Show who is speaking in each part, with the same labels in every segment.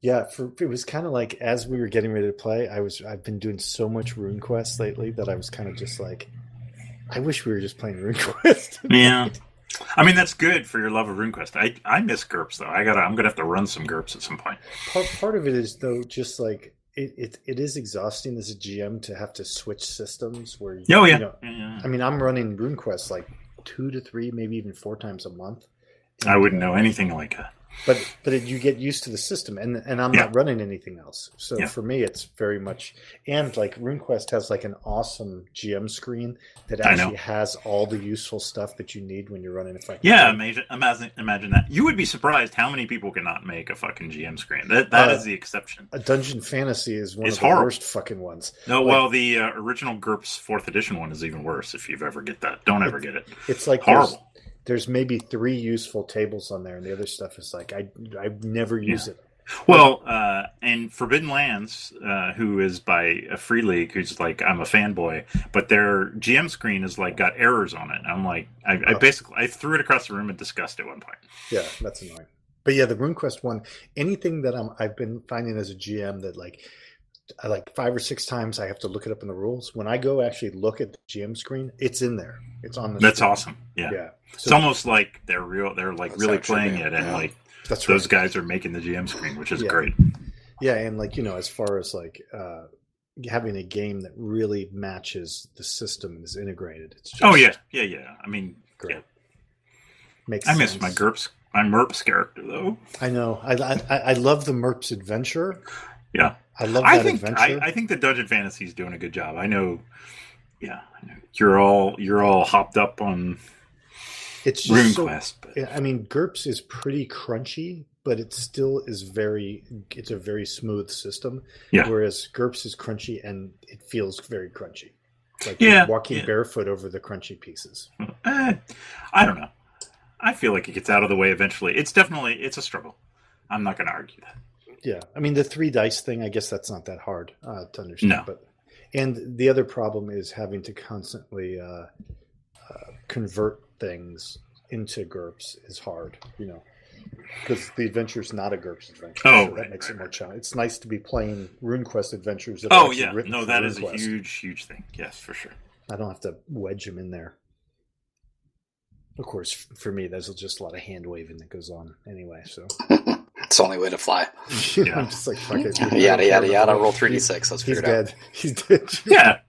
Speaker 1: yeah for, it was kind of like as we were getting ready to play i was i've been doing so much rune quest lately that i was kind of just like i wish we were just playing rune quest
Speaker 2: yeah i mean that's good for your love of rune quest i i miss gerps though i gotta i'm gonna have to run some gerps at some point
Speaker 1: part, part of it is though just like it, it, it is exhausting as a gm to have to switch systems where
Speaker 2: you, oh yeah.
Speaker 1: You know,
Speaker 2: yeah, yeah.
Speaker 1: i mean i'm running rune quest like two to three maybe even four times a month
Speaker 2: and, i wouldn't know anything like that
Speaker 1: but but it, you get used to the system and and i'm yeah. not running anything else so yeah. for me it's very much and like runequest has like an awesome gm screen that actually has all the useful stuff that you need when you're running a fucking
Speaker 2: yeah game. imagine, imagine imagine that you would be surprised how many people cannot make a fucking gm screen that that uh, is the exception
Speaker 1: a dungeon fantasy is one it's of the horrible. worst fucking ones
Speaker 2: no like, well the uh, original gerps fourth edition one is even worse if you've ever get that don't ever get it
Speaker 1: it's like
Speaker 2: horrible
Speaker 1: there's maybe three useful tables on there, and the other stuff is like I I never use yeah. it.
Speaker 2: Well, uh, and Forbidden Lands, uh, who is by a free league, who's like I'm a fanboy, but their GM screen is like got errors on it. I'm like I, I oh. basically I threw it across the room in disgust at one point.
Speaker 1: Yeah, that's annoying. But yeah, the RuneQuest one, anything that I'm I've been finding as a GM that like I like five or six times I have to look it up in the rules. When I go actually look at the GM screen, it's in there. It's on the.
Speaker 2: That's
Speaker 1: screen.
Speaker 2: awesome. Yeah, yeah. So it's almost like they're real. They're like really actually, playing yeah. it, and yeah. like that's those right. guys are making the GM screen, which is
Speaker 1: yeah.
Speaker 2: great.
Speaker 1: Yeah, and like you know, as far as like uh, having a game that really matches the system and is integrated, it's just
Speaker 2: oh yeah, yeah, yeah. I mean, great.
Speaker 1: Makes
Speaker 2: I
Speaker 1: sense.
Speaker 2: miss my GURPS, my MERPS character though.
Speaker 1: I know. I I, I love the MERPS adventure.
Speaker 2: Yeah.
Speaker 1: I love that I
Speaker 2: think,
Speaker 1: adventure.
Speaker 2: I, I, think the Dungeon Fantasy is doing a good job. I know, yeah, I know. you're all you're all hopped up on
Speaker 1: it's
Speaker 2: RuneQuest. So, Quest,
Speaker 1: but. I mean, GURPS is pretty crunchy, but it still is very. It's a very smooth system.
Speaker 2: Yeah.
Speaker 1: Whereas GURPS is crunchy and it feels very crunchy. Like
Speaker 2: yeah,
Speaker 1: walking
Speaker 2: yeah.
Speaker 1: barefoot over the crunchy pieces.
Speaker 2: Uh, I don't know. I feel like it gets out of the way eventually. It's definitely it's a struggle. I'm not going to argue that
Speaker 1: yeah i mean the three dice thing i guess that's not that hard uh, to understand
Speaker 2: no.
Speaker 1: but and the other problem is having to constantly uh, uh, convert things into gerps is hard you know because the adventure is not a gerps adventure
Speaker 2: oh
Speaker 1: so
Speaker 2: right,
Speaker 1: that makes
Speaker 2: right,
Speaker 1: it more challenging it's nice to be playing runequest adventures that
Speaker 2: oh yeah no that is a huge huge thing yes for sure
Speaker 1: i don't have to wedge them in there of course for me there's just a lot of hand waving that goes on anyway so
Speaker 3: It's the only way to fly.
Speaker 1: Yeah. I'm just like, fuck it. Dude.
Speaker 3: Yada, yada, yada. Roll 3d6. Let's
Speaker 1: He's
Speaker 3: figure it
Speaker 1: dead. out. He's dead.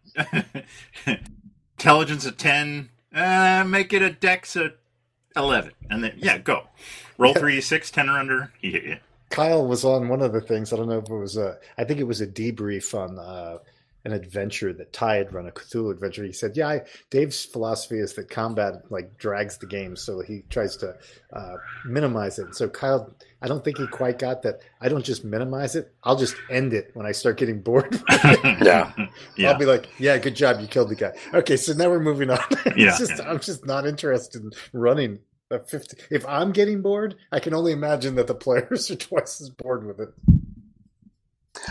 Speaker 2: yeah. Intelligence at 10. Uh, make it a dex at 11. And then, yeah, go. Roll yeah. 3d6, 10 or under. He hit you.
Speaker 1: Kyle was on one of the things. I don't know if it was a, I think it was a debrief on uh, an adventure that Ty had run, a Cthulhu adventure. He said, yeah, I, Dave's philosophy is that combat like drags the game. So he tries to uh, minimize it. So Kyle, I don't think he quite got that. I don't just minimize it. I'll just end it when I start getting bored.
Speaker 3: yeah.
Speaker 2: yeah.
Speaker 1: I'll be like, yeah, good job. You killed the guy. Okay. So now we're moving on.
Speaker 2: yeah,
Speaker 1: just,
Speaker 2: yeah.
Speaker 1: I'm just not interested in running. A 50. If I'm getting bored, I can only imagine that the players are twice as bored with it.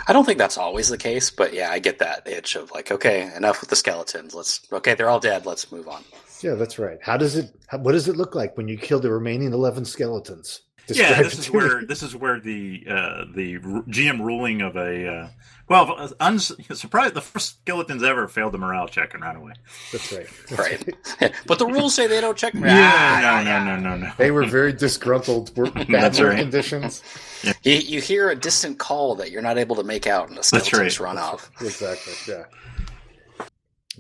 Speaker 3: I don't think that's always the case, but yeah, I get that itch of like, okay, enough with the skeletons. Let's okay, they're all dead. Let's move on.
Speaker 1: Yeah, that's right. How does it? How, what does it look like when you kill the remaining eleven skeletons?
Speaker 2: Describe yeah, this is where me. this is where the uh, the GM ruling of a uh, well, uns- surprised the first skeletons ever failed the morale check and ran away.
Speaker 1: That's right,
Speaker 3: That's right. right. but the rules say they don't check.
Speaker 2: Yeah, ah, no, yeah. no, no, no, no.
Speaker 1: They were very disgruntled. Were bad right. conditions.
Speaker 3: Yeah. You, you, hear a distant call that you're not able to make out, and the skeletons
Speaker 2: That's
Speaker 3: right. run
Speaker 1: That's
Speaker 3: off.
Speaker 1: Right. Exactly. Yeah.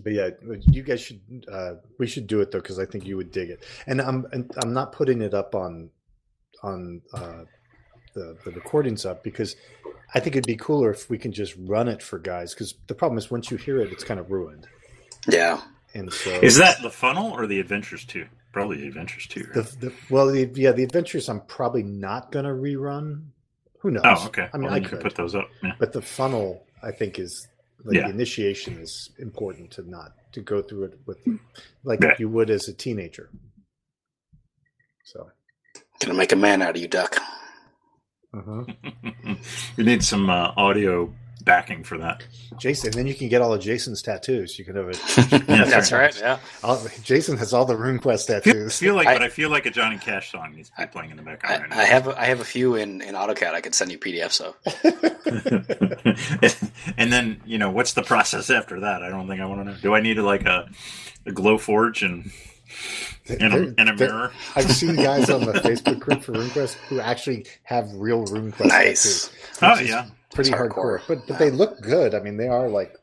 Speaker 1: But yeah, you guys should. Uh, we should do it though, because I think you would dig it. And I'm and I'm not putting it up on on uh, the the recordings up because I think it'd be cooler if we can just run it for guys because the problem is once you hear it, it's kind of ruined.
Speaker 3: Yeah.
Speaker 1: And so
Speaker 2: is that the funnel or the adventures too? Probably the adventures too.
Speaker 1: Right? The, the, well, the, yeah, the adventures I'm probably not going to rerun. Who knows?
Speaker 2: Oh, okay. I mean, well, I could put those up. Yeah.
Speaker 1: But the funnel, I think, is like
Speaker 2: yeah.
Speaker 1: the initiation is important to not to go through it with like yeah. you would as a teenager. So
Speaker 3: Gonna make a man out of you, Duck.
Speaker 1: Mhm.
Speaker 2: you need some uh, audio backing for that.
Speaker 1: Jason, then you can get all of Jason's tattoos. You can have it.
Speaker 2: Yeah,
Speaker 3: That's
Speaker 2: fair.
Speaker 3: right. Yeah.
Speaker 1: All, Jason has all the RuneQuest
Speaker 2: I feel,
Speaker 1: tattoos.
Speaker 2: feel like,
Speaker 3: I-
Speaker 2: but I feel like a Johnny Cash song needs to be playing in the
Speaker 3: I,
Speaker 2: background right now.
Speaker 3: I have I have a few in, in AutoCAD. I could send you PDFs of.
Speaker 2: and then you know what's the process after that? I don't think I want to know. Do I need like a, a glow forge and and a, and a
Speaker 1: They're-
Speaker 2: mirror?
Speaker 1: I've seen guys on the Facebook group for RuneQuest who actually have real RuneQuest tattoos.
Speaker 3: Nice.
Speaker 2: Oh
Speaker 1: which is
Speaker 2: yeah.
Speaker 1: pretty
Speaker 3: It's
Speaker 1: hardcore.
Speaker 3: hardcore.
Speaker 1: But but they look good. I mean, they are like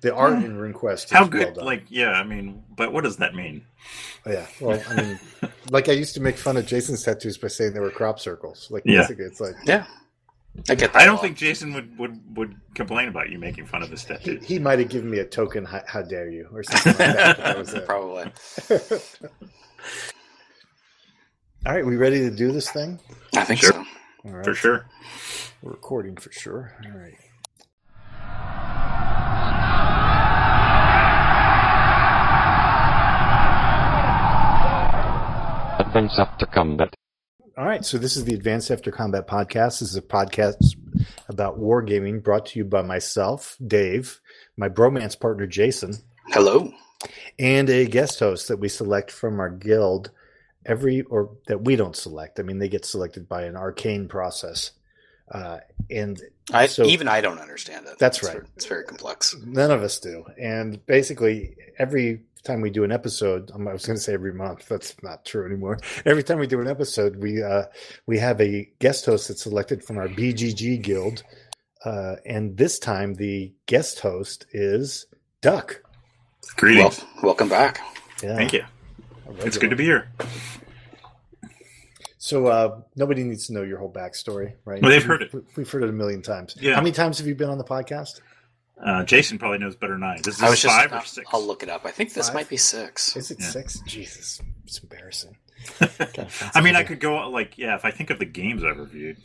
Speaker 1: the art in RuneQuest. Is
Speaker 2: How
Speaker 1: Well
Speaker 2: good?
Speaker 1: done.
Speaker 2: Like yeah. I mean, but what does that mean?
Speaker 1: yeah. Well, I mean, like I used to make fun of Jason's tattoos by saying they were crop circles. Like
Speaker 2: Yeah.
Speaker 1: basically, it's like
Speaker 3: Yeah. I get that.
Speaker 2: I
Speaker 3: a
Speaker 2: don't
Speaker 3: lot.
Speaker 2: think Jason would would would complain about you making fun of his
Speaker 1: he,
Speaker 2: tattoo.
Speaker 1: he might have given me a token. How, how dare you? Or something like that. but that was it.
Speaker 3: probably.
Speaker 1: All right, we ready to do this thing?
Speaker 3: I think
Speaker 2: Sure.
Speaker 3: so.
Speaker 1: All right,
Speaker 2: For sure.
Speaker 1: we're recording for sure. All right.
Speaker 4: Advance after combat.
Speaker 1: All right, so this is the Advanced After Combat podcast. This is a podcast about wargaming brought to you by myself, Dave, my bromance partner, Jason,
Speaker 3: Hello.
Speaker 1: and a guest host that we select from our guild every or that we don't select i mean they get selected by an arcane process uh, and
Speaker 3: I
Speaker 1: So-
Speaker 3: even I don't understand it.
Speaker 1: That's
Speaker 3: It's
Speaker 1: right.
Speaker 3: ver- It's very complex.
Speaker 1: none of us do and basically every time we do an episode um, i was going to say every month that's not true anymore every time we do an episode we uh, we have a guest host that's selected from our bgg guild uh, and this time the guest host is duck
Speaker 2: Greetings.
Speaker 3: Well, welcome back.
Speaker 1: yeah,
Speaker 2: Thank you. It's good to be here.
Speaker 1: So uh, nobody needs to know your whole backstory, right?
Speaker 2: Well, they've heard it.
Speaker 1: We- We've heard it a million times.
Speaker 2: Yeah.
Speaker 1: How many times have you been on the podcast?
Speaker 2: Uh, Jason probably knows better than I. This
Speaker 3: I
Speaker 2: is
Speaker 3: was just
Speaker 2: five or
Speaker 3: I'll-
Speaker 2: 6
Speaker 3: I'll look it up. I think this
Speaker 1: Five?
Speaker 3: might be six.
Speaker 1: Is it
Speaker 2: Yeah.
Speaker 1: six? Jesus, it's embarrassing.
Speaker 2: I mean, I could go like yeah. If I think of the games I've reviewed,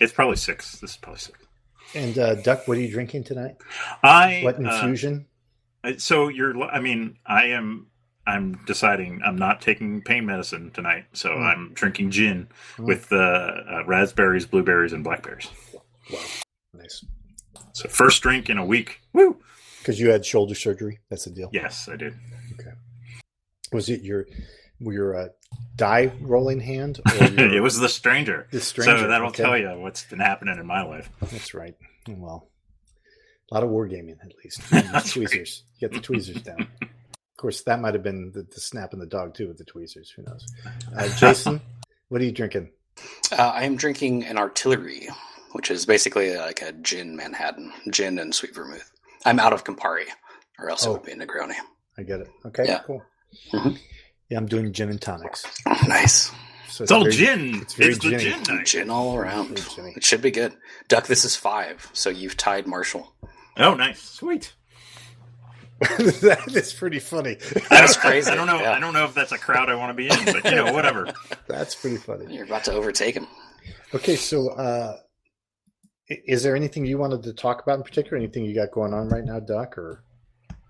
Speaker 2: it's probably six. This is probably six.
Speaker 1: And uh, Duck, what are you drinking tonight?
Speaker 2: I
Speaker 1: What
Speaker 2: uh,
Speaker 1: infusion?
Speaker 2: Uh, So you're. I mean, I am. I'm deciding. I'm not taking pain medicine tonight, so
Speaker 1: Hmm.
Speaker 2: I'm drinking gin
Speaker 1: Hmm.
Speaker 2: with uh, uh, raspberries, blueberries, and blackberries.
Speaker 1: wow, nice.
Speaker 2: So first drink in a week. Woo!
Speaker 1: Because you had shoulder surgery. That's the deal.
Speaker 2: Yes, I did.
Speaker 1: Was it your were your uh, die rolling hand? Or your,
Speaker 2: it was the stranger.
Speaker 1: the stranger.
Speaker 2: so that'll
Speaker 1: Okay.
Speaker 2: tell you what's been happening in my life.
Speaker 1: That's right. Well, a lot of wargaming, at least.
Speaker 2: That's
Speaker 1: tweezers. Get the tweezers down. Of course, that might have been the, the snap in the dog, too, with the tweezers. Who knows? Uh, Jason, what are you drinking?
Speaker 3: Uh, I am drinking an artillery, which is basically uh, like a gin Manhattan, gin and sweet vermouth. I'm out of Campari, or else
Speaker 1: Oh.
Speaker 3: it would be a Negroni.
Speaker 1: I get it. Okay,
Speaker 3: Yeah.
Speaker 1: cool.
Speaker 3: Mhm.
Speaker 1: Yeah, I'm doing gin and tonics.
Speaker 3: Nice
Speaker 1: So
Speaker 2: It's all
Speaker 1: very-
Speaker 2: gin.
Speaker 1: it's
Speaker 2: It's,
Speaker 1: very
Speaker 2: the
Speaker 1: ginny.
Speaker 2: gin night.
Speaker 3: gin all around.
Speaker 1: Good, Jimmy.
Speaker 3: It should be good. Duck, this is five, so you've tied Marshall.
Speaker 2: Oh, nice, sweet.
Speaker 1: that is pretty funny.
Speaker 3: That's
Speaker 2: I don't-
Speaker 3: crazy,
Speaker 2: I don't know.
Speaker 3: yeah.
Speaker 2: I don't know if that's a crowd I want to be in, but you know, whatever.
Speaker 1: That's pretty funny.
Speaker 3: You're about to overtake him.
Speaker 1: Okay, so uh, i- is there anything you wanted to talk about in particular? Anything you got going on right now, Doc? Or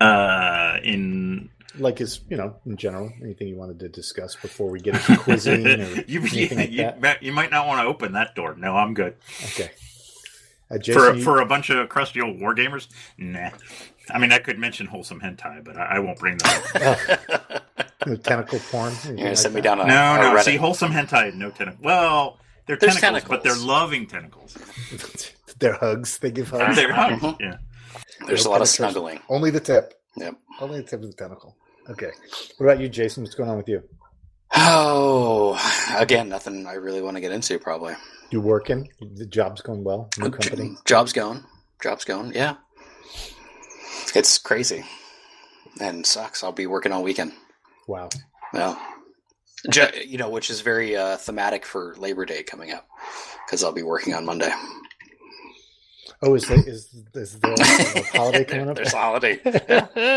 Speaker 2: Uh, in
Speaker 1: like is you know in general anything you wanted to discuss before we get into cuisine or
Speaker 2: you,
Speaker 1: anything like
Speaker 2: you,
Speaker 1: that?
Speaker 2: ma- you might not want to open that door. No, I'm good.
Speaker 1: okay uh,
Speaker 2: For
Speaker 1: Jason,
Speaker 2: for a bunch of crusty old wargamers, nah. I mean, I could mention wholesome hentai, but I, I won't bring that. up.
Speaker 1: you, you know, tentacle porn anything
Speaker 3: You're gonna
Speaker 1: like
Speaker 3: send me
Speaker 1: that?
Speaker 3: down a, a
Speaker 2: no, no.
Speaker 3: Reddit.
Speaker 2: See, wholesome hentai, no tentacles. Well, they're
Speaker 3: There's
Speaker 2: tentacles, but they're
Speaker 3: tentacles.
Speaker 2: loving tentacles.
Speaker 1: they're hugs they give hugs
Speaker 2: They're hugs,
Speaker 3: Mhm.
Speaker 2: Yeah.
Speaker 3: There's a
Speaker 1: no
Speaker 3: lot of
Speaker 1: penetration.
Speaker 3: snuggling.
Speaker 1: only the tip
Speaker 3: Yep.
Speaker 1: only the tip of the tentacle okay what about you jason what's going on with you
Speaker 3: Oh, again, nothing I really want to get into. Probably.
Speaker 1: you working the job's going well new company
Speaker 3: Job's going. Job's going. Yeah. It's crazy, and sucks. I'll be working all weekend.
Speaker 1: wow
Speaker 3: Yeah. Ju- you know, which is very uh, thematic for Labor Day coming up, because I'll be working on Monday.
Speaker 1: oh is there is, is there a holiday coming up
Speaker 3: There's a holiday.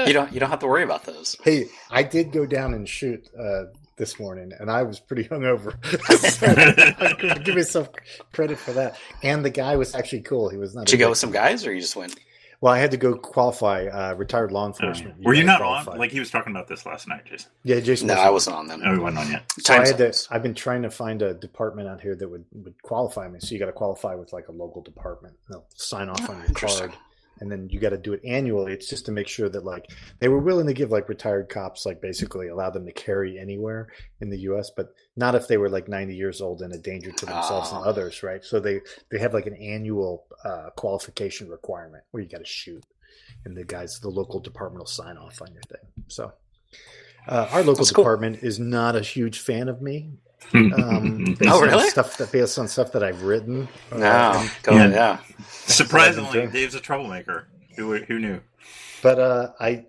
Speaker 3: you don't. You don't have to worry about those.
Speaker 1: hey i did go down and shoot uh this morning and i was pretty hungover I give myself credit for that. And the guy was actually cool. He was not.
Speaker 3: Did you go with some guys, or you just went?
Speaker 1: Well, I had to go qualify uh, retired law enforcement.
Speaker 2: Oh, Were you
Speaker 1: guys
Speaker 2: not
Speaker 1: qualified.
Speaker 2: on? Like he was talking about this last night, Jason.
Speaker 1: yeah, Jason.
Speaker 3: No, I wasn't on them.
Speaker 2: Oh, we wasn't on yet.
Speaker 1: So I
Speaker 3: Time
Speaker 1: had to,
Speaker 3: zones.
Speaker 1: I've been trying to find a department out here that would, would qualify me. So you got to qualify with like a local department. They'll sign off
Speaker 3: Oh,
Speaker 1: on your
Speaker 3: interesting.
Speaker 1: card, and then you got to do it annually. It's just to make sure that like they were willing to give like retired cops like basically allow them to carry anywhere in the U.S., but not if they were like 90 years old and a danger to themselves and
Speaker 3: Ah.
Speaker 1: others, right? So they they have like an annual uh, qualification requirement where you got to shoot, and the guys, the local department will sign off on your thing. So. Uh, our local
Speaker 3: That's cool.
Speaker 1: department is not a huge fan of me um, based
Speaker 3: Oh,
Speaker 1: on
Speaker 3: really?
Speaker 1: Stuff that based on stuff that I've written.
Speaker 3: No,
Speaker 1: Um,
Speaker 3: go-
Speaker 2: Yeah.
Speaker 3: yeah.
Speaker 2: Surprisingly,
Speaker 1: Seven,
Speaker 2: Dave's a troublemaker. Who who knew?
Speaker 1: but uh, I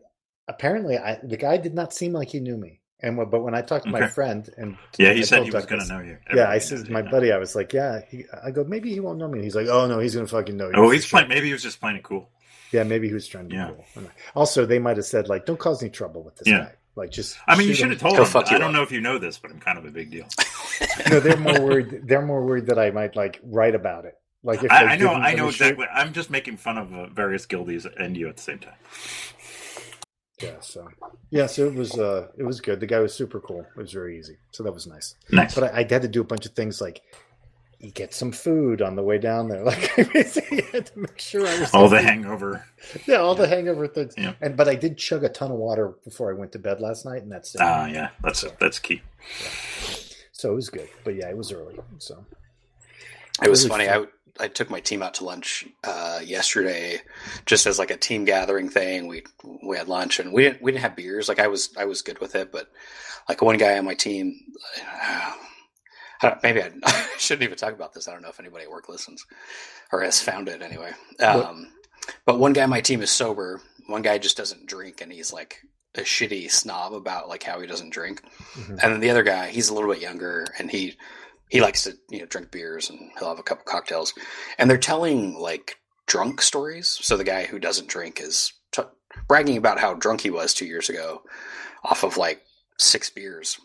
Speaker 1: apparently I the guy did not seem like he knew me. And when- but when I talked to my
Speaker 2: Okay.
Speaker 1: friend and
Speaker 2: Yeah, he
Speaker 1: I
Speaker 2: said
Speaker 1: told
Speaker 2: he was going
Speaker 1: Douglas-
Speaker 2: to know
Speaker 1: Yeah,
Speaker 2: you.
Speaker 1: I
Speaker 2: Everybody
Speaker 1: said
Speaker 2: knows
Speaker 1: to my
Speaker 2: you.
Speaker 1: buddy, I was like, yeah. He, I go, maybe he won't know me. And he's like, oh no, he's gonna fucking know you.
Speaker 2: Oh,
Speaker 1: for
Speaker 2: he's
Speaker 1: sure."
Speaker 2: playing. Maybe he was just playing it cool.
Speaker 1: Yeah, maybe he was trying to.
Speaker 2: Yeah.
Speaker 1: Yeah. Also, they might have said like, don't cause any trouble with this
Speaker 2: Yeah.
Speaker 1: guy. Like, just.
Speaker 2: I mean, you
Speaker 1: shoot
Speaker 2: should
Speaker 1: him.
Speaker 2: have told
Speaker 3: He'll
Speaker 2: him.
Speaker 3: fuck you
Speaker 2: I don't
Speaker 3: up.
Speaker 2: know if you know this, but I'm kind of a big deal.
Speaker 1: No, they're more worried. They're more worried that I might like write about it. Like, if
Speaker 2: I,
Speaker 1: they
Speaker 2: I
Speaker 1: give
Speaker 2: know.
Speaker 1: him
Speaker 2: I know
Speaker 1: permission-
Speaker 2: exactly. I'm just making fun of uh, various guildies and you at the same time.
Speaker 1: Yeah, so yeah, so it was uh it was good. The guy was super cool. It was very easy. So that was nice.
Speaker 2: Nice.
Speaker 1: But I, I had to do a bunch of things like get some food on the way down there. Like I basically had to make sure I was
Speaker 2: All the hangover.
Speaker 1: yeah, all the hangover things.
Speaker 2: Yeah.
Speaker 1: And but I did chug a ton of water before I went to bed last night and that's it.
Speaker 2: Ah, yeah. That's that's key.
Speaker 1: so it was good. But yeah, it was early. So
Speaker 3: It was
Speaker 1: Really
Speaker 3: funny.
Speaker 1: fun.
Speaker 3: I I took my team out to lunch uh, yesterday, just as like a team gathering thing. We we had lunch and we didn't we didn't have beers. Like I was I was good with it, but like one guy on my team, I don't, maybe I, I shouldn't even talk about this. I don't know if anybody at work listens or has found it anyway. Um, but one guy on my team is sober. One guy just doesn't drink, and he's like a shitty snob about like how he doesn't drink.
Speaker 1: mhm.
Speaker 3: And then the other guy, he's a little bit younger, and he he likes to you know drink beers and he'll have a couple cocktails. And they're telling like drunk stories. So the guy who doesn't drink is t- bragging about how drunk he was two years ago, off of like six beers.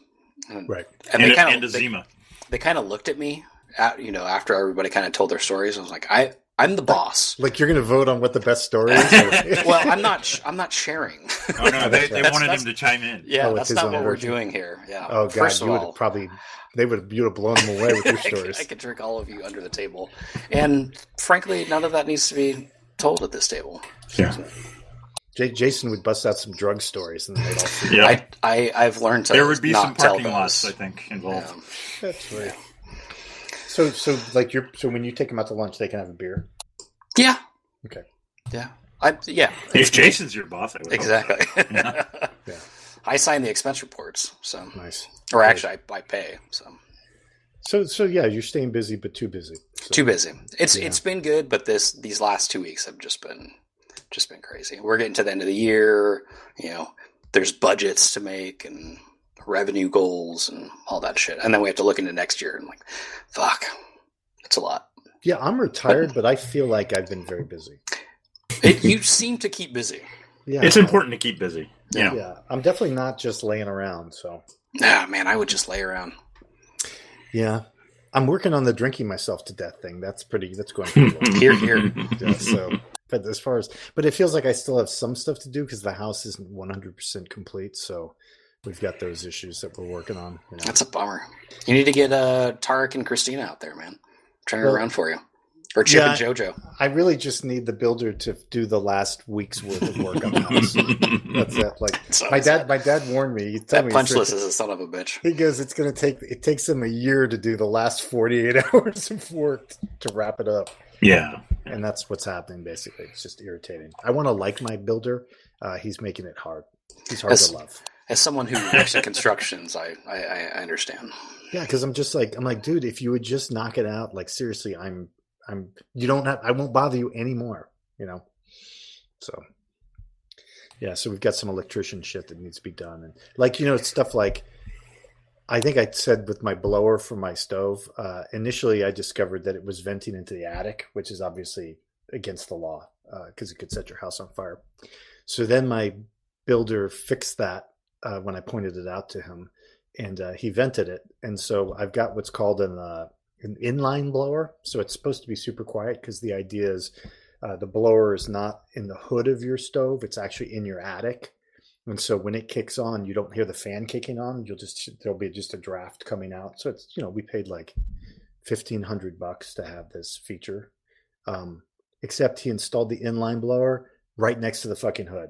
Speaker 3: And,
Speaker 1: Right.
Speaker 3: And,
Speaker 2: And,
Speaker 3: they
Speaker 2: a-
Speaker 3: kind
Speaker 2: and a
Speaker 3: of they,
Speaker 2: Zima.
Speaker 3: they kind of looked at me, at, you know, after everybody kind of told their stories. I was like, I I'm the boss.
Speaker 1: Like you're gonna vote on what the best story is. or-
Speaker 3: well, I'm not sh- I'm not sharing.
Speaker 2: Oh no, they,
Speaker 1: That's
Speaker 2: they
Speaker 1: right.
Speaker 2: wanted
Speaker 3: That's-
Speaker 2: him to chime in.
Speaker 3: Yeah,
Speaker 1: Oh, it's
Speaker 3: that's
Speaker 1: his
Speaker 3: not
Speaker 1: own
Speaker 3: what we're
Speaker 1: version.
Speaker 3: doing here. Yeah.
Speaker 1: Oh god,
Speaker 3: First of
Speaker 1: you would
Speaker 3: all-
Speaker 1: have probably they would have you would have blown them away with your
Speaker 3: I could-
Speaker 1: stories.
Speaker 3: I could drink all of you under the table. And frankly, none of that needs to be told at this table.
Speaker 2: Yeah.
Speaker 1: J- Jason would bust out some drug stories and then they'd all freak
Speaker 2: Yeah.
Speaker 3: I, I, I've learned to
Speaker 2: there would be
Speaker 3: not
Speaker 2: some
Speaker 3: tell
Speaker 2: parking
Speaker 3: those.
Speaker 2: lots, I think, involved.
Speaker 3: Um,
Speaker 1: That's right. So, so like you're so when you take them out to lunch, they can have a beer.
Speaker 3: yeah.
Speaker 1: Okay.
Speaker 3: Yeah. I, yeah.
Speaker 2: If Jason's your boss, I would hope so.
Speaker 3: Exactly.
Speaker 2: Yeah.
Speaker 1: Yeah.
Speaker 3: I sign the expense reports, so
Speaker 1: Nice.
Speaker 3: or actually I, I pay. So
Speaker 1: So, so yeah, you're staying busy, but too busy. So,
Speaker 3: too busy. It's
Speaker 1: Yeah.
Speaker 3: it's been good, but this these last two weeks have just been just been crazy. We're getting to the end of the year. You know, there's budgets to make and revenue goals and all that shit, and then we have to look into next year and like, fuck, it's a lot.
Speaker 1: Yeah, I'm retired, but I feel like I've been very busy.
Speaker 3: It, you seem to keep busy.
Speaker 1: Yeah,
Speaker 2: It's important to keep busy. You know.
Speaker 1: Yeah, I'm definitely not just laying around. So,
Speaker 3: Ah, man, I would just lay around.
Speaker 1: yeah, I'm working on the drinking myself to death thing. That's pretty. That's going pretty well.
Speaker 3: Here, here.
Speaker 1: yeah, so, but as far as, but it feels like I still have some stuff to do because the house isn't 100 percent complete. So, we've got those issues that we're working on. You know?
Speaker 3: That's a bummer. You need to get uh, Tarek and Christina out there, man. Turn it
Speaker 1: Well-
Speaker 3: around for you, or Chip
Speaker 1: Yeah.
Speaker 3: and JoJo.
Speaker 1: I really just need the builder to do the last week's worth of work on the house. That's it. Like
Speaker 3: So
Speaker 1: my
Speaker 3: it's-
Speaker 1: dad, my dad warned me. He told
Speaker 3: That
Speaker 1: me
Speaker 3: punch
Speaker 1: it's-
Speaker 3: list is a son of a bitch.
Speaker 1: He goes, it's gonna take. It takes him a year to do the last forty-eight hours of work to wrap it up,
Speaker 2: yeah.
Speaker 1: and that's what's happening. Basically, it's just irritating. I want to like my builder. Uh, he's making it hard. He's hard
Speaker 3: That's-
Speaker 1: to love.
Speaker 3: As someone who works in constructions, I, I, I I understand.
Speaker 1: Yeah, because I'm just like, I'm like, dude, if you would just knock it out, like seriously, I'm, I'm, you don't have, I won't bother you anymore, you know. So, yeah, so we've got some electrician shit that needs to be done, and like you know, it's stuff like, I think I said with my blower for my stove. Uh, initially, I discovered that it was venting into the attic, which is obviously against the law because it could set your house on fire. So then my builder fixed that uh, when I pointed it out to him and uh, he vented it. And so I've got what's called an uh, an inline blower. So it's supposed to be super quiet because the idea is uh, the blower is not in the hood of your stove; it's actually in your attic. And so when it kicks on, you don't hear the fan kicking on. You'll just there'll be just a draft coming out. So it's you know we paid like fifteen hundred bucks to have this feature. Um, except he installed the inline blower right next to the fucking hood.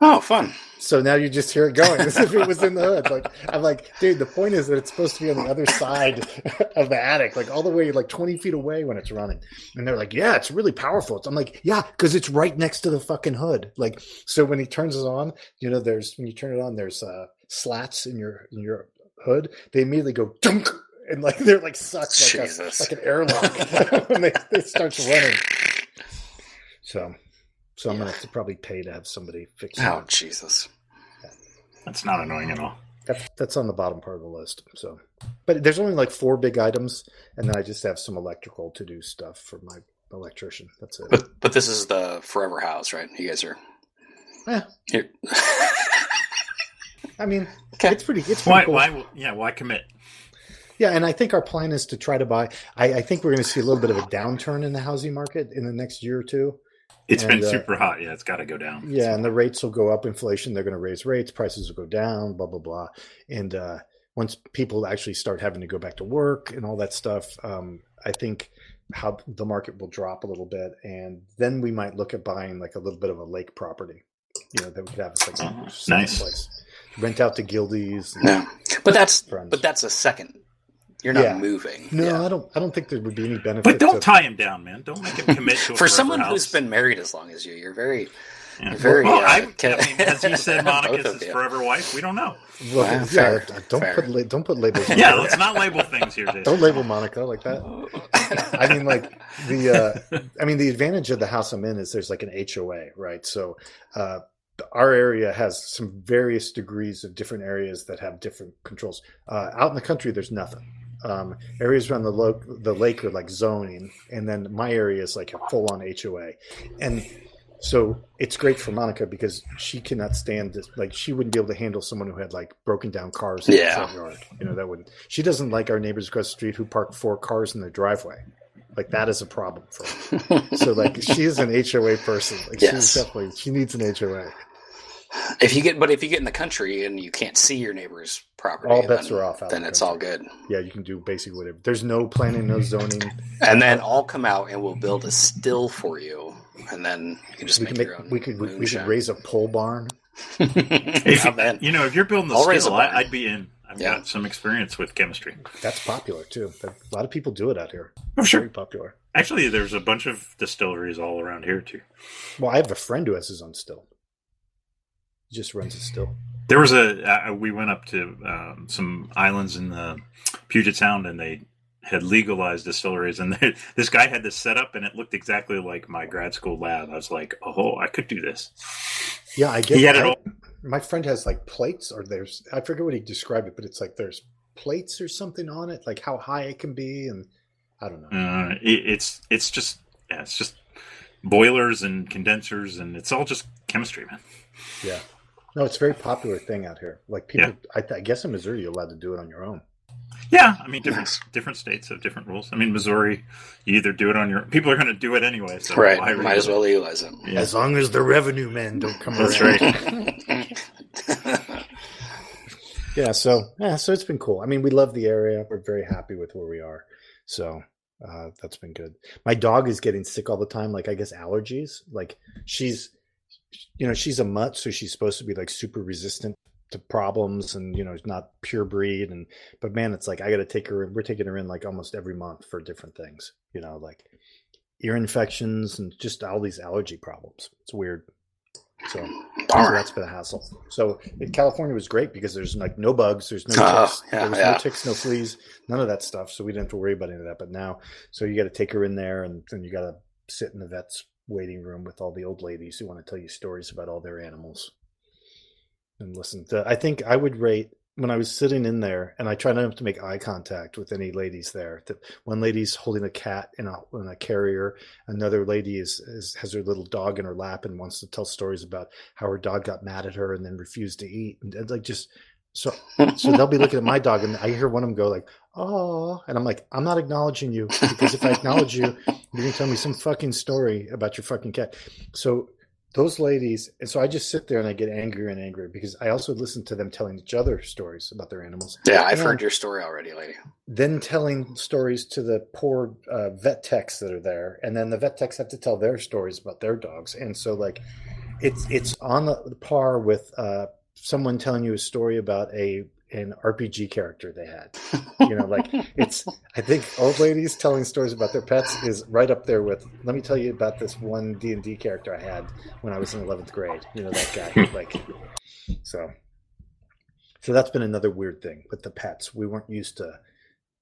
Speaker 3: Oh, fun.
Speaker 1: So now you just hear it going as if it was in the hood. Like I'm like, dude, the point is that it's supposed to be on the other side of the attic, like all the way like 20 feet away when it's running. And they're like, yeah, it's really powerful. It's- I'm like, yeah, because it's right next to the fucking hood. Like so when he turns it on, you know, there's when you turn it on, there's uh, slats in your in your hood. They immediately go dunk. And like they're like sucked like, a,
Speaker 3: Jesus.
Speaker 1: like an airlock when they, it starts running. So, so I'm gonna have to probably pay to have somebody fix it.
Speaker 3: Oh, Jesus.
Speaker 2: That's not annoying at all.
Speaker 1: That's that's on the bottom part of the list. So, but there's only like four big items, and then I just have some electrical to do stuff for my electrician. That's it.
Speaker 3: But but this is the forever house, right? You guys are.
Speaker 1: Yeah.
Speaker 3: Here.
Speaker 1: I mean,
Speaker 3: Okay.
Speaker 1: it's pretty. It's pretty
Speaker 2: Why?
Speaker 1: cool.
Speaker 2: Why? Yeah. Why commit?
Speaker 1: Yeah, and I think our plan is to try to buy. I, I think we're going to see a little bit of a downturn in the housing market in the next year or two.
Speaker 2: It's
Speaker 1: And,
Speaker 2: been
Speaker 1: uh,
Speaker 2: super hot. Yeah, it's got to go down.
Speaker 1: Yeah, and the rates will go up. Inflation, they're going to raise rates. Prices will go down. Blah blah blah. And uh, once people actually start having to go back to work and all that stuff, um, I think how the market will drop a little bit, and then we might look at buying like a little bit of a lake property. You know, that we could have as like
Speaker 2: Oh,
Speaker 3: Uh-huh.
Speaker 1: second
Speaker 2: nice.
Speaker 1: place. Rent out to guildies. and
Speaker 3: No. But that's
Speaker 1: friends.
Speaker 3: but that's a second. You're not
Speaker 1: Yeah.
Speaker 3: moving.
Speaker 1: no,
Speaker 3: Yeah.
Speaker 1: I don't. I don't think there would be any benefit.
Speaker 2: But don't
Speaker 1: to-
Speaker 2: tie him down, man. Don't make him commit to a
Speaker 3: For someone
Speaker 2: forever
Speaker 3: who's
Speaker 2: house.
Speaker 3: been married as long as you, you're very
Speaker 2: Yeah.
Speaker 3: very,
Speaker 2: Well,
Speaker 3: uh,
Speaker 2: I,
Speaker 3: ca-
Speaker 2: I mean, as you said, Monica's
Speaker 3: Both of
Speaker 2: his
Speaker 3: you.
Speaker 2: forever wife. We don't know.
Speaker 1: Look,
Speaker 3: Wow,
Speaker 1: yeah,
Speaker 3: fair,
Speaker 1: don't
Speaker 3: fair.
Speaker 1: put la- don't put labels. on
Speaker 2: Yeah,
Speaker 1: it.
Speaker 2: let's not label things here, Jason.
Speaker 1: Don't label Monica like that. I mean, like the, uh, I mean, the advantage of the house I'm in is there's like an HOA, right? So, uh, our area has some various degrees of different areas that have different controls. Uh, out in the country, there's nothing. Um, areas around the lo- the lake are like zoning, and then my area is like a full on HOA, and so it's great for Monica because she cannot stand this. Like she wouldn't be able to handle someone who had like broken down cars in
Speaker 3: Yeah.
Speaker 1: the front yard. You know that wouldn't. She doesn't like our neighbors across the street who park four cars in their driveway. Like that is a problem for her. So like she is an HOA person. Like
Speaker 3: Yes.
Speaker 1: she's definitely she needs an HOA.
Speaker 3: if you get but if you get in the country and you can't see your neighbor's property,
Speaker 1: All bets
Speaker 3: then,
Speaker 1: are off out
Speaker 3: then
Speaker 1: in the
Speaker 3: it's all good.
Speaker 1: Yeah, you can do basically whatever. There's no planning, no zoning.
Speaker 3: And then I'll come out and we'll build a still for you, and then you can just
Speaker 1: We
Speaker 3: make
Speaker 1: can
Speaker 3: your own.
Speaker 1: make we could we, we could
Speaker 3: moonshine.
Speaker 1: raise a pole barn.
Speaker 2: If
Speaker 3: Not bad.
Speaker 2: you know, if you're building the
Speaker 3: I'll raise
Speaker 2: skill,
Speaker 3: a bar.
Speaker 2: I, I'd be in. I've
Speaker 3: Yeah.
Speaker 2: got some experience with chemistry.
Speaker 1: That's popular too. That- A lot of people do it out here.
Speaker 2: Oh,
Speaker 1: Very
Speaker 2: sure.
Speaker 1: popular.
Speaker 2: Actually, there's a bunch of distilleries all around here too.
Speaker 1: Well, I have a friend who has his own still. He just runs it still.
Speaker 2: There was a uh, we went up to um, some islands in the Puget Sound, and they had legalized distilleries. And they, this guy had this setup, and it looked exactly like my grad school lab. I was like, "Oh, I could do this."
Speaker 1: Yeah, I get
Speaker 2: He had it
Speaker 1: I-
Speaker 2: all.
Speaker 1: my friend has like plates or there's I forget what he described it, but it's like there's plates or something on it, like how high it can be and I don't know.
Speaker 2: Uh, it, it's it's just yeah, it's just boilers and condensers, and it's all just chemistry, man.
Speaker 1: Yeah. No, it's a very popular thing out here. Like people, I, th- I guess in Missouri, you're allowed to do it on your own.
Speaker 2: Yeah, I mean different
Speaker 3: Nice.
Speaker 2: different states have different rules. I mean Missouri, you either do it on your people are going to do it anyway, so why
Speaker 3: right,
Speaker 2: would
Speaker 3: might
Speaker 2: you-
Speaker 3: as well legalize it.
Speaker 2: Yeah.
Speaker 1: As long as the revenue men don't come
Speaker 2: That's
Speaker 1: around.
Speaker 2: right.
Speaker 1: Yeah. So, yeah. So it's been cool. I mean, we love the area. We're very happy with where we are. So uh, that's been good. My dog is getting sick all the time. Like, I guess allergies. Like, she's, you know, she's a mutt. So she's supposed to be like super resistant to problems and, you know, it's not pure breed. And, but man, it's like, I got to take her in. We're taking her in like almost every month for different things, you know, like ear infections and just all these allergy problems. It's weird. So. So
Speaker 3: Bummer.
Speaker 1: that's been a hassle. So in California was great because there's like no bugs, there's no
Speaker 3: Oh,
Speaker 1: ticks,
Speaker 3: yeah,
Speaker 1: there was
Speaker 3: yeah.
Speaker 1: no ticks, no fleas, none of that stuff. So we didn't have to worry about any of that. But now, so you got to take her in there, and then you got to sit in the vet's waiting room with all the old ladies who want to tell you stories about all their animals and listen. To, I think I would rate when I was sitting in there, and I try not to make eye contact with any ladies there. That one lady's holding a cat in a in a carrier, another lady is, is has her little dog in her lap and wants to tell stories about how her dog got mad at her and then refused to eat and, and, like just so so they'll be looking at my dog and I hear one of them go like oh, and I'm like, I'm not acknowledging you because if I acknowledge you, you're gonna tell me some fucking story about your fucking cat. So those ladies, and so I just sit there and I get angrier and angrier because I also listen to them telling each other stories about their animals.
Speaker 3: Yeah, I've
Speaker 1: And
Speaker 3: heard your story already, lady.
Speaker 1: Then telling stories to the poor uh, vet techs that are there, and then the vet techs have to tell their stories about their dogs, and so like, it's it's on the par with uh, someone telling you a story about a an RPG character they had. You know, like it's I think old ladies telling stories about their pets is right up there with. Let me tell you about this one D and D character I had when I was in eleventh grade. You know that guy, like so. So that's been another weird thing with the pets. We weren't used to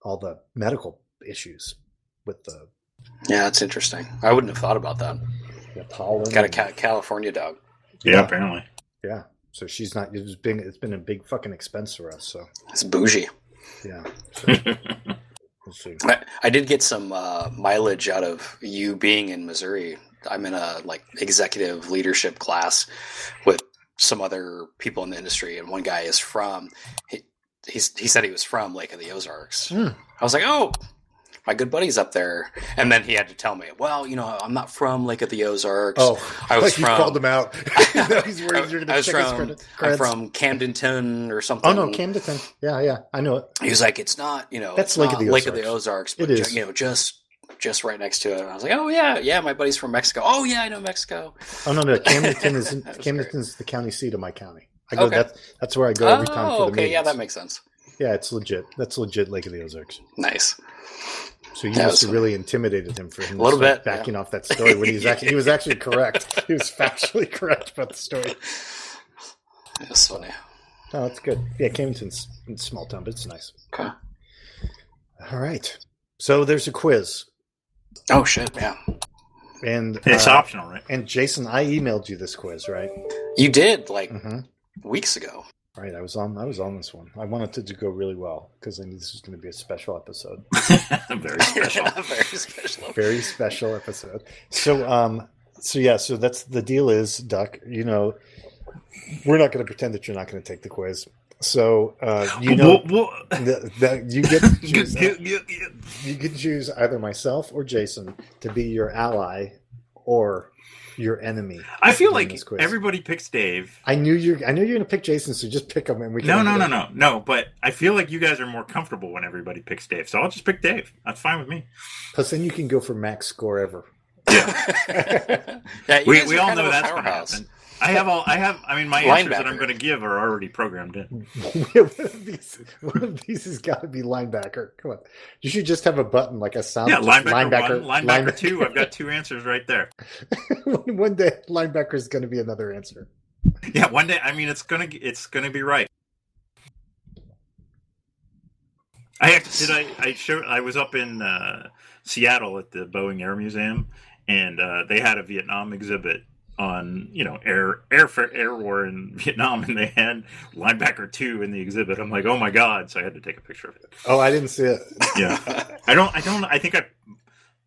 Speaker 1: all the medical issues with the,
Speaker 3: Yeah, that's interesting. I wouldn't have thought about that.
Speaker 1: the pollen.
Speaker 3: Got a
Speaker 1: and-
Speaker 3: ca- California dog.
Speaker 2: Yeah,
Speaker 1: Yeah.
Speaker 2: apparently.
Speaker 1: Yeah. So she's not. It's been it's been a big fucking expense for us. So
Speaker 3: It's bougie.
Speaker 1: yeah. So, we'll see.
Speaker 3: I, I did get some uh, mileage out of you being in Missouri. I'm in a like executive leadership class with some other people in the industry, and one guy is from. He, he's, he said he was from Lake of the Ozarks.
Speaker 1: Hmm.
Speaker 3: I was like, oh, my good buddy's up there, and then he had to tell me, well, you know, I'm not from Lake of the Ozarks.
Speaker 1: Oh,
Speaker 3: I was
Speaker 1: like you
Speaker 3: from-
Speaker 1: called him out. Now he's worried you're
Speaker 3: I
Speaker 1: going to
Speaker 3: was
Speaker 1: check his
Speaker 3: from-
Speaker 1: credit-
Speaker 3: I'm
Speaker 1: credits.
Speaker 3: from Camdenton or something.
Speaker 1: Oh no, Camden. Yeah, yeah, I know it.
Speaker 3: He was like, "It's not, you know,
Speaker 1: That's
Speaker 3: it's
Speaker 1: Lake of
Speaker 3: not
Speaker 1: the
Speaker 3: Lake of the
Speaker 1: Ozarks.
Speaker 3: Ozarks,
Speaker 1: It
Speaker 3: but ju-
Speaker 1: is.
Speaker 3: you know, just just right next to it." And I was like, "Oh yeah, yeah, my buddy's from Mexico. Oh yeah, I know Mexico.
Speaker 1: Oh no, no, Camden is
Speaker 3: That was
Speaker 1: Camden is the county seat of my county. I go
Speaker 3: Okay.
Speaker 1: that's that's where I go every time
Speaker 3: Oh,
Speaker 1: for the
Speaker 3: okay, yeah,
Speaker 1: meetings.
Speaker 3: that makes sense.
Speaker 1: yeah, it's legit. That's legit Lake of the Ozarks.
Speaker 3: Nice.
Speaker 1: So you
Speaker 3: That
Speaker 1: must
Speaker 3: was
Speaker 1: have really intimidated him for him
Speaker 3: A little
Speaker 1: to start
Speaker 3: bit, yeah.
Speaker 1: backing off that story when he was actually he was actually correct. He was factually correct about the story.
Speaker 3: That's funny.
Speaker 1: No, it's good. Yeah, Camden's a small town, but it's nice.
Speaker 3: Okay.
Speaker 1: All right. So there's a quiz,
Speaker 3: Oh shit, yeah,
Speaker 1: and
Speaker 2: It's
Speaker 1: uh,
Speaker 2: optional, right?
Speaker 1: and Jason, I emailed you this quiz, right?
Speaker 3: you did like
Speaker 1: Mm-hmm.
Speaker 3: weeks ago.
Speaker 1: Right. I was on. I was on this one. I wanted it to go really well because I knew this was going to be a special episode,
Speaker 2: Very special.
Speaker 3: Very special.
Speaker 1: very special episode. So, um, so yeah. So that's the deal. Is Duck? You know, we're not going to pretend that you're not going to take the quiz. So uh, you know.
Speaker 2: Whoa, whoa.
Speaker 1: That, that you get to choose uh,
Speaker 2: Yeah, yeah, yeah.
Speaker 1: you can choose either myself or Jason to be your ally or your enemy.
Speaker 2: I feel
Speaker 1: during
Speaker 2: like
Speaker 1: this quiz.
Speaker 2: everybody picks Dave.
Speaker 1: I knew you. I knew you were gonna pick Jason, so just pick him, and we can.
Speaker 2: No,
Speaker 1: end
Speaker 2: no,
Speaker 1: it
Speaker 2: no,
Speaker 1: up-
Speaker 2: no, no. But I feel like you guys are more comfortable when everybody picks Dave, so I'll just pick Dave. That's fine with me.
Speaker 1: Plus, then you can go for max score ever.
Speaker 3: yeah, you
Speaker 2: We,
Speaker 3: guys
Speaker 2: we
Speaker 3: are
Speaker 2: all
Speaker 3: kind of
Speaker 2: know
Speaker 3: a
Speaker 2: that's going to
Speaker 3: powerhouse.
Speaker 2: happen. I have all. I have. I mean, my answers that I'm
Speaker 3: Linebacker.
Speaker 2: going to give are already programmed in.
Speaker 1: one of these, one of these has got to be linebacker. Come on, you should just have a button like a sound.
Speaker 2: Yeah,
Speaker 1: just
Speaker 2: linebacker, one, linebacker, two. I've got two answers right there.
Speaker 1: linebacker. one day, linebacker is going to be another answer.
Speaker 2: Yeah, one day. I mean, it's gonna it's gonna be right. I actually did. I I showed. I was up in uh, Seattle at the Boeing Air Museum, and uh, they had a Vietnam exhibit on you know air air for air war in Vietnam, and they had linebacker two in the exhibit. I'm like, oh my god! So I had to take a picture of it.
Speaker 1: Oh, I didn't see it.
Speaker 2: Yeah, I don't. I don't. I think I.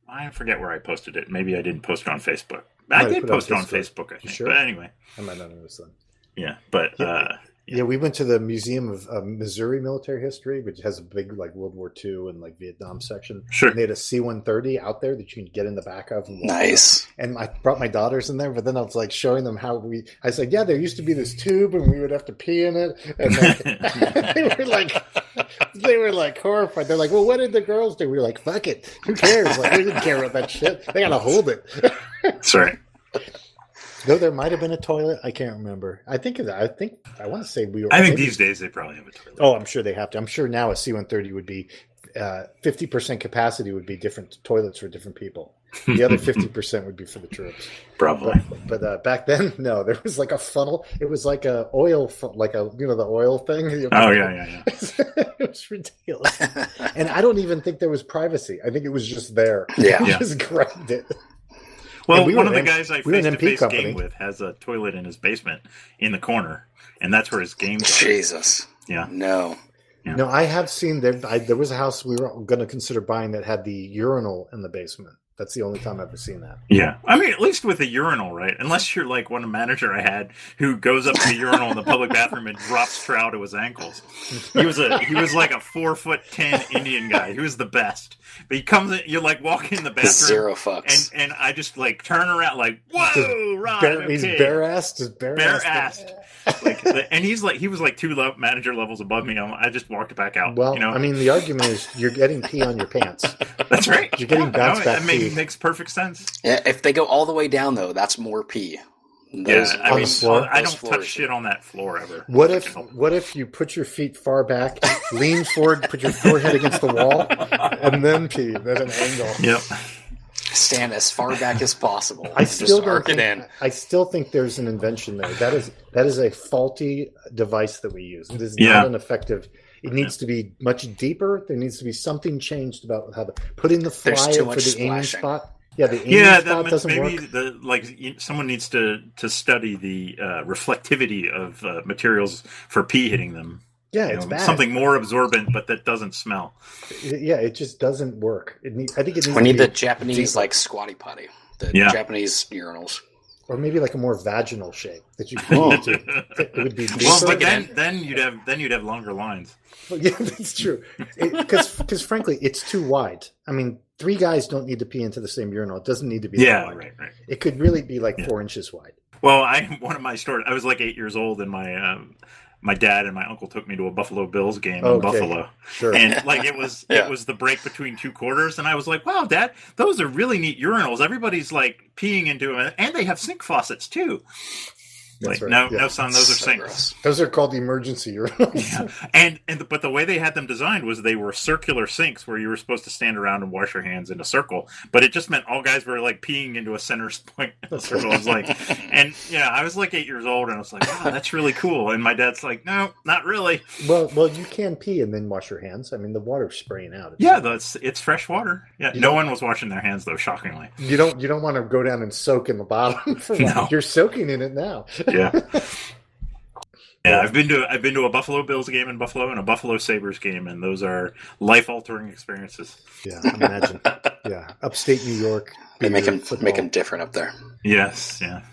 Speaker 2: I forget where I posted it. Maybe I didn't post it on Facebook. I
Speaker 1: Might have
Speaker 2: did
Speaker 1: put it on
Speaker 2: post it on
Speaker 1: Facebook.
Speaker 2: Facebook. I think.
Speaker 1: sure?
Speaker 2: But anyway,
Speaker 1: I might not have noticed that.
Speaker 2: yeah. But
Speaker 1: Yeah.
Speaker 2: uh,
Speaker 1: Yeah, we went to the Museum of uh, Missouri Military History, which has a big like World War II and like Vietnam section.
Speaker 2: sure.
Speaker 1: And they had a C-130 out there that you can get in the back of. And walk around.
Speaker 3: Nice.
Speaker 1: And I brought my daughters in there, but then I was like showing them how we. I was like, "Yeah, there used to be this tube, and we would have to pee in it." And like, they were like, they were like horrified. They're like, "Well, what did the girls do?" We were like, "Fuck it, who cares?" Like we didn't care about that shit. They gotta hold it.
Speaker 2: Sorry.
Speaker 1: Though there might have been a toilet, I can't remember. I think I think I want to say we were.
Speaker 2: I think
Speaker 1: maybe-
Speaker 2: these days they probably have a toilet.
Speaker 1: Oh, I'm sure they have to. I'm sure now a C-130 would be uh, 50% capacity would be different toilets for different people. The other 50% would be for the troops.
Speaker 2: probably.
Speaker 1: But, but uh, back then, no, there was like a funnel. It was like a oil, fu- like a you know the oil thing.
Speaker 2: Oh yeah, yeah, yeah.
Speaker 1: it was ridiculous. And I don't even think there was privacy. I think it was just there.
Speaker 3: Yeah.
Speaker 1: You
Speaker 2: Yeah.
Speaker 1: just grabbed it.
Speaker 2: Well,
Speaker 1: And we
Speaker 2: one
Speaker 1: were
Speaker 2: of the
Speaker 1: an-
Speaker 2: guys I
Speaker 1: we were
Speaker 2: face
Speaker 1: an
Speaker 2: to
Speaker 1: MP
Speaker 2: face
Speaker 1: company.
Speaker 2: game with has a toilet in his basement in the corner, and that's where his games. are.
Speaker 3: Jesus.
Speaker 2: Yeah.
Speaker 3: No.
Speaker 2: Yeah.
Speaker 1: No, I have seen there. I, there was a house we were going to consider buying that had the urinal in the basement. That's the only time I've ever seen that.
Speaker 2: Yeah. I mean, at least with a urinal, right? Unless you're like one manager I had who goes up to the urinal in the public bathroom and drops trow to his ankles. He was a he was like a four foot ten Indian guy. He was the best. But he comes in you're like walking in the bathroom
Speaker 3: Zero fucks.
Speaker 2: and and I just like turn around like, Whoa, Rod,
Speaker 1: Bare, He's
Speaker 2: okay."
Speaker 1: bare assed. Just bare
Speaker 2: Bare-assed. Like, the- and he's like he was like two level, manager levels above me. I'm, I just walked back out.
Speaker 1: Well,
Speaker 2: you know,
Speaker 1: I mean, the argument is you're getting pee on your pants.
Speaker 2: that's right.
Speaker 1: You're getting bounce
Speaker 2: no,
Speaker 1: back
Speaker 2: That made,
Speaker 1: pee.
Speaker 2: makes perfect sense.
Speaker 3: yeah, if they go all the way down though, that's more pee. Those-
Speaker 2: yeah, I
Speaker 1: on
Speaker 2: mean,
Speaker 1: the floor?
Speaker 2: I
Speaker 3: Those
Speaker 2: don't
Speaker 3: floors.
Speaker 2: touch shit on that floor ever.
Speaker 1: What if what if you put your feet far back, lean forward, put your forehead against the wall, and then pee at an angle?
Speaker 2: Yep.
Speaker 3: stand as far back as possible.
Speaker 1: I
Speaker 3: and
Speaker 1: still
Speaker 3: just
Speaker 1: don't
Speaker 3: arc
Speaker 1: think,
Speaker 3: it in.
Speaker 1: I still think there's an invention there. That is that is a faulty device that we use. It is
Speaker 2: Yeah.
Speaker 1: not an effective. It needs to be much deeper. There needs to be something changed about how the putting the flyer
Speaker 3: There's too
Speaker 1: for
Speaker 3: much
Speaker 1: the aiming
Speaker 3: splashing.
Speaker 1: spot. Yeah, the aiming
Speaker 2: Yeah,
Speaker 1: spot
Speaker 2: that m-
Speaker 1: doesn't
Speaker 2: maybe
Speaker 1: work.
Speaker 2: the like you- someone needs to to study the uh, reflectivity of uh, materials for pee hitting them.
Speaker 1: Yeah,
Speaker 2: You
Speaker 1: it's
Speaker 2: know,
Speaker 1: bad.
Speaker 2: Something more absorbent, but that doesn't smell.
Speaker 1: Yeah, it just doesn't work. It needs. I think it needs.
Speaker 3: We
Speaker 1: to
Speaker 3: need
Speaker 1: be,
Speaker 3: the Japanese like squatty potty, the
Speaker 2: Yeah.
Speaker 3: Japanese urinals.
Speaker 1: or maybe like a more vaginal shape that you can
Speaker 3: Oh.
Speaker 1: go to. It would be deeper.
Speaker 2: Well,
Speaker 3: Sure,
Speaker 2: but then then you'd have then you'd have longer lines.
Speaker 1: yeah, that's true. Because frankly, it's too wide. I mean, three guys don't need to pee into the same urinal. It doesn't need to be that
Speaker 2: Yeah,
Speaker 1: wide.
Speaker 2: right, right.
Speaker 1: It could really be like
Speaker 2: Yeah.
Speaker 1: four inches wide.
Speaker 2: Well, I one of my stories. I was like eight years old, and my um, my dad and my uncle took me to a Buffalo Bills game in
Speaker 1: Okay.
Speaker 2: Buffalo,
Speaker 1: Sure.
Speaker 2: and like it was
Speaker 3: Yeah.
Speaker 2: it was the break between two quarters, and I was like, "Wow, Dad, those are really neat urinals. Everybody's like peeing into it, and they have sink faucets too."
Speaker 1: That's
Speaker 2: like,
Speaker 1: right,
Speaker 2: no,
Speaker 1: yeah.
Speaker 2: no, son, those are
Speaker 3: So
Speaker 2: sinks.
Speaker 3: gross.
Speaker 1: Those are called emergency urinals.
Speaker 2: Yeah. And and but the way they had them designed was they were circular sinks where you were supposed to stand around and wash your hands in a circle. But it just meant all guys were like peeing into a center point in a circle. I was like, and yeah, I was like eight years old, and I was like, wow, that's really cool. And my dad's like, no, not really.
Speaker 1: well, well, you can pee and then wash your hands. I mean, the water's spraying out.
Speaker 2: Yeah, that's it's fresh water. Yeah,
Speaker 1: You
Speaker 2: no one was washing their hands though. Shockingly,
Speaker 1: you don't you don't want to go down and soak in the bottom. For
Speaker 2: No.
Speaker 1: like- You're soaking in it now.
Speaker 2: yeah. Yeah, I've been to I've been to a Buffalo Bills game in Buffalo and a Buffalo Sabres game, and those are life altering experiences.
Speaker 1: Yeah, imagine. yeah, upstate New York.
Speaker 3: They make them
Speaker 1: football.
Speaker 3: make them different up there.
Speaker 2: Yes, yeah.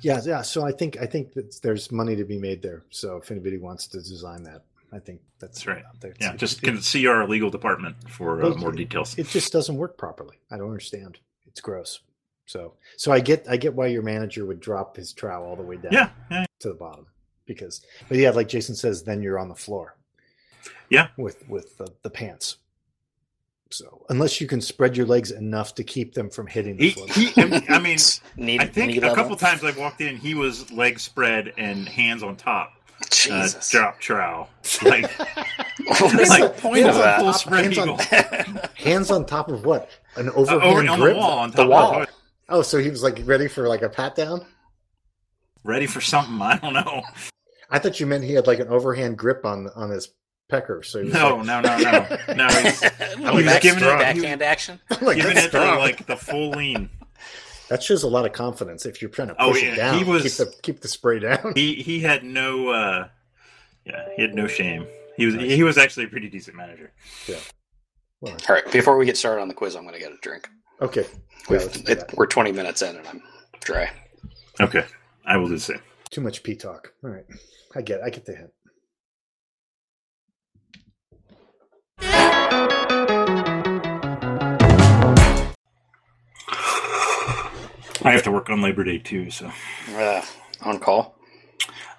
Speaker 1: Yeah, yeah. So I think I think that there's money to be made there. So if anybody wants to design that, I think that's
Speaker 2: That's right.
Speaker 1: That's,
Speaker 2: Yeah, just can see our legal department for uh, more details.
Speaker 1: it just doesn't work properly. I don't understand. It's gross. So so I get I get why your manager would drop his trowel all the way down
Speaker 2: Yeah, yeah,
Speaker 1: to the bottom because but yeah, like Jason says, then you're on the floor.
Speaker 2: Yeah.
Speaker 1: With with the, the pants. So unless you can spread your legs enough to keep them from hitting the
Speaker 2: he,
Speaker 1: floor.
Speaker 2: he, I mean,
Speaker 3: Knee-
Speaker 2: I think
Speaker 3: knee
Speaker 2: a
Speaker 3: level?
Speaker 2: couple times I've walked in, he was legs spread and hands on top, uh,
Speaker 3: Jesus,
Speaker 2: drop trow. Like,
Speaker 3: what is
Speaker 2: like
Speaker 3: the point
Speaker 2: full-
Speaker 3: of that?
Speaker 2: Full spread
Speaker 1: Hands on-
Speaker 2: eagle.
Speaker 1: Hands on top of what? An
Speaker 2: Uh, over
Speaker 1: overhand
Speaker 2: on the
Speaker 1: grip?
Speaker 2: wall, on top
Speaker 3: The
Speaker 2: of
Speaker 3: wall.
Speaker 2: toilet.
Speaker 1: Oh, so he was like ready for like a pat down?
Speaker 2: ready for something. I don't know.
Speaker 1: I thought you meant he had like an overhand grip on on his pecker. So he was
Speaker 2: No, no, no, no, no. He's
Speaker 3: Little
Speaker 2: he was
Speaker 3: back-
Speaker 2: giving it-
Speaker 3: backhand action.
Speaker 1: like, like,
Speaker 2: giving
Speaker 1: that's
Speaker 2: it the,
Speaker 1: strong.
Speaker 2: like the full lean.
Speaker 1: that shows a lot of confidence if you're trying to push
Speaker 2: Oh,
Speaker 1: it
Speaker 2: yeah,
Speaker 1: down.
Speaker 2: he was-
Speaker 1: keep the, keep the spray down.
Speaker 2: He he had no, uh, yeah, he had no shame. He was he was actually a pretty decent manager.
Speaker 3: All right, before we get started on the quiz, I'm going to get a drink.
Speaker 1: Okay,
Speaker 3: We've,
Speaker 1: Yeah, let's do
Speaker 3: it,
Speaker 1: that.
Speaker 3: we're 20 minutes in, and I'm dry.
Speaker 2: Okay, I will do the same.
Speaker 1: too much pee talk. All right, I get I get the hint.
Speaker 2: I have to work on Labor Day too, so.
Speaker 3: Uh, on call,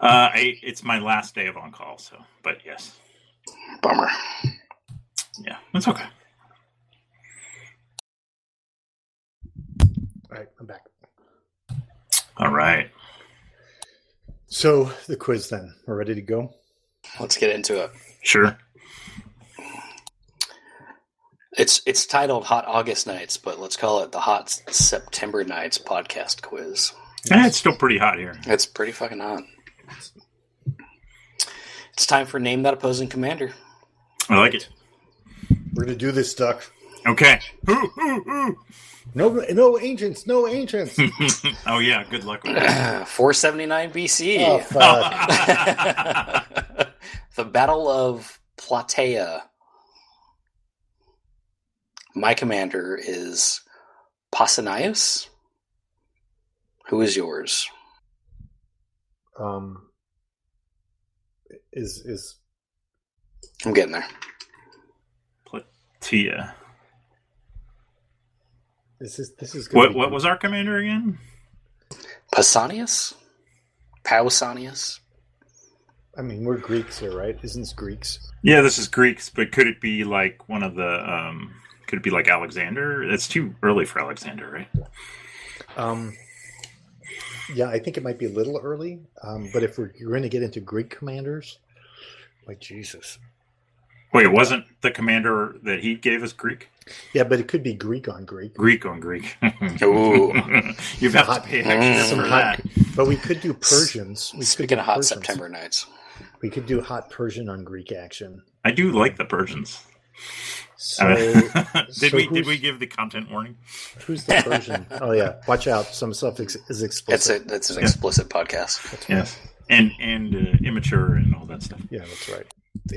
Speaker 2: Uh, I, it's my last day of on call, so. But yes,
Speaker 3: bummer.
Speaker 2: yeah, that's okay.
Speaker 1: All right, I'm back.
Speaker 2: All right.
Speaker 1: So the quiz then. We're ready to go.
Speaker 3: Let's get into it.
Speaker 2: Sure.
Speaker 3: It's it's titled Hot August Nights, but let's call it the Hot September Nights podcast quiz.
Speaker 2: Eh, it's still pretty hot here.
Speaker 3: It's pretty fucking hot. It's time for name that opposing commander.
Speaker 2: I like it.
Speaker 1: We're gonna do this, Duck.
Speaker 2: Okay. Ooh, ooh,
Speaker 1: No, no ancients, no ancients.
Speaker 2: ooh. oh, yeah. Good luck with that.
Speaker 3: 479 BC.
Speaker 1: oh, fuck.
Speaker 3: the Battle of Platea. My commander is Pausanias. Who is yours?
Speaker 1: Um, is is
Speaker 3: I'm getting there.
Speaker 2: Tia.
Speaker 1: this is this is gonna
Speaker 2: What
Speaker 1: be-
Speaker 2: what was our commander again?
Speaker 3: Pausanias? Pausanias?
Speaker 1: I mean, we're Greeks here, right? Isn't this Greeks?
Speaker 2: Yeah, this is Greeks, but could it be like one of the? um Could it be like Alexander? It's too early for Alexander, right?
Speaker 1: Um, yeah, I think it might be a little early, um, but if we're, you're going to get into Greek commanders, like Jesus,
Speaker 2: Wait, wasn't the commander that he gave us Greek?
Speaker 1: yeah, but it could be Greek on Greek.
Speaker 2: Greek on Greek.
Speaker 3: Ooh.
Speaker 2: You've got to pay
Speaker 3: Mm,
Speaker 2: extra
Speaker 1: Some
Speaker 2: for
Speaker 1: hot-
Speaker 2: that.
Speaker 1: But we could do Persians. We could
Speaker 3: Speaking
Speaker 1: do
Speaker 3: of hot
Speaker 1: Persians.
Speaker 3: September nights.
Speaker 1: we could do hot Persian on Greek action.
Speaker 2: I do like the Persians.
Speaker 1: So
Speaker 2: I mean, did
Speaker 1: so
Speaker 2: we did
Speaker 1: who's-
Speaker 2: we give the content warning?
Speaker 1: who's the Persian? Oh yeah, watch out. Some stuff ex- is
Speaker 3: That's
Speaker 1: explicit.
Speaker 3: it. That's an
Speaker 2: Yeah.
Speaker 3: explicit podcast.
Speaker 1: That's
Speaker 2: Yes, and and uh, immature and all that stuff.
Speaker 1: Yeah, that's right.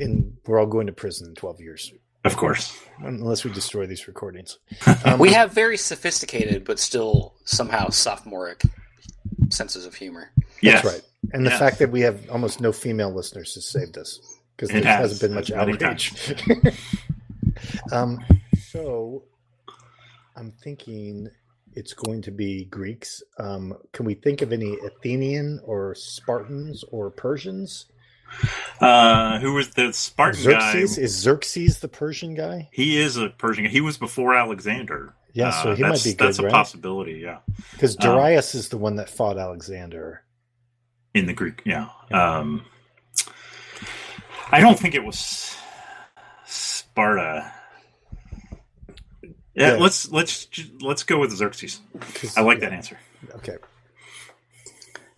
Speaker 1: And we're all going to prison in twelve years
Speaker 2: Of course.
Speaker 1: unless we destroy these recordings. Um,
Speaker 3: We have very sophisticated, but still somehow sophomoric senses of humor.
Speaker 2: Yes.
Speaker 1: That's right. And the
Speaker 2: Yeah.
Speaker 1: fact that we have almost no female listeners has saved us because
Speaker 2: It
Speaker 1: there
Speaker 2: has.
Speaker 1: has, not been much
Speaker 2: Many
Speaker 1: outrage. um, so I'm thinking it's going to be Greeks. Um, can we think of any Athenian or Spartans or Persians?
Speaker 2: Uh, who was the Spartan
Speaker 1: Xerxes
Speaker 2: guy?
Speaker 1: is Xerxes the Persian guy?
Speaker 2: He is a Persian. guy. He was before Alexander.
Speaker 1: Yeah, so
Speaker 2: Uh,
Speaker 1: he might
Speaker 2: that's-
Speaker 1: be good,
Speaker 2: That's a
Speaker 1: right?
Speaker 2: possibility. Yeah,
Speaker 1: Because
Speaker 2: um,
Speaker 1: Darius is the one that fought Alexander.
Speaker 2: in the Greek. Yeah. Um, I don't think it was Sparta.
Speaker 1: Yeah.
Speaker 2: Yeah, let's let's ju- let's go with Xerxes.
Speaker 1: 'Cause-
Speaker 2: I like
Speaker 1: yeah,
Speaker 2: that answer.
Speaker 1: Okay,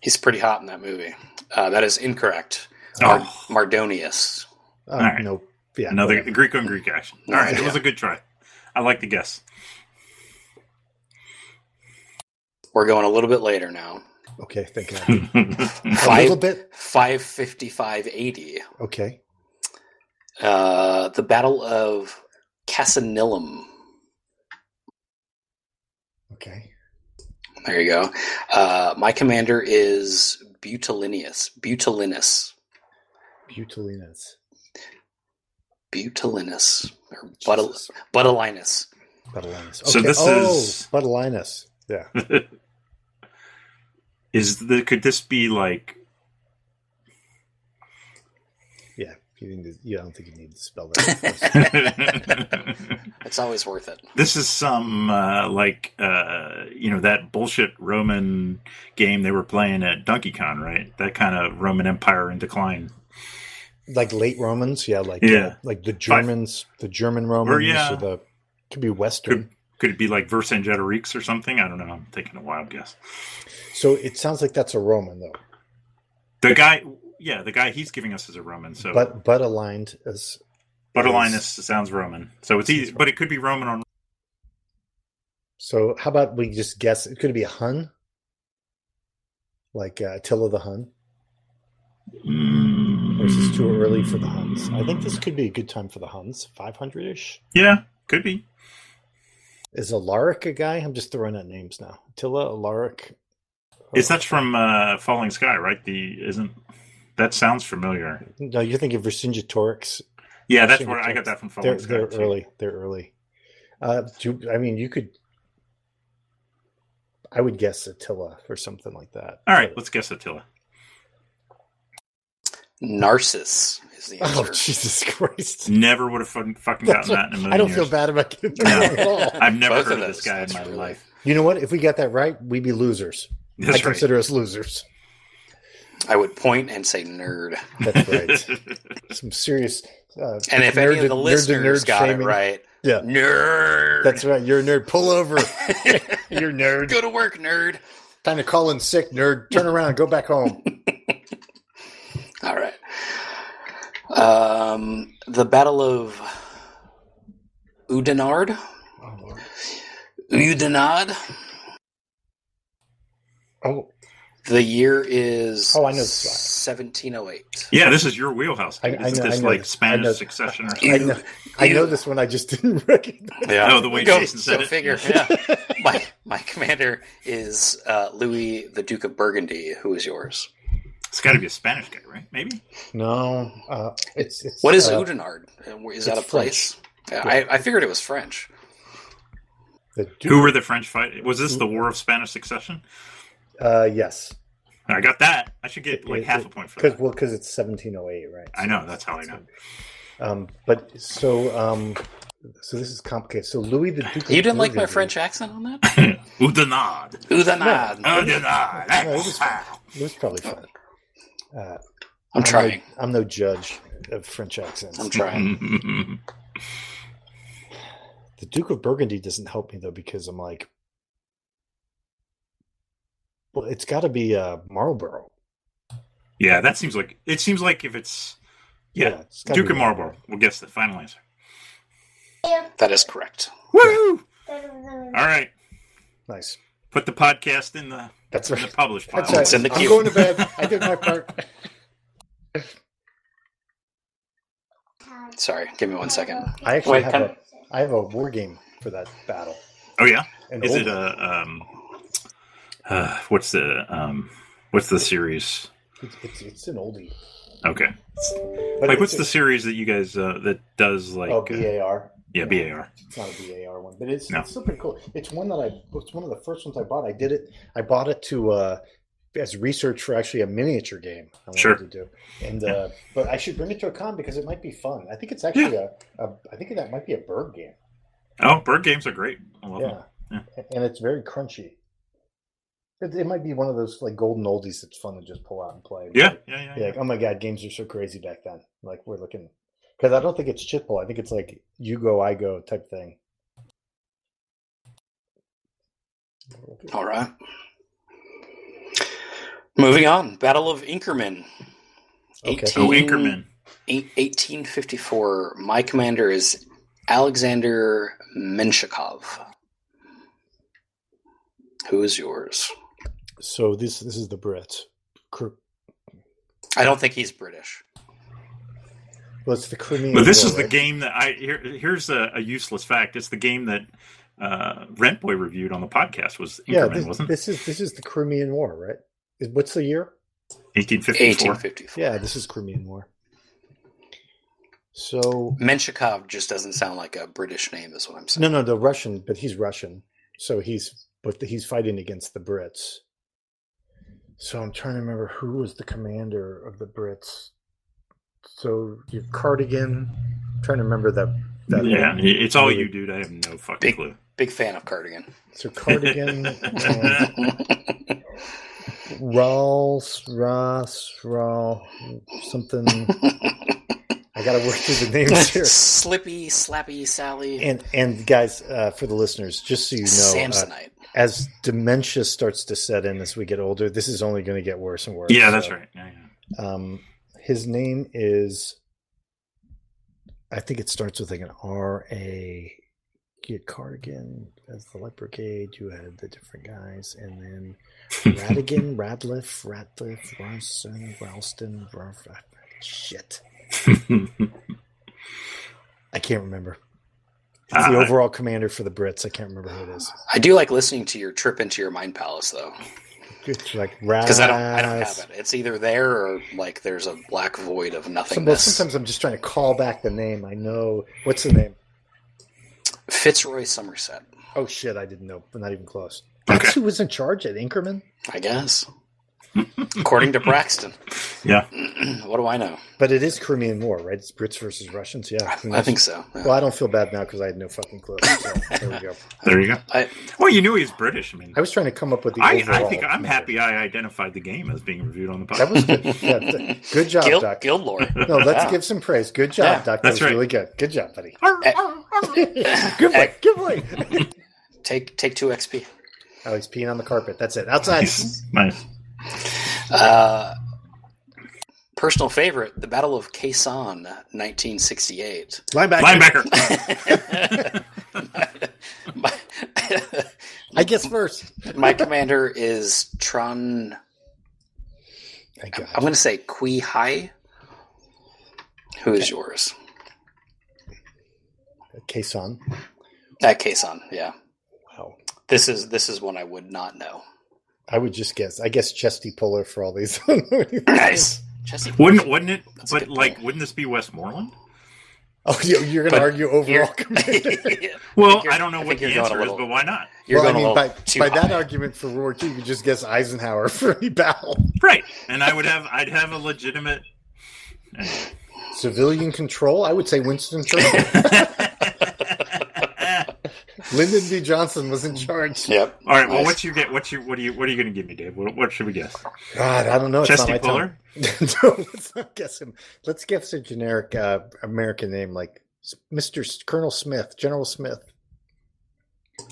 Speaker 3: He's pretty hot in that movie. Uh, that is incorrect. Mar-
Speaker 2: Oh,
Speaker 3: Mardonius.
Speaker 1: Uh,
Speaker 2: All right.
Speaker 1: no, yeah,
Speaker 2: another
Speaker 1: whatever.
Speaker 2: Greek on Greek action. All right, it was a good try. I like the guess.
Speaker 3: We're going a little bit later now.
Speaker 1: Okay, thank you.
Speaker 2: That's
Speaker 1: A little
Speaker 3: Five
Speaker 1: bit.
Speaker 3: five fifty five eighty.
Speaker 1: Okay.
Speaker 3: Uh, the Battle of Casanillum.
Speaker 1: Okay.
Speaker 3: There you go. Uh, my commander is Butilinus. Butilinus.
Speaker 1: Butylines.
Speaker 3: Butilinus. Or Butil- Butulinus.
Speaker 1: Butylinus. Okay.
Speaker 2: So this
Speaker 1: oh,
Speaker 2: is-
Speaker 1: Butylinus. Yeah.
Speaker 2: is the could this be like
Speaker 1: Yeah. You, didn't, you don't think you need to spell that.
Speaker 3: It's always worth it.
Speaker 2: this is some uh, like uh, you know that bullshit Roman game they were playing at Donkey Kong, right? That kind of Roman Empire in decline.
Speaker 1: like late Romans. Yeah. Like
Speaker 2: Yeah.
Speaker 1: uh, like the Germans, the German Romans,
Speaker 2: yeah.
Speaker 1: or the could be Western.
Speaker 2: Could it be like Vercingetorix or something? I don't know. I'm taking a wild guess.
Speaker 1: So it sounds like that's a Roman though.
Speaker 2: The guy, yeah, the guy he's giving us is a Roman. So
Speaker 1: But but aligned as
Speaker 2: Butulinus sounds Roman. So it's easy, but it could be Roman on.
Speaker 1: so. How about we just guess? It could be a Hun, like uh, Attila the Hun. Or is this too early for the Huns? I think this could be a good time for the Huns. Five hundred ish.
Speaker 2: Yeah, could be.
Speaker 1: Is Alaric a guy? I'm just throwing out names now. Attila, Alaric.
Speaker 2: Is that from uh, Falling Sky, right? The isn't that sounds familiar?
Speaker 1: No, you're thinking Vercingetorix.
Speaker 2: Yeah, that's where I got that from
Speaker 1: They're
Speaker 2: Falling Sky.
Speaker 1: they're
Speaker 2: too.
Speaker 1: early. They're early. Uh, do, I mean, you could. I would guess Attila or something like that.
Speaker 2: All right, let's guess Attila.
Speaker 3: Narcissus is the
Speaker 1: Oh
Speaker 3: answer.
Speaker 1: Jesus Christ!
Speaker 2: Never would have fucking, fucking
Speaker 1: That's
Speaker 2: gotten that in a million
Speaker 1: I don't
Speaker 2: years.
Speaker 1: feel bad about getting
Speaker 2: No.
Speaker 1: that at all.
Speaker 2: I've never
Speaker 3: Both
Speaker 2: heard
Speaker 3: of
Speaker 2: of,
Speaker 3: those,
Speaker 2: this guy in
Speaker 3: that's
Speaker 2: my
Speaker 3: really-
Speaker 2: life.
Speaker 1: You know what? If we got that right, we'd be losers.
Speaker 2: That's
Speaker 1: I consider us losers.
Speaker 3: I would point and say nerd.
Speaker 1: That's right. Some serious. Uh,
Speaker 3: And if any of
Speaker 1: nerd- nerd
Speaker 3: the
Speaker 1: to
Speaker 3: listeners
Speaker 1: nerd
Speaker 3: got
Speaker 1: shaming.
Speaker 3: it right,
Speaker 1: yeah,
Speaker 3: nerd.
Speaker 1: that's right. You're a nerd. Pull over. You're a nerd.
Speaker 3: Go to work, nerd.
Speaker 1: Time to call in sick, nerd. Turn around, go back home.
Speaker 3: All right. Um, the Battle of Oudenarde.
Speaker 1: Oh, Lord.
Speaker 3: Oudenarde.
Speaker 1: Oh,
Speaker 3: The year is
Speaker 1: Oh, I know this one.
Speaker 3: 1708.
Speaker 2: Yeah, this is your wheelhouse.
Speaker 1: I- I
Speaker 2: it's
Speaker 1: know- I
Speaker 2: this
Speaker 1: know- I
Speaker 2: like Spanish
Speaker 1: know.
Speaker 2: succession or
Speaker 1: I
Speaker 2: something.
Speaker 1: know, I know this one. I just didn't recognize.
Speaker 3: Yeah.
Speaker 2: No, the way
Speaker 3: Go-
Speaker 2: Jason said
Speaker 3: go
Speaker 2: it.
Speaker 3: Figure. Yeah. my my commander is uh, Louis, the Duke of Burgundy. Who is yours?
Speaker 2: It's got to be a Spanish guy, right? Maybe.
Speaker 1: No, uh, it's, it's
Speaker 3: What is
Speaker 1: uh,
Speaker 3: Oudenard? Is that a
Speaker 1: it's
Speaker 3: place? Yeah, I, I figured it was French.
Speaker 1: The Duke,
Speaker 2: Who were the French fight? Was this the War of Spanish Succession?
Speaker 1: uh, yes,
Speaker 2: I got that. I should get like
Speaker 1: It-
Speaker 2: half
Speaker 1: it-
Speaker 2: a point for
Speaker 1: because
Speaker 2: that.
Speaker 1: well, because it's 1708, right?
Speaker 2: I know, that's how I know.
Speaker 1: Um, but so um, so this is complicated. So Louis the Duke. of
Speaker 3: You didn't like my
Speaker 1: Burgundy-
Speaker 3: French accent on that?
Speaker 2: Oudenard.
Speaker 3: Oudenard.
Speaker 2: Oudenard.
Speaker 1: No, it was fine. It was probably fun. Uh,
Speaker 3: I'm trying.
Speaker 1: No, I'm no judge of French accents.
Speaker 3: I'm trying.
Speaker 1: the Duke of Burgundy doesn't help me though because I'm like, well, it's got to be uh, Marlborough.
Speaker 2: yeah, that seems like it seems like if it's yeah,
Speaker 1: it's gotta
Speaker 2: Duke
Speaker 1: be
Speaker 2: of Marlborough. We'll guess the final answer.
Speaker 3: That is correct.
Speaker 2: Woo! All right,
Speaker 1: Nice.
Speaker 2: put the podcast in the
Speaker 1: That's
Speaker 2: in the
Speaker 1: right.
Speaker 2: published file.
Speaker 1: That's right.
Speaker 3: It's in the
Speaker 1: I'm
Speaker 3: queue.
Speaker 1: going to bed. I did my part.
Speaker 3: Sorry, give me one second.
Speaker 1: I actually
Speaker 3: Wait,
Speaker 1: have
Speaker 3: can-
Speaker 1: a I have a war game for that battle.
Speaker 2: Oh yeah,
Speaker 1: An
Speaker 2: is
Speaker 1: old
Speaker 2: it a um, uh, what's the um, what's the series?
Speaker 1: It's, it's, it's an oldie.
Speaker 2: Okay,
Speaker 1: But
Speaker 2: like
Speaker 1: it's
Speaker 2: what's
Speaker 1: a-
Speaker 2: the series that you guys uh, that does like
Speaker 1: oh
Speaker 2: uh,
Speaker 1: BAR?
Speaker 2: yeah BAR?
Speaker 1: It's not a BAR one, but it's,
Speaker 2: No.
Speaker 1: it's still pretty cool. It's one that I it's one of the first ones I bought. I did it. I bought it to uh, as research for actually a miniature game. I wanted
Speaker 2: Sure.
Speaker 1: to do. And uh, but I should bring it to a con because it might be fun. I think it's actually a, a I think that might be a bird game.
Speaker 2: Oh, bird games are great. I love them.
Speaker 1: Yeah. And it's very crunchy. It, it might be one of those like golden oldies that's fun to just pull out and play.
Speaker 2: Yeah, yeah, yeah.
Speaker 1: Be like, oh my god, games are so crazy back then. Like we're looking because I don't think it's chit pull. I think it's like you go, I go type thing.
Speaker 3: All right. Moving on. Battle of Inkerman.
Speaker 1: Okay.
Speaker 2: Oh, Inkerman.
Speaker 3: eight- 1854. My commander is Alexander Menshikov. Who is yours?
Speaker 1: So this this is the Brit. Cr-
Speaker 3: I don't think he's British.
Speaker 1: well, it's the Crimean.
Speaker 2: But this
Speaker 1: War,
Speaker 2: is the
Speaker 1: right?
Speaker 2: game that I here, here's a, a useless fact. It's the game that uh, Rent Boy reviewed on the podcast. Was Inkerman,
Speaker 1: Yeah, this,
Speaker 2: wasn't it?
Speaker 1: this is this is the Crimean War, right? Is- What's the year?
Speaker 2: 1854.
Speaker 3: 1854.
Speaker 1: Yeah, this is Crimean War. So
Speaker 3: Menshikov just doesn't sound like a British name, is what I'm saying.
Speaker 1: no, no, the Russian, but he's Russian, so he's but he's fighting against the Brits. So I'm trying to remember who was the commander of the Brits. So your Cardigan, I'm trying to remember that. that
Speaker 2: Yeah, it's all you, dude. I have no fucking
Speaker 3: Big-
Speaker 2: clue.
Speaker 3: Big fan of Cardigan.
Speaker 1: So Cardigan. and- Rawls, Ross, Raw, something. I got to work through the names here.
Speaker 3: Slippy, Slappy, Sally,
Speaker 1: And and guys, uh, for the listeners, just so you know, uh,
Speaker 3: Samsonite.
Speaker 1: as dementia starts to set in as we get older, this is only going to get worse and worse.
Speaker 2: Yeah, that's
Speaker 1: So,
Speaker 2: right. Yeah, yeah.
Speaker 1: Um, his name is, I think it starts with like an R A. Get Cardigan as the Light Brigade. You had the different guys, and then Radigan, Radliff, Ratliff, Ronson, Ralston, Ruff, shit. I can't remember. It's
Speaker 3: Ah.
Speaker 1: the
Speaker 2: Uh,
Speaker 1: overall commander for the Brits. I can't remember who it is.
Speaker 3: I do like listening to your trip into your mind palace though,
Speaker 1: It's like Raz.
Speaker 3: because I don't, I don't
Speaker 1: Uh,
Speaker 3: have it. It's either there or like there's a black void of
Speaker 1: Some- well,
Speaker 3: nothingness.
Speaker 1: sometimes I'm just trying to call back the name. I know. What's the name?
Speaker 3: Fitzroy Somerset,
Speaker 1: Oh, shit. I didn't know. But not even close.
Speaker 2: Okay.
Speaker 1: That's who was in charge at Inkerman?
Speaker 3: I guess, according to Braxton.
Speaker 2: Yeah.
Speaker 3: what do I know?
Speaker 1: But it is Crimean War, right? It's Brits versus Russians. Yeah.
Speaker 3: I think so. yeah.
Speaker 1: Well, I don't feel bad now because I had no fucking clue. So there we go.
Speaker 2: there you go.
Speaker 3: I,
Speaker 2: Well, you knew he was British. I mean,
Speaker 1: I was trying to come up with the.
Speaker 2: I, I
Speaker 1: overall
Speaker 2: think I'm
Speaker 1: number.
Speaker 2: happy I identified the game as being reviewed on the podcast.
Speaker 1: That was good. Yeah, th- good job,
Speaker 3: Guild,
Speaker 1: Doc.
Speaker 3: Guild Lore.
Speaker 1: No, let's
Speaker 3: Yeah.
Speaker 1: give some praise. Good job,
Speaker 3: Yeah,
Speaker 1: Doc. That
Speaker 2: that's
Speaker 1: was
Speaker 2: right.
Speaker 1: really good. Good job, buddy.
Speaker 2: was
Speaker 1: good
Speaker 2: Eh.
Speaker 1: boy. Good boy.
Speaker 3: Take take two XP.
Speaker 1: oh, he's peeing on the carpet. That's it. Outside.
Speaker 2: nice.
Speaker 3: Uh, personal favorite: the Battle of Quezon, 1968.
Speaker 1: Linebacker.
Speaker 2: Linebacker.
Speaker 3: my,
Speaker 1: I guess first.
Speaker 3: my commander is Tron
Speaker 1: Thank
Speaker 3: I-
Speaker 1: God.
Speaker 3: I'm going to say Kui Hai. Who is yours?
Speaker 1: Kason.
Speaker 3: That Kason, yeah.
Speaker 1: Wow.
Speaker 3: This is this is one I would not know.
Speaker 1: I would just guess. I guess Chesty Puller for all these.
Speaker 3: Nice. Jesse.
Speaker 2: Wouldn't wouldn't it?
Speaker 3: That's a
Speaker 2: But
Speaker 3: good
Speaker 2: like,
Speaker 3: point.
Speaker 2: wouldn't this be Westmoreland?
Speaker 1: Oh, you- you're going
Speaker 3: But
Speaker 1: to argue overall.
Speaker 3: you're-
Speaker 1: commander.
Speaker 2: Well,
Speaker 3: you're-
Speaker 2: I don't know
Speaker 3: I
Speaker 2: what
Speaker 3: think
Speaker 2: the
Speaker 3: you're going
Speaker 2: answer
Speaker 3: a
Speaker 2: is,
Speaker 3: little-
Speaker 2: but why not?
Speaker 3: You're
Speaker 1: well, I
Speaker 3: going
Speaker 1: mean,
Speaker 3: a little
Speaker 1: by,
Speaker 3: too
Speaker 1: by that
Speaker 3: high.
Speaker 1: argument for World War II, you could just guess Eisenhower for any battle.
Speaker 2: Right. And I would have I'd have a legitimate.
Speaker 1: Civilian control? I would say Winston Churchill. Lyndon B. Johnson was in charge.
Speaker 3: Yep.
Speaker 2: All right. Well,
Speaker 3: Nice.
Speaker 2: what's your get? What's your what do you what are you going to give me, Dave? What, what should we guess?
Speaker 1: God, I don't know. It's not my
Speaker 2: Chesty
Speaker 1: time.
Speaker 2: Puller.
Speaker 1: no, let's not guess him. Let's guess a generic uh, American name like S- Mr. S- Colonel Smith, General Smith.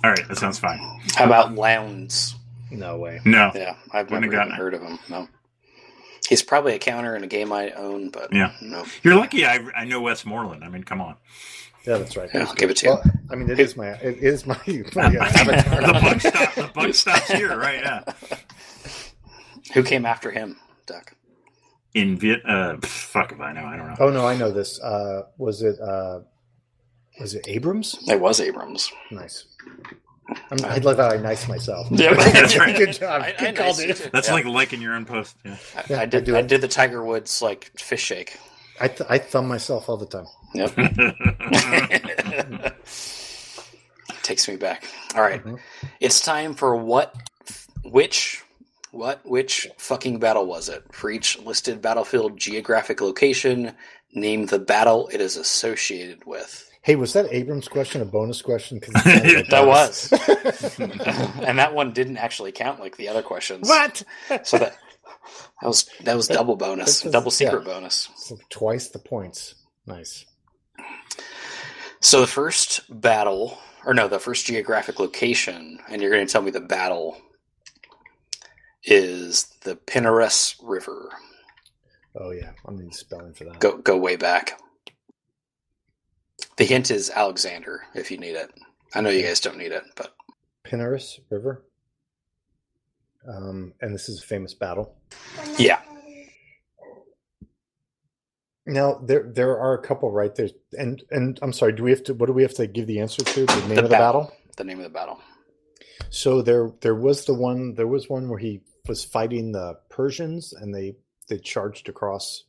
Speaker 2: All right, that sounds fine.
Speaker 3: How about Lowndes?
Speaker 1: No way.
Speaker 2: No.
Speaker 3: Yeah, I've
Speaker 2: Um, Wouldn't
Speaker 3: never
Speaker 2: have
Speaker 3: even
Speaker 2: gotten it.
Speaker 3: heard of him. No. He's probably a counter in a game I own, but
Speaker 2: Yeah.
Speaker 3: no.
Speaker 2: You're lucky. I I know Westmoreland. I mean, come on.
Speaker 1: Yeah, that's right.
Speaker 3: Yeah, I'll give it to you.
Speaker 1: Well, I mean, it is my it is my,
Speaker 3: Oh,
Speaker 1: my uh,
Speaker 2: the
Speaker 1: avatar.
Speaker 2: buck stop. The buck stops here, right? Yeah.
Speaker 3: Who came after him, Duck?
Speaker 2: In Viet. Uh, pff, fuck if I know. I don't know.
Speaker 1: oh no, I know this. Uh, was it uh, was it Abrams?
Speaker 3: It was Abrams.
Speaker 1: Nice. I'm, I love how I nice myself.
Speaker 3: Yeah,
Speaker 2: that's right.
Speaker 1: Good job.
Speaker 3: I- I
Speaker 1: Good call,
Speaker 3: nice you
Speaker 1: dude.
Speaker 3: too.
Speaker 2: That's
Speaker 3: Yeah.
Speaker 2: like liking your own post. Yeah.
Speaker 3: I-
Speaker 1: Yeah,
Speaker 3: I did.
Speaker 1: I do
Speaker 3: I
Speaker 1: it.
Speaker 3: did the Tiger Woods like fish shake.
Speaker 1: I, th- I thumb myself all the time.
Speaker 3: Yep. Takes me back. All right.
Speaker 1: Mhm.
Speaker 3: It's time for what, which, what, which fucking battle was it? For each listed battlefield geographic location, name the battle it is associated with.
Speaker 1: Hey, was that Abrams question a bonus question? 'Cause it's
Speaker 2: Yeah,
Speaker 1: like
Speaker 3: That
Speaker 1: us.
Speaker 3: was. and that one didn't actually count like the other questions.
Speaker 1: what?
Speaker 3: So that that was that was double bonus,
Speaker 1: This is-
Speaker 3: double secret
Speaker 1: yeah.
Speaker 3: bonus.
Speaker 1: So twice the points. Nice.
Speaker 3: So the first battle, or no, the first geographic location, and you're going to tell me the battle is the Pinarus River.
Speaker 1: Oh yeah, I'm need spelling for that.
Speaker 3: Go go way back. The hint is Alexander, if you need it. I know you guys don't need it, but
Speaker 1: Pinarus River. Um, and this is a famous battle.
Speaker 3: yeah,
Speaker 1: Now there there are a couple right there, and and I'm sorry. Do we have to? What do we have to give the answer to? The name
Speaker 3: The
Speaker 1: of the
Speaker 3: battle.
Speaker 1: battle.
Speaker 3: the name of the battle.
Speaker 1: So there there was the one there was one where he was fighting the Persians and they they charged across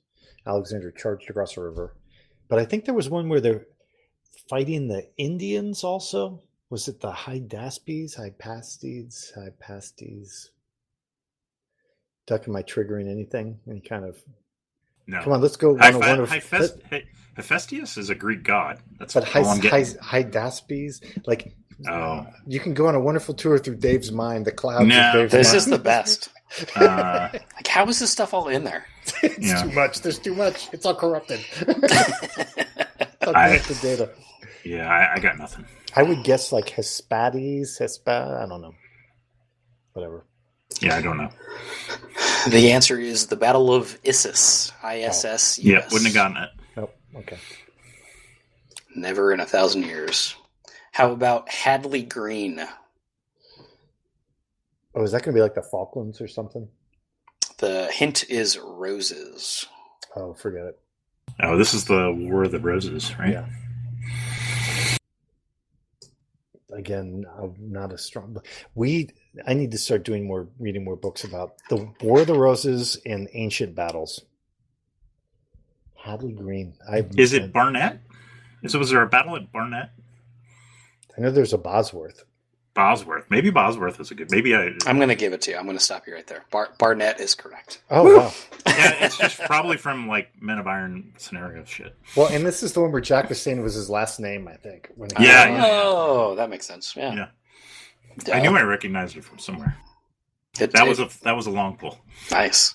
Speaker 1: Alexander charged across a river. But I think there was one where they're fighting the Indians also. Was it the Hydaspes, Hypastides, Hypastes? Duck, am I triggering anything? Any kind of
Speaker 2: No.
Speaker 1: come on, let's go one of one
Speaker 2: Hypha-
Speaker 1: of
Speaker 2: Hyphest- Hy- Hephaestus is a Greek god. That's
Speaker 1: but
Speaker 2: all I'm
Speaker 1: Hy-
Speaker 2: getting.
Speaker 1: Hy- Hydaspes, like
Speaker 2: Oh.
Speaker 1: you can go on a wonderful tour through Dave's mind, the clouds.
Speaker 2: No,
Speaker 1: of Dave's
Speaker 3: This
Speaker 1: mind.
Speaker 3: is the best.
Speaker 2: Uh,
Speaker 3: Like, how is this stuff all in there?
Speaker 1: It's
Speaker 2: Yeah.
Speaker 1: too much. There's too much. It's all corrupted. It's all
Speaker 2: I-
Speaker 1: corrupted data.
Speaker 2: yeah, I, I got nothing.
Speaker 1: I would guess like Hespades, Hespa. I don't know. Whatever.
Speaker 2: Yeah, I don't know.
Speaker 3: the answer is the Battle of Issus. I S S.
Speaker 2: Oh. Yeah, wouldn't have gotten it.
Speaker 1: Nope. Okay.
Speaker 3: Never in a thousand years. How about Hadley Green?
Speaker 1: Oh, is that going to be like the Falklands or something?
Speaker 3: The hint is roses.
Speaker 1: Oh, forget it.
Speaker 2: Oh, this is the War of the Roses, right?
Speaker 1: Yeah. Again, I'm not as strong. We. I need to start doing more, reading more books about the War of the Roses and ancient battles. Hadley Green. I
Speaker 2: Is it Barnett? Is was there a battle at Barnett?
Speaker 1: I know there's a Bosworth.
Speaker 2: Bosworth. Maybe Bosworth is a good. Maybe I.
Speaker 3: I'm going to give it to you. I'm going to stop you right there. Bar- Barnett is correct.
Speaker 1: Oh wow.
Speaker 2: yeah, it's just probably from like Men of Iron scenario shit.
Speaker 1: Well, and this is the one where Jack was saying it was his last name, I think. When he-
Speaker 2: Yeah, yeah.
Speaker 3: Oh, that makes sense. Yeah.
Speaker 2: Yeah. I knew I recognized it from somewhere.
Speaker 3: It,
Speaker 2: That was a that was a long pull.
Speaker 3: nice.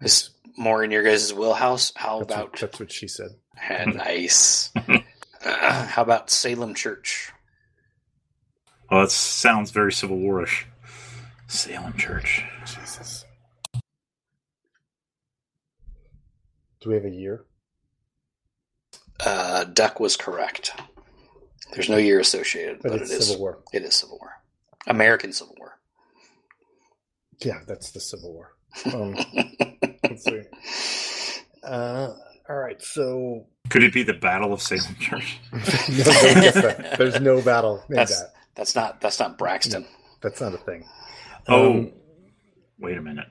Speaker 3: It's more in your guys' wheelhouse. How
Speaker 1: That's, what,
Speaker 3: about
Speaker 1: that's what she said.
Speaker 3: nice? Uh, how about Salem Church?
Speaker 2: Well, Oh, that sounds very Civil Warish. Salem Church.
Speaker 1: Jesus. Do we have a year?
Speaker 3: Uh, Duck was correct. There's no year associated,
Speaker 1: But
Speaker 3: but,
Speaker 1: it's
Speaker 3: it is.
Speaker 1: Civil War.
Speaker 3: It is Civil War. American Civil War.
Speaker 1: Yeah, that's the Civil War. Um, Let's see. Uh, all right, so
Speaker 2: Could it be the Battle of Salem Church?
Speaker 1: no, don't get that. there's no battle named
Speaker 3: That's-
Speaker 1: that.
Speaker 3: That's not that's not Braxton.
Speaker 1: That's not a thing.
Speaker 2: Oh,
Speaker 1: Um,
Speaker 2: wait a minute.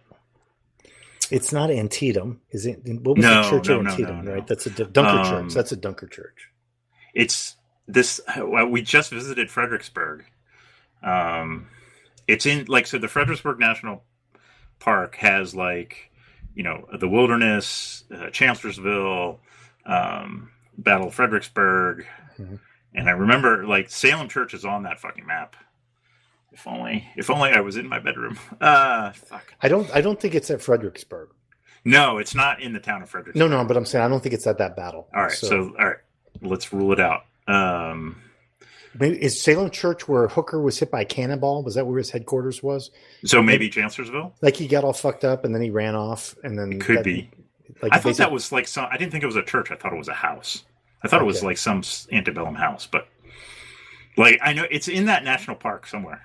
Speaker 1: it's not Antietam, is it? What was
Speaker 2: No,
Speaker 1: the church
Speaker 2: no,
Speaker 1: of
Speaker 2: no,
Speaker 1: Antietam?
Speaker 2: no, no.
Speaker 1: Right, that's a d- Dunker
Speaker 2: Um,
Speaker 1: church. That's a Dunker church.
Speaker 2: It's this. Well, we just visited Fredericksburg. Um, it's in like so. The Fredericksburg National Park has like you know the wilderness, uh, Chancellorsville, um, Battle of Fredericksburg,
Speaker 1: Mhm.
Speaker 2: and I remember like Salem Church is on that fucking map. If only, if only I was in my bedroom. Uh, fuck.
Speaker 1: I don't. I don't think it's at Fredericksburg.
Speaker 2: No, it's not in the town of Fredericksburg.
Speaker 1: No, no. But I'm saying I don't think it's at that battle.
Speaker 2: All right, so, all right, let's rule it out. Um,
Speaker 1: maybe, is Salem Church where Hooker was hit by a cannonball? Was that where his headquarters was?
Speaker 2: so maybe Chancellorsville.
Speaker 1: Like he got all fucked up and then he ran off and then
Speaker 2: It could
Speaker 1: that-
Speaker 2: be.
Speaker 1: Like
Speaker 2: I thought
Speaker 1: basic-
Speaker 2: that was like some. I didn't think it was a church. I thought it was a house. I thought it was
Speaker 1: Okay.
Speaker 2: like some s- antebellum house, but like I know it's in that national park somewhere.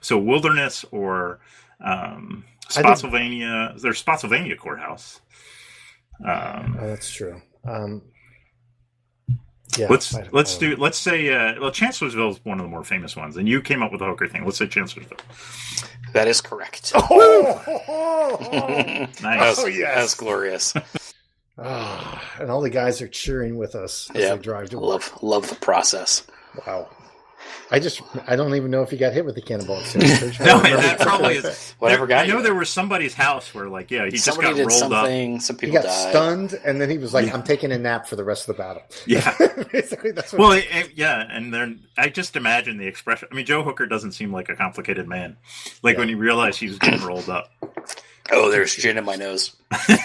Speaker 2: so wilderness or um,
Speaker 1: I think-
Speaker 2: Spotsylvania. There's Spotsylvania courthouse. Um,
Speaker 1: Oh, that's true. Um, yeah.
Speaker 2: let's
Speaker 1: I don't-
Speaker 2: let's
Speaker 1: I
Speaker 2: do
Speaker 1: don't know.
Speaker 2: let's say uh, well Chancellorsville is one of the more famous ones, and you came up with the hooker thing. Let's say Chancellorsville.
Speaker 3: That is correct.
Speaker 1: Oh!
Speaker 2: Nice.
Speaker 1: Oh, yes.
Speaker 3: That's glorious.
Speaker 1: Ah, and all the guys are cheering with us as
Speaker 3: Yep.
Speaker 1: they drive to work.
Speaker 3: love love the process.
Speaker 1: Wow. I just I don't even know if he got hit with the cannonball. at Salem Church. I
Speaker 2: No,
Speaker 1: don't remember
Speaker 2: that
Speaker 1: something
Speaker 2: probably
Speaker 1: like that.
Speaker 2: is. there-
Speaker 3: Whatever got
Speaker 2: I know
Speaker 3: you.
Speaker 2: there was somebody's house where, like, yeah, he
Speaker 3: Somebody did
Speaker 2: just got rolled up.
Speaker 3: something. Some
Speaker 1: He
Speaker 3: people
Speaker 1: got
Speaker 3: died.
Speaker 1: stunned, and then he was like,
Speaker 2: Yeah.
Speaker 1: "I'm taking a nap for the rest of the battle."
Speaker 2: Yeah.
Speaker 1: basically that's what.
Speaker 2: Well, it, it- yeah, and then I just imagine the expression. I mean, Joe Hooker doesn't seem like a complicated man. Like
Speaker 1: Yeah.
Speaker 2: when he realized he was getting rolled up.
Speaker 3: Oh, there's gin in my nose.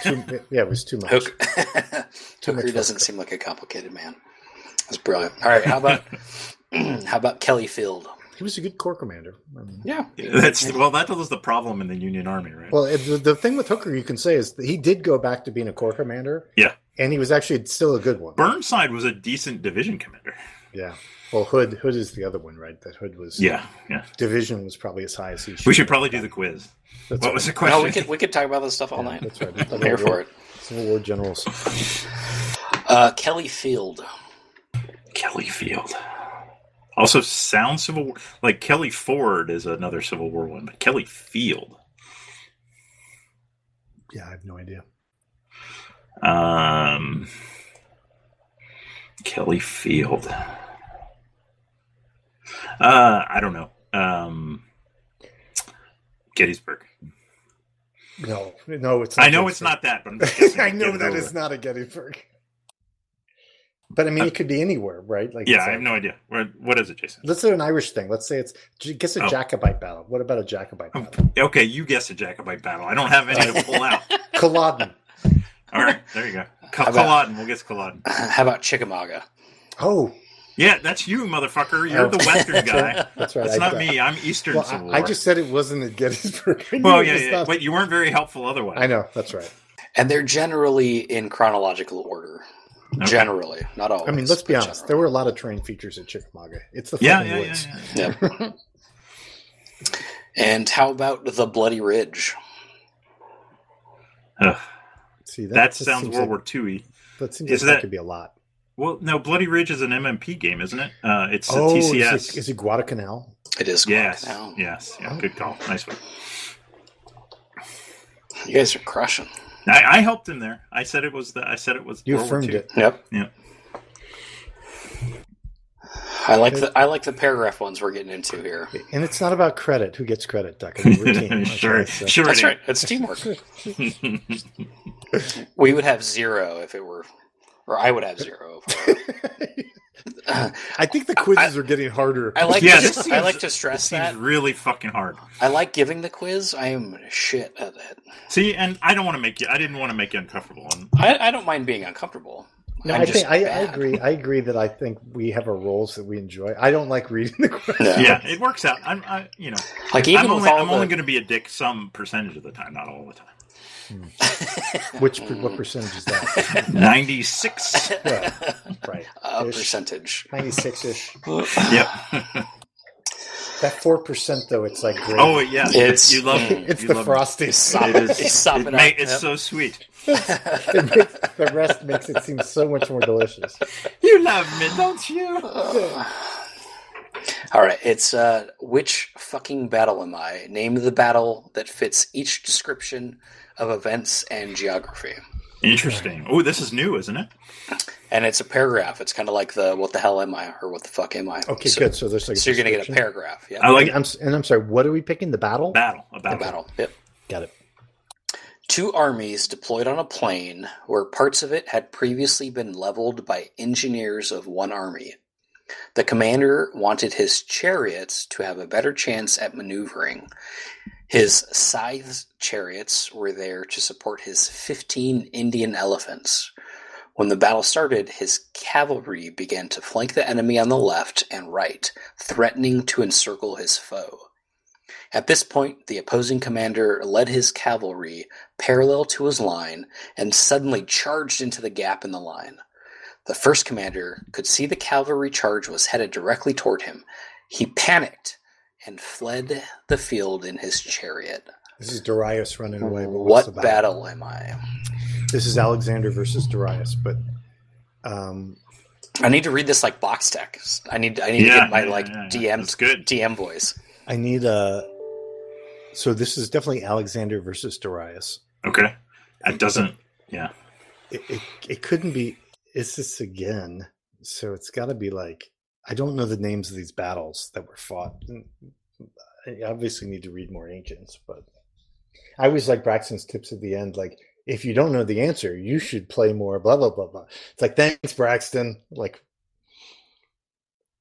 Speaker 1: too, yeah, it was too much.
Speaker 3: Hook.
Speaker 1: Too much
Speaker 3: Hooker doesn't
Speaker 1: Hooker.
Speaker 3: seem like a complicated man. That's brilliant. All right, how about how about Kelly Field?
Speaker 1: He was a good corps commander. I mean,
Speaker 3: Yeah,
Speaker 2: That's well, that was the problem in the Union Army, right?
Speaker 1: Well, it- the, the thing with Hooker, you can say is that he did go back to being a corps commander.
Speaker 2: Yeah.
Speaker 1: and he was actually still a good one.
Speaker 2: Burnside was a decent division commander.
Speaker 1: Yeah. Well, Hood Hood is the other one, right? That Hood was.
Speaker 2: Yeah, yeah.
Speaker 1: Division was probably as high as he.
Speaker 2: We should probably do the quiz.
Speaker 1: That's
Speaker 2: What was the question?
Speaker 3: no, we could we could talk about this stuff all
Speaker 1: Yeah,
Speaker 3: night.
Speaker 1: That's right. We're talking
Speaker 3: I'm here
Speaker 1: about war-
Speaker 3: for it.
Speaker 1: Civil War generals.
Speaker 3: Uh, Kelly Field.
Speaker 2: Kelly Field. Also, sounds Civil War. Like Kelly Ford is another Civil War one, but Kelly Field.
Speaker 1: Yeah, I have no idea.
Speaker 2: Um, Kelly Field. Uh, I don't know. Um, Gettysburg.
Speaker 1: No, no, it's. Not
Speaker 2: I know it's
Speaker 1: Gettysburg.
Speaker 2: not that, but I'm just guessing.
Speaker 1: I know
Speaker 2: Get it
Speaker 1: that
Speaker 2: over
Speaker 1: is
Speaker 2: with.
Speaker 1: not a Gettysburg. But I mean, it could be anywhere, right? Like,
Speaker 2: Yeah,
Speaker 1: it's
Speaker 2: I
Speaker 1: a-
Speaker 2: have no idea. Where, what is it, Jason?
Speaker 1: Let's do an Irish thing. Let's say it's j- guess a
Speaker 2: Oh.
Speaker 1: Jacobite battle. What about a Jacobite
Speaker 2: Um,
Speaker 1: battle?
Speaker 2: Okay, you guessed a Jacobite battle. I don't have any to pull out.
Speaker 1: Culloden.
Speaker 2: All right, there you go.
Speaker 3: How
Speaker 2: Culloden.
Speaker 3: about-
Speaker 2: We'll guess Culloden.
Speaker 3: How about Chickamauga?
Speaker 1: Oh,
Speaker 2: Yeah, that's you, motherfucker. You're
Speaker 1: Oh.
Speaker 2: the Western guy.
Speaker 1: that's right.
Speaker 2: That's
Speaker 1: I-
Speaker 2: not
Speaker 1: I-
Speaker 2: me. I'm Eastern
Speaker 1: Well,
Speaker 2: Civil War.
Speaker 1: I, I just said it wasn't at Gettysburg. I knew
Speaker 2: Well,
Speaker 1: it
Speaker 2: yeah,
Speaker 1: was
Speaker 2: yeah.
Speaker 1: not-
Speaker 2: But you weren't very helpful otherwise.
Speaker 1: I know that's right.
Speaker 3: And they're generally in chronological order.
Speaker 2: Okay.
Speaker 3: Generally, not always.
Speaker 1: I mean, let's be
Speaker 3: but
Speaker 1: honest. There were a lot of train features at Chickamauga. It's the
Speaker 2: Yeah,
Speaker 1: fucking
Speaker 2: yeah, yeah,
Speaker 1: woods.
Speaker 2: yeah.
Speaker 3: generally. Yep. and how about the Bloody Ridge?
Speaker 2: Ugh,
Speaker 1: See, that,
Speaker 2: that
Speaker 1: just
Speaker 2: sounds
Speaker 1: seems
Speaker 2: World
Speaker 1: like,
Speaker 2: War II y.
Speaker 1: That seems like
Speaker 2: is
Speaker 1: that,
Speaker 2: that-
Speaker 1: could be a lot.
Speaker 2: Well, no, Bloody Ridge is an MMP game, isn't it? Uh, it's a
Speaker 1: oh, is
Speaker 2: TCS.
Speaker 1: it, is it Guadalcanal?
Speaker 3: It is
Speaker 2: yes,
Speaker 3: Guadalcanal.
Speaker 2: yes, yeah, good call. Nice one.
Speaker 3: You guys are crushing.
Speaker 2: I, I helped him there. I said it was the. I said it was
Speaker 1: You
Speaker 2: World War
Speaker 1: affirmed
Speaker 2: II.
Speaker 1: it.
Speaker 3: Yep.
Speaker 2: Yep.
Speaker 3: I like the I like the paragraph ones we're getting into here.
Speaker 1: And it's not about credit. Who gets credit, Duck? I mean, we're a team.
Speaker 2: sure,
Speaker 1: Okay, so-
Speaker 2: sure. it
Speaker 3: That's right. It's teamwork.
Speaker 2: is.
Speaker 3: We would have zero if it were, or I would have zero. If it were.
Speaker 1: I think the quizzes are getting harder.
Speaker 3: I like
Speaker 2: Yeah,
Speaker 3: to,
Speaker 2: this seems-
Speaker 3: I like to
Speaker 2: This
Speaker 3: stress that
Speaker 2: seems really fucking hard.
Speaker 3: I like giving the quiz. I am shit at it.
Speaker 2: See, and I don't want to make you. I didn't want to make you uncomfortable. And
Speaker 3: I, I don't mind being uncomfortable.
Speaker 1: no,
Speaker 3: I'm
Speaker 1: I
Speaker 3: just
Speaker 1: think I, I
Speaker 3: bad.
Speaker 1: agree. I agree that I think we have our roles that we enjoy. I don't like reading the quizzes.
Speaker 3: No.
Speaker 2: yeah, it works out. I'm, I, you know,
Speaker 3: Like even
Speaker 2: I'm
Speaker 3: with
Speaker 2: only,
Speaker 3: all
Speaker 2: I'm
Speaker 3: the,
Speaker 2: only going to be a dick some percentage of the time, not all the time.
Speaker 1: Which what percentage is that?
Speaker 2: Ninety six.
Speaker 1: Yeah, right,
Speaker 3: uh,
Speaker 1: Ish.
Speaker 3: percentage.
Speaker 1: ninety six ish.
Speaker 2: yep.
Speaker 1: That four percent though, it's like great.
Speaker 2: Oh yeah,
Speaker 3: It's-
Speaker 2: you love it.
Speaker 1: it's
Speaker 2: you
Speaker 1: the
Speaker 2: love
Speaker 1: frosty.
Speaker 3: It's sop
Speaker 2: It
Speaker 3: it,
Speaker 2: is-
Speaker 3: it's sop
Speaker 2: It. It
Speaker 3: it, up.
Speaker 2: ma- it's
Speaker 3: Yep.
Speaker 2: so sweet.
Speaker 1: It makes, the rest makes it seem so much more delicious.
Speaker 2: You love me, don't you?
Speaker 3: All right, it's uh, which fucking battle am I? Name the battle that fits each description of events and geography.
Speaker 2: Interesting. Oh, this is new, isn't it?
Speaker 3: And it's a paragraph. It's kind of like the "What the hell am I?" or "What the fuck am I?"
Speaker 1: Okay,
Speaker 3: so,
Speaker 1: good. So there's like
Speaker 3: So you're gonna get a
Speaker 1: description.
Speaker 3: paragraph. Yeah,
Speaker 2: I like
Speaker 1: And I'm, s- and I'm sorry. What are we picking? The battle.
Speaker 2: battle. A
Speaker 3: the
Speaker 2: battle.
Speaker 3: battle. Yep.
Speaker 1: Got it.
Speaker 3: Two armies deployed on a plain where parts of it had previously been leveled by engineers of one army. The commander wanted his chariots to have a better chance at maneuvering. His scythe chariots were there to support his 15 Indian elephants. When the battle started, his cavalry began to flank the enemy on the left and right, threatening to encircle his foe. At this point, the opposing commander led his cavalry parallel to his line and suddenly charged into the gap in the line. The first commander could see the cavalry charge was headed directly toward him. He panicked and fled the field in his chariot.
Speaker 1: This is Darius running away. But what's
Speaker 3: What
Speaker 1: the
Speaker 3: battle am I?
Speaker 1: This is Alexander versus Darius, but um,
Speaker 3: I need to read this like box text. I need I need to
Speaker 2: Yeah,
Speaker 3: get my
Speaker 2: yeah,
Speaker 3: like
Speaker 2: yeah, yeah. That's
Speaker 3: DM
Speaker 2: good.
Speaker 3: DM voice.
Speaker 1: I need a. So this is definitely Alexander versus Darius.
Speaker 2: Okay. That doesn't.
Speaker 1: It it, it couldn't be. It's this again. So it's got to be like I don't know the names of these battles that were fought. I obviously need to read more ancients, but I always like Braxton's tips at the end. Like if you don't know the answer, you should play more. Blah blah blah blah. It's like thanks, Braxton. Like,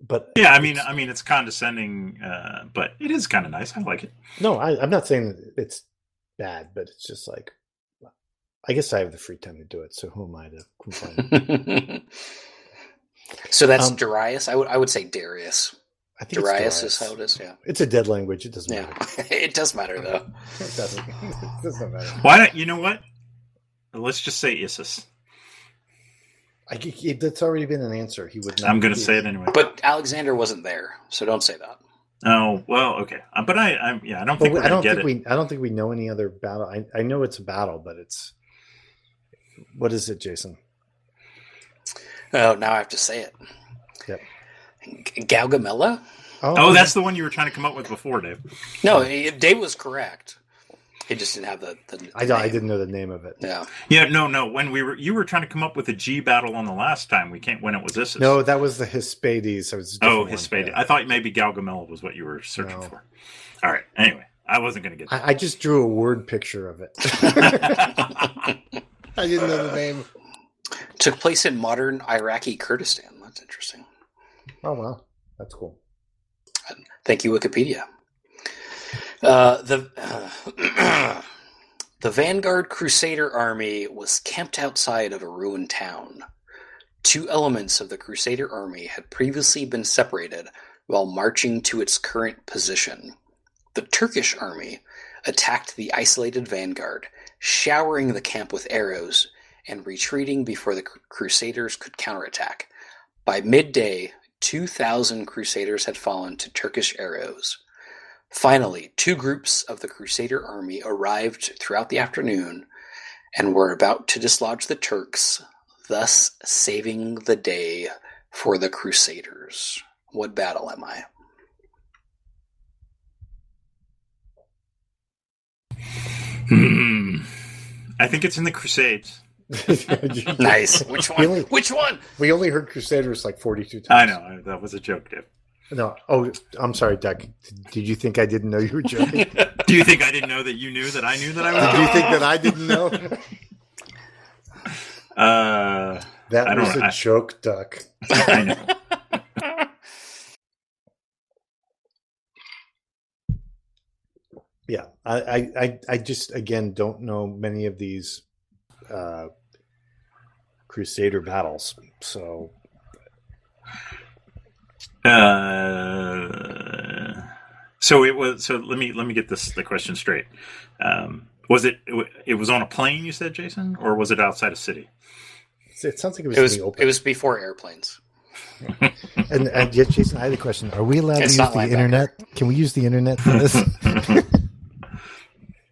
Speaker 1: but
Speaker 2: Yeah, I mean, I mean, it's condescending, uh, but it is kind of nice. I like it.
Speaker 1: No, I, I'm not saying that it's bad, but it's just like, I guess I have the free time to do it. So who am I to complain?
Speaker 3: so that's
Speaker 1: Um,
Speaker 3: Darius. I would I would say Darius.
Speaker 1: I think
Speaker 3: Darius
Speaker 1: it's
Speaker 3: is how it is. Yeah.
Speaker 1: It's a dead language. It doesn't
Speaker 3: Yeah.
Speaker 1: matter.
Speaker 3: it does matter though.
Speaker 1: It doesn't. It doesn't matter.
Speaker 2: Why don't you know what? Let's just say Isis.
Speaker 1: I, he, that's already been an answer. He would. Not
Speaker 2: I'm going to
Speaker 1: he-
Speaker 2: say it anyway.
Speaker 3: But Alexander wasn't there, so don't say that.
Speaker 2: oh well, okay. Uh, But I, I'm yeah. I don't
Speaker 1: But
Speaker 2: think
Speaker 1: we,
Speaker 2: we're
Speaker 1: I
Speaker 2: going
Speaker 1: don't
Speaker 2: to get
Speaker 1: think
Speaker 2: it.
Speaker 1: we. I don't think we know any other battle. I, I know it's a battle, but it's. What is it, Jason?
Speaker 3: Oh, now I have to say it.
Speaker 1: Yep.
Speaker 3: G- Gaugamela?
Speaker 2: oh, that's the one you were trying to come up with before, Dave.
Speaker 3: No, i- Dave was correct. He just didn't have the. the
Speaker 1: I, don't- I didn't know the name of it.
Speaker 3: Yeah.
Speaker 2: Yeah, no, no. When we were, you were trying to come up with a G battle on the last time. We can't when it was Isis.
Speaker 1: No, that was the Hesperides. It was a
Speaker 2: Oh,
Speaker 1: different one,
Speaker 2: Hispanic.
Speaker 1: yeah.
Speaker 2: I thought maybe Galgamel was what you were searching
Speaker 1: No.
Speaker 2: for. All right. Anyway, I wasn't going to get that.
Speaker 1: I, I just drew a word picture of it. I didn't know the name.
Speaker 3: Took place in modern Iraqi Kurdistan. That's interesting.
Speaker 1: Oh wow, that's cool.
Speaker 3: Thank you, Wikipedia. Uh, the uh, the vanguard Crusader army was camped outside of a ruined town. Two elements of the Crusader army had previously been separated while marching to its current position. The Turkish army attacked the isolated vanguard, showering the camp with arrows and retreating before the Cru- Crusaders could counterattack. By midday, 2,000 Crusaders had fallen to Turkish arrows. Finally, two groups of the Crusader army arrived throughout the afternoon and were about to dislodge the Turks, thus saving the day for the Crusaders. What battle am I?
Speaker 2: Hmm. I think it's in the Crusades.
Speaker 3: Nice. Which one?
Speaker 1: Really?
Speaker 3: Which one?
Speaker 1: We only heard Crusaders like forty-two
Speaker 2: I
Speaker 1: times.
Speaker 2: know I- that was a joke, Dave.
Speaker 1: No. Oh, I'm sorry, Doug. Did you think I didn't know you were joking? Did
Speaker 2: Do you think I didn't know that you knew that I knew that I was?
Speaker 1: you think that I didn't know?
Speaker 2: Uh, I
Speaker 1: That
Speaker 2: don't
Speaker 1: was
Speaker 2: know.
Speaker 1: a
Speaker 2: I-
Speaker 1: joke, Duck.
Speaker 2: I know.
Speaker 1: Yeah, I, I, I, I just again don't know many of these uh, Crusader battles. So
Speaker 2: Uh, so it was. So let me let me get this the question straight. Um, was it? It was on a plane, you said, Jason, or was it outside a city?
Speaker 1: it sounds like it was,
Speaker 3: It was
Speaker 1: in the
Speaker 3: it
Speaker 1: open.
Speaker 3: was before airplanes.
Speaker 5: And, and yet, Jason, I had a question. Are we allowed
Speaker 3: It's
Speaker 5: to use
Speaker 3: not
Speaker 5: the
Speaker 3: linebacker.
Speaker 5: internet? Can we use the internet for this?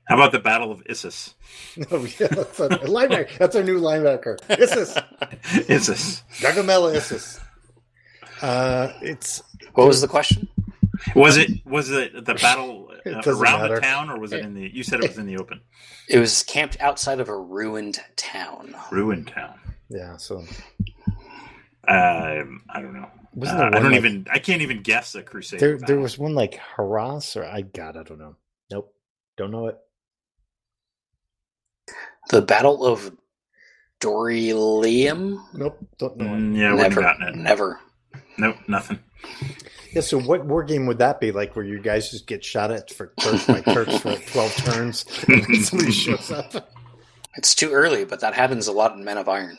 Speaker 2: How about the Battle of Issus?
Speaker 1: No, yeah, that's, our, linebacker, that's our new linebacker. Isis.
Speaker 2: Issus.
Speaker 1: Gagomela Isis.
Speaker 5: uh, it's
Speaker 3: What was the question?
Speaker 2: Was it was it the battle
Speaker 1: It
Speaker 2: uh,
Speaker 1: doesn't
Speaker 2: around
Speaker 1: matter.
Speaker 2: the town, or was it in the? You said it was in the open,
Speaker 3: It was camped outside of a ruined town.
Speaker 2: ruined town.
Speaker 1: Yeah, so
Speaker 2: Um, I don't know.
Speaker 5: Wasn't there
Speaker 2: Uh, I
Speaker 5: one,
Speaker 2: don't
Speaker 5: like-
Speaker 2: even. I can't even guess a crusade.
Speaker 5: there. There was one like harass or I God, I don't know. Nope, don't know it.
Speaker 3: The Battle of Dorylium?
Speaker 1: nope, don't know. it.
Speaker 2: Mm, yeah, I wouldn't have
Speaker 3: never,
Speaker 2: gotten it.
Speaker 3: never.
Speaker 2: Nope, nothing.
Speaker 1: Yeah, so what war game would that be like where you guys just get shot at for Turks by Turks for 12 turns and then somebody shows up?
Speaker 3: It's too early, but that happens a lot in Men of Iron.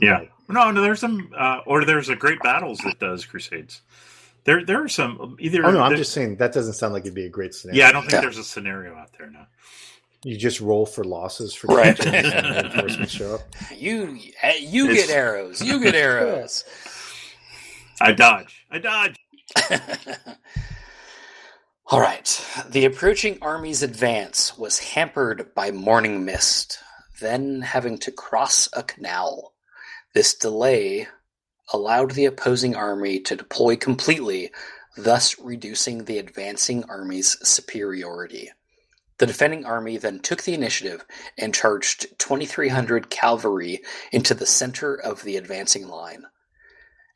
Speaker 2: Yeah. No, no. There's some, uh, or there's a great battles that does crusades. There, there are some either.
Speaker 1: Oh, no, I'm
Speaker 2: there-
Speaker 1: just saying that doesn't sound like it'd be a great scenario.
Speaker 2: Yeah, I don't think
Speaker 3: Yeah.
Speaker 2: there's a scenario out there now.
Speaker 1: You just roll for losses for
Speaker 3: Right.
Speaker 1: turns and reinforcements show up.
Speaker 3: You eh, you
Speaker 2: It's-
Speaker 3: get arrows. You get arrows.
Speaker 2: I dodge. I dodge.
Speaker 3: All right. The approaching army's advance was hampered by morning mist, then having to cross a canal. This delay allowed the opposing army to deploy completely, thus reducing the advancing army's superiority. The defending army then took the initiative and charged 2,300 cavalry into the center of the advancing line.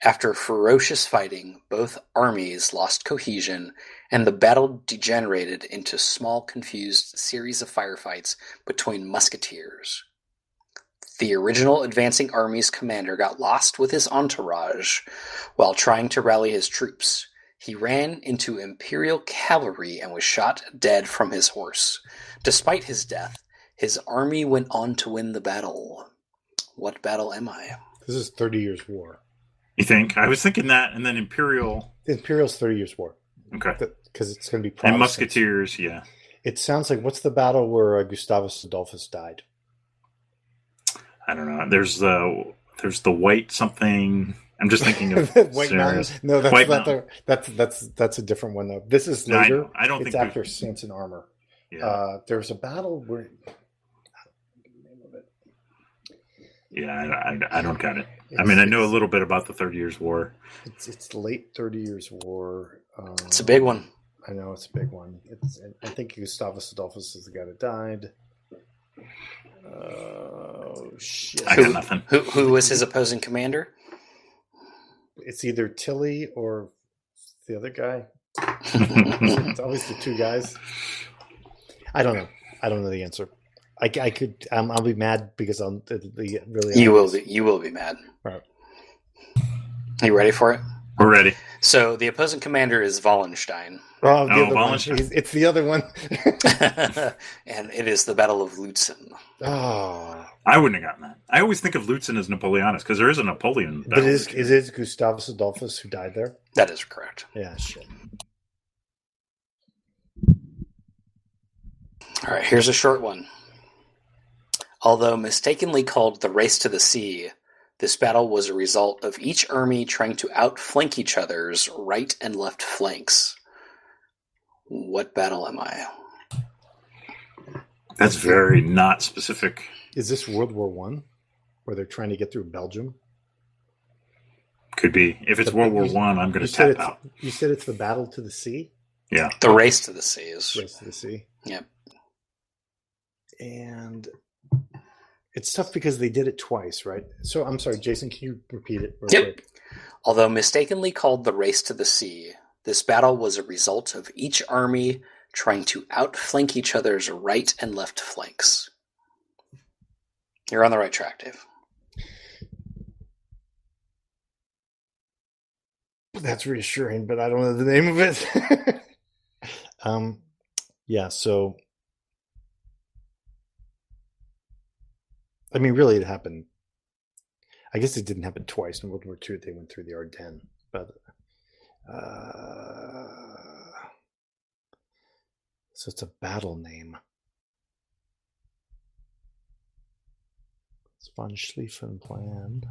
Speaker 3: After ferocious fighting, both armies lost cohesion, and the battle degenerated into small, confused series of firefights between musketeers. The original advancing army's commander got lost with his entourage while trying to rally his troops. He ran into Imperial cavalry and was shot dead from his horse. Despite his death, his army went on to win the battle. What battle am I?
Speaker 1: This is 30 years war.
Speaker 2: You think? I was thinking that, and then imperial.
Speaker 1: The Imperial's 30 years war
Speaker 2: Okay.
Speaker 1: because it's going to be
Speaker 2: And
Speaker 1: Protestants.
Speaker 2: musketeers. Yeah.
Speaker 1: It sounds like what's the battle where uh, Gustavus Adolphus died?
Speaker 2: I don't know. There's the there's the white something. I'm just thinking of
Speaker 1: White Mountain?
Speaker 2: scenarios.
Speaker 1: No, that's
Speaker 2: White
Speaker 1: not
Speaker 2: Mountain.
Speaker 1: the, that's that's that's a different one though. This is
Speaker 2: No, I,
Speaker 1: later.
Speaker 2: know. I don't
Speaker 1: it's
Speaker 2: think
Speaker 1: after
Speaker 2: there's-
Speaker 1: Saints and Armor.
Speaker 2: Yeah.
Speaker 1: Uh, there was a battle where
Speaker 2: yeah. I, I, I don't got it. I mean, I know a little bit about the Thirty Years' War.
Speaker 1: It's it's late Thirty Years' War. Um,
Speaker 3: It's a big one.
Speaker 1: I know it's a big one. It's I think Gustavus Adolphus is the guy that died. Oh shit!
Speaker 2: I got nothing.
Speaker 3: Who who was his opposing commander?
Speaker 1: It's either Tilly or the other guy.
Speaker 3: I
Speaker 1: It's always the two guys. I don't know. I don't know the answer. I, I could. Um, I'll be mad because I'll it'll be really.
Speaker 3: You will be you will be mad.
Speaker 1: Right.
Speaker 3: Are you ready for it?
Speaker 2: We're ready.
Speaker 3: So the opposing commander is Wallenstein,
Speaker 1: Oh, the
Speaker 2: Oh,
Speaker 1: other one.
Speaker 2: Wallenstein.
Speaker 1: It's- It's the other one.
Speaker 3: and it is the Battle of Lutzen.
Speaker 1: oh,
Speaker 2: I wouldn't have gotten that. I always think of Lutzen as Napoleonic because there is a Napoleon.
Speaker 1: but it is it is Gustavus Adolphus who died there?
Speaker 3: That is correct.
Speaker 1: Yeah, shit.
Speaker 3: All right, here's a short one. Although mistakenly called the Race to the Sea, this battle was a result of each army trying to outflank each other's right and left flanks. What battle am I?
Speaker 2: That's very not specific.
Speaker 1: Is this World War One, where they're trying to get through Belgium?
Speaker 2: Could be. If it's
Speaker 1: But
Speaker 2: World War
Speaker 1: you-
Speaker 2: One, I'm going
Speaker 1: You
Speaker 2: to
Speaker 1: said
Speaker 2: tap
Speaker 1: it's
Speaker 2: out.
Speaker 1: you said it's the Battle to the Sea,
Speaker 3: The Race to the Sea is
Speaker 1: Race to the Sea.
Speaker 3: Yep.
Speaker 1: And it's tough because they did it twice, right? So I'm sorry, Jason. Can you repeat it? Real
Speaker 3: Yep.
Speaker 1: quick?
Speaker 3: Although mistakenly called the Race to the Sea, this battle was a result of each army trying to outflank each other's right and left flanks. You're on the right track, Dave.
Speaker 1: That's reassuring, but I don't know the name of it. um, yeah. So, I mean, really, it happened. I guess it didn't happen twice in World War II. They went through the Ardennes, but uh, so it's a battle name. It's von Schlieffen plan.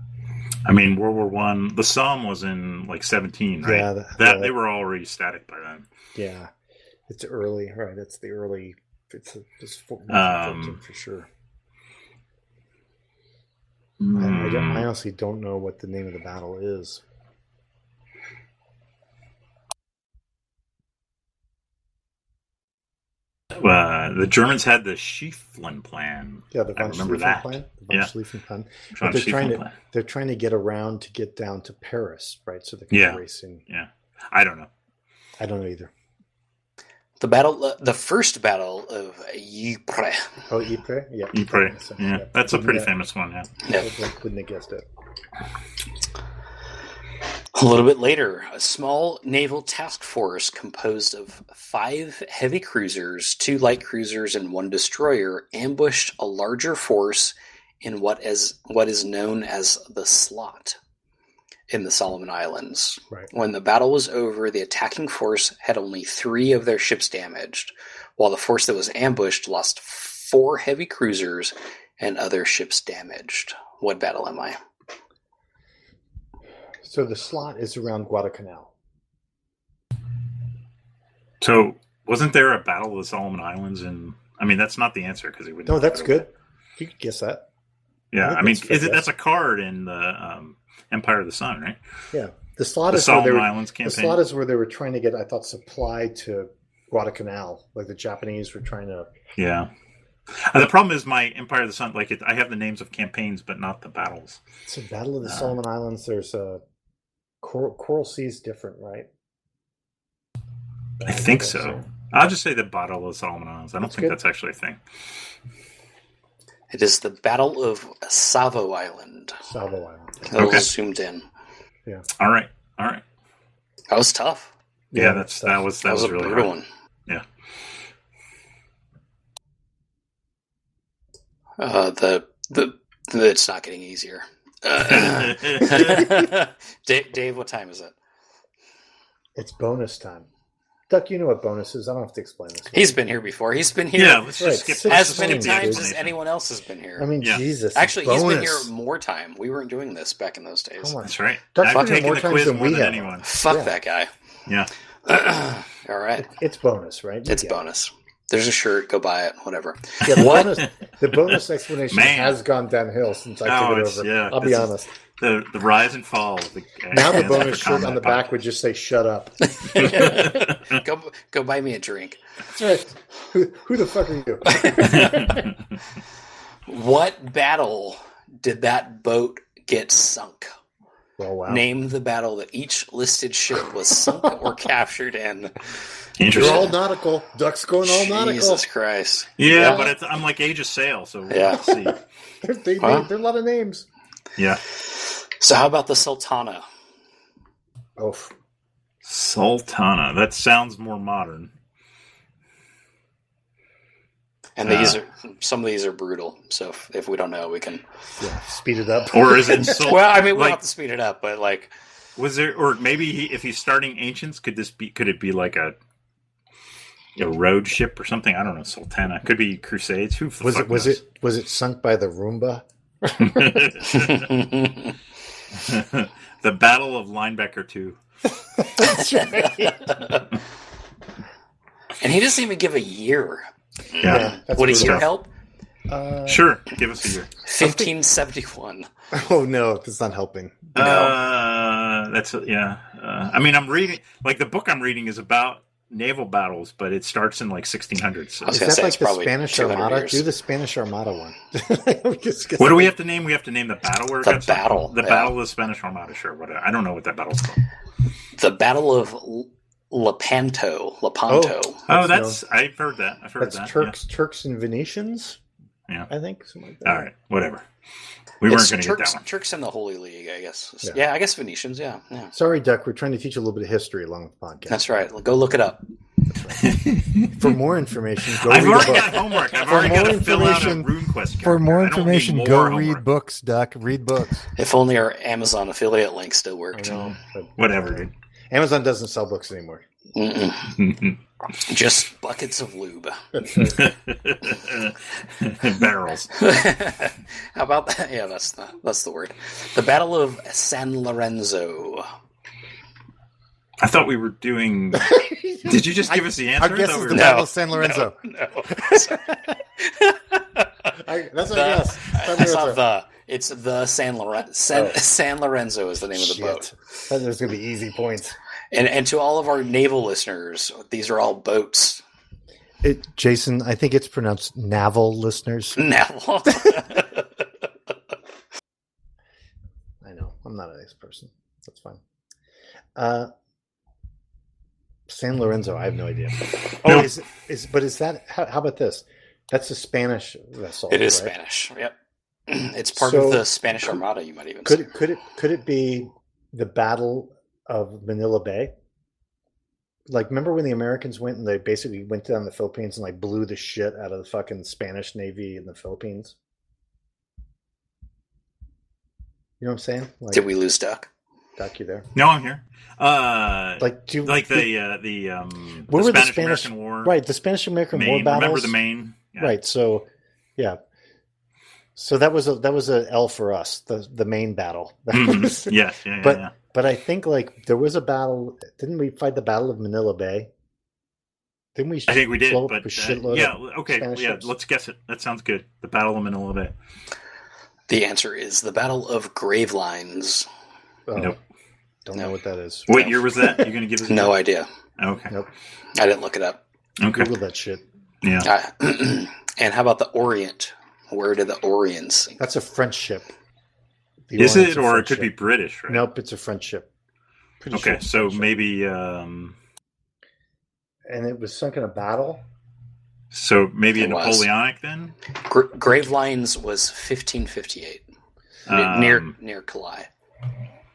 Speaker 2: I mean, World War One. The Somme was in like seventeen, right?
Speaker 1: Yeah,
Speaker 2: that
Speaker 1: yeah,
Speaker 2: they were already static by then.
Speaker 1: yeah. It's early, right? It's the early. It's, it's four,
Speaker 2: Um,
Speaker 1: 14 for sure. I, I don't-
Speaker 2: hmm.
Speaker 1: I honestly don't know what the name of the battle is.
Speaker 2: Uh, the Germans had the Schieffelin plan.
Speaker 1: Yeah, the
Speaker 2: I
Speaker 1: von
Speaker 2: remember
Speaker 1: Schlieffen
Speaker 2: that.
Speaker 1: plan. The von
Speaker 2: Yeah.
Speaker 1: Schlieffen plan.
Speaker 2: Von
Speaker 1: they're trying
Speaker 2: Schieffelin
Speaker 1: to-
Speaker 2: plan.
Speaker 1: They're trying to get around to get down to Paris, right? So they're kind
Speaker 2: Yeah.
Speaker 1: of racing.
Speaker 2: I don't know.
Speaker 1: I don't know either.
Speaker 3: The battle, the first battle of Ypres.
Speaker 1: Oh, Ypres? Yeah.
Speaker 2: Ypres. Yeah, that's a pretty
Speaker 1: Yeah.
Speaker 2: famous one. Yeah.
Speaker 3: Yep.
Speaker 1: I couldn't have guessed it.
Speaker 3: A little bit later, a small naval task force composed of five heavy cruisers, two light cruisers, and one destroyer ambushed a larger force in what is what is known as the slot in the Solomon Islands.
Speaker 1: Right.
Speaker 3: When the battle was over, the attacking force had only three of their ships damaged, while the force that was ambushed lost four heavy cruisers and other ships damaged. What battle am I?
Speaker 1: So the slot is around Guadalcanal.
Speaker 2: So wasn't there a battle of the Solomon Islands? And I mean, that's not the answer because it would.
Speaker 1: No, that's good. You could guess that.
Speaker 2: Yeah,
Speaker 1: I
Speaker 2: I,
Speaker 1: think
Speaker 2: mean,
Speaker 1: that's fair,
Speaker 2: is it,
Speaker 1: yeah.
Speaker 2: that's a card in the um, Empire of the Sun, right?
Speaker 1: The slot
Speaker 2: The
Speaker 1: is where they
Speaker 2: Solomon
Speaker 1: were,
Speaker 2: Islands
Speaker 1: the
Speaker 2: campaign.
Speaker 1: slot is where they were trying to get, I thought, supply to Guadalcanal. Like the Japanese were trying to.
Speaker 2: yeah. Uh, the problem is my Empire of the Sun. Like, it, I have the names of campaigns, but not the battles.
Speaker 1: So Battle of the
Speaker 2: Uh,
Speaker 1: Solomon Islands. There's a Coral, Coral Sea is different, right?
Speaker 2: I think so. I'll just say the Battle of the Solomon Islands. I don't
Speaker 1: That's
Speaker 2: think
Speaker 1: good.
Speaker 2: that's actually a thing.
Speaker 3: It is the Battle of Savo Island.
Speaker 1: Savo Island.
Speaker 3: A little
Speaker 2: Okay.
Speaker 3: zoomed in.
Speaker 2: All right, all right.
Speaker 3: That was tough.
Speaker 2: Yeah, that's that was that,
Speaker 3: That, was,
Speaker 2: was,
Speaker 3: a
Speaker 2: really
Speaker 3: brutal
Speaker 2: hard.
Speaker 3: one. Uh, the, the the it's not getting easier. Uh, Dave, Dave, what time is it?
Speaker 1: It's bonus time. Duck, you know what bonus is. I don't have to explain this.
Speaker 3: He's been here before. He's been here
Speaker 2: yeah, let's just
Speaker 1: Right,
Speaker 2: skip
Speaker 1: six
Speaker 2: let's
Speaker 3: as
Speaker 2: just
Speaker 3: many
Speaker 2: skip the
Speaker 3: times as
Speaker 2: explanation.
Speaker 3: anyone else has been here.
Speaker 1: I mean,
Speaker 2: Yeah.
Speaker 1: Jesus. it's
Speaker 3: Actually, he's been
Speaker 1: bonus.
Speaker 3: here more time. We weren't doing this back in those days.
Speaker 1: Come on.
Speaker 2: That's right.
Speaker 1: That's
Speaker 2: I've
Speaker 1: fucking
Speaker 2: taken
Speaker 1: more
Speaker 2: the
Speaker 1: times
Speaker 2: quiz
Speaker 1: than
Speaker 2: more
Speaker 1: we
Speaker 2: than
Speaker 1: have.
Speaker 2: anyone.
Speaker 3: Fuck
Speaker 1: Yeah.
Speaker 3: that guy.
Speaker 2: Yeah.
Speaker 3: All right,
Speaker 1: It's bonus, right? You
Speaker 3: it's
Speaker 1: get it.
Speaker 3: bonus. There's a shirt. Go buy it. Whatever.
Speaker 1: Yeah, the
Speaker 3: What?
Speaker 1: bonus, the bonus explanation
Speaker 2: Man.
Speaker 1: has gone downhill since I
Speaker 2: Oh,
Speaker 1: took it
Speaker 2: it's-
Speaker 1: over.
Speaker 2: yeah,
Speaker 1: I'll be
Speaker 2: this is-
Speaker 1: honest.
Speaker 2: The the rise and fall. Of the, uh,
Speaker 1: Now the
Speaker 2: Answer for
Speaker 1: bonus shirt on the
Speaker 2: Combat
Speaker 1: back would just say "Shut up."
Speaker 3: go go buy me a drink.
Speaker 1: That's right. Who, who the fuck are you?
Speaker 3: What battle did that boat get sunk?
Speaker 1: Well, Oh, wow.
Speaker 3: Name the battle that each listed ship was sunk or captured in.
Speaker 1: You're all
Speaker 2: Interesting.
Speaker 1: nautical. Ducks going all nautical.
Speaker 3: Jesus Christ.
Speaker 2: Yeah,
Speaker 3: Yeah.
Speaker 2: but it's, I'm like age of sail, so we'll
Speaker 3: Yeah.
Speaker 2: see.
Speaker 1: They're, they, they,
Speaker 3: Huh?
Speaker 1: there are a lot of names.
Speaker 2: Yeah.
Speaker 3: So how about the Sultana?
Speaker 1: Oh,
Speaker 2: Sultana. That sounds more modern.
Speaker 3: And these
Speaker 2: Uh.
Speaker 3: are some of these are brutal. So if, if we don't know, we can.
Speaker 1: yeah. Speed it up.
Speaker 2: Or is it Sul-
Speaker 3: Well, I mean, we'll
Speaker 2: like-
Speaker 3: have to speed it up, but like,
Speaker 2: was there or maybe he, if he's starting ancients, could this be could it be like a a road ship or something? I don't know, Sultana. Could be crusades. Who the
Speaker 1: was
Speaker 2: fuck
Speaker 1: it? Was
Speaker 2: knows?
Speaker 1: it? Was it sunk by the Roomba?
Speaker 2: the Battle of Linebacker Two.
Speaker 1: That's right.
Speaker 3: and he doesn't even give a year.
Speaker 2: Yeah.
Speaker 1: that's
Speaker 3: Would a
Speaker 1: brutal.
Speaker 3: year
Speaker 2: tough.
Speaker 3: help?
Speaker 1: Uh,
Speaker 2: Sure. Give us a year.
Speaker 3: 1571.
Speaker 1: Oh no, that's not helping.
Speaker 3: No.
Speaker 2: Uh, that's yeah. Uh, I mean, I'm reading like the book I'm reading is about naval battles, but it starts in like 1600. So.
Speaker 3: I was
Speaker 1: Is
Speaker 3: gonna
Speaker 1: that
Speaker 3: say,
Speaker 1: like
Speaker 3: it's
Speaker 1: the
Speaker 3: probably
Speaker 1: Spanish
Speaker 3: 200
Speaker 1: Armada?
Speaker 3: years.
Speaker 1: Do the Spanish Armada one. Just-
Speaker 2: What do we have to name? We have to name the battle where it
Speaker 3: The
Speaker 2: got started?
Speaker 3: battle,
Speaker 2: the
Speaker 3: yeah.
Speaker 2: battle of the Spanish Armada. Sure, what I don't know what that battle's called.
Speaker 3: The Battle of L- Lepanto. Lepanto.
Speaker 2: Oh,
Speaker 1: That's
Speaker 2: that's I've heard that. I've heard
Speaker 1: That's
Speaker 2: that.
Speaker 1: Turks, Turks and Venetians.
Speaker 2: Yeah.
Speaker 1: I think something like that.
Speaker 2: Yeah. All right, whatever. We weren't
Speaker 3: It's
Speaker 2: going to
Speaker 3: Turks,
Speaker 2: get that one.
Speaker 3: Turks and the Holy League, I guess.
Speaker 1: Yeah.
Speaker 3: Yeah, I guess Venetians. Yeah, yeah.
Speaker 1: Sorry, Duck. We're trying to teach you a little bit of history along the podcast.
Speaker 3: That's right. Go look it up.
Speaker 1: For more information, go
Speaker 2: I've
Speaker 1: read
Speaker 2: already
Speaker 1: a book.
Speaker 2: got homework. I've
Speaker 6: For
Speaker 2: already got
Speaker 6: more
Speaker 2: to fill out a
Speaker 6: information-
Speaker 2: RuneQuest. character.
Speaker 6: For more
Speaker 2: I don't need
Speaker 6: information,
Speaker 2: more
Speaker 6: go
Speaker 2: homework.
Speaker 6: read books, Duck. Read books.
Speaker 3: If only our Amazon affiliate link still
Speaker 1: I
Speaker 3: worked.
Speaker 1: know, but-
Speaker 2: Whatever,
Speaker 1: Amazon doesn't sell books anymore.
Speaker 3: Mm-mm.
Speaker 2: dude.
Speaker 3: Just buckets of lube.
Speaker 2: Barrels.
Speaker 3: How about that? Yeah, that's the, that's the word. The Battle of San Lorenzo.
Speaker 2: I thought we were doing. Did you just give us the answer?
Speaker 6: Our
Speaker 2: I
Speaker 6: guess
Speaker 2: thought
Speaker 6: is
Speaker 2: we
Speaker 6: the
Speaker 2: were-
Speaker 6: Battle of San Lorenzo.
Speaker 3: No.
Speaker 1: I, that's what I
Speaker 3: the,
Speaker 1: guess.
Speaker 3: I, I saw the. It's the San Lorenzo. San, San Lorenzo is the name of the boat.
Speaker 1: That was gonna be easy points.
Speaker 3: And and to all of our naval listeners, these are all boats.
Speaker 6: It, Jason, I think it's pronounced navel, listeners.
Speaker 3: Naval.
Speaker 1: I know. I'm not a nice person. That's fine. Uh, San Lorenzo. I have no idea. Oh,
Speaker 2: No.
Speaker 1: is it, is but is that how, how about this? That's a Spanish vessel.
Speaker 3: it is
Speaker 1: right?
Speaker 3: Spanish. Yep. It's part
Speaker 1: So-
Speaker 3: of the Spanish Armada. You might even
Speaker 1: Could
Speaker 3: say.
Speaker 1: it, could it could it be the Battle of Manila Bay? Like, remember when the Americans went and they basically went down the Philippines and like blew the shit out of the fucking Spanish Navy in the Philippines? You know what I'm saying? Like,
Speaker 3: Did we lose Duck?
Speaker 1: dock you there?
Speaker 2: No, I'm here. Uh, like,
Speaker 1: Like, do
Speaker 2: the uh, the um,
Speaker 1: Where were the
Speaker 2: Spanish American
Speaker 1: Spanish-
Speaker 2: War.
Speaker 1: right the Spanish American War
Speaker 2: Maine.
Speaker 1: battles?
Speaker 2: Remember the Maine? Yeah.
Speaker 1: Right. So, yeah. So that was a that was a L for us. The the main battle. That was-
Speaker 2: Mhm. Yes. Yeah. yeah,
Speaker 1: But-
Speaker 2: yeah.
Speaker 1: But I think like there was a battle. Didn't we fight the Battle of Manila Bay? Didn't we?
Speaker 2: I think we did.
Speaker 1: float
Speaker 2: But
Speaker 1: a
Speaker 2: uh,
Speaker 1: shitload of-
Speaker 2: yeah. Okay.
Speaker 1: Spanish
Speaker 2: yeah.
Speaker 1: ships?
Speaker 2: Let's guess it. That sounds good. The Battle of Manila Bay.
Speaker 3: The answer is the Battle of Gravelines.
Speaker 1: oh,
Speaker 2: Nope.
Speaker 1: Don't know what that is.
Speaker 2: What year was that? You're gonna give us a
Speaker 3: No idea.
Speaker 2: Okay.
Speaker 3: I didn't look it up.
Speaker 2: Okay.
Speaker 1: Google that shit.
Speaker 2: Yeah.
Speaker 3: Uh, and how about the Orient? Where did the Orient sink?
Speaker 1: That's a French ship. The
Speaker 2: Is
Speaker 1: Orion's
Speaker 2: it,
Speaker 1: a
Speaker 2: or it
Speaker 1: French
Speaker 2: could be
Speaker 1: ship.
Speaker 2: British? Right.
Speaker 1: Nope, it's a French ship. Pretty sure
Speaker 2: Okay.
Speaker 1: it's a
Speaker 2: So
Speaker 1: French ship.
Speaker 2: maybe. Um,
Speaker 1: And it was sunk in a battle.
Speaker 2: so maybe a
Speaker 3: It was.
Speaker 2: Napoleonic then.
Speaker 3: Gr- Gravelines was 1558 n- near
Speaker 2: Um,
Speaker 3: near Calais.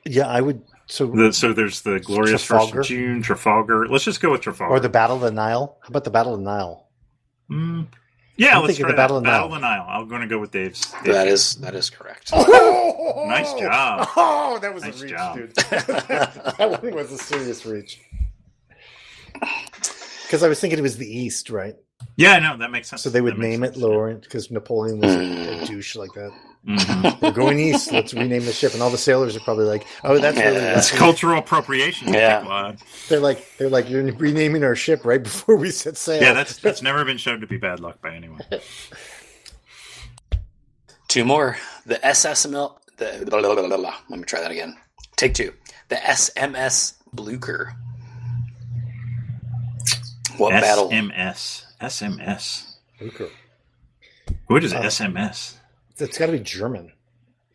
Speaker 1: Yeah, I would. So
Speaker 2: The, so there's the glorious
Speaker 1: Trafalgar?
Speaker 2: first of June, Trafalgar. Let's just go with Trafalgar.
Speaker 1: or the Battle of the Nile. How about the Battle of the Nile?
Speaker 2: Mm. Yeah,
Speaker 1: I'm
Speaker 2: let's
Speaker 1: thinking
Speaker 2: try
Speaker 1: the
Speaker 2: that.
Speaker 1: Battle of Nile.
Speaker 2: Battle of Nile. I'm going to go with Dave's.
Speaker 3: That is that is correct.
Speaker 2: Nice job.
Speaker 1: Oh, that was
Speaker 2: Nice
Speaker 1: a reach,
Speaker 2: job.
Speaker 1: dude. that one was a serious reach. Because I was thinking it was the East, right?
Speaker 2: Yeah, no, that makes sense.
Speaker 1: So they would name it Lorient because Napoleon was a, a douche like that.
Speaker 2: Mm-hmm.
Speaker 1: We're going east. Let's rename the ship, and all the sailors are probably like, "Oh, that's really
Speaker 3: Yeah.
Speaker 2: That's
Speaker 1: that's
Speaker 2: cultural appropriation.
Speaker 3: Yeah.
Speaker 2: Dickwad.
Speaker 1: They're like, they're like, you're renaming our ship right before we set sail.
Speaker 2: yeah, that's that's never been shown to be bad luck by anyone.
Speaker 3: Two more. The SS Mil- the blah, blah, blah, blah, blah. Let me try that again. Take two. The SMS Blucher. What battle?
Speaker 2: SMS, SMS. What is
Speaker 1: Uh.
Speaker 2: SMS?
Speaker 1: It's got to be German.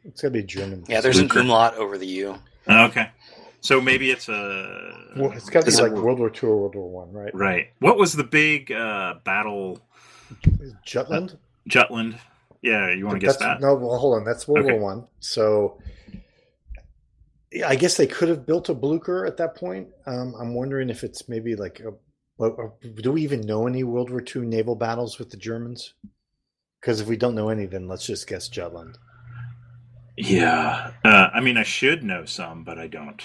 Speaker 1: It's got to be German.
Speaker 3: Yeah, there's an
Speaker 2: Blucher.
Speaker 3: umlaut over the U.
Speaker 2: Oh, Okay, so maybe it's a
Speaker 1: Well, it's got to be
Speaker 3: Is it-
Speaker 1: like World War Two or World War One, right?
Speaker 2: right. What was the big uh, battle?
Speaker 1: Jutland.
Speaker 2: Jutland. Yeah, you want to
Speaker 1: But
Speaker 2: guess
Speaker 1: that's-
Speaker 2: that?
Speaker 1: No, well, hold on. That's World
Speaker 2: Okay.
Speaker 1: War One. So, yeah, I guess they could have built a Blucher at that point. Um, I'm wondering if it's maybe like, a, what- or- do we even know any World War Two naval battles with the Germans? Because if we don't know any, then let's just guess Jutland.
Speaker 2: Yeah. Uh, I mean, I should know some, but I don't.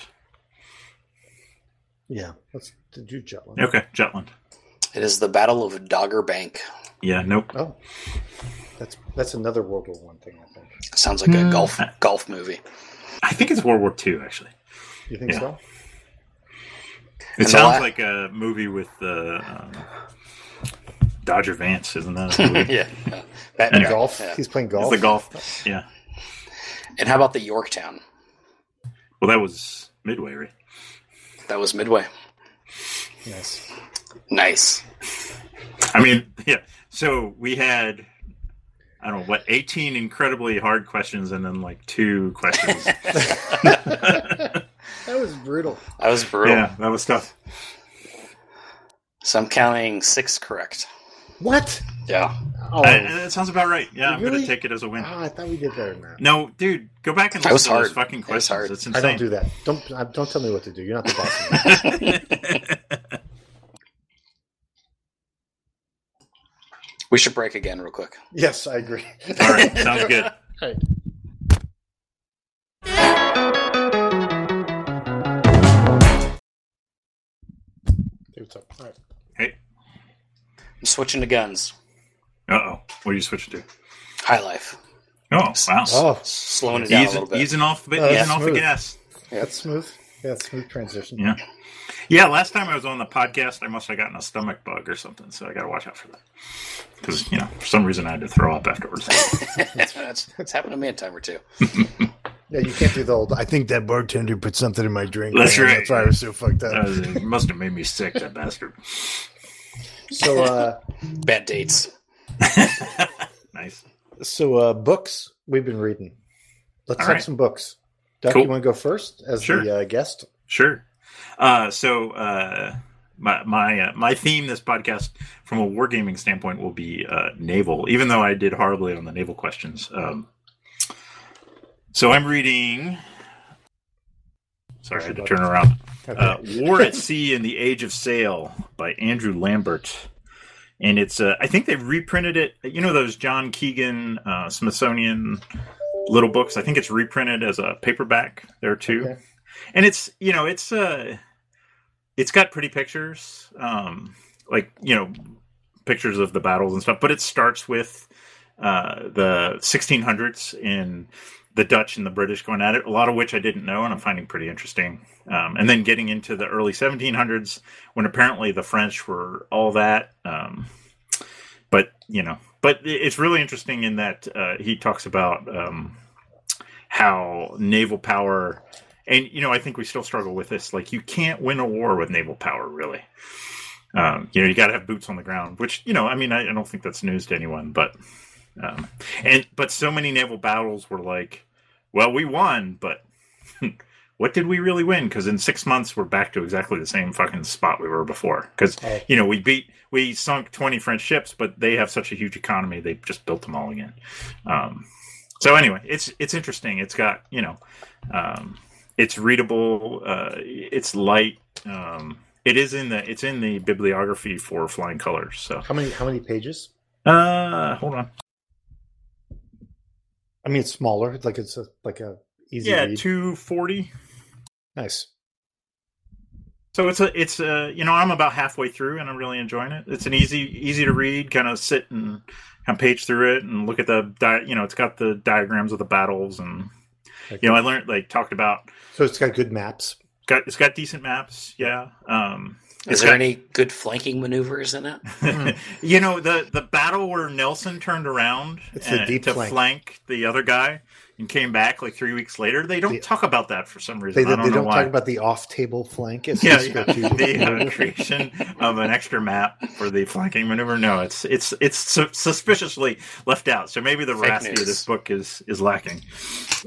Speaker 1: Yeah, let's do Jutland.
Speaker 2: Okay, Jutland.
Speaker 3: It is the Battle of Dogger Bank.
Speaker 2: Yeah. Nope.
Speaker 1: Oh, that's that's another World War One thing. I think.
Speaker 3: Sounds like a
Speaker 2: Hmm.
Speaker 3: golf golf movie.
Speaker 2: I think it's World War II, actually.
Speaker 1: You think
Speaker 2: Yeah.
Speaker 1: so?
Speaker 2: It
Speaker 3: And the
Speaker 2: sounds
Speaker 3: la-
Speaker 2: like a movie with uh, um, Dodger Vance, isn't that? A movie?
Speaker 3: Yeah. yeah. That-
Speaker 2: Anyway.
Speaker 1: Golf.
Speaker 3: Yeah.
Speaker 1: He's playing
Speaker 2: It's
Speaker 1: golf.
Speaker 2: the golf. Yeah.
Speaker 3: And how about the Yorktown?
Speaker 2: Well, that was Midway, right?
Speaker 3: That was Midway.
Speaker 1: Nice.
Speaker 3: Nice.
Speaker 2: I mean, yeah. So we had, I don't know, what, 18 incredibly hard questions and then like two questions.
Speaker 1: That was brutal.
Speaker 3: That was brutal.
Speaker 2: yeah, that was tough.
Speaker 3: So I'm counting six correct.
Speaker 1: What?
Speaker 3: Yeah.
Speaker 1: Oh,
Speaker 2: I- I- that sounds about right. Yeah, I'm going
Speaker 1: Really?
Speaker 2: to take it as a win.
Speaker 1: ah, I thought we did better than that.
Speaker 2: No, dude, go back and
Speaker 3: That
Speaker 2: listen
Speaker 3: was
Speaker 2: to those
Speaker 3: hard.
Speaker 2: fucking
Speaker 3: That was
Speaker 2: questions.
Speaker 3: hard.
Speaker 2: It's
Speaker 1: I
Speaker 2: insane.
Speaker 1: don't do that. Don't uh, don't tell me what to do. You're not the boss. man.
Speaker 3: We should break again real quick.
Speaker 1: yes, I agree.
Speaker 2: All right, sounds good.
Speaker 1: Dude, it's up. All right.
Speaker 2: Hey.
Speaker 3: I'm switching to guns.
Speaker 2: Uh oh. What are you switching to?
Speaker 3: High life.
Speaker 2: Oh, wow.
Speaker 1: Oh,
Speaker 3: Slowing it down a
Speaker 2: easing,
Speaker 3: little bit.
Speaker 2: easing off, the
Speaker 1: Oh,
Speaker 2: easing
Speaker 1: that's
Speaker 2: off the
Speaker 1: smooth.
Speaker 2: gas.
Speaker 1: that's smooth. Yeah, smooth transition.
Speaker 2: Yeah. Yeah, last time I was on the podcast, I must have gotten a stomach bug or something, so I got to watch out for that. Because you know, for some reason, I had to throw up afterwards.
Speaker 3: that's, that's happened to me a time or two.
Speaker 1: Yeah, you can't do the old.
Speaker 6: I think that bartender put something in my drink.
Speaker 2: That's
Speaker 6: man.
Speaker 2: right.
Speaker 6: That's why I was so fucked up.
Speaker 2: That was- it must have made me sick, that bastard.
Speaker 1: So, uh,
Speaker 3: Bad dates.
Speaker 2: nice.
Speaker 1: so uh, books we've been reading. Let's
Speaker 2: All
Speaker 1: have
Speaker 2: right.
Speaker 1: some books. Doc,
Speaker 2: Cool.
Speaker 1: you want to go first as
Speaker 2: Sure.
Speaker 1: the uh, guest?
Speaker 2: Sure. Uh, so uh, my my uh, my theme this podcast from a wargaming standpoint will be uh, naval, even though I did horribly on the naval questions. Um, so I'm reading. Sorry, I had to turn around. Uh, War at Sea and the Age of Sail by Andrew Lambert. And it's, uh, I think they reprinted it. You know, those John Keegan uh, Smithsonian little books? I think it's reprinted as a paperback there too.
Speaker 1: Okay.
Speaker 2: And it's, you know, it's, uh, it's got pretty pictures, um, like, you know, pictures of the battles and stuff, but it starts with uh, the 1600s in the Dutch and the British going at it, a lot of which I didn't know, and I'm finding pretty interesting um, and then getting into the early 1700s when apparently the French were all that. Um, but you know, but i- it's really interesting in that uh, he talks about um, how naval power, and you know, I think we still struggle with this. Like, you can't win a war with naval power, really. Um, you know, you got to have boots on the ground, which you know, I mean, I, I don't think that's news to anyone, but um, and but so many naval battles were like, well, we won, but what did we really win? Because in six months, we're back to exactly the same fucking spot we were before. Because
Speaker 1: Right.
Speaker 2: you know, we beat, we sunk twenty French ships, but they have such a huge economy, they just built them all again. Um, so anyway, it's it's interesting. It's got you know, um, it's readable. Uh, it's light. Um, it is in the it's in the bibliography for Flying Colors. So
Speaker 1: How many? How many pages?
Speaker 2: uh, hold on.
Speaker 1: I mean, it's smaller. It's Like it's a, like a easy
Speaker 2: yeah,
Speaker 1: read.
Speaker 2: two forty.
Speaker 1: nice.
Speaker 2: So it's a it's a you know I'm about halfway through and I'm really enjoying it. It's an easy easy to read, kind of sit and kind of page through it and look at the di- you know it's got the diagrams of the battles and you know I learned like talked about
Speaker 1: So it's got good maps.
Speaker 2: got it's got decent maps, yeah. Um,
Speaker 3: Is
Speaker 2: It's
Speaker 3: there
Speaker 2: got-
Speaker 3: any good flanking maneuvers in it?
Speaker 1: Hmm.
Speaker 2: you know the the battle where Nelson turned around
Speaker 1: It's the
Speaker 2: uh,
Speaker 1: deep
Speaker 2: to
Speaker 1: flank.
Speaker 2: the other guy and came back like three weeks later. They don't
Speaker 1: The-
Speaker 2: talk about that for some
Speaker 1: They
Speaker 2: reason. I
Speaker 1: they
Speaker 2: don't
Speaker 1: don't,
Speaker 2: know why.
Speaker 1: talk about the off table flank. It's
Speaker 2: yeah,
Speaker 1: just
Speaker 2: yeah.
Speaker 1: got you-
Speaker 2: the uh, creation of an extra map for the flanking maneuver. No, it's it's it's su- suspiciously left out. So maybe the
Speaker 3: Fake
Speaker 2: veracity of
Speaker 3: news.
Speaker 2: this book is is lacking.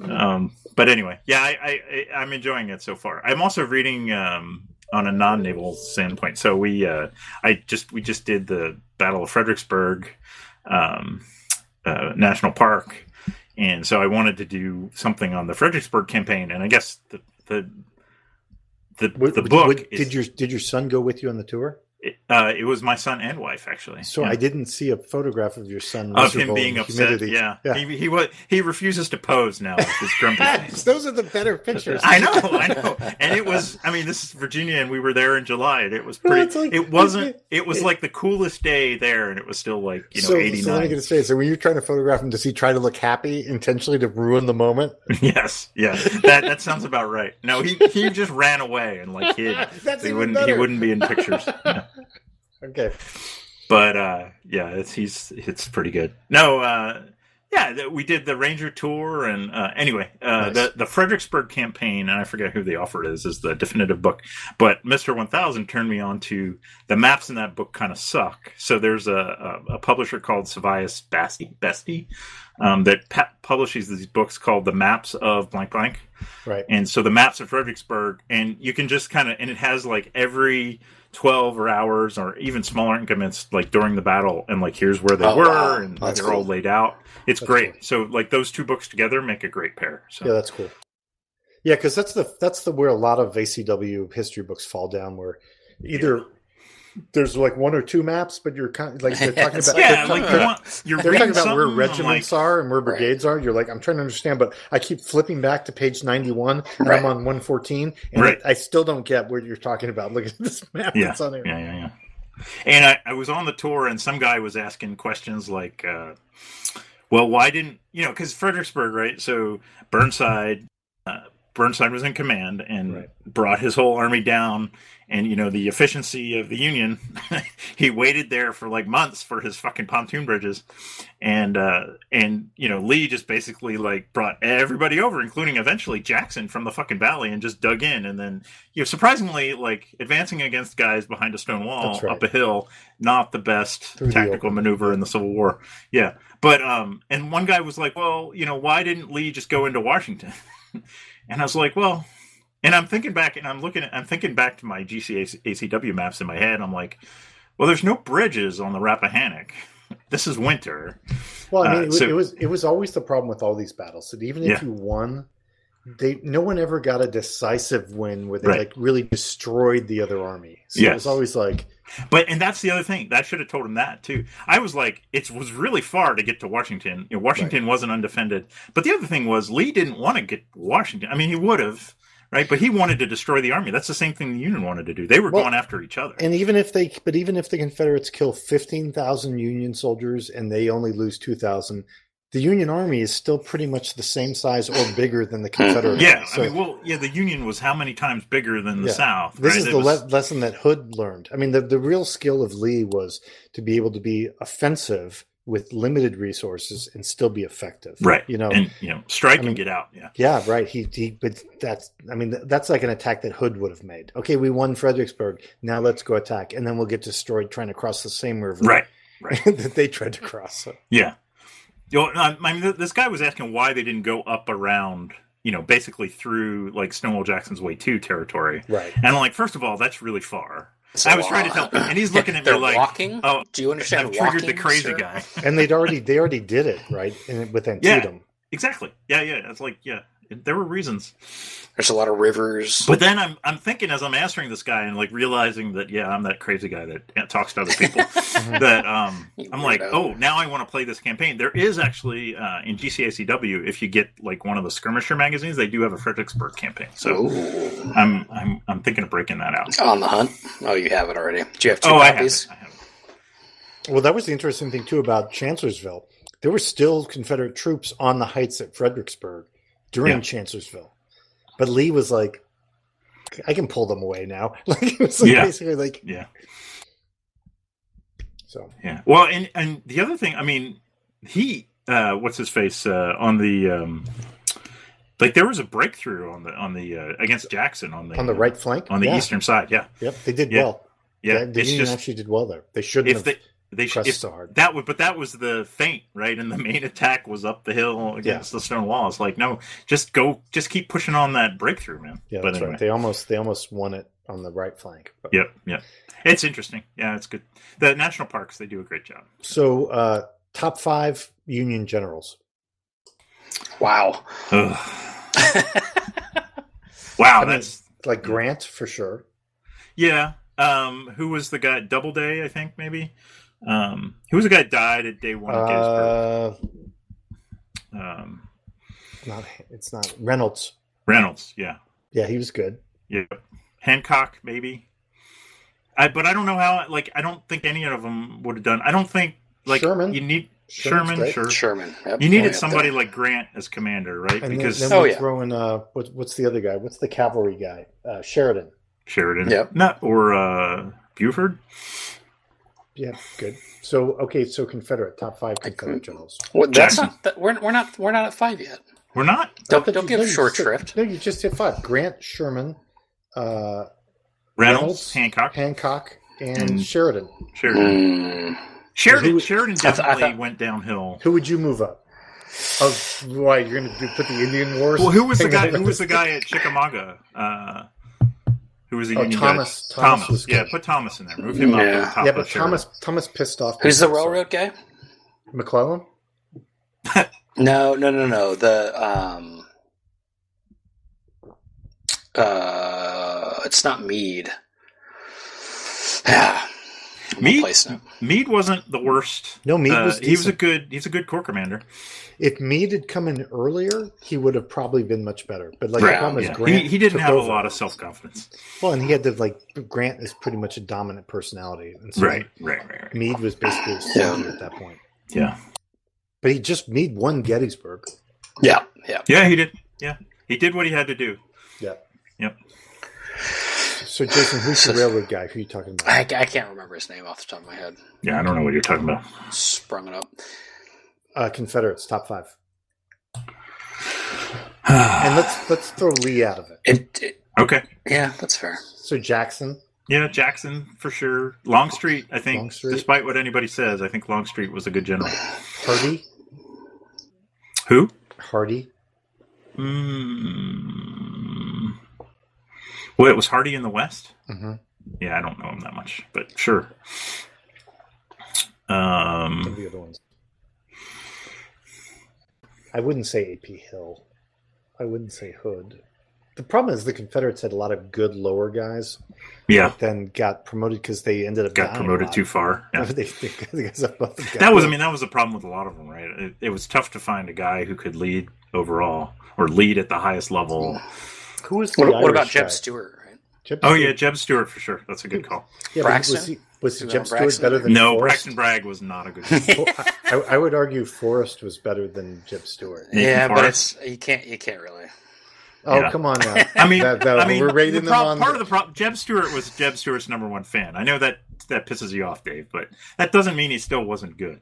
Speaker 2: Um, but anyway, yeah, I, I, I I'm enjoying it so far. I'm also reading um, on a non-naval standpoint. So we uh, I just we just did the Battle of Fredericksburg um, uh, National Park. And so I wanted to do something on the Fredericksburg campaign, and I guess the the the,
Speaker 1: Would-
Speaker 2: the
Speaker 1: would-
Speaker 2: book
Speaker 1: would-
Speaker 2: is-
Speaker 1: did your did your son go with you on the tour?
Speaker 2: it, uh, it was my son and wife actually.
Speaker 1: So
Speaker 2: Yeah.
Speaker 1: I didn't see a photograph of your son
Speaker 2: of him
Speaker 1: miserable
Speaker 2: being
Speaker 1: in
Speaker 2: upset.
Speaker 1: humidity.
Speaker 2: Yeah.
Speaker 1: Yeah.
Speaker 2: he he was he refuses to pose now with his grumpy face.
Speaker 1: Those are the better pictures.
Speaker 2: I know, I know, and it was. I mean, this is Virginia, and we were there in July, and it was pretty.
Speaker 1: it's like-
Speaker 2: it wasn't. It was like the coolest day there, and it was still like you know
Speaker 1: so,
Speaker 2: eighty
Speaker 1: so let me
Speaker 2: nine.
Speaker 1: get this straight. So when you're trying to photograph him, does he try to look happy intentionally to ruin the moment?
Speaker 2: yes, yeah, that that sounds about right. No, he he just ran away and like hid.
Speaker 1: That's
Speaker 2: He
Speaker 1: even
Speaker 2: wouldn't.
Speaker 1: better.
Speaker 2: He wouldn't be in pictures. Yeah.
Speaker 1: Okay.
Speaker 2: but uh yeah it's he's it's pretty good no uh yeah th- we did the ranger tour and uh anyway uh
Speaker 1: Nice.
Speaker 2: the the fredericksburg campaign and i forget who the author is is the definitive book but mr 1000 turned me on to the maps in that book kind of suck so there's a a, a publisher called Savias Basti Besti um, that pa- publishes these books called the maps of blank blank
Speaker 1: Right.
Speaker 2: and so the maps of Fredericksburg, and you can just kind of, and it has like every 12 or hours or even smaller increments, like during the battle, and like here's where they
Speaker 3: Oh,
Speaker 2: were,
Speaker 3: wow.
Speaker 2: and
Speaker 3: That's
Speaker 2: they're
Speaker 3: cool.
Speaker 2: all laid out. It's
Speaker 1: That's
Speaker 2: great.
Speaker 1: cool.
Speaker 2: So, like, those two books together make a great pair. So,
Speaker 1: Yeah, that's cool. Yeah, because that's the that's the where a lot of ACW history books fall down, where either there's like one or two maps, but you're kind like they're talking about
Speaker 2: Yeah,
Speaker 1: they're talking
Speaker 2: like,
Speaker 1: about-
Speaker 2: you want, you're
Speaker 1: they're talking
Speaker 2: reading
Speaker 1: about where
Speaker 2: something, I'm
Speaker 1: regiments
Speaker 2: like,
Speaker 1: are and where
Speaker 3: Right.
Speaker 1: brigades are. You're like, I'm trying to understand, but I keep flipping back to page 91 and
Speaker 3: Right.
Speaker 1: I'm on 114, and
Speaker 2: Right.
Speaker 1: I, I still don't get what you're talking about. Look at this map
Speaker 2: Yeah.
Speaker 1: that's on here.
Speaker 2: Yeah, yeah, yeah. And I, I was on the tour, and some guy was asking questions like, uh, "Well, why didn't you know?" Because Fredericksburg, right? So Burnside, uh, Burnside was in command and
Speaker 1: Right.
Speaker 2: brought his whole army down. And you know the efficiency of the Union. he waited there for like months for his fucking pontoon bridges, and uh, and you know Lee just basically like brought everybody over, including eventually Jackson from the fucking valley, and just dug in. And then you know, surprisingly, like advancing against guys behind a stone wall
Speaker 1: That's right.
Speaker 2: up a hill, not the best
Speaker 1: Through the
Speaker 2: tactical maneuver in the Civil War. Yeah, but um, and one guy was like, "Well, you know, why didn't Lee just go into Washington?" and I was like, "Well," and I'm thinking back, and I'm looking, at, I'm thinking back to my GCA ACW maps in my head. I'm like, "Well, there's no bridges on the Rappahannock. This is winter."
Speaker 1: Well, I
Speaker 2: Uh,
Speaker 1: mean, it, was,
Speaker 2: so-
Speaker 1: it was it was always the problem with all these battles that even if
Speaker 2: Yeah.
Speaker 1: you won, they no one ever got a decisive win where they
Speaker 2: Right.
Speaker 1: like really destroyed the other army. So it
Speaker 2: Yes.
Speaker 1: was always like,
Speaker 2: But and that's the other thing. That should have told him that too. I was like, it was really far to get to Washington. You know, Washington wasn't undefended. But the other thing was Lee didn't want to get to Washington. I mean, he would have, right? But he wanted to destroy the army. That's the same thing the Union wanted to do. They were
Speaker 1: Well,
Speaker 2: going after each other.
Speaker 1: and even if they, but even if the Confederates kill fifteen thousand Union soldiers and they only lose two thousand, the Union army is still pretty much the same size or bigger than the Confederate.
Speaker 2: yeah,
Speaker 1: army. So-
Speaker 2: I mean, well, yeah, the Union was how many times bigger than the
Speaker 1: Yeah.
Speaker 2: South?
Speaker 1: This
Speaker 2: right?
Speaker 1: is
Speaker 2: It
Speaker 1: the
Speaker 2: was-
Speaker 1: le- lesson that Hood learned. I mean, the, the real skill of Lee was to be able to be offensive with limited resources and still be effective.
Speaker 2: right.
Speaker 1: You know,
Speaker 2: and you know, strike
Speaker 1: I mean-
Speaker 2: and get out. Yeah,
Speaker 1: yeah, right. He, he, but that's, I mean, th- that's like an attack that Hood would have made. Okay, we won Fredericksburg. Now let's go attack. And then we'll get destroyed trying to cross the same river
Speaker 2: right.
Speaker 1: that they tried to cross. So,
Speaker 2: Yeah. You know, I I mean, th- this guy was asking why they didn't go up around, you know, basically through like Stonewall Jackson's Way 2 territory.
Speaker 1: right.
Speaker 2: And I'm like, first of all, that's really far.
Speaker 3: It's
Speaker 2: I
Speaker 3: a
Speaker 2: was trying to
Speaker 3: lot.
Speaker 2: tell him, and he's looking at me
Speaker 3: They're
Speaker 2: like,
Speaker 3: walking.
Speaker 2: oh,
Speaker 3: Do you understand?
Speaker 2: I've triggered the
Speaker 3: walking,
Speaker 2: crazy
Speaker 3: sir?
Speaker 2: guy.
Speaker 1: And they'd already, they already did it, right? And with Antietam.
Speaker 2: exactly. Yeah, yeah. It's like, yeah, it- there were reasons.
Speaker 3: There's a lot of rivers.
Speaker 2: But then I'm I'm thinking as I'm answering this guy and like realizing that yeah, I'm that crazy guy that talks to other people. that um,
Speaker 3: You
Speaker 2: I'm like,
Speaker 3: weirdo.
Speaker 2: oh, now I want to play this campaign. There is actually uh, in GCACW, if you get like one of the skirmisher magazines, they do have a Fredericksburg campaign. So
Speaker 3: Ooh.
Speaker 2: I'm I'm I'm thinking of breaking that out.
Speaker 3: on the hunt. Oh, you have it already. Do you have two
Speaker 2: Oh, I have,
Speaker 3: copies?
Speaker 2: it, I have. it.
Speaker 1: Well, that was the interesting thing too about Chancellorsville. There were still Confederate troops on the heights at Fredericksburg during
Speaker 2: Yeah.
Speaker 1: Chancellorsville, but Lee was like, "I can pull them away now." Like it was like
Speaker 2: Yeah.
Speaker 1: basically like
Speaker 2: Yeah.
Speaker 1: So
Speaker 2: Yeah. Well, and and the other thing, I mean, he uh what's his face uh on the um like there was a breakthrough on the on the uh, against Jackson on the
Speaker 1: on the right flank,
Speaker 2: on the
Speaker 1: yeah,
Speaker 2: eastern side. Yeah.
Speaker 1: yep, they did
Speaker 2: Yeah.
Speaker 1: well.
Speaker 2: Yeah.
Speaker 1: the, the
Speaker 2: it's
Speaker 1: Union
Speaker 2: just
Speaker 1: actually did well there. They shouldn't
Speaker 2: if
Speaker 1: have
Speaker 2: they they should
Speaker 1: pressed
Speaker 2: if
Speaker 1: so hard.
Speaker 2: that would but that was the feint, right? And the main attack was up the hill against the stone wall. It's like, no, just go just keep pushing on that breakthrough, man.
Speaker 1: Yeah,
Speaker 2: but
Speaker 1: that's right. They almost they almost won it on the right flank. But-
Speaker 2: Yep, yep. It's interesting. Yeah, it's good. The national parks, they do a great job.
Speaker 1: So uh, top five Union generals.
Speaker 3: Wow.
Speaker 2: Ugh. wow,
Speaker 1: I mean-
Speaker 2: that's
Speaker 1: Like Grant for sure.
Speaker 2: Yeah. Um, who was the guy? Doubleday, I think maybe. Um, who was the guy that died at day one of Gettysburg?
Speaker 1: Uh,
Speaker 2: Um,
Speaker 1: not it's not Reynolds.
Speaker 2: Reynolds. Yeah.
Speaker 1: Yeah, he was good.
Speaker 2: Yeah. Hancock, maybe. I but I don't know how. Like I don't think any of them would have done. I don't think like
Speaker 1: Sherman.
Speaker 2: you need
Speaker 1: Sherman's
Speaker 2: Sherman.
Speaker 1: great.
Speaker 2: Sure.
Speaker 3: Sherman. Yep, Oh,
Speaker 2: You
Speaker 3: right
Speaker 2: needed
Speaker 3: up
Speaker 2: somebody
Speaker 3: there.
Speaker 2: like Grant as commander, right?
Speaker 1: And
Speaker 2: because
Speaker 1: then, then
Speaker 3: Oh,
Speaker 1: we
Speaker 3: yeah.
Speaker 1: throw in uh, what, what's the other guy? What's the cavalry guy? Uh, Sheridan.
Speaker 2: Sheridan.
Speaker 3: Yep.
Speaker 2: Not or uh, Buford.
Speaker 1: Yeah, good. So okay, so Confederate top five Confederate generals.
Speaker 3: Well, that's
Speaker 2: Jackson.
Speaker 3: not. That, we're, we're not. We're not at five yet.
Speaker 2: We're not.
Speaker 3: Don't,
Speaker 1: That
Speaker 3: don't
Speaker 1: you-
Speaker 3: give
Speaker 1: no, you
Speaker 3: short
Speaker 1: just said-
Speaker 3: shrift.
Speaker 1: No, you just hit five: Grant, Sherman, uh,
Speaker 2: Reynolds,
Speaker 1: Reynolds,
Speaker 2: Hancock,
Speaker 1: Hancock, and,
Speaker 2: And-
Speaker 1: Sheridan.
Speaker 2: Sheridan.
Speaker 3: Hmm.
Speaker 2: Sheridan,
Speaker 1: Who-
Speaker 2: Sheridan
Speaker 3: I th- I
Speaker 2: definitely
Speaker 3: thought-
Speaker 2: went downhill.
Speaker 1: Who would you move up? Of why you're going to do, put the Indian Wars?
Speaker 2: Well, who was the
Speaker 1: thing
Speaker 2: guy?
Speaker 1: in?
Speaker 2: Who was the guy at Chickamauga? Uh, who was the
Speaker 1: Oh,
Speaker 2: union
Speaker 1: Thomas.
Speaker 2: guy?
Speaker 1: Thomas was
Speaker 2: yeah,
Speaker 1: good.
Speaker 2: put Thomas in there. Move him up.
Speaker 3: Yeah.
Speaker 2: to the top
Speaker 1: Yeah,
Speaker 2: of
Speaker 1: but
Speaker 2: Sheridan.
Speaker 1: Thomas Thomas pissed off.
Speaker 3: Who's the
Speaker 1: Confederates, so-
Speaker 3: railroad guy?
Speaker 1: McClellan.
Speaker 3: No, no, no, no. The um, uh, it's not Meade. Yeah,
Speaker 2: Mead-
Speaker 3: one place now.
Speaker 2: Mead wasn't the worst.
Speaker 1: No, Mead
Speaker 2: uh,
Speaker 1: was
Speaker 2: he was a
Speaker 1: decent.
Speaker 2: good he's a good corps commander.
Speaker 1: If Mead had come in earlier, he would have probably been much better. But like the
Speaker 3: Right,
Speaker 1: problem is
Speaker 2: Yeah.
Speaker 1: Grant
Speaker 2: he, he didn't
Speaker 1: took
Speaker 2: have
Speaker 1: over.
Speaker 2: a lot of self confidence.
Speaker 1: Well, and he had to like Grant is pretty much a dominant personality, and so
Speaker 2: Right, right, right, right.
Speaker 1: Meade was basically a
Speaker 3: Yeah.
Speaker 1: soldier at that point.
Speaker 2: Yeah,
Speaker 1: But he just Meade won Gettysburg.
Speaker 3: Yeah, yeah.
Speaker 2: yeah, he did. Yeah, he did what he had to do.
Speaker 1: So Jason, who's the railroad guy? Who are you talking
Speaker 3: I,
Speaker 1: about?
Speaker 3: I can't remember his name off the top of my head.
Speaker 2: Yeah, I don't know what you're talking about.
Speaker 3: Sprung it up.
Speaker 1: Uh, Confederates, top five. And let's let's throw Lee out of it.
Speaker 3: It, it-
Speaker 2: okay.
Speaker 3: yeah, that's fair.
Speaker 1: So Jackson,
Speaker 2: Yeah, Jackson for sure. Longstreet, I think,
Speaker 1: Longstreet.
Speaker 2: despite what anybody says, I think Longstreet was a good general.
Speaker 1: Hardy,
Speaker 2: Who?
Speaker 1: Hardy.
Speaker 2: Mm. Wait, was Hardy in the West?
Speaker 1: Mhm.
Speaker 2: Yeah, I don't know him that much, but sure.
Speaker 1: What are
Speaker 2: Um,
Speaker 1: the other ones? I wouldn't say AP Hill. I wouldn't say Hood. The problem is the Confederates had a lot of good lower guys,
Speaker 2: yeah,
Speaker 1: then got promoted because they ended up
Speaker 2: got
Speaker 1: dying a
Speaker 2: promoted
Speaker 1: lot.
Speaker 2: too far. Yeah.
Speaker 1: They- they got the guys above the guy.
Speaker 2: That was, I mean, that was a problem with a lot of them, right? It, it was tough to find a guy who could lead overall or lead at the highest level.
Speaker 1: who was the
Speaker 3: What, what about
Speaker 1: Irish
Speaker 3: Jeb
Speaker 1: guy?
Speaker 3: Stewart? Right?
Speaker 1: Jeb
Speaker 2: Oh
Speaker 1: Stuart.
Speaker 2: yeah, Jeb Stewart for sure. That's a good call.
Speaker 1: Yeah, but
Speaker 3: Braxton?
Speaker 1: Was he, was he
Speaker 3: Remember
Speaker 1: Jeb Stewart
Speaker 3: Braxton?
Speaker 1: better than
Speaker 2: No,
Speaker 1: Forrest?
Speaker 2: Braxton Bragg was not a good. general.
Speaker 1: I, I would argue Forrest was better than Jeb Stewart.
Speaker 2: Nathan
Speaker 3: yeah, but
Speaker 2: Forrest?
Speaker 3: it's you can't you can't really.
Speaker 1: Oh,
Speaker 2: Yeah.
Speaker 1: come on now.
Speaker 2: I mean,
Speaker 1: That- that-
Speaker 2: I mean,
Speaker 1: we're rating
Speaker 2: the prob-
Speaker 1: them on
Speaker 2: part of the problem. Jeb Stewart was Jeb Stewart's number one fan. I know that that pisses you off, Dave, but that doesn't mean he still wasn't good.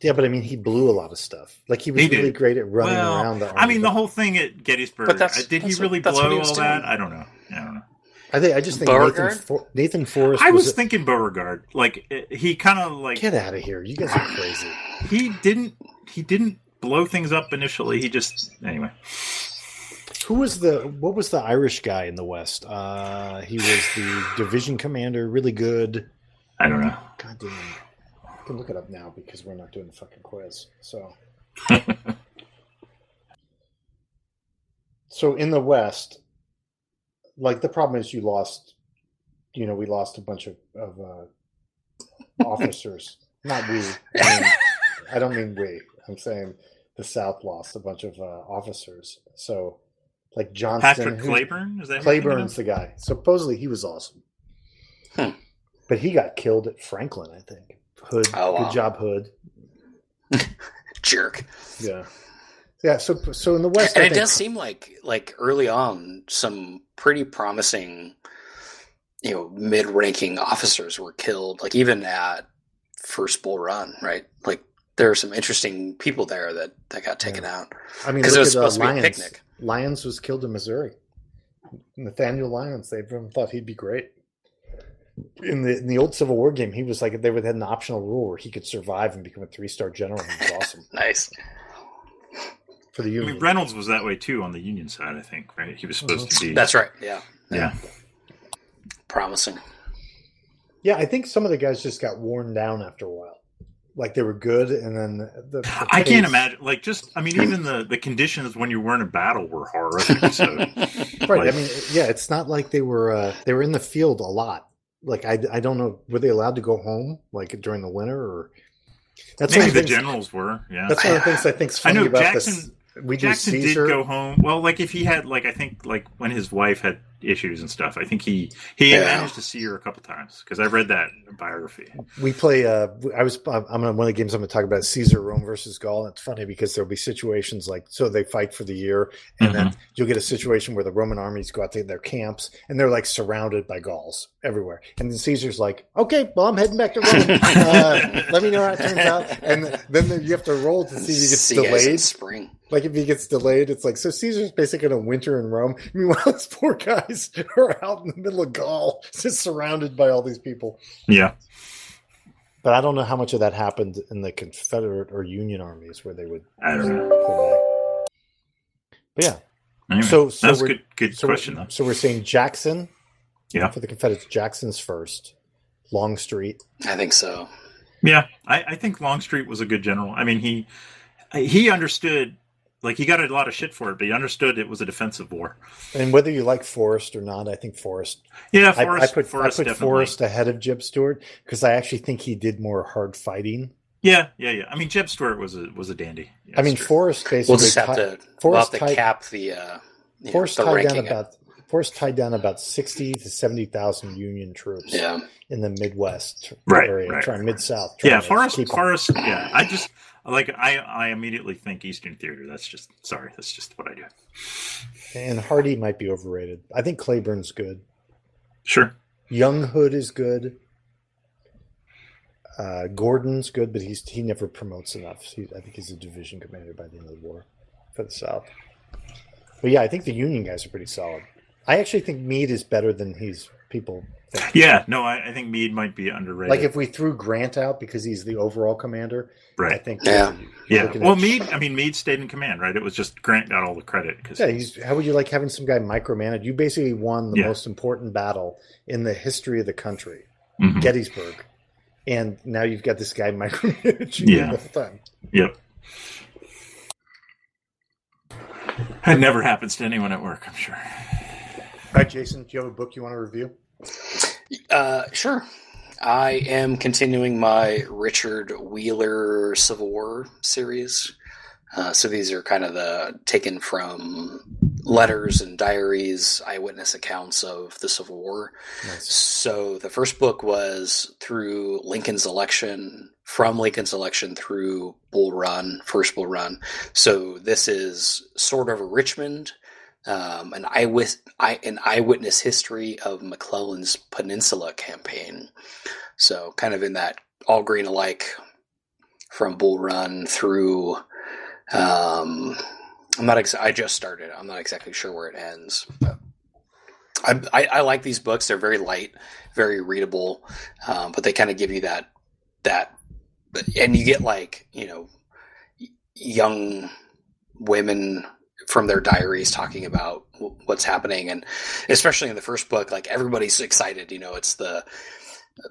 Speaker 1: yeah, but I mean, he blew a lot of stuff. Like he was
Speaker 2: He did.
Speaker 1: really great at running
Speaker 2: Well,
Speaker 1: around the. Army,
Speaker 2: I mean, the
Speaker 1: but
Speaker 2: whole thing at Gettysburg. uh,
Speaker 3: But that's-
Speaker 2: did he
Speaker 3: that's what-
Speaker 2: really
Speaker 3: that's what he
Speaker 2: blow
Speaker 3: was
Speaker 2: all that?
Speaker 3: doing.
Speaker 2: I don't know. I don't know.
Speaker 1: I think I just think Nathan,
Speaker 3: Beauregard?
Speaker 1: For, Nathan Forrest.
Speaker 2: I was
Speaker 1: a-
Speaker 2: thinking Beauregard. Like eh, he kind of like
Speaker 1: Get out of here! You guys are crazy.
Speaker 2: he didn't he didn't blow things up initially. He just anyway.
Speaker 1: Who was the? What was the Irish guy in the West? Uh, he was the division commander. Really good.
Speaker 2: I don't know.
Speaker 1: God damn. I can look it up now because we're not doing the fucking quiz. So. so in the West, like the problem is you lost, you know, we lost a bunch of, of uh, officers. not we. I, mean, I don't mean we. I'm saying the South lost a bunch of uh, officers. So, like Johnston.
Speaker 2: Patrick
Speaker 1: who-
Speaker 2: Claiborne is that? who you're thinking
Speaker 1: Claiborne's the guy. Supposedly he was awesome.
Speaker 3: Hmm.
Speaker 1: But he got killed at Franklin, I think. Hood.
Speaker 3: Oh, wow.
Speaker 1: Good job, Hood.
Speaker 3: Jerk.
Speaker 1: Yeah. Yeah, so so in the West
Speaker 3: and
Speaker 1: I
Speaker 3: it
Speaker 1: think-
Speaker 3: does seem like like early on some pretty promising you know mid-ranking officers were killed like even at first bull run right like there are some interesting people there that that got taken out
Speaker 1: I mean,
Speaker 3: 'cause
Speaker 1: look
Speaker 3: it was
Speaker 1: at, uh,
Speaker 3: supposed to be a
Speaker 1: Lyons.
Speaker 3: picnic.
Speaker 1: Lyons was killed in Missouri. Nathaniel Lyons, they everyone thought he'd be great. In the in the old Civil War game, he was like they would had an optional rule where he could survive and become a three star general. He was awesome
Speaker 3: nice
Speaker 1: for the
Speaker 2: I
Speaker 1: Union.
Speaker 2: mean, Reynolds was that way too on the Union side. I think right. He was supposed to be.
Speaker 3: that's right yeah
Speaker 2: yeah.
Speaker 3: promising
Speaker 1: Yeah, I think some of the guys just got worn down after a while. Like they were good, and then the, the
Speaker 2: I can't
Speaker 1: pace-
Speaker 2: imagine. Like, just I mean, even the the conditions when you weren't in battle were horrific. So
Speaker 1: Right?
Speaker 2: like-
Speaker 1: I mean, yeah, it's not like they were uh, they were in the field a lot. Like I, I don't know, were they allowed to go home like during the winter or? That's one
Speaker 2: maybe
Speaker 1: of the
Speaker 2: the
Speaker 1: things,
Speaker 2: generals were. Yeah,
Speaker 1: That's one of the things I think's
Speaker 2: I
Speaker 1: funny
Speaker 2: know
Speaker 1: about
Speaker 2: Jackson.
Speaker 1: this. We do
Speaker 2: Jackson did
Speaker 1: Caesar.
Speaker 2: go home. Well, like if he had like I think like when his wife had issues and stuff, I think he he
Speaker 3: Yeah.
Speaker 2: managed to see her a couple times because I read that biography.
Speaker 1: we play uh i was i'm gonna one of the games i'm gonna talk about is caesar rome versus gaul and it's funny because there'll be situations like so they fight for the year and
Speaker 2: Mm-hmm.
Speaker 1: then you'll get a situation where the roman armies go out to their camps and they're like surrounded by gauls everywhere and then caesar's like okay well i'm heading back to rome uh, let me know how it turns out and then you have to roll to see if he gets
Speaker 3: See you guys in
Speaker 1: delayed
Speaker 3: spring
Speaker 1: like if he gets delayed it's like so caesar's basically gonna winter in rome meanwhile these poor guys are out in the middle of gaul just surrounded by all these people
Speaker 2: Mm-hmm. Yeah,
Speaker 1: but I don't know how much of that happened in the Confederate or Union armies where they would
Speaker 2: I don't know.
Speaker 1: pull
Speaker 2: Anyway,
Speaker 1: So- so
Speaker 2: that was a
Speaker 1: we're-
Speaker 2: good good
Speaker 1: back. So,
Speaker 2: question
Speaker 1: we're,
Speaker 2: though.
Speaker 1: so we're saying Jackson.
Speaker 2: Yeah.
Speaker 1: For the Confederates, Jackson's first. Longstreet.
Speaker 3: i think so
Speaker 2: Yeah, I, I think Longstreet was a good general. I mean, he he understood Like he got a lot of shit for it, but he understood it was a defensive war.
Speaker 1: And whether you like Forrest or not, I think Forrest.
Speaker 2: Yeah,
Speaker 1: I-
Speaker 2: Forrest.
Speaker 1: I, put
Speaker 2: Forrest
Speaker 1: I put
Speaker 2: definitely.
Speaker 1: Forrest ahead of Jeb Stewart because I actually think he did more hard fighting.
Speaker 2: Yeah, yeah, yeah. I mean, Jeb Stewart was a was a dandy. Yeah,
Speaker 1: I mean,
Speaker 2: sure.
Speaker 1: Forrest basically
Speaker 3: We'll just have
Speaker 1: ti-
Speaker 3: to, we'll have
Speaker 1: Forrest
Speaker 3: to
Speaker 1: tied-
Speaker 3: cap the uh, you know,
Speaker 1: Forrest
Speaker 3: the
Speaker 1: tied down
Speaker 3: ranking.
Speaker 1: about Forrest tied down about sixty to seventy thousand Union troops
Speaker 3: yeah,
Speaker 1: in the Midwest
Speaker 2: Right,
Speaker 1: area,
Speaker 2: right.
Speaker 1: trying mid South.
Speaker 2: yeah, Forrest. Forrest. Yeah, I just like I I immediately think Eastern Theater. That's just sorry. That's just what I do.
Speaker 1: and Hardy might be overrated. I think Claiborne's good.
Speaker 2: Sure.
Speaker 1: Young Hood is good. Uh, Gordon's good, but he's he never promotes enough. He, I think he's a division commander by the end of the war for the South. But yeah, I think the Union guys are pretty solid. I actually think Meade is better than he's people. Think.
Speaker 2: Yeah. No, I, I think Meade might be underrated.
Speaker 1: Like if we threw Grant out because he's the overall commander, I
Speaker 2: right.
Speaker 1: think
Speaker 3: Yeah.
Speaker 2: Yeah.
Speaker 1: looking at-
Speaker 2: Well, Meade. I mean, Meade stayed in command. Right. It was just Grant got all the credit because
Speaker 1: Yeah, he's, how would you like having some guy micromanage? You basically won the
Speaker 2: Yeah.
Speaker 1: most important battle in the history of the country,
Speaker 2: Mm-hmm. Hmm.
Speaker 1: Gettysburg, and now you've got this guy micromanaging you
Speaker 2: Yeah.
Speaker 1: the whole time.
Speaker 2: Yep. It never happens to anyone at work, I'm sure.
Speaker 1: All right, Jason, do you have a book you want to review?
Speaker 3: uh, sure. I am continuing my Richard Wheeler Civil War series. Uh, so these are kind of the taken from letters and diaries, eyewitness accounts of the Civil War. So the first book was through Lincoln's election, from Lincoln's election through Bull Run, first Bull Run. So this is sort of Richmond, um, an eyewitness, I, an eyewitness history of McClellan's Peninsula campaign. So kind of in that all green alike, from Bull Run through. Um, I'm not. Ex- I just started. I'm not exactly sure where it ends, but I, I, I like these books. They're very light, very readable, um, but they kind of give you that that, and you get like you know, y- young women from their diaries talking about w- what's happening, and especially in the first book, like everybody's excited. You know, it's the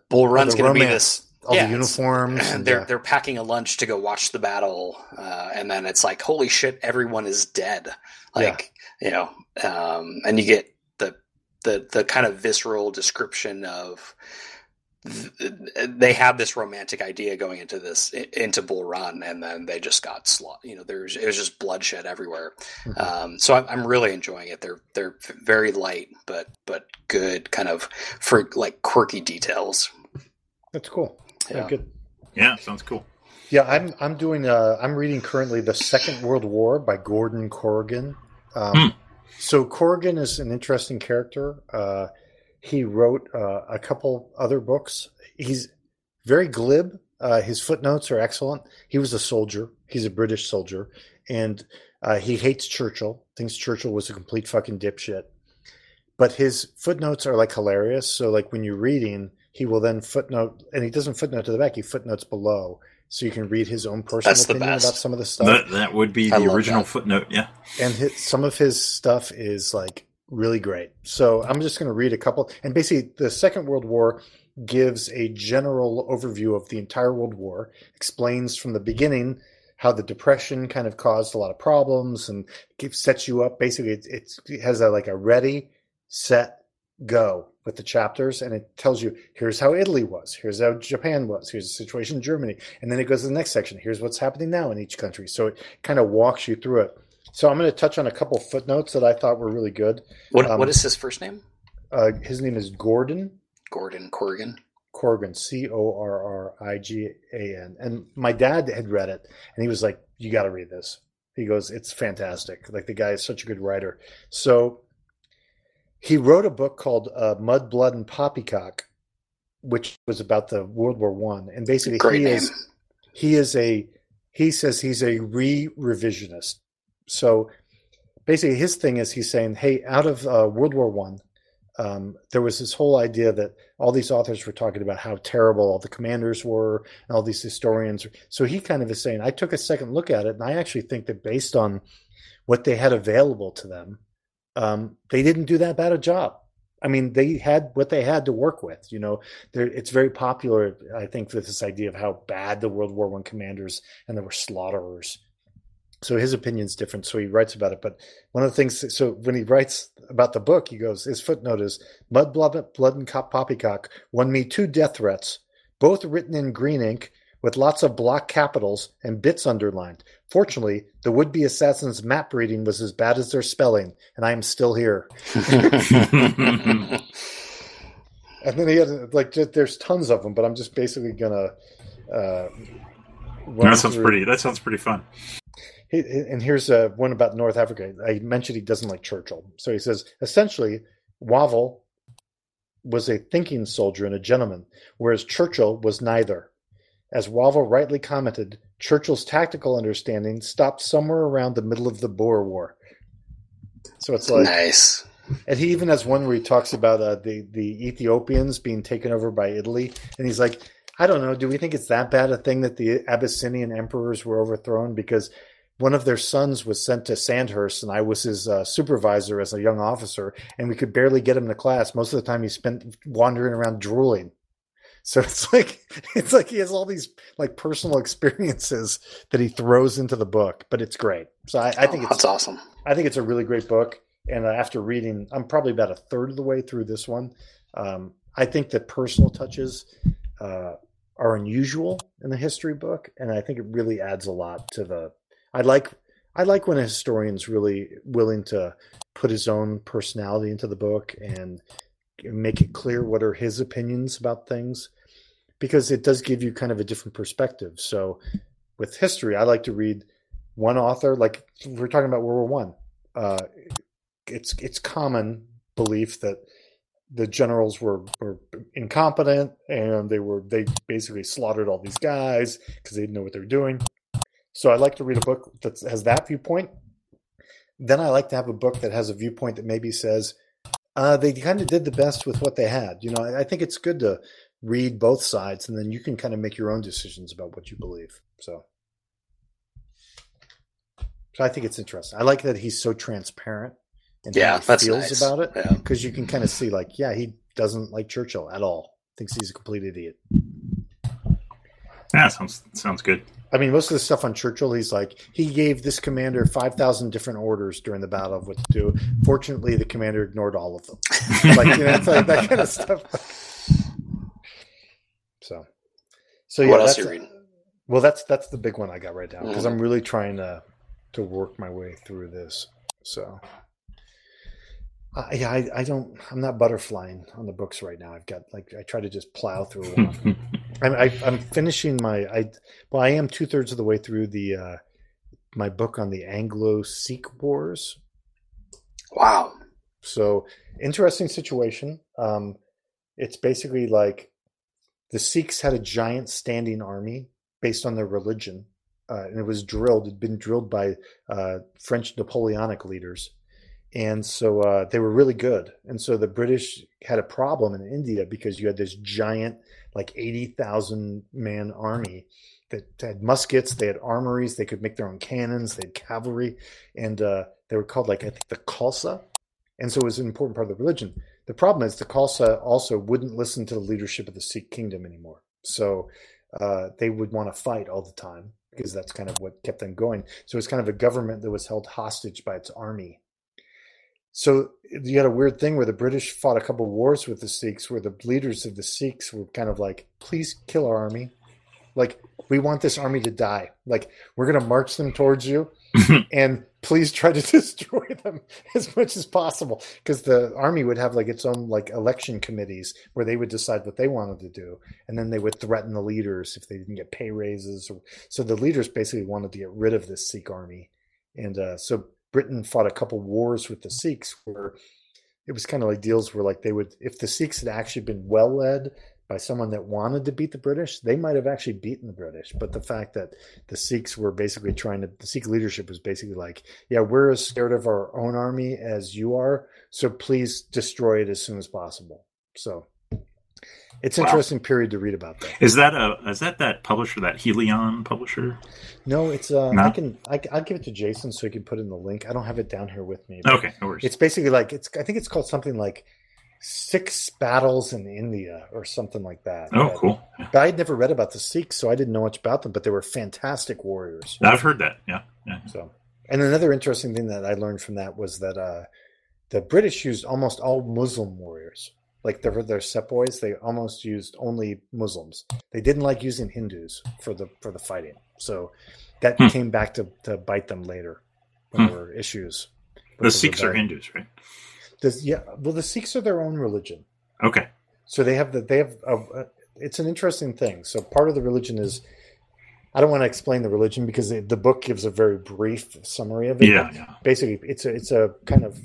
Speaker 3: Bull Run's
Speaker 1: the
Speaker 3: going to be
Speaker 1: romance,
Speaker 3: this.
Speaker 1: All
Speaker 3: Yeah,
Speaker 1: the
Speaker 3: it's-
Speaker 1: uniforms. and,
Speaker 3: they're
Speaker 1: uh,
Speaker 3: they're packing a lunch to go watch the battle, uh, and then it's like, holy shit, everyone is dead. Like you know, um, and you get the the the kind of visceral description of th- they had this romantic idea going into this into Bull Run, and then they just got slot. You know, there's it was just bloodshed everywhere.
Speaker 1: Mm-hmm.
Speaker 3: Um, so I'm, I'm really enjoying it. They're they're very light, but but good kind of for like quirky details.
Speaker 1: that's cool. Yeah.
Speaker 3: Yeah.
Speaker 1: good.
Speaker 2: Yeah, sounds cool.
Speaker 1: Yeah, I'm I'm doing uh I'm reading currently The Second World War by Gordon Corrigan. Um,
Speaker 2: Hmm.
Speaker 1: So Corrigan is an interesting character. Uh, he wrote uh, a couple other books. He's very glib. Uh, his footnotes are excellent. He was a soldier. He's a British soldier, and uh, he hates Churchill. Thinks Churchill was a complete fucking dipshit. But his footnotes are like hilarious. So like when you're reading, he will then footnote, and he doesn't footnote to the back. He footnotes below, so you can read his own personal
Speaker 3: That's the
Speaker 1: opinion about
Speaker 3: best.
Speaker 1: some of the stuff
Speaker 2: That, that would be
Speaker 3: I
Speaker 2: the
Speaker 3: love
Speaker 2: original
Speaker 3: that.
Speaker 2: footnote. Yeah.
Speaker 1: and his, some of his stuff is like really great. So I'm just going to read a couple. And basically, the Second World War gives a general overview of the entire World War, explains from the beginning how the Depression kind of caused a lot of problems and gives, sets you up. Basically, it, it's, it has a, like a ready, set, go with the chapters and it tells you here's how Italy was, here's how Japan was, here's the situation in Germany. And then it goes to the next section. Here's what's happening now in each country. So it kind of walks you through it. So I'm going to touch on a couple footnotes that I thought were really good.
Speaker 3: What
Speaker 1: Um,
Speaker 3: what is his first name?
Speaker 1: Uh, his name is Gordon
Speaker 3: Gordon Corrigan.
Speaker 1: Corrigan, C O R R I G A N. And my dad had read it and he was like, You got to read this. He goes, It's fantastic. Like, the guy is such a good writer. So he wrote a book called uh, Mud, Blood, and Poppycock, which was about the World War One. And basically,
Speaker 3: Great
Speaker 1: he
Speaker 3: name.
Speaker 1: is he is a he says he's a re-revisionist so basically his thing is he's saying hey out of uh, world war one um, there was this whole idea that all these authors were talking about how terrible all the commanders were and all these historians so he kind of is saying i took a second look at it and i actually think that based on what they had available to them um, they didn't do that bad a job i mean they had what they had to work with you know there it's very popular i think with this idea of how bad the world war one commanders and there were slaughterers so his opinion's different so he writes about it but one of the things so when he writes about the book he goes his footnote is mud blood, blood and Cop- poppycock won me two death threats both written in green ink with lots of block capitals and bits underlined fortunately the would-be assassin's map reading was as bad as their spelling and i am still here and then he had like just, there's tons of them but i'm just basically gonna uh run
Speaker 2: that sounds
Speaker 1: through-
Speaker 2: pretty. That sounds pretty fun.
Speaker 1: He- and here's uh, one about North Africa. I mentioned he doesn't like Churchill. So he says essentially, Wavell was a thinking soldier and a gentleman, whereas Churchill was neither. As Wavell rightly commented, Churchill's tactical understanding stopped somewhere around the middle of the Boer War. So it's like,
Speaker 3: nice.
Speaker 1: and he even has one where he talks about uh, the the Ethiopians being taken over by Italy, and he's like, I don't know, do we think it's that bad a thing that the Abyssinian emperors were overthrown because one of their sons was sent to Sandhurst, and I was his uh, supervisor as a young officer, and we could barely get him to class. Most of the time, he spent wandering around drooling. So it's like it's like he has all these like personal experiences that he throws into the book, but it's great. So I, I think
Speaker 3: Oh,
Speaker 1: it's
Speaker 3: that's awesome.
Speaker 1: I think it's a really great book. And uh, after reading, I'm probably about a third of the way through this one. Um, I think the personal touches uh, are unusual in the history book, and I think it really adds a lot to the. I like I like when a historian's really willing to put his own personality into the book and make it clear what are his opinions about things, because it does give you kind of a different perspective. So, with history, I like to read one author. Like we're talking about World War One, uh, it's it's common belief that the generals were, were incompetent and they were they basically slaughtered all these guys because they didn't know what they were doing. So I like to read a book that has that viewpoint. Then I like to have a book that has a viewpoint that maybe says uh, they kind of did the best with what they had. You know, I, I think it's good to read both sides and then you can kind of make your own decisions about what you believe. So. So I think it's interesting. I like that he's so transparent and
Speaker 3: Yeah, that's
Speaker 1: feels
Speaker 3: nice.
Speaker 1: about it
Speaker 3: Yeah.
Speaker 1: because you can kind of see like yeah he doesn't like churchill at all thinks he's a complete idiot
Speaker 2: Yeah, Ah, sounds sounds good.
Speaker 1: i mean most of the stuff on churchill he's like he gave this commander 5000 different orders during the battle of what to do fortunately the commander ignored all of them like you know it's like that kind of stuff so so yeah
Speaker 3: What else
Speaker 1: that's-
Speaker 3: you reading? Mm-hmm.
Speaker 1: well that's that's the big one i got right now because i'm really trying to to work my way through this so I, yeah, I, I don't. I'm not butterflying on the books right now. I've got like I try to just plow through them.
Speaker 3: Hmm.
Speaker 1: I'm I, I'm finishing my I well I am two thirds of the way through the uh, my book on the Anglo Sikh Wars.
Speaker 3: Wow.
Speaker 1: So interesting situation. Um, it's basically like the Sikhs had a giant standing army based on their religion, uh, and it was drilled. It'd been drilled by uh, French Napoleonic leaders, and so uh, they were really good. And so the British had a problem in India because you had this giant, like eighty thousand man army that had muskets, they had armories, they could make their own cannons, they had cavalry, and uh, they were called like I think the Khalsa, and so it was an important part of the religion. The problem is the Khalsa also wouldn't listen to the leadership of the Sikh kingdom anymore. So uh, they would want to fight all the time because that's kind of what kept them going. So it's kind of a government that was held hostage by its army. So you had a weird thing where the British fought a couple wars with the Sikhs, where the leaders of the Sikhs were kind of like, please kill our army. Like, we want this army to die. Like, we're going to march them towards you and please try to destroy them as much as possible because the army would have like its own like election committees where they would decide what they wanted to do and then they would threaten the leaders if they didn't get pay raises or, so the leaders basically wanted to get rid of this sikh army and uh, so britain fought a couple wars with the sikhs where it was kind of like deals where like they would if the sikhs had actually been well led by someone that wanted to beat the british they might have actually beaten the british but the fact that the Sikhs were basically trying to the Sikh leadership was basically like, yeah, we're as scared of our own army as you are, so please destroy it as soon as possible. So it's an
Speaker 2: Wow.
Speaker 1: interesting period to read about that.
Speaker 2: Is that a is that that publisher that Helion publisher?
Speaker 1: No, it's uh, I
Speaker 2: No?
Speaker 1: can I, I'll give it to Jason so he can put in the link. I don't have it down here with me. but
Speaker 2: Okay, no worries.
Speaker 1: It's basically like it's I think it's called something like six battles in India or something like that.
Speaker 2: Oh,
Speaker 1: But-
Speaker 2: cool.
Speaker 1: But I had never read about the Sikhs, so I didn't know much about them. But they were fantastic warriors.
Speaker 2: I've heard that. Yeah.
Speaker 1: So, and another interesting thing that I learned from that was that uh, the British used almost all Muslim warriors. Like their their sepoys, they almost used only Muslims. They didn't like using Hindus for the for the fighting. So that
Speaker 2: Hmm.
Speaker 1: came back to, to bite them later when there were issues. with
Speaker 2: The Sikhs are
Speaker 1: rebellion.
Speaker 2: Hindus, right?
Speaker 1: Does- yeah, well, the Sikhs are their own religion.
Speaker 2: Okay.
Speaker 1: So they have the they have a, a- it's an interesting thing. So part of the religion is I don't want to explain the religion because the the book gives a very brief summary of it.
Speaker 2: Yeah. Yeah.
Speaker 1: Basically, it's a it's a kind of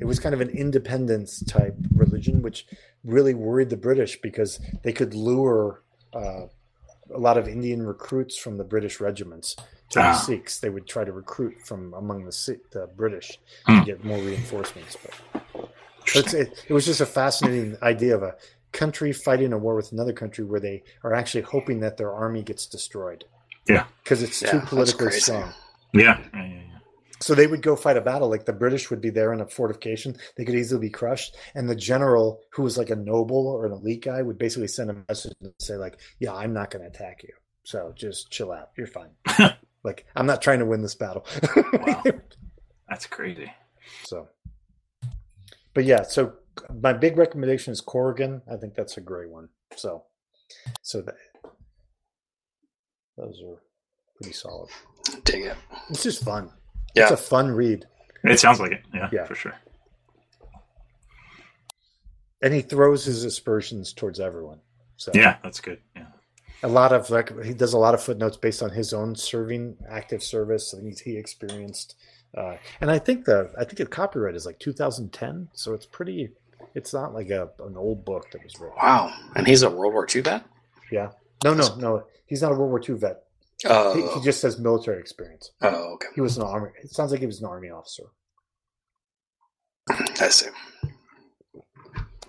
Speaker 1: it was kind of an independence type religion, which really worried the British because they could lure uh, a lot of Indian recruits from the British regiments to the
Speaker 2: Ah.
Speaker 1: Sikhs. They would try to recruit from among the, Sikh, the British
Speaker 2: Hmm.
Speaker 1: to get more reinforcements. But so it's, it, it was just a fascinating idea of a country fighting a war with another country where they are actually hoping that their army gets destroyed.
Speaker 2: Yeah.
Speaker 1: Because it's
Speaker 3: Yeah,
Speaker 1: too
Speaker 3: that's
Speaker 1: politically
Speaker 3: crazy.
Speaker 1: strong.
Speaker 2: Yeah. Yeah, yeah, yeah.
Speaker 1: So they would go fight a battle. Like the British would be there in a fortification. They could easily be crushed. And the general, who was like a noble or an elite guy, would basically send a message and say, like, yeah, I'm not going to attack you. So just chill out. You're fine. like, I'm not trying to win this battle.
Speaker 2: Wow. That's crazy.
Speaker 1: So, but yeah, so my big recommendation is Corrigan. I think that's a great one. So, so that those are pretty solid.
Speaker 3: Dig it.
Speaker 1: It's just fun.
Speaker 3: Yeah.
Speaker 1: It's a fun read,
Speaker 2: It sounds like it. Yeah,
Speaker 1: Yeah.
Speaker 2: for sure.
Speaker 1: and he throws his aspersions towards everyone. So
Speaker 2: Yeah, that's good. Yeah.
Speaker 1: a lot of like he does a lot of footnotes based on his own serving active service things he experienced, uh, and I think the I think the copyright is like 2010, so it's pretty. It's not like a an old book that was written.
Speaker 3: Wow. And he's a World War II vet?
Speaker 1: No, no, no. He's not a World War II vet. He, he
Speaker 3: Oh,
Speaker 1: just says military experience.
Speaker 3: oh okay.
Speaker 1: He was an army. It sounds like he was an army officer.
Speaker 3: I see.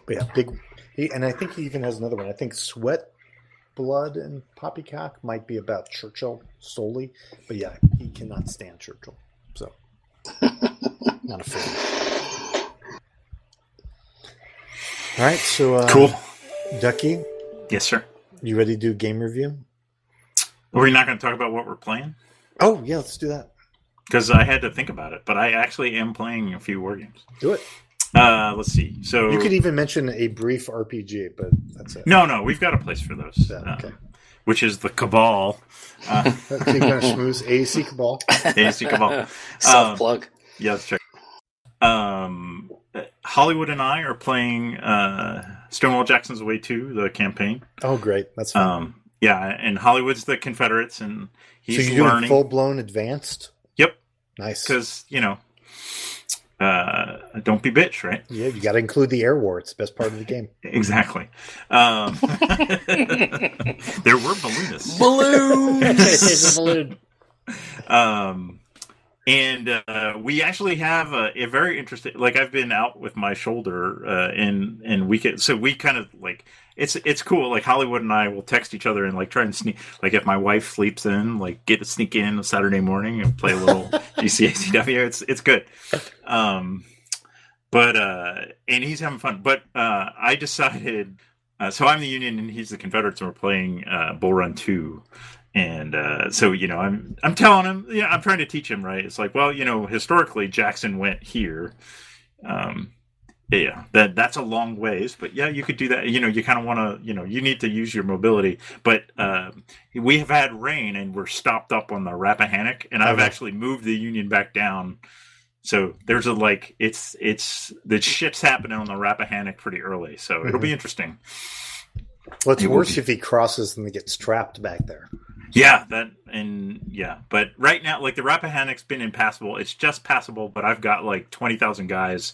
Speaker 1: But yeah, big. He, and I think he even has another one. I think Sweat, Blood, and Poppycock might be about Churchill solely. But yeah, he cannot stand Churchill. So, not a fan. All right, so uh,
Speaker 2: Cool.
Speaker 1: Ducky,
Speaker 2: Yes, sir.
Speaker 1: you ready to do game review?
Speaker 2: We're not going to talk about what we're playing
Speaker 1: Oh yeah, let's do that.
Speaker 2: because I had to think about it, but I actually am playing a few war games.
Speaker 1: Do it.
Speaker 2: Uh, let's see. So
Speaker 1: You could even mention a brief RPG, but that's it.
Speaker 2: no, no, we've got a place for those,
Speaker 1: Yeah,
Speaker 2: uh,
Speaker 1: okay.
Speaker 2: which is the Cabal. Uh,
Speaker 1: So you kind of schmooze AAC Cabal.
Speaker 2: ASC Cabal.
Speaker 3: Self plug.
Speaker 2: Yeah, that's right. Um, Hollywood and I are playing uh, Stonewall Jackson's Way 2, the campaign.
Speaker 1: Oh, great. That's fun.
Speaker 2: Um, yeah, and Hollywood's the Confederates, and he's
Speaker 1: so you're doing
Speaker 2: learning.
Speaker 1: full blown advanced?
Speaker 2: Yep.
Speaker 1: Nice.
Speaker 2: because you know uh don't be bitch right
Speaker 1: Yeah, you got to include the air war. It's the best part of the game.
Speaker 2: exactly um there were balloonists
Speaker 3: Balloons!
Speaker 2: um and uh we actually have a, a very interesting like i've been out with my shoulder uh in in weekend so we kind of like it's it's cool like hollywood and i will text each other and like try and sneak like if my wife sleeps in like get to sneak in on saturday morning and play a little gcacw it's it's good um but uh and he's having fun but uh i decided uh, so i'm the union and he's the confederates and we're playing uh bull run 2 and uh so you know i'm i'm telling him you know i'm trying to teach him right it's like well you know historically jackson went here um yeah that that's a long ways but yeah you could do that you know you kind of want to you know you need to use your mobility but um we have had rain and we're stopped up on the rappahannock and i've
Speaker 1: Okay.
Speaker 2: actually moved the union back down so there's a like it's it's the shit's happening on the rappahannock pretty early so it'll be interesting
Speaker 1: Well, it's
Speaker 2: It would
Speaker 1: worse
Speaker 2: be.
Speaker 1: if he crosses and he gets trapped back there.
Speaker 2: Yeah, that and yeah, but right now, like the Rappahannock's been impassable. It's just passable, but I've got like twenty thousand guys.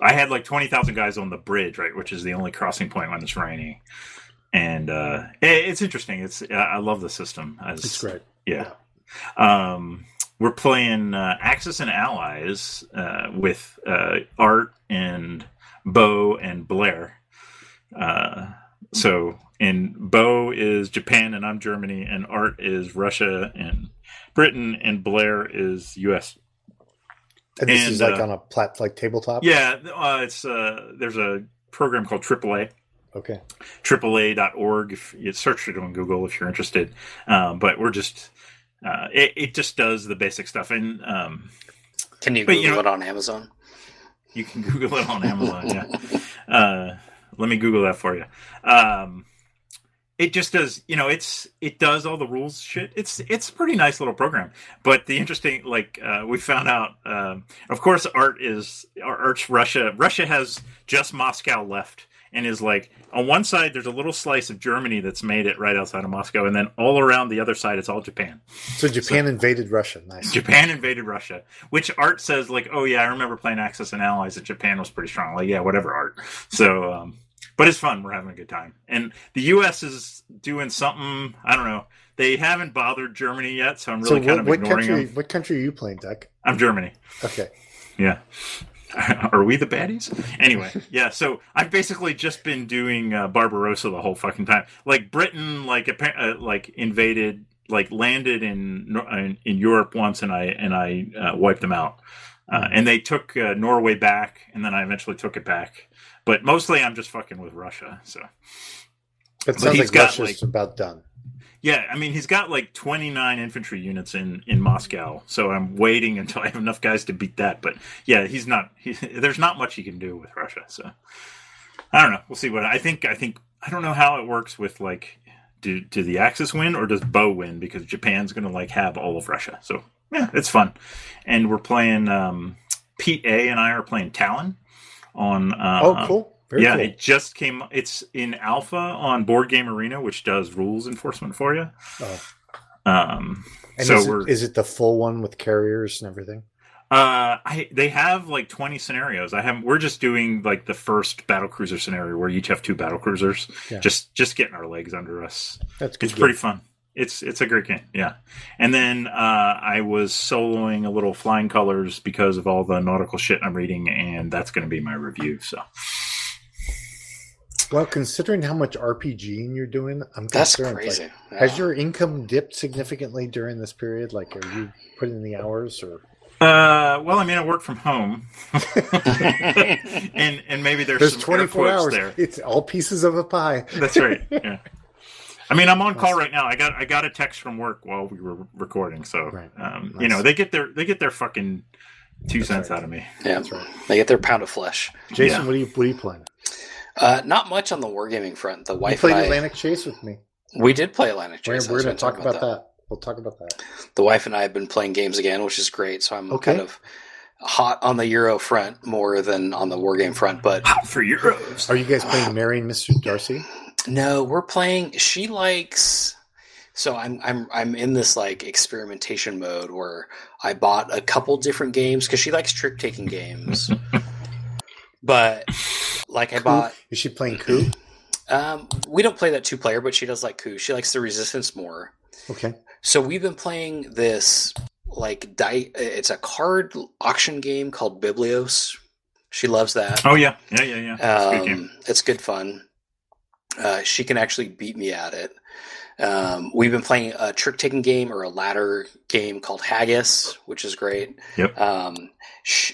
Speaker 2: I had like twenty thousand guys on the bridge, right, which is the only crossing point when it's rainy. And uh, it, it's interesting. It's I I love the system. As,
Speaker 1: It's great.
Speaker 2: Yeah. Um, we're playing uh, Axis and Allies uh, with uh, Art and Bo and Blair. Uh, so, and Bo is Japan and I'm Germany, and Art is Russia and Britain, and Blair is U.S.
Speaker 1: And this
Speaker 2: And,
Speaker 1: is like
Speaker 2: uh,
Speaker 1: on a plat like tabletop.
Speaker 2: Yeah, uh, it's uh, there's a program called AAA,
Speaker 1: Okay.
Speaker 2: AAA.org. If you search it on Google if you're interested. Um, but we're just, uh, it, it just does the basic stuff. And um,
Speaker 3: Can you
Speaker 2: But,
Speaker 3: Google
Speaker 2: you know-
Speaker 3: it on Amazon?
Speaker 2: you can Google it on Amazon. Yeah. Uh, let me Google that for you. Um, it just does, you know, it's it does all the rules shit. It's it's a pretty nice little program. But the interesting, like, uh, we found out, um, of course, art is our art's Russia. Russia has just Moscow left. And is like on one side there's a little slice of Germany that's made it right outside of Moscow, and then all around the other side it's all Japan.
Speaker 1: So Japan invaded Russia. Nice.
Speaker 2: Japan invaded Russia, which Art says like, oh yeah, I remember playing Axis and Allies that Japan was pretty strong. Like, yeah, whatever, Art. So, um, but it's fun. We're having a good time, and the U.S. is doing something. I don't know. They haven't bothered Germany yet, so I'm really
Speaker 1: so
Speaker 2: kind
Speaker 1: what,
Speaker 2: of
Speaker 1: what
Speaker 2: ignoring
Speaker 1: country?
Speaker 2: them.
Speaker 1: What country are you playing, Duck?
Speaker 2: I'm Germany.
Speaker 1: Okay.
Speaker 2: Yeah. Are we the baddies? Anyway, yeah. So I've basically just been doing uh, Barbarossa the whole fucking time. Like Britain, like appa- uh, like invaded, like landed in Nor- in, in Europe once, and I and I uh, wiped them out. Uh, and they took uh, Norway back, and then I eventually took it back. But mostly, I'm just fucking with Russia. So
Speaker 1: That sounds
Speaker 2: he's
Speaker 1: like
Speaker 2: got,
Speaker 1: Russia's
Speaker 2: like-
Speaker 1: about done.
Speaker 2: yeah, I mean, he's got like 29 infantry units in in Moscow, so I'm waiting until I have enough guys to beat that. But yeah, he's not. He, there's not much he can do with Russia. So I don't know. We'll see what I think. I think I don't know how it works with like. Do, do the Axis win or does Bo win? Because Japan's going to like have all of Russia. So yeah, it's fun. And we're playing. Um, Pete A and I are playing Talon on. Uh,
Speaker 1: oh, cool. Very
Speaker 2: yeah,
Speaker 1: cool.
Speaker 2: it just came. It's in alpha on Board Game Arena, which does rules enforcement for you.
Speaker 1: Oh.
Speaker 2: Um,
Speaker 1: And
Speaker 2: so
Speaker 1: is,
Speaker 2: we're
Speaker 1: it, is it the full one with carriers and everything?
Speaker 2: uh, I they have like twenty scenarios. I haven't. We're just doing like the first battle cruiser scenario where you each have two battle cruisers.
Speaker 1: Yeah.
Speaker 2: Just just getting our legs under us.
Speaker 1: That's good.
Speaker 2: It's pretty fun. It's it's a great game. Yeah, and then uh, I was soloing a little flying colors because of all the nautical shit I'm reading, and that's going to be my review. So
Speaker 1: Well, considering how much RPGing you're doing, I'm
Speaker 3: That's
Speaker 1: concerned. Like,
Speaker 3: crazy.
Speaker 1: has your income dipped significantly during this period? Like, are you putting in the hours or?
Speaker 2: Uh, well, I mean, I work from home, and and maybe there's,
Speaker 1: There's
Speaker 2: some air
Speaker 1: 24
Speaker 2: quotes
Speaker 1: hours.
Speaker 2: there.
Speaker 1: It's all pieces of a pie.
Speaker 2: That's right. Yeah. I mean, I'm on call right now. I got I got a text from work while we were recording, so
Speaker 1: Right.
Speaker 2: um, you
Speaker 1: Nice.
Speaker 2: know they get their they get their fucking two cents out of me.
Speaker 3: yeah,
Speaker 1: That's right.
Speaker 3: they get their pound of flesh.
Speaker 1: Jason,
Speaker 2: Yeah.
Speaker 1: what are you what are you playing?
Speaker 3: Uh, not much on the wargaming front. The
Speaker 1: You
Speaker 3: wife
Speaker 1: played
Speaker 3: and I,
Speaker 1: Atlantic Chase with me.
Speaker 3: we did play Atlantic
Speaker 1: We're,
Speaker 3: Chase. I
Speaker 1: we're
Speaker 3: was
Speaker 1: going to
Speaker 3: gonna
Speaker 1: talk about that. We'll talk about that.
Speaker 3: The wife and I have been playing games again, which is great. So I'm
Speaker 1: Okay.
Speaker 3: kind of hot on the Euro front more than on the wargame front. But
Speaker 2: Hot for euros.
Speaker 1: Are you guys playing Marrying Mr. Darcy?
Speaker 3: no, we're playing. She likes. So I'm I'm I'm in this like experimentation mode where I bought a couple different games because she likes trick taking games. but like I bought
Speaker 1: Is she playing Coup?
Speaker 3: Um, we don't play that two player, but she does like Coup. She likes the Resistance more. Uh,
Speaker 1: Okay.
Speaker 3: So we've been playing this like die. It's a card auction game called Biblios. She loves that.
Speaker 2: Oh yeah, yeah, yeah, yeah. That's a good game.
Speaker 3: Um, it's good fun. Uh, she can actually beat me at it. Um, we've been playing a trick taking game or a ladder game called Haggis, which is great.
Speaker 2: Yep.
Speaker 3: Um, sh-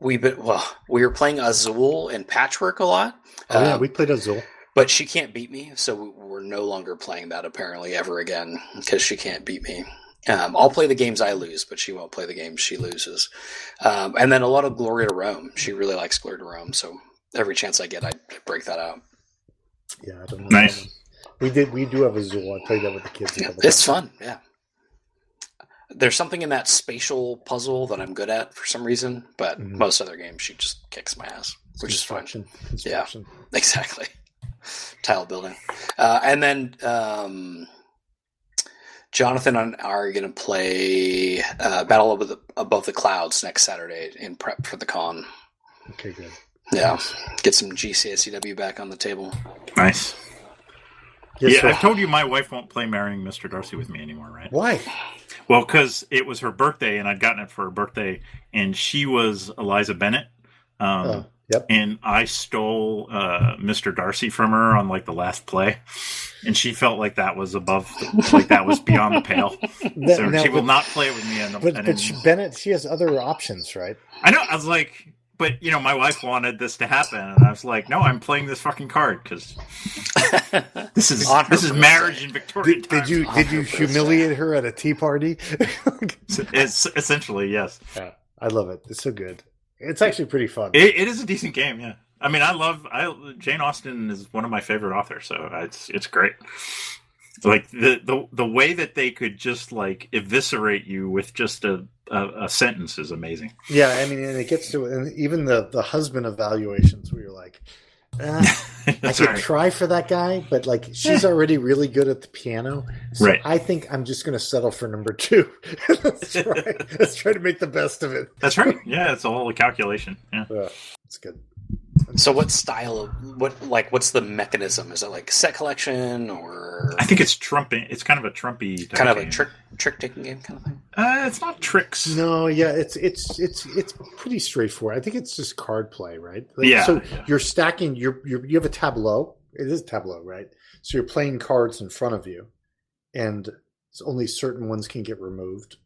Speaker 3: we've been well. We were playing Azul and Patchwork a lot.
Speaker 1: Oh yeah,
Speaker 3: Um,
Speaker 1: we played Azul.
Speaker 3: but she can't beat me, so we're no longer playing that apparently ever again because she can't beat me. Um, I'll play the games I lose, but she won't play the games she loses. Um, and then a lot of Glory to Rome. She really likes Glory to Rome, so every chance I get, I break that out.
Speaker 1: Yeah, I don't know.
Speaker 2: Nice.
Speaker 1: We did. We do have Azul. I played that with the kids. a couple
Speaker 3: It's
Speaker 1: times.
Speaker 3: fun, yeah. There's something in that spatial puzzle that I'm good at for some reason, but
Speaker 1: Mhm.
Speaker 3: most other games she just kicks my ass, which is Mm-hmm. fun.
Speaker 1: Construction. Construction.
Speaker 3: Exactly. Tile building. Uh, and then um, Jonathan and I are going to play uh, Battle Above the, Above the Clouds next Saturday in prep for the con.
Speaker 1: Okay, good.
Speaker 3: Yeah. Get some GCSCW E back on the table.
Speaker 2: Nice.
Speaker 1: Yes,
Speaker 2: yeah,
Speaker 1: sir.
Speaker 2: I've told you my wife won't play marrying Mr. Darcy with me anymore, right?
Speaker 1: Why?
Speaker 2: Well, because it was her birthday, and I'd gotten it for her birthday, and she was Eliza Bennett. Um,
Speaker 1: Oh, yep.
Speaker 2: And I stole uh, Mr. Darcy from her on like the last play, and she felt like that was above, like that was beyond the pale.
Speaker 1: That-
Speaker 2: so
Speaker 1: no,
Speaker 2: she will
Speaker 1: but-
Speaker 2: not play it with me. And,
Speaker 1: But
Speaker 2: and-
Speaker 1: but she, Bennett, she has other options, right?
Speaker 2: I know. I was like, but you know, my wife wanted this to happen, and I was like, "No, I'm playing this fucking card because this is
Speaker 3: On her
Speaker 2: this is
Speaker 3: birthday.
Speaker 2: marriage in Victorian
Speaker 1: Did, did
Speaker 2: times."
Speaker 1: you
Speaker 3: on
Speaker 1: did
Speaker 3: her
Speaker 1: you
Speaker 3: birthday.
Speaker 1: humiliate her at a tea party?
Speaker 2: It's essentially yes.
Speaker 1: I love it. It's so good. It's actually pretty fun.
Speaker 2: It, it is a decent game. Yeah, I mean, I love I Jane Austen is one of my favorite authors, so it's it's great. Like the the the way that they could just like eviscerate you with just a a, a sentence is amazing.
Speaker 1: Yeah, I mean, and it gets to and even the the husband evaluations where you're like, "Uh, I
Speaker 2: That's
Speaker 1: could
Speaker 2: right.
Speaker 1: try for that guy, but like she's already really good at the piano, so
Speaker 2: Right.
Speaker 1: I think I'm just going to settle for number two. let's, try, let's try to make the best of it.
Speaker 2: That's right. Yeah, it's all a calculation. Yeah.
Speaker 1: Yeah, it's good.
Speaker 3: So, what style of what like what's the mechanism? Is it like set collection or
Speaker 2: I think it's trumping. It's kind of a trumpy type
Speaker 3: kind of a
Speaker 2: game.
Speaker 3: trick trick taking game kind of thing?
Speaker 2: Uh, it's not tricks.
Speaker 1: No, yeah, it's it's it's it's pretty straightforward. I think it's just card play, right?
Speaker 2: Yeah,
Speaker 1: So
Speaker 2: yeah.
Speaker 1: you're stacking. You're, you're you have a tableau. It is tableau, right? So you're playing cards in front of you, and it's only certain ones can get removed.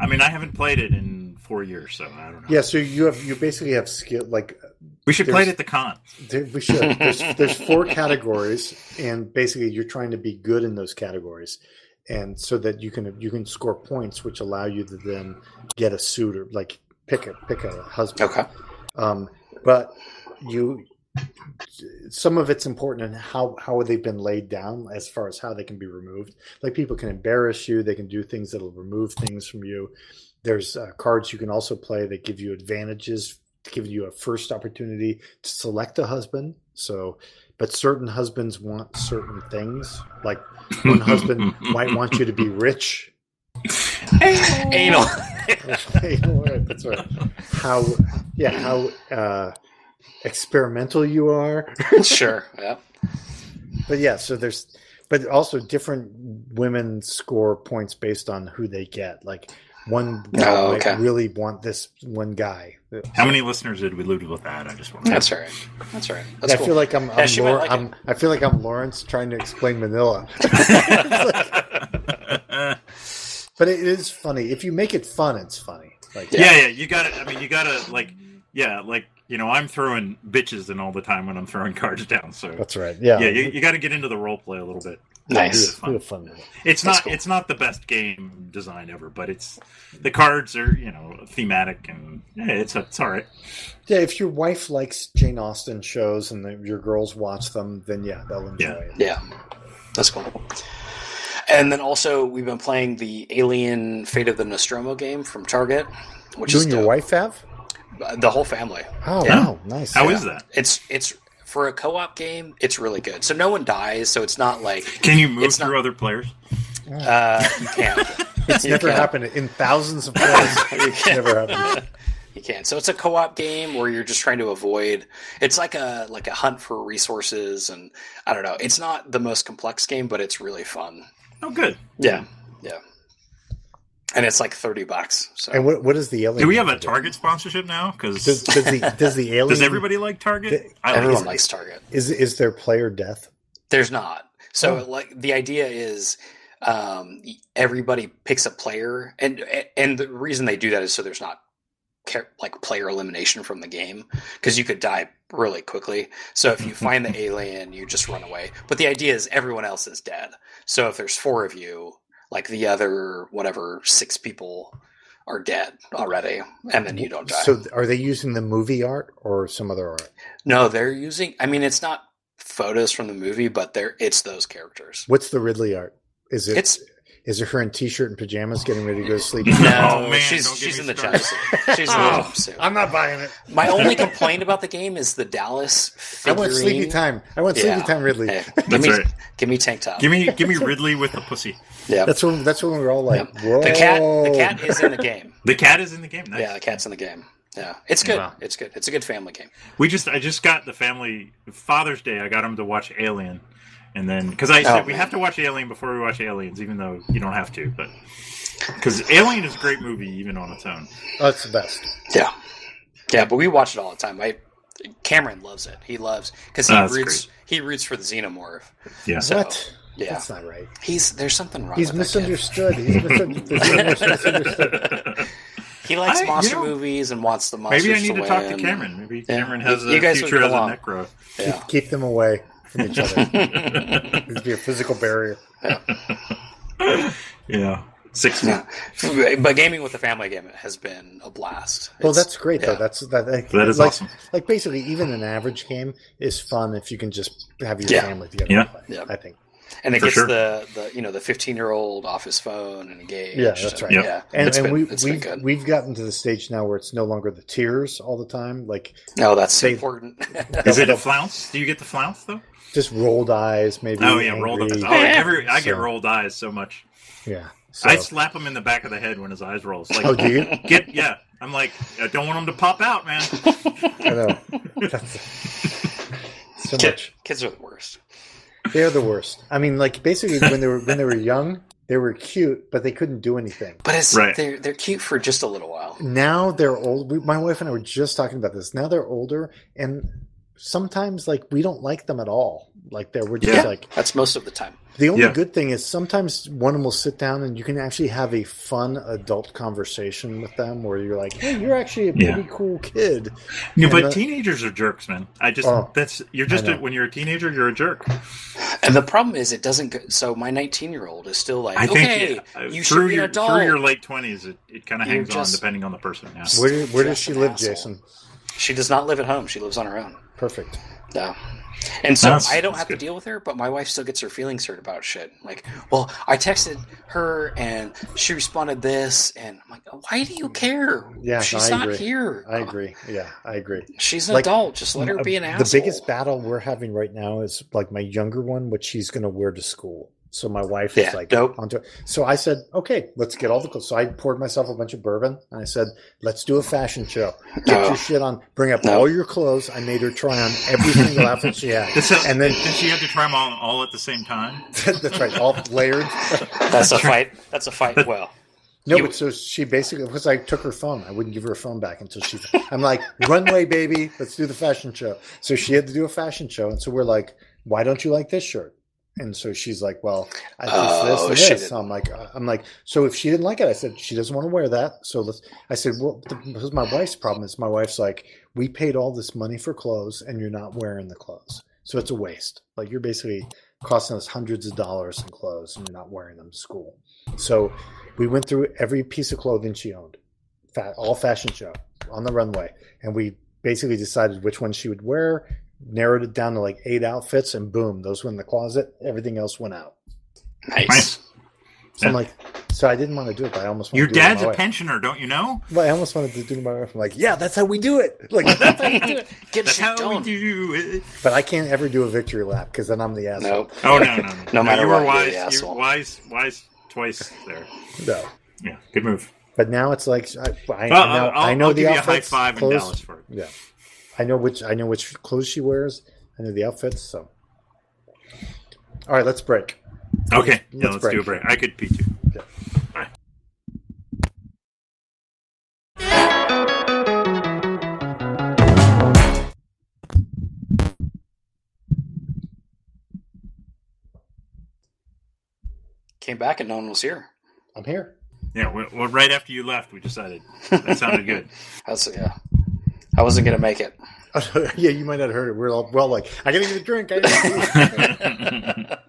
Speaker 2: I mean, I haven't played it in four years, so I don't know.
Speaker 1: Yeah. So you have you basically have skill like
Speaker 2: we should play
Speaker 1: there's-
Speaker 2: it at the con.
Speaker 1: there, we should. There's there's four categories, and basically you're trying to be good in those categories, and so that you can you can score points, which allow you to then get a suitor, like pick a pick a husband.
Speaker 3: Okay.
Speaker 1: um, but you some of it's important in how how they've been laid down as far as how they can be removed like people can embarrass you they can do things that'll remove things from you there's uh, cards you can also play that give you advantages give you a first opportunity to select a husband so but certain husbands want certain things like one husband might want you to be rich
Speaker 3: Anal.
Speaker 1: that's right how yeah how uh experimental you are
Speaker 3: sure. Yeah.
Speaker 1: but yeah so there's but also different women score points based on who they get like one guy
Speaker 3: Oh,
Speaker 1: might
Speaker 3: okay.
Speaker 1: really want this one guy
Speaker 2: How many listeners did we lose with that? I just want to.
Speaker 3: That's all right. That's all right. That's
Speaker 1: i
Speaker 3: cool.
Speaker 1: feel like i'm, I'm,
Speaker 3: Yeah, she might
Speaker 1: Lau-
Speaker 3: like it.
Speaker 1: I'm i feel like i'm lawrence trying to explain manila
Speaker 2: yeah,
Speaker 1: but it is funny if you make it fun it's funny like
Speaker 2: yeah, you got to I mean, you got to like, yeah, like you know, I'm throwing bitches in all the time when I'm throwing cards down. So
Speaker 1: that's right yeah,
Speaker 2: yeah, you, you got to get into the role play a little bit.
Speaker 1: Do
Speaker 3: nice.
Speaker 1: it- do it fun with it.
Speaker 2: It's
Speaker 3: That's
Speaker 2: not
Speaker 3: cool.
Speaker 2: it's not the best game design ever, but it's the cards are you know thematic and yeah, it's it's all right.
Speaker 1: Yeah, if your wife likes Jane Austen shows and the, your girls watch them, then yeah, they'll enjoy
Speaker 2: Yeah.
Speaker 1: it.
Speaker 3: Yeah. That's cool. And then also we've been playing the Alien Fate of the Nostromo game from Target, which
Speaker 1: you
Speaker 3: is
Speaker 1: and your
Speaker 3: dope.
Speaker 1: wife have?
Speaker 3: Uh, the whole family.
Speaker 1: Oh,
Speaker 2: Yeah.
Speaker 1: wow, nice.
Speaker 2: How is that?
Speaker 3: It's it's for a co-op game. It's really good. So no one dies. So it's not like
Speaker 2: Can you move
Speaker 3: It's not-
Speaker 2: through other players?
Speaker 3: uh, you can't.
Speaker 1: It's
Speaker 3: You
Speaker 1: never
Speaker 3: can't.
Speaker 1: happened in thousands of plays. it's never happened.
Speaker 3: You can. So it's a co-op game where you're just trying to avoid. It's like a like a hunt for resources, and I don't know. It's not the most complex game, but it's really fun.
Speaker 2: Oh, good.
Speaker 3: Yeah, yeah. And it's like thirty bucks. So
Speaker 1: And what what is the alien?
Speaker 2: Do we have
Speaker 1: do?
Speaker 2: a Target sponsorship now? Because
Speaker 1: Does, does
Speaker 2: does
Speaker 1: the does the alien?
Speaker 2: everybody like Target? I like
Speaker 3: everyone
Speaker 2: it.
Speaker 3: likes Target.
Speaker 1: is is there player death?
Speaker 3: There's not. So like the idea is um everybody picks a player and and the reason they do that is so there's not ca- like player elimination from the game because you could die really quickly. So if you find the alien, you just run away. But the idea is everyone else is dead. So if there's four of you, like the other whatever six people are dead already and then you don't die.
Speaker 1: So are they using the movie art or some other art?
Speaker 3: no, they're using I mean it's not photos from the movie, but they're it's those characters.
Speaker 1: What's the Ridley art? Is it
Speaker 3: It's
Speaker 1: is it her in t shirt and pajamas getting ready to go to sleep?
Speaker 3: No,
Speaker 2: Oh, man,
Speaker 3: she's
Speaker 2: don't get
Speaker 3: she's
Speaker 2: me
Speaker 3: in the
Speaker 2: started.
Speaker 3: jumpsuit. She's in the
Speaker 1: Oh.
Speaker 3: jumpsuit.
Speaker 1: I'm not buying it.
Speaker 3: My only complaint about the game is the Dallas
Speaker 1: I
Speaker 3: figurine.
Speaker 1: want sleepy time. I want sleepy
Speaker 3: Yeah.
Speaker 1: time, Ridley.
Speaker 3: Hey, give
Speaker 2: That's
Speaker 3: me,
Speaker 2: right.
Speaker 3: give me tank top.
Speaker 2: Give me give me Ridley with the pussy.
Speaker 3: yeah.
Speaker 1: That's when that's when we were all like, whoa.
Speaker 3: The cat. The cat is in the game.
Speaker 2: The cat is in the game. Nice.
Speaker 3: Yeah, the cat's in the game. Yeah, it's good.
Speaker 2: Wow.
Speaker 3: It's good. It's a good family game.
Speaker 2: We just I just got the family Father's Day. I got them to watch Alien, and then because I
Speaker 3: Oh,
Speaker 2: said we
Speaker 3: man.
Speaker 2: have to watch Alien before we watch Aliens, even though you don't have to, but because Alien is a great movie even on its own.
Speaker 1: Oh, it's the best.
Speaker 3: Yeah, yeah. But we watch it all the time. I Cameron loves it. He loves because he
Speaker 2: Oh, that's
Speaker 3: roots. He roots for the xenomorph.
Speaker 2: Yeah.
Speaker 3: So,
Speaker 1: What?
Speaker 3: Yeah,
Speaker 1: That's not right.
Speaker 3: he's there's something wrong.
Speaker 1: He's
Speaker 3: with that kid.
Speaker 1: misunderstood. He's misunderstood. misunderstood.
Speaker 3: He likes
Speaker 2: I- you
Speaker 3: monster
Speaker 2: know,
Speaker 3: movies and wants the monsters.
Speaker 2: Maybe I need to
Speaker 3: to
Speaker 2: talk
Speaker 3: win.
Speaker 2: to Cameron. Maybe
Speaker 3: Yeah.
Speaker 2: Cameron has
Speaker 3: You- you
Speaker 2: a
Speaker 3: guys would
Speaker 2: future
Speaker 3: get
Speaker 2: as a
Speaker 3: along.
Speaker 2: necro.
Speaker 3: Yeah.
Speaker 1: Keep them away from each other.
Speaker 2: yeah.
Speaker 1: It'd be a physical barrier.
Speaker 2: Six feet.
Speaker 3: Yeah. But gaming with the family game has been a blast.
Speaker 1: Well,
Speaker 3: It's-
Speaker 1: that's great though.
Speaker 3: yeah.
Speaker 1: That's that. Like,
Speaker 2: That is
Speaker 1: like,
Speaker 2: awesome.
Speaker 1: Like basically, even an average game is fun if you can just have your
Speaker 3: Yeah.
Speaker 1: family together.
Speaker 2: Yeah.
Speaker 1: and play,
Speaker 3: Yeah.
Speaker 1: I think.
Speaker 3: and it
Speaker 2: for
Speaker 3: gets
Speaker 2: sure.
Speaker 3: the, the you know the 15 year old off his phone and engaged.
Speaker 1: Yeah, that's right.
Speaker 2: Yeah.
Speaker 3: Yeah,
Speaker 1: And,
Speaker 3: it's
Speaker 1: and
Speaker 3: been,
Speaker 1: we
Speaker 3: it's been
Speaker 1: we've
Speaker 3: good.
Speaker 1: we've gotten to the stage now where it's no longer the tears all the time. Like
Speaker 3: No, that's
Speaker 1: they-
Speaker 3: important.
Speaker 2: Is it a flounce? Do you get the flounce though?
Speaker 1: just rolled eyes, maybe.
Speaker 2: Oh yeah,
Speaker 1: angry.
Speaker 2: rolled eyes. Oh, every I get
Speaker 1: So-
Speaker 2: rolled eyes so much.
Speaker 1: Yeah. So,
Speaker 2: I slap him in the back of the head when his eyes roll. It's like
Speaker 1: oh, do you?
Speaker 2: get yeah. I'm like I don't want him to pop out, man.
Speaker 1: I know. That's, so
Speaker 3: Kid,
Speaker 1: much.
Speaker 3: kids are the worst.
Speaker 1: They're the worst. I mean, like basically when they were when they were young, they were cute, but they couldn't do anything.
Speaker 3: But it's
Speaker 2: Right.
Speaker 3: they're they're cute for just a little while.
Speaker 1: now they're old. We, my wife and I were just talking about this. Now they're older, and sometimes like we don't like them at all. Like they're we're just
Speaker 2: Yeah.
Speaker 1: like
Speaker 3: That's most of the time.
Speaker 1: the only
Speaker 2: Yeah.
Speaker 1: good thing is sometimes one of them will sit down and you can actually have a fun adult conversation with them where you're like, hey, you're actually a
Speaker 2: Yeah.
Speaker 1: pretty cool kid.
Speaker 2: No,
Speaker 1: And
Speaker 2: but
Speaker 1: the-
Speaker 2: teenagers are jerks, man. I just
Speaker 1: Oh,
Speaker 2: that's you're just
Speaker 1: I
Speaker 2: a,
Speaker 1: know.
Speaker 2: when you're a teenager, you're a jerk.
Speaker 3: And the problem is, it doesn't. Go, so my 19 year old is still like,
Speaker 2: I think
Speaker 3: okay,
Speaker 2: uh,
Speaker 3: you should
Speaker 2: through
Speaker 3: be an
Speaker 2: your
Speaker 3: adult.
Speaker 2: through your late twenties, it, it kind of
Speaker 3: You're
Speaker 2: hangs
Speaker 3: just-
Speaker 2: on depending on the person. Yeah.
Speaker 1: Where do- where does
Speaker 3: Just
Speaker 1: she
Speaker 3: an
Speaker 1: live,
Speaker 3: asshole.
Speaker 1: Jason?
Speaker 3: She does not live at home. She lives on her own.
Speaker 1: Perfect.
Speaker 3: No. And so
Speaker 2: That's-
Speaker 3: I don't
Speaker 2: that's
Speaker 3: have
Speaker 2: good.
Speaker 3: to deal with her, but my wife still gets her feelings hurt about shit. Like, well, I texted her and she responded this, and I'm like, why do you care?
Speaker 1: Yeah,
Speaker 3: she's
Speaker 1: I
Speaker 3: not
Speaker 1: agree.
Speaker 3: here.
Speaker 1: I agree. Yeah, I agree.
Speaker 3: She's an
Speaker 1: Like,
Speaker 3: adult. Just let her be an
Speaker 1: the
Speaker 3: asshole.
Speaker 1: biggest battle we're having right now is like my younger one, what she's going to wear to school. So my wife
Speaker 3: Yeah,
Speaker 1: is like,
Speaker 3: dope.
Speaker 1: onto it. So I said, okay, let's get all the clothes. So I poured myself a bunch of bourbon and I said, let's do a fashion show. Get
Speaker 3: No.
Speaker 1: your shit on. Bring up
Speaker 3: Oh. No.
Speaker 1: all your clothes. I made her try on every single outfit she had.
Speaker 2: It's a-
Speaker 1: And then
Speaker 2: Does she have to try them all, all at the same time?
Speaker 1: that's right, all layered.
Speaker 3: That's a fight. That's a fight. Well,
Speaker 1: No,
Speaker 3: You-
Speaker 1: but so she basically because I took her phone. I wouldn't give her a phone back until she. I'm like, runway, baby, let's do the fashion show. So she had to do a fashion show, and so we're like, why don't you like this shirt? And so she's like, well, I think
Speaker 3: Oh,
Speaker 1: this
Speaker 3: she
Speaker 1: and this.
Speaker 3: didn't-
Speaker 1: So I'm like, uh, I'm like, so if she didn't like it, I said she doesn't want to wear that. So let's. I said, well, the, because my wife's problem is my wife's like, we paid all this money for clothes, and you're not wearing the clothes, so it's a waste. Like you're basically costing us hundreds of dollars in clothes, and you're not wearing them to school. So we went through every piece of clothing she owned, fa- all fashion show on the runway, and we basically decided which one she would wear, narrowed it down to like eight outfits, and boom, those went in the closet. Everything else went out.
Speaker 3: nice.
Speaker 2: Nice.
Speaker 1: So I'm like, so I didn't want to do it, but I almost wanted
Speaker 2: Your
Speaker 1: to do it
Speaker 2: dad's
Speaker 1: my
Speaker 2: a
Speaker 1: way.
Speaker 2: pensioner, don't you know?
Speaker 1: Well, I almost wanted to do it my wife. I'm like, yeah, that's how we do it. Like, that's how we do it.
Speaker 3: Get
Speaker 2: That's
Speaker 3: shit
Speaker 2: how
Speaker 3: done.
Speaker 2: we do it.
Speaker 1: but I can't ever do a victory lap because then I'm the asshole.
Speaker 3: Nope.
Speaker 2: Oh no, no, no.
Speaker 3: No matter
Speaker 2: you were
Speaker 3: what, you're the
Speaker 2: wise. You were
Speaker 3: asshole.
Speaker 2: wise, wise twice there.
Speaker 1: No.
Speaker 2: Yeah, good move.
Speaker 1: But now it's like I, I,
Speaker 2: Well,
Speaker 1: now,
Speaker 2: I'll, I'll,
Speaker 1: I know
Speaker 2: I'll
Speaker 1: the
Speaker 2: give you a
Speaker 1: outfits.
Speaker 2: high five in
Speaker 1: clothes-
Speaker 2: Dallas for it.
Speaker 1: Yeah, I know which I know which clothes she wears. I know the outfits. So, all right, let's break.
Speaker 2: Okay, yeah,
Speaker 1: Let's
Speaker 2: let's do a
Speaker 1: break.
Speaker 2: break. I could pee too.
Speaker 3: Came back and no one was here.
Speaker 1: I'm here.
Speaker 2: Yeah, well, well, right after you left, we decided that sounded good.
Speaker 3: That's yeah. I wasn't gonna make it.
Speaker 1: yeah, you might not have heard it. We're all well, like I gotta get a drink. I gotta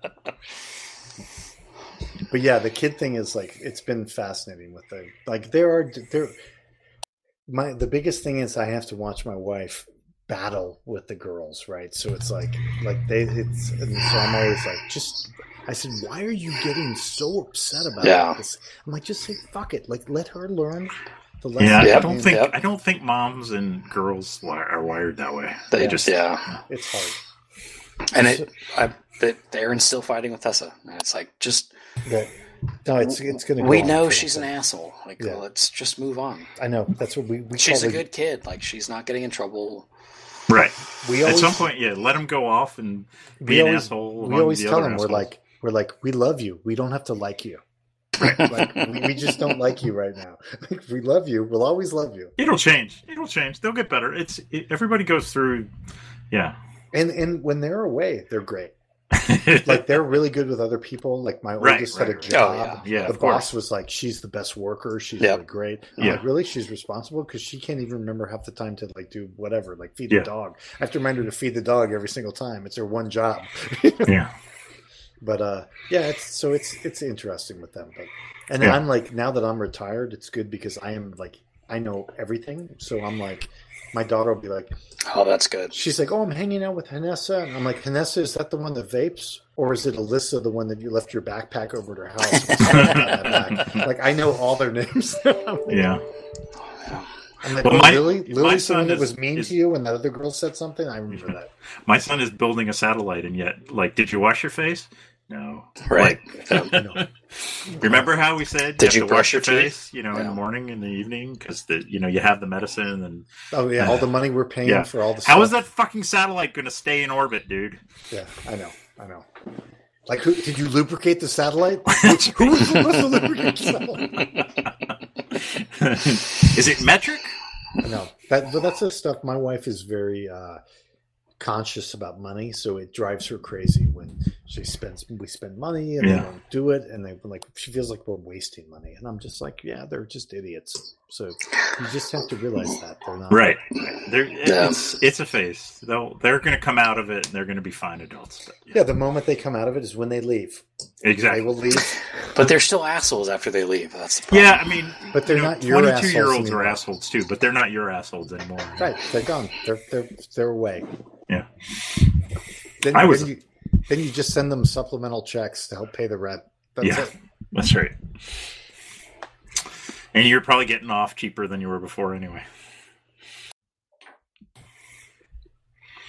Speaker 1: but yeah, the kid thing is like it's been fascinating with the like there are there. My the biggest thing is I have to watch my wife battle with the girls, right? So it's like like they it's and so I'm always like just. I said, "Why are you getting so upset about
Speaker 3: Yeah.
Speaker 1: this?" I'm like, "Just say fuck it. Like, let her learn the lesson."
Speaker 2: Yeah, I
Speaker 3: Yep,
Speaker 2: don't think
Speaker 3: yep.
Speaker 2: I don't think moms and girls wi- are wired that way.
Speaker 3: They
Speaker 1: Yeah.
Speaker 3: just yeah.
Speaker 1: it's hard.
Speaker 3: And it, I, but Aaron's still fighting with Tessa. And it's like just
Speaker 1: But, no, it's it's gonna.
Speaker 3: we
Speaker 1: go on
Speaker 3: know
Speaker 1: for-
Speaker 3: she's an asshole. Like
Speaker 1: Yeah.
Speaker 3: let's just move on.
Speaker 1: I know that's what we we
Speaker 3: She's a
Speaker 1: call the-
Speaker 3: good kid. Like she's not getting in trouble.
Speaker 2: Right.
Speaker 1: We
Speaker 2: At
Speaker 1: always
Speaker 2: some point, yeah, let them go off and be
Speaker 1: we
Speaker 2: an
Speaker 1: always
Speaker 2: asshole.
Speaker 1: we
Speaker 2: among
Speaker 1: always
Speaker 2: the
Speaker 1: tell
Speaker 2: other
Speaker 1: them we're
Speaker 2: assholes.
Speaker 1: like we're like we love you we don't have to like you like we, we just don't like you right now like, we love you we'll always love you
Speaker 2: it'll change. It'll change. They'll get better. It's it, everybody goes through. Yeah.
Speaker 1: and and when they're away they're great like they're really good with other people. Like my
Speaker 2: Right,
Speaker 1: oldest
Speaker 2: right,
Speaker 1: had a
Speaker 2: right.
Speaker 1: job.
Speaker 3: Oh,
Speaker 2: yeah,
Speaker 1: the
Speaker 2: of
Speaker 1: boss
Speaker 2: course.
Speaker 1: was like, "She's the best worker. She's
Speaker 3: Yeah.
Speaker 1: really great." I'm
Speaker 2: Yeah.
Speaker 1: like, "Really? She's responsible because she can't even remember half the time to like do whatever, like feed
Speaker 2: Yeah.
Speaker 1: the dog. I have to remind her to feed the dog every single time. It's her one job."
Speaker 2: Yeah.
Speaker 1: but uh, yeah, it's so it's it's interesting with them. But and then
Speaker 2: Yeah.
Speaker 1: I'm like, now that I'm retired, it's good because I am like, I know everything. So I'm like, my daughter will be like,
Speaker 3: Oh, that's good.
Speaker 1: She's like, "Oh, I'm hanging out with Hanessa," and I'm like, "Hanessa, is that the one that vapes, or is it Alyssa, the one that you left your backpack over at her house?" What's going on in that back? like, I know all their names. I'm like,
Speaker 2: Yeah.
Speaker 1: I'm like,
Speaker 2: Well,
Speaker 1: "Oh,
Speaker 2: my-
Speaker 1: Lily,
Speaker 2: my
Speaker 1: Lily, someone
Speaker 2: son
Speaker 1: that
Speaker 2: is-
Speaker 1: was mean
Speaker 2: is-
Speaker 1: to you, and that other girl said something. I remember that.
Speaker 2: My son is building a satellite, and yet, like, did you wash your face? No.
Speaker 3: Right. Um,
Speaker 1: No.
Speaker 2: Remember how we said
Speaker 3: Did you
Speaker 2: have to
Speaker 3: brush
Speaker 2: wash
Speaker 3: your
Speaker 2: your
Speaker 3: teeth?
Speaker 2: face? You know, in
Speaker 3: Yeah.
Speaker 2: the morning, in the evening, because the you know you have the medicine. And
Speaker 1: Oh yeah, all the money we're paying
Speaker 2: Yeah.
Speaker 1: for all the.
Speaker 2: how is
Speaker 1: stuff.
Speaker 2: that fucking satellite going to stay in orbit, dude?
Speaker 1: Yeah, I know, I know. Like, who did you lubricate the satellite? Which, who was supposed to lubricate the satellite?
Speaker 2: is it metric?
Speaker 1: No, that but that's the stuff. My wife is very uh, conscious about money, so it drives her crazy when she spends. We spend money and
Speaker 2: Yeah.
Speaker 1: they don't do it, and they like she feels like we're wasting money, and I'm just like, yeah, they're just idiots. So you just have to realize that they're not
Speaker 2: Right. They're, it's, it's a phase. They'll, they're going to come out of it, and they're going to be fine adults. But,
Speaker 1: Yeah, the moment they come out of it is when they leave. They
Speaker 2: Exactly.
Speaker 1: will leave.
Speaker 3: but they're still assholes after they leave. That's the problem.
Speaker 2: Yeah, I mean,
Speaker 1: But they're
Speaker 2: you know,
Speaker 1: not your assholes
Speaker 2: year olds are
Speaker 1: anymore.
Speaker 2: assholes too, but they're not your assholes anymore.
Speaker 1: Right, they're gone. They're they're they're away.
Speaker 2: Yeah.
Speaker 1: Then,
Speaker 2: I was-
Speaker 1: then you, then you just send them supplemental checks to help pay the rent. That's
Speaker 2: Yeah.
Speaker 1: it.
Speaker 2: That's right. And you're probably getting off cheaper than you were before anyway.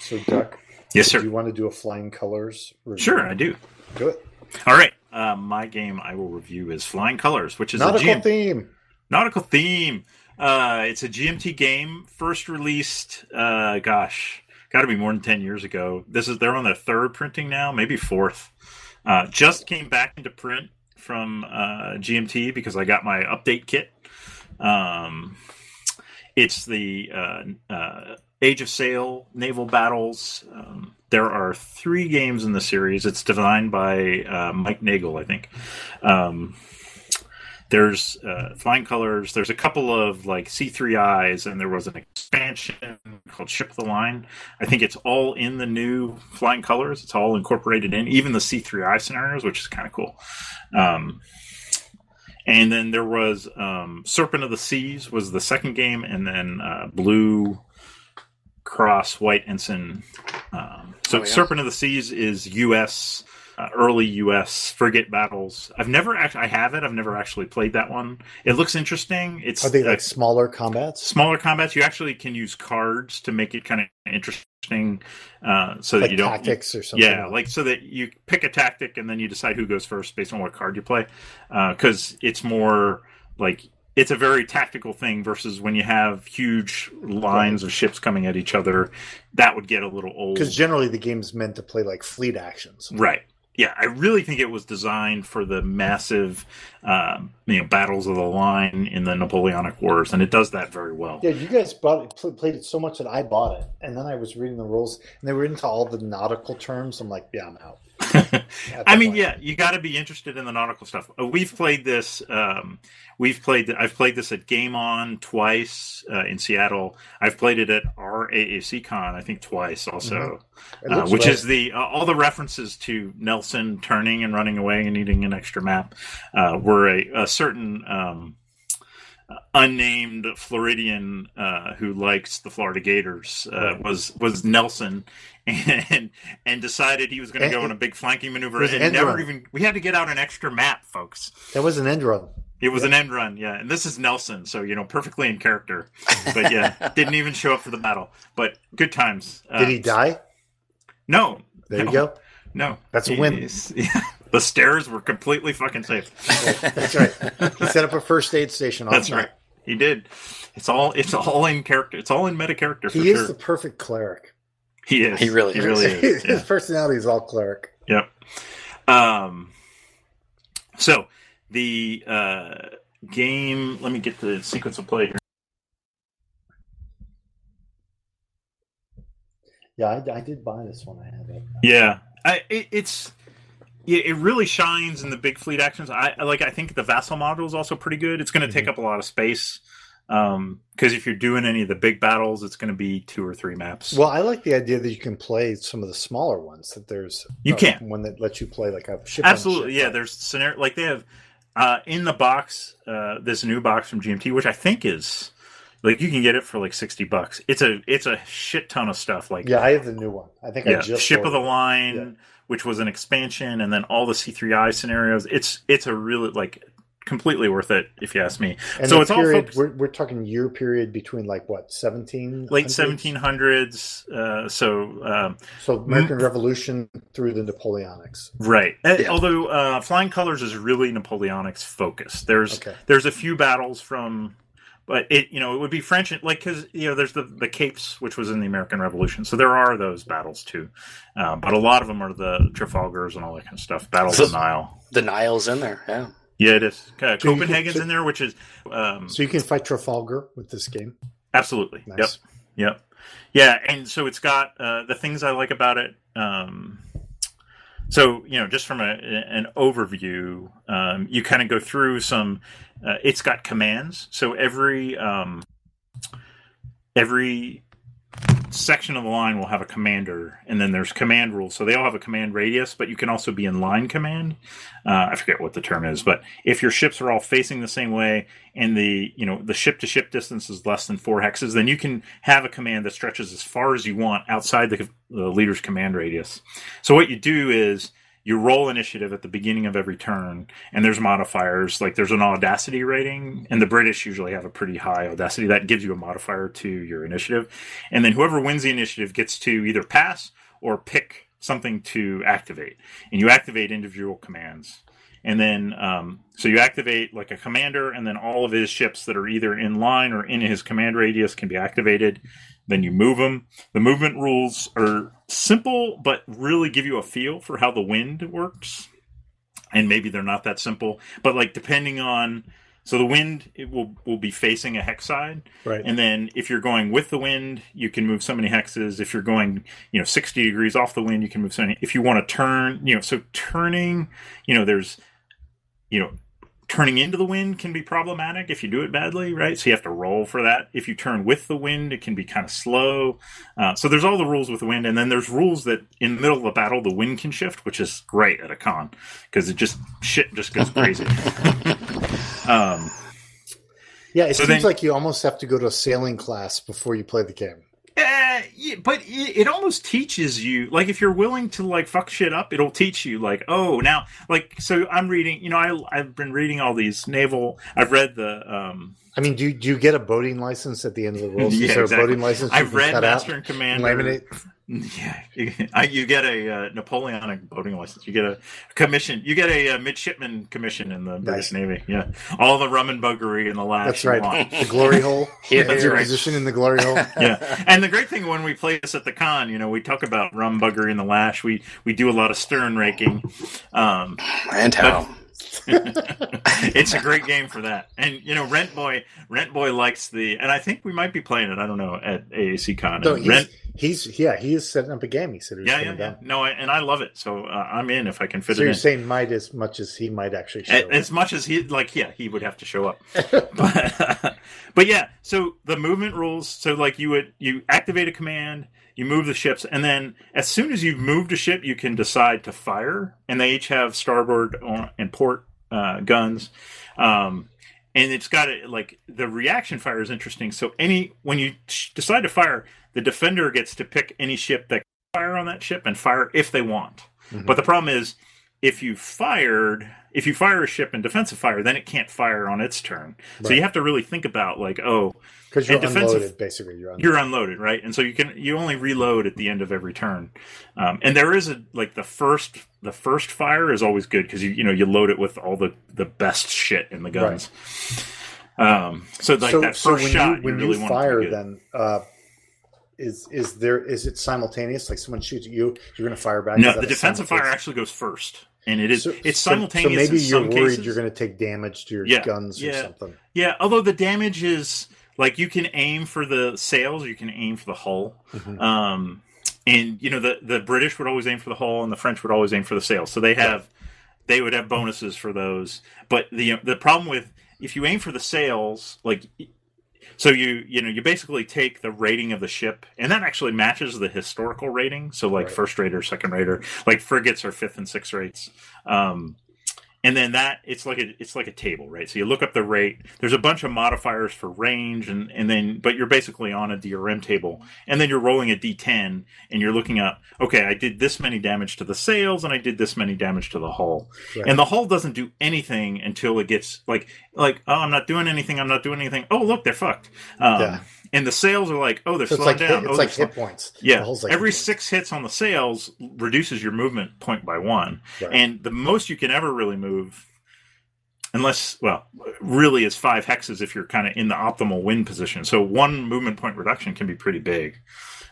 Speaker 1: So Duck,
Speaker 2: Yes,
Speaker 1: do
Speaker 2: sir.
Speaker 1: you want to do a flying colors review?
Speaker 2: Sure, I do.
Speaker 1: Do it.
Speaker 2: All right. Uh, my game I will review is Flying Colors, which is
Speaker 1: Nautical
Speaker 2: a GM-
Speaker 1: theme.
Speaker 2: nautical theme. Uh, it's a GMT game, first released. Uh, gosh, got to be more than ten years ago. This is they're on their third printing now, maybe fourth. Uh, just came back into print from uh, GMT because I got my update kit. Um, it's the uh, uh, Age of Sail naval battles. Um, there are three games in the series. It's designed by uh, Mike Nagel, I think. Um, there's uh, flying colors there's a couple of like c3is and there was an expansion called ship the line i think it's all in the new flying colors it's all incorporated in even the c3i scenarios which is kind of cool um, and then there was um, serpent of the seas was the second game and then uh, blue cross white ensign um, so
Speaker 3: Oh, yeah.
Speaker 2: serpent of the seas is us uh, early U.S. frigate battles. I've never actually, I have it. I've never actually played that one. It looks interesting. It's
Speaker 1: Are they
Speaker 2: uh,
Speaker 1: like smaller combats?
Speaker 2: smaller combats. You actually can use cards to make it kind of interesting, uh, so that
Speaker 1: Like
Speaker 2: you don't.
Speaker 1: tactics or something?
Speaker 2: yeah, like so that you pick a tactic and then you decide who goes first based on what card you play, because it's more like it's a very tactical thing versus when you have huge lines of ships coming at each other, that would get a little old.
Speaker 1: because generally the game's meant to play like fleet actions.
Speaker 2: Right. Yeah, I really think it was designed for the massive, um, you know, battles of the line in the Napoleonic Wars, and it does that very well.
Speaker 1: Yeah, you guys bought it, pl- played it so much that I bought it, and then I was reading the rules, and they were into all the nautical terms. I'm like, yeah, I'm out. At
Speaker 2: I
Speaker 1: that
Speaker 2: mean,
Speaker 1: point.
Speaker 2: yeah, you got to be interested in the nautical stuff. Uh, We've played this. Um, we've played. I've played this at Game On twice uh, in Seattle. I've played it at RAAC Con, I think, twice also,
Speaker 1: It
Speaker 2: uh,
Speaker 1: looks
Speaker 2: which
Speaker 1: right.
Speaker 2: is the uh, all the references to Nelson turning and running away and needing an extra map uh, were a, a certain. Um, unnamed Floridian uh, who likes the Florida Gators uh, was was Nelson, and and decided he was going to
Speaker 1: And-
Speaker 2: go on a big flanking maneuver
Speaker 1: It was
Speaker 2: and
Speaker 1: an end
Speaker 2: never
Speaker 1: run.
Speaker 2: even we had to get out an extra map, folks.
Speaker 1: that was an end run.
Speaker 2: It was an end run, yeah. And this is Nelson, so you know perfectly in character, but yeah, didn't even show up for the battle. But good times. Uh,
Speaker 1: Did he die?
Speaker 2: No.
Speaker 1: There
Speaker 2: no,
Speaker 1: you go.
Speaker 2: No,
Speaker 1: That's a win.
Speaker 2: He's- yeah. The stairs were completely fucking safe.
Speaker 1: That's right. He set up a first aid station. on
Speaker 2: That's
Speaker 1: site.
Speaker 2: right. He did. It's all it's all in character. It's all in meta character for
Speaker 1: He
Speaker 2: sure.
Speaker 1: is the perfect cleric.
Speaker 2: He is.
Speaker 3: He really
Speaker 2: he
Speaker 3: is.
Speaker 2: really is.
Speaker 1: His personality is all cleric.
Speaker 2: Yeah. Yep. Um. So the uh, game. Let me get the sequence of play here.
Speaker 1: Yeah, I, I did buy this one. I had it.
Speaker 2: Yeah. I. It, it's. Yeah, it really shines in the big fleet actions. I I like. I think the vassal module is also pretty good. It's going to take up a lot of space because if you're doing any of the big battles, it's going to be two or three maps.
Speaker 1: Well, I like the idea that you can play some of the smaller ones. That there's
Speaker 2: You
Speaker 1: uh,
Speaker 2: can.
Speaker 1: one that lets you play like a ship. on a
Speaker 2: absolutely
Speaker 1: ship.
Speaker 2: yeah there's scenario like they have uh in the box uh this new box from gmt which i think is like you can get it for like 60 bucks it's a it's a shit ton of stuff like
Speaker 1: Yeah, I have the new one. I think I
Speaker 2: yeah,
Speaker 1: just
Speaker 2: ship of the
Speaker 1: ordered it.
Speaker 2: line
Speaker 1: Yeah.
Speaker 2: which was an expansion and then all the c3i scenarios it's it's a really like completely worth it if you ask me
Speaker 1: And
Speaker 2: so
Speaker 1: the
Speaker 2: it's all
Speaker 1: period,
Speaker 2: focused-
Speaker 1: we're, we're talking year period between like what seventeen
Speaker 2: late 1700s uh so um
Speaker 1: So American Revolution through the Napoleonics.
Speaker 2: Right. Uh,
Speaker 3: Yeah.
Speaker 2: Although uh, Flying Colors is really Napoleonic's focus. There's
Speaker 1: Okay.
Speaker 2: there's a few battles from, but it you know it would be French like because you know there's the the capes which was in the American Revolution. So there are those battles too, um, but a lot of them are the Trafalgars and all that kind of stuff. Battle of
Speaker 3: So-
Speaker 2: the Nile.
Speaker 3: The Nile's in there. Yeah.
Speaker 2: Yeah, it is. Uh,
Speaker 1: So you can-
Speaker 2: Copenhagen's
Speaker 1: so-
Speaker 2: in there, which is um,
Speaker 1: So you can fight Trafalgar with this game.
Speaker 2: absolutely.
Speaker 1: Nice.
Speaker 2: Yep. Yep. Yeah, and so it's got uh, the things I like about it. Um, so you know, just from a, an overview, um, you kind of go through some. Uh, it's got commands, so every um, every section of the line will have a commander, and then there's command rules. So they all have a command radius, but you can also be in line command. Uh, I forget what the term is, but if your ships are all facing the same way, and the you know the ship to ship distance is less than four hexes, then you can have a command that stretches as far as you want outside the, the leader's command radius. So what you do is you roll initiative at the beginning of every turn, and there's modifiers like there's an audacity rating, and the British usually have a pretty high audacity that gives you a modifier to your initiative, and then whoever wins the initiative gets to either pass or pick something to activate, and you activate individual commands and then um, so you activate like a commander, and then all of his ships that are either in line or in his command radius can be activated. Then you move them. The movement rules are simple, but really give you a feel for how the wind works. And maybe they're not that simple, but like depending on so the wind it will will be facing a hex side,
Speaker 1: Right.
Speaker 2: and then if you're going with the wind, you can move so many hexes. If you're going, you know, 60 degrees off the wind, you can move so many. If you want to turn, you know, so turning, you know, there's, you know, turning into the wind can be problematic if you do it badly, right? So you have to roll for that. If you turn with the wind, it can be kind of slow. Uh, so there's all the rules with the wind. And then there's rules that in the middle of the battle, the wind can shift, which is great at a con because it just, shit just goes crazy. um,
Speaker 1: yeah, it
Speaker 2: so
Speaker 1: seems
Speaker 2: then-
Speaker 1: like you almost have to go to a sailing class before you play the game.
Speaker 2: Uh, yeah, but it, it almost teaches you like if you're willing to like fuck shit up it'll teach you like oh now like so i'm reading you know I, i've been reading all these naval i've read the um
Speaker 1: I mean, do you, do you get a boating license at the end of the rules?
Speaker 2: Yeah,
Speaker 1: Is there
Speaker 2: exactly.
Speaker 1: a boating license? you
Speaker 2: i've
Speaker 1: can
Speaker 2: read
Speaker 1: cut out
Speaker 2: master and
Speaker 1: and
Speaker 2: commander
Speaker 1: laminate?
Speaker 2: yeah you, I, you get a uh, napoleonic boating license you get a commission you get a, uh midshipman commission in the
Speaker 1: Nice.
Speaker 2: british navy yeah all the rum and buggery and the lash
Speaker 1: That's
Speaker 2: you
Speaker 1: right.
Speaker 2: want.
Speaker 1: The glory hole.
Speaker 3: Yeah,
Speaker 1: That's
Speaker 3: that's
Speaker 1: your
Speaker 3: right.
Speaker 1: position in the glory hole.
Speaker 2: yeah. And the great thing when we play this at the con, you know, we talk about rum bugger in the lash. We we do a lot of stern raking. Um,
Speaker 3: And how?
Speaker 2: it's a great game for that. And you know, Rent Boy, Rent Boy likes the, and I think we might be playing it. I don't know at AAC Con.
Speaker 1: So
Speaker 2: And
Speaker 1: he's,
Speaker 2: Rent,
Speaker 1: he's yeah, he is setting up a game. He said he was
Speaker 2: yeah, yeah,
Speaker 1: putting
Speaker 2: yeah.
Speaker 1: down.
Speaker 2: No, I, and I love it. So uh, I'm in if I can fit
Speaker 1: So
Speaker 2: it
Speaker 1: you're
Speaker 2: in.
Speaker 1: saying might as much as he might actually show.
Speaker 2: A- as much as he like yeah he would have to show up but, but yeah so the movement rules so like you would you activate a command you move the ships and then as soon as you've moved a ship you can decide to fire and they each have starboard or, and port uh, guns um, and it's got it like the reaction fire is interesting so any when you sh- decide to fire the defender gets to pick any ship that can fire on that ship and fire if they want
Speaker 1: Mhm.
Speaker 2: but the problem is if you fired if you fire a ship in defensive fire then it can't fire on its turn so
Speaker 1: Right.
Speaker 2: you have to really think about like oh
Speaker 1: because you're
Speaker 2: and defensive-
Speaker 1: unloaded basically. You're unloaded.
Speaker 2: you're unloaded right and so you can you only reload at the end of every turn um, and there is a like the first the first fire is always good because you you know you load it with all the the best shit in the guns um so like that first
Speaker 1: when
Speaker 2: shot
Speaker 1: you, when
Speaker 2: really
Speaker 1: you
Speaker 2: want it to be
Speaker 1: fire
Speaker 2: good.
Speaker 1: then uh is is there is it simultaneous like someone shoots at you you're going to fire back Is
Speaker 2: no
Speaker 1: that
Speaker 2: the
Speaker 1: a
Speaker 2: defensive fire
Speaker 1: simultaneous-
Speaker 2: actually goes first and it is
Speaker 1: So-
Speaker 2: it's
Speaker 1: so-
Speaker 2: simultaneous
Speaker 1: so, maybe
Speaker 2: in
Speaker 1: you're
Speaker 2: some
Speaker 1: worried
Speaker 2: cases.
Speaker 1: you're going to take damage to your
Speaker 2: Yeah,
Speaker 1: guns or
Speaker 2: yeah.
Speaker 1: something
Speaker 2: Yeah, although the damage is like you can aim for the sails, you can aim for the hull.
Speaker 1: Mhm.
Speaker 2: Um, and you know the the British would always aim for the hull, and the French would always aim for the sail. So they have they would have bonuses for those. But the the problem with if you aim for the sails, like so you you know you basically take the rating of the ship, and that actually matches the historical rating. So like
Speaker 1: Right.
Speaker 2: first rater, second rater, like frigates are fifth and sixth rates. Um, and then that it's like a it's like a table, right? So you look up the rate. There's a bunch of modifiers for range, and and then but you're basically on a DRM table, and then you're rolling a D10, and you're looking up. Okay, I did this many damage to the sails, and I did this many damage to the hull,
Speaker 1: Right.
Speaker 2: and the hull doesn't do anything until it gets like like oh I'm not doing anything, I'm not doing anything. Oh look, they're fucked. Um,
Speaker 1: Yeah.
Speaker 2: And the sails are like oh they're
Speaker 1: So it's
Speaker 2: slowing
Speaker 1: like
Speaker 2: down.
Speaker 1: hit,
Speaker 2: oh,
Speaker 1: it's like
Speaker 2: they're slow-
Speaker 1: hit points.
Speaker 2: yeah,
Speaker 1: The hull's like
Speaker 2: every
Speaker 1: hit points.
Speaker 2: six hits on the sails reduces your movement point by one,
Speaker 1: Right.
Speaker 2: and the most you can ever really move, unless well, really is five hexes if you're kind of in the optimal wind position. So one movement point reduction can be pretty big.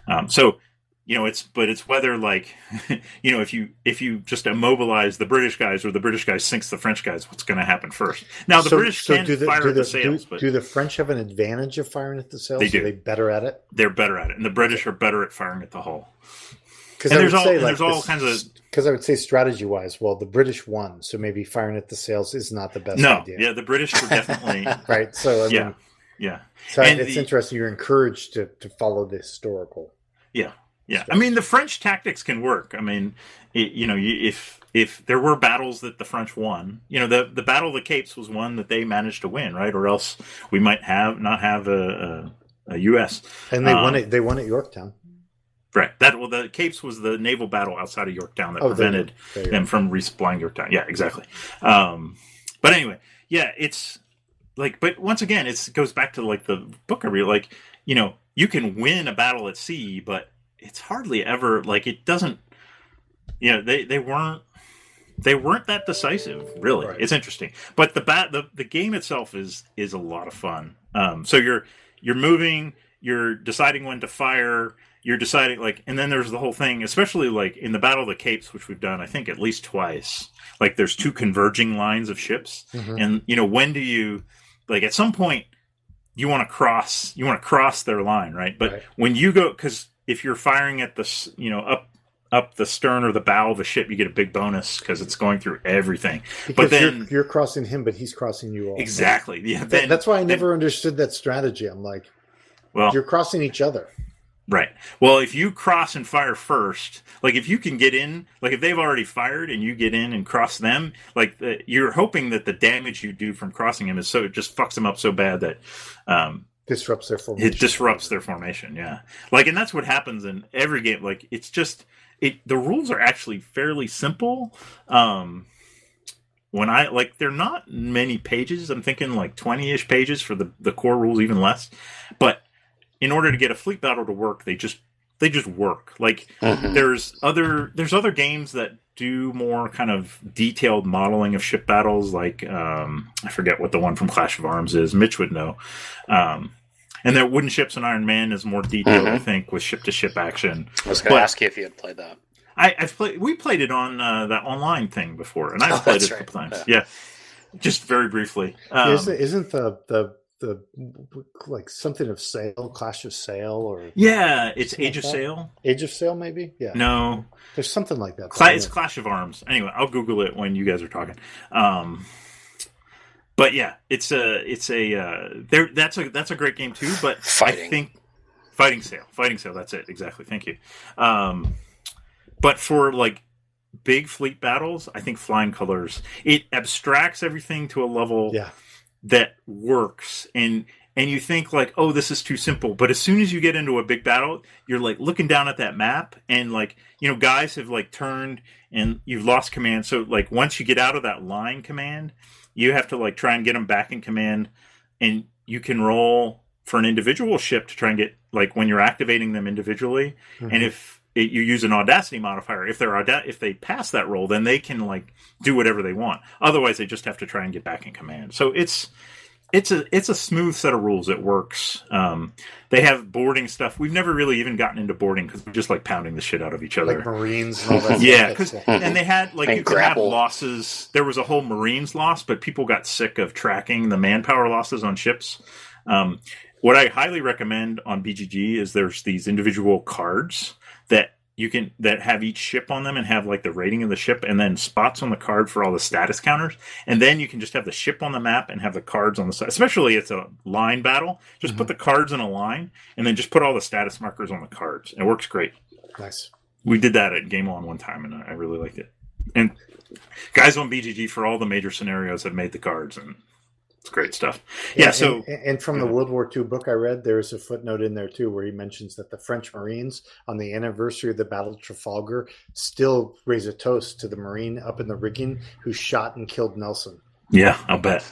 Speaker 2: Um, so you know it's but it's whether like you know if you if you just immobilize the British guys or the British guy sinks the French guys, what's going to happen first? Now the
Speaker 1: So-
Speaker 2: British
Speaker 1: so
Speaker 2: can
Speaker 1: do the,
Speaker 2: fire
Speaker 1: do
Speaker 2: at the
Speaker 1: the-
Speaker 2: sails,
Speaker 1: do,
Speaker 2: but
Speaker 1: do the French have an advantage of firing at the sails?
Speaker 2: They
Speaker 1: Are
Speaker 2: do.
Speaker 1: they better at it?
Speaker 2: they're better at it, and the British are better at firing at the hull.
Speaker 1: Because
Speaker 2: And there's all- and there's all kinds of-
Speaker 1: Because I would say strategy wise, well, the British won, so maybe firing at the sails is not the best
Speaker 2: No,
Speaker 1: idea.
Speaker 2: yeah, the British were definitely
Speaker 1: Right. So I mean,
Speaker 2: Yeah. yeah.
Speaker 1: so
Speaker 2: And
Speaker 1: it's
Speaker 2: the-
Speaker 1: interesting. You're encouraged to, to follow the historical.
Speaker 2: Yeah, I
Speaker 1: stuff.
Speaker 2: mean the French tactics can work. I mean, it, you know, you- if if there were battles that the French won, you know, the the Battle of the Capes was one that they managed to win, right? Or else we might have not have a, a, a U.S.
Speaker 1: And they won
Speaker 2: Um,
Speaker 1: it. They won at Yorktown.
Speaker 2: Right. That well, the Capes was the naval battle outside of Yorktown that
Speaker 1: Oh, they-
Speaker 2: prevented
Speaker 1: they-
Speaker 2: them from resplying Yorktown. Yeah, exactly. Um, but anyway, yeah, it's like, but once again, it's, it goes back to like the book I read. Like, you know, you can win a battle at sea, but it's hardly ever like it doesn't. You know, they they weren't they weren't that decisive. Really,
Speaker 1: Right.
Speaker 2: it's interesting. But the bat the, the game itself is is a lot of fun. Um, so you're you're moving, you're deciding when to fire you're deciding like and then there's the whole thing especially like in the battle of the capes which we've done i think at least twice like there's two converging lines of ships
Speaker 1: Mhm.
Speaker 2: and you know when do you like at some point you want to cross you want to cross their line right but
Speaker 1: Right.
Speaker 2: when you go because if you're firing at the s- you know up up the stern or the bow of the ship you get a big bonus because it's going through everything
Speaker 1: Because
Speaker 2: then-
Speaker 1: you're, you're crossing him, but he's crossing you all.
Speaker 2: exactly yeah
Speaker 1: That-
Speaker 2: then,
Speaker 1: that's why I
Speaker 2: then-
Speaker 1: never understood that strategy. I'm like,
Speaker 2: well
Speaker 1: you're crossing each other.
Speaker 2: Right. Well, if you cross and fire first, like if you can get in, like if they've already fired and you get in and cross them, like the, you're hoping that the damage you do from crossing them is so it just fucks them up so bad that um,
Speaker 1: Disrupts their formation.
Speaker 2: it disrupts their formation. Yeah. Like, and that's what happens in every game. Like, it's just it. The rules are actually fairly simple. Um, when I like, they're not many pages. I'm thinking like 20 ish pages for the the core rules, even less. But in order to get a fleet battle to work, they just they just work. Like
Speaker 3: Mhm.
Speaker 2: there's other there's other games that do more kind of detailed modeling of ship battles like um, i forget what the one from clash of arms is mitch would know um, and that wooden ships and iron man is more detailed
Speaker 3: Mm-hmm.
Speaker 2: i think with ship to ship action
Speaker 3: I was going
Speaker 2: But-
Speaker 3: to ask you if you had played that.
Speaker 2: I, i've played we played it on uh, that online thing before and i've
Speaker 3: Oh,
Speaker 2: played
Speaker 3: that's
Speaker 2: it a couple
Speaker 3: right.
Speaker 2: times yeah. just very briefly um,
Speaker 1: isn't, isn't the the the like something of sail, clash of sail, or
Speaker 2: yeah it's
Speaker 1: Something
Speaker 2: age of
Speaker 1: like that?
Speaker 2: sail
Speaker 1: age of sail? Maybe. Yeah.
Speaker 2: no
Speaker 1: There's something like that.
Speaker 2: Cla- it's Clash of Arms. Anyway, I'll Google it when you guys are talking. Um, but yeah, it's a it's a uh, there. That's a that's a great game too. But I
Speaker 3: Fighting.
Speaker 2: think fighting sale, fighting sale. That's it exactly. Thank you. Um, but for like big fleet battles, I think Flying Colors it abstracts everything to a level
Speaker 1: Yeah.
Speaker 2: that works and and you think like oh this is too simple but as soon as you get into a big battle you're like looking down at that map and like you know guys have like turned and you've lost command so like once you get out of that line command you have to like try and get them back in command and you can roll for an individual ship to try and get like when you're activating them individually and if it, you use an audacity modifier if they're auda- if they pass that roll then they can like do whatever they want otherwise they just have to try and get back in command so it's it's a it's a smooth set of rules it works um, they have boarding stuff we've never really even gotten into boarding because we're just like pounding the shit out of each other
Speaker 1: like Marines and all that.
Speaker 2: yeah,
Speaker 1: stuff.
Speaker 2: because
Speaker 1: That's-
Speaker 2: and they had like
Speaker 3: And
Speaker 2: you could have
Speaker 3: grapple.
Speaker 2: losses. There was a whole Marines loss, but people got sick of tracking the manpower losses on ships. Um, what I highly recommend on BGG is there's these individual cards that you can that have each ship on them and have like the rating of the ship and then spots on the card for all the status counters and then you can just have the ship on the map and have the cards on the side especially it's a line battle just put the cards in a line and then just put all the status markers on the cards it works great
Speaker 1: Nice.
Speaker 2: we did that at game on one time and i I really liked it and guys on bgg for all the major scenarios have made the cards and it's great stuff yeah,
Speaker 1: and-
Speaker 2: so Mm-hmm.
Speaker 1: and, and from the World War II book I read, there is a footnote in there too where he mentions that the French Marines, on the anniversary of the Battle of Trafalgar, still raise a toast to the Marine up in the rigging who shot and killed Nelson.
Speaker 2: yeah i'll bet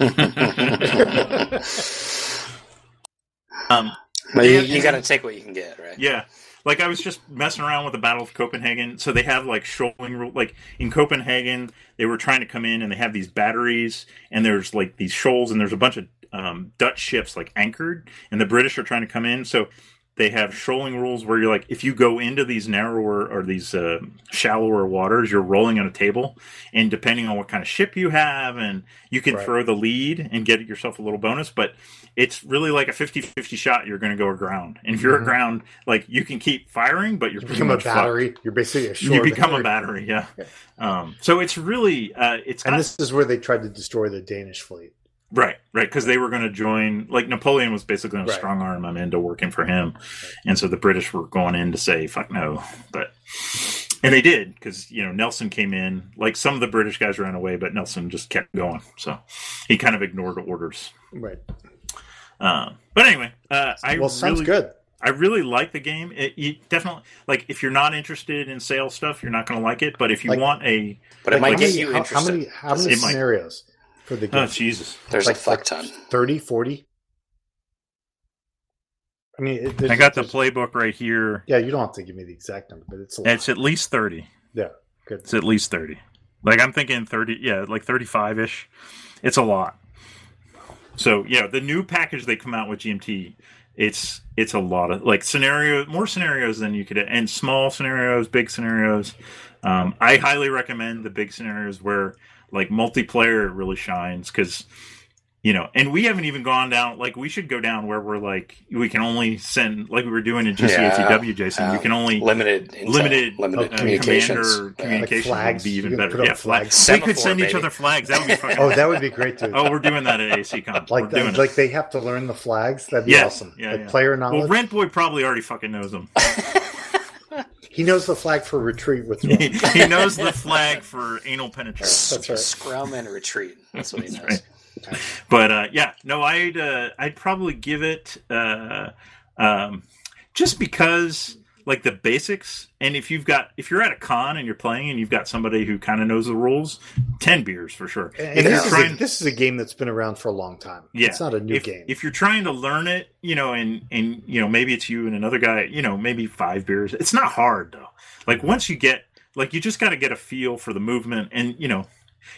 Speaker 2: um
Speaker 3: But you,
Speaker 2: Yeah,
Speaker 3: you
Speaker 2: and-
Speaker 3: got to take what you can get, right?
Speaker 2: Yeah. Like I was just messing around with the Battle of Copenhagen. So they have like shoaling rule. Like in Copenhagen, they were trying to come in and they have these batteries and there's like these shoals and there's a bunch of um, Dutch ships like anchored and the British are trying to come in. So they have shoaling rules where you're like, if you go into these narrower or these uh, shallower waters, you're rolling on a table. And depending on what kind of ship you have, and you can
Speaker 1: Right.
Speaker 2: throw the lead and get yourself a little bonus. But it's really like a 50 50 shot you're going to go aground. And if you're
Speaker 1: Mhm.
Speaker 2: aground, like you can keep firing, but you're
Speaker 1: You
Speaker 2: pretty
Speaker 1: become a
Speaker 2: much fucked.
Speaker 1: battery. You're basically a shore
Speaker 2: Mm, You become a
Speaker 1: battery.
Speaker 2: battery, yeah. Um, so it's really, uh, it's
Speaker 1: And
Speaker 2: got-
Speaker 1: this is where they tried to destroy the Danish fleet.
Speaker 2: right, right, because they were going to join. Like Napoleon was basically going
Speaker 1: Right.
Speaker 2: to strong arm them into working for him, and so the British were going in to say fuck no, but and they did because you know Nelson came in. Like some of the British guys ran away, but Nelson just kept going, so he kind of ignored orders.
Speaker 1: Right.
Speaker 2: Um, but anyway, uh, I
Speaker 1: well, sounds
Speaker 2: really,
Speaker 1: good.
Speaker 2: I really like the game. It, you definitely like if you're not interested in sales stuff, you're not going to like it. But if you
Speaker 1: Like-
Speaker 2: want a
Speaker 3: But it
Speaker 1: Like,
Speaker 3: might
Speaker 1: how
Speaker 3: get
Speaker 1: many-
Speaker 3: you
Speaker 1: how,
Speaker 3: interested.
Speaker 1: how many how many
Speaker 2: It might.
Speaker 1: scenarios for the game?
Speaker 2: oh Jesus,
Speaker 3: There's
Speaker 1: Like,
Speaker 3: a fuck ton.
Speaker 1: 30, 40? I mean, it, there's-
Speaker 2: I got the
Speaker 1: there's-
Speaker 2: playbook right here.
Speaker 1: Yeah, you don't have to give me the exact number, but it's a lot.
Speaker 2: It's at least thirty.
Speaker 1: Yeah, good.
Speaker 2: It's at least thirty. Like I'm thinking thirty. Yeah, like thirty-five ish. It's a lot. So yeah, the new package they come out with GMT, it's it's a lot of like scenario, more scenarios than you could, and small scenarios, big scenarios. Um, I highly recommend the big scenarios where like multiplayer really shines because you know, and we haven't even gone down like we should go down where we're like we can only send like we were doing in GCHEW, Jason. you
Speaker 3: Um,
Speaker 2: can only
Speaker 3: Limited, intel,
Speaker 2: limited,
Speaker 3: limited
Speaker 1: uh,
Speaker 3: communications.
Speaker 2: commander
Speaker 3: Yeah.
Speaker 1: Like
Speaker 2: communication would
Speaker 1: flags,
Speaker 2: be even
Speaker 1: you can
Speaker 2: better.
Speaker 1: put up
Speaker 2: Yeah, flags.
Speaker 3: flags.
Speaker 2: we could
Speaker 3: Semaphore,
Speaker 2: send each
Speaker 3: baby.
Speaker 2: other flags. That would be fucking.
Speaker 1: Oh, that would be great too.
Speaker 2: oh, we're doing that at ACCon.
Speaker 1: like
Speaker 2: we're doing
Speaker 1: like they have to learn the flags. That'd be
Speaker 2: Yeah,
Speaker 1: awesome.
Speaker 2: yeah,
Speaker 1: like
Speaker 2: yeah.
Speaker 1: player
Speaker 2: it. Well,
Speaker 1: knowledge.
Speaker 2: Rent Boy probably already fucking knows them.
Speaker 1: he knows the flag for retreat with
Speaker 2: he,
Speaker 1: Rome.
Speaker 2: he knows the flag for anal penetration.
Speaker 1: That's right.
Speaker 3: Scrum and retreat. That's what he knows.
Speaker 2: right. But uh, yeah, no, I'd uh, I'd probably give it uh, um, just because like the basics. And if you've got if you're at a con and you're playing and you've got somebody who kind of knows the rules, ten beers for sure.
Speaker 1: And this,
Speaker 2: If you're
Speaker 1: is
Speaker 2: trying-
Speaker 1: a, this is a game that's been around for a long time.
Speaker 2: Yeah.
Speaker 1: It's not a new
Speaker 2: if,
Speaker 1: game.
Speaker 2: If you're trying to learn it, you know, and and you know, maybe it's you and another guy, you know, maybe five beers. It's not hard though. Like once you get like you just got to get a feel for the movement and you know,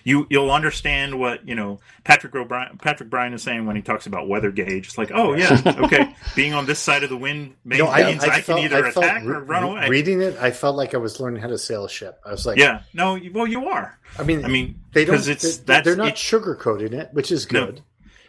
Speaker 2: you you'll understand what, you know, Patrick O'Brien Patrick Bryan is saying when he talks about weather gauge. It's like, "Oh yeah, okay, being on this side of the wind means I, can either
Speaker 1: felt
Speaker 2: attack
Speaker 1: re-
Speaker 2: or run
Speaker 1: re-
Speaker 2: away."
Speaker 1: Reading it, I felt like I was learning how to sail a ship. I was like,
Speaker 2: yeah. No, you- well you are.
Speaker 1: I mean,
Speaker 2: I mean,
Speaker 1: they don't.
Speaker 2: 'cause it's
Speaker 1: they,
Speaker 2: that's
Speaker 1: they're not
Speaker 2: it-
Speaker 1: sugarcoating it, which is
Speaker 2: No,
Speaker 1: good.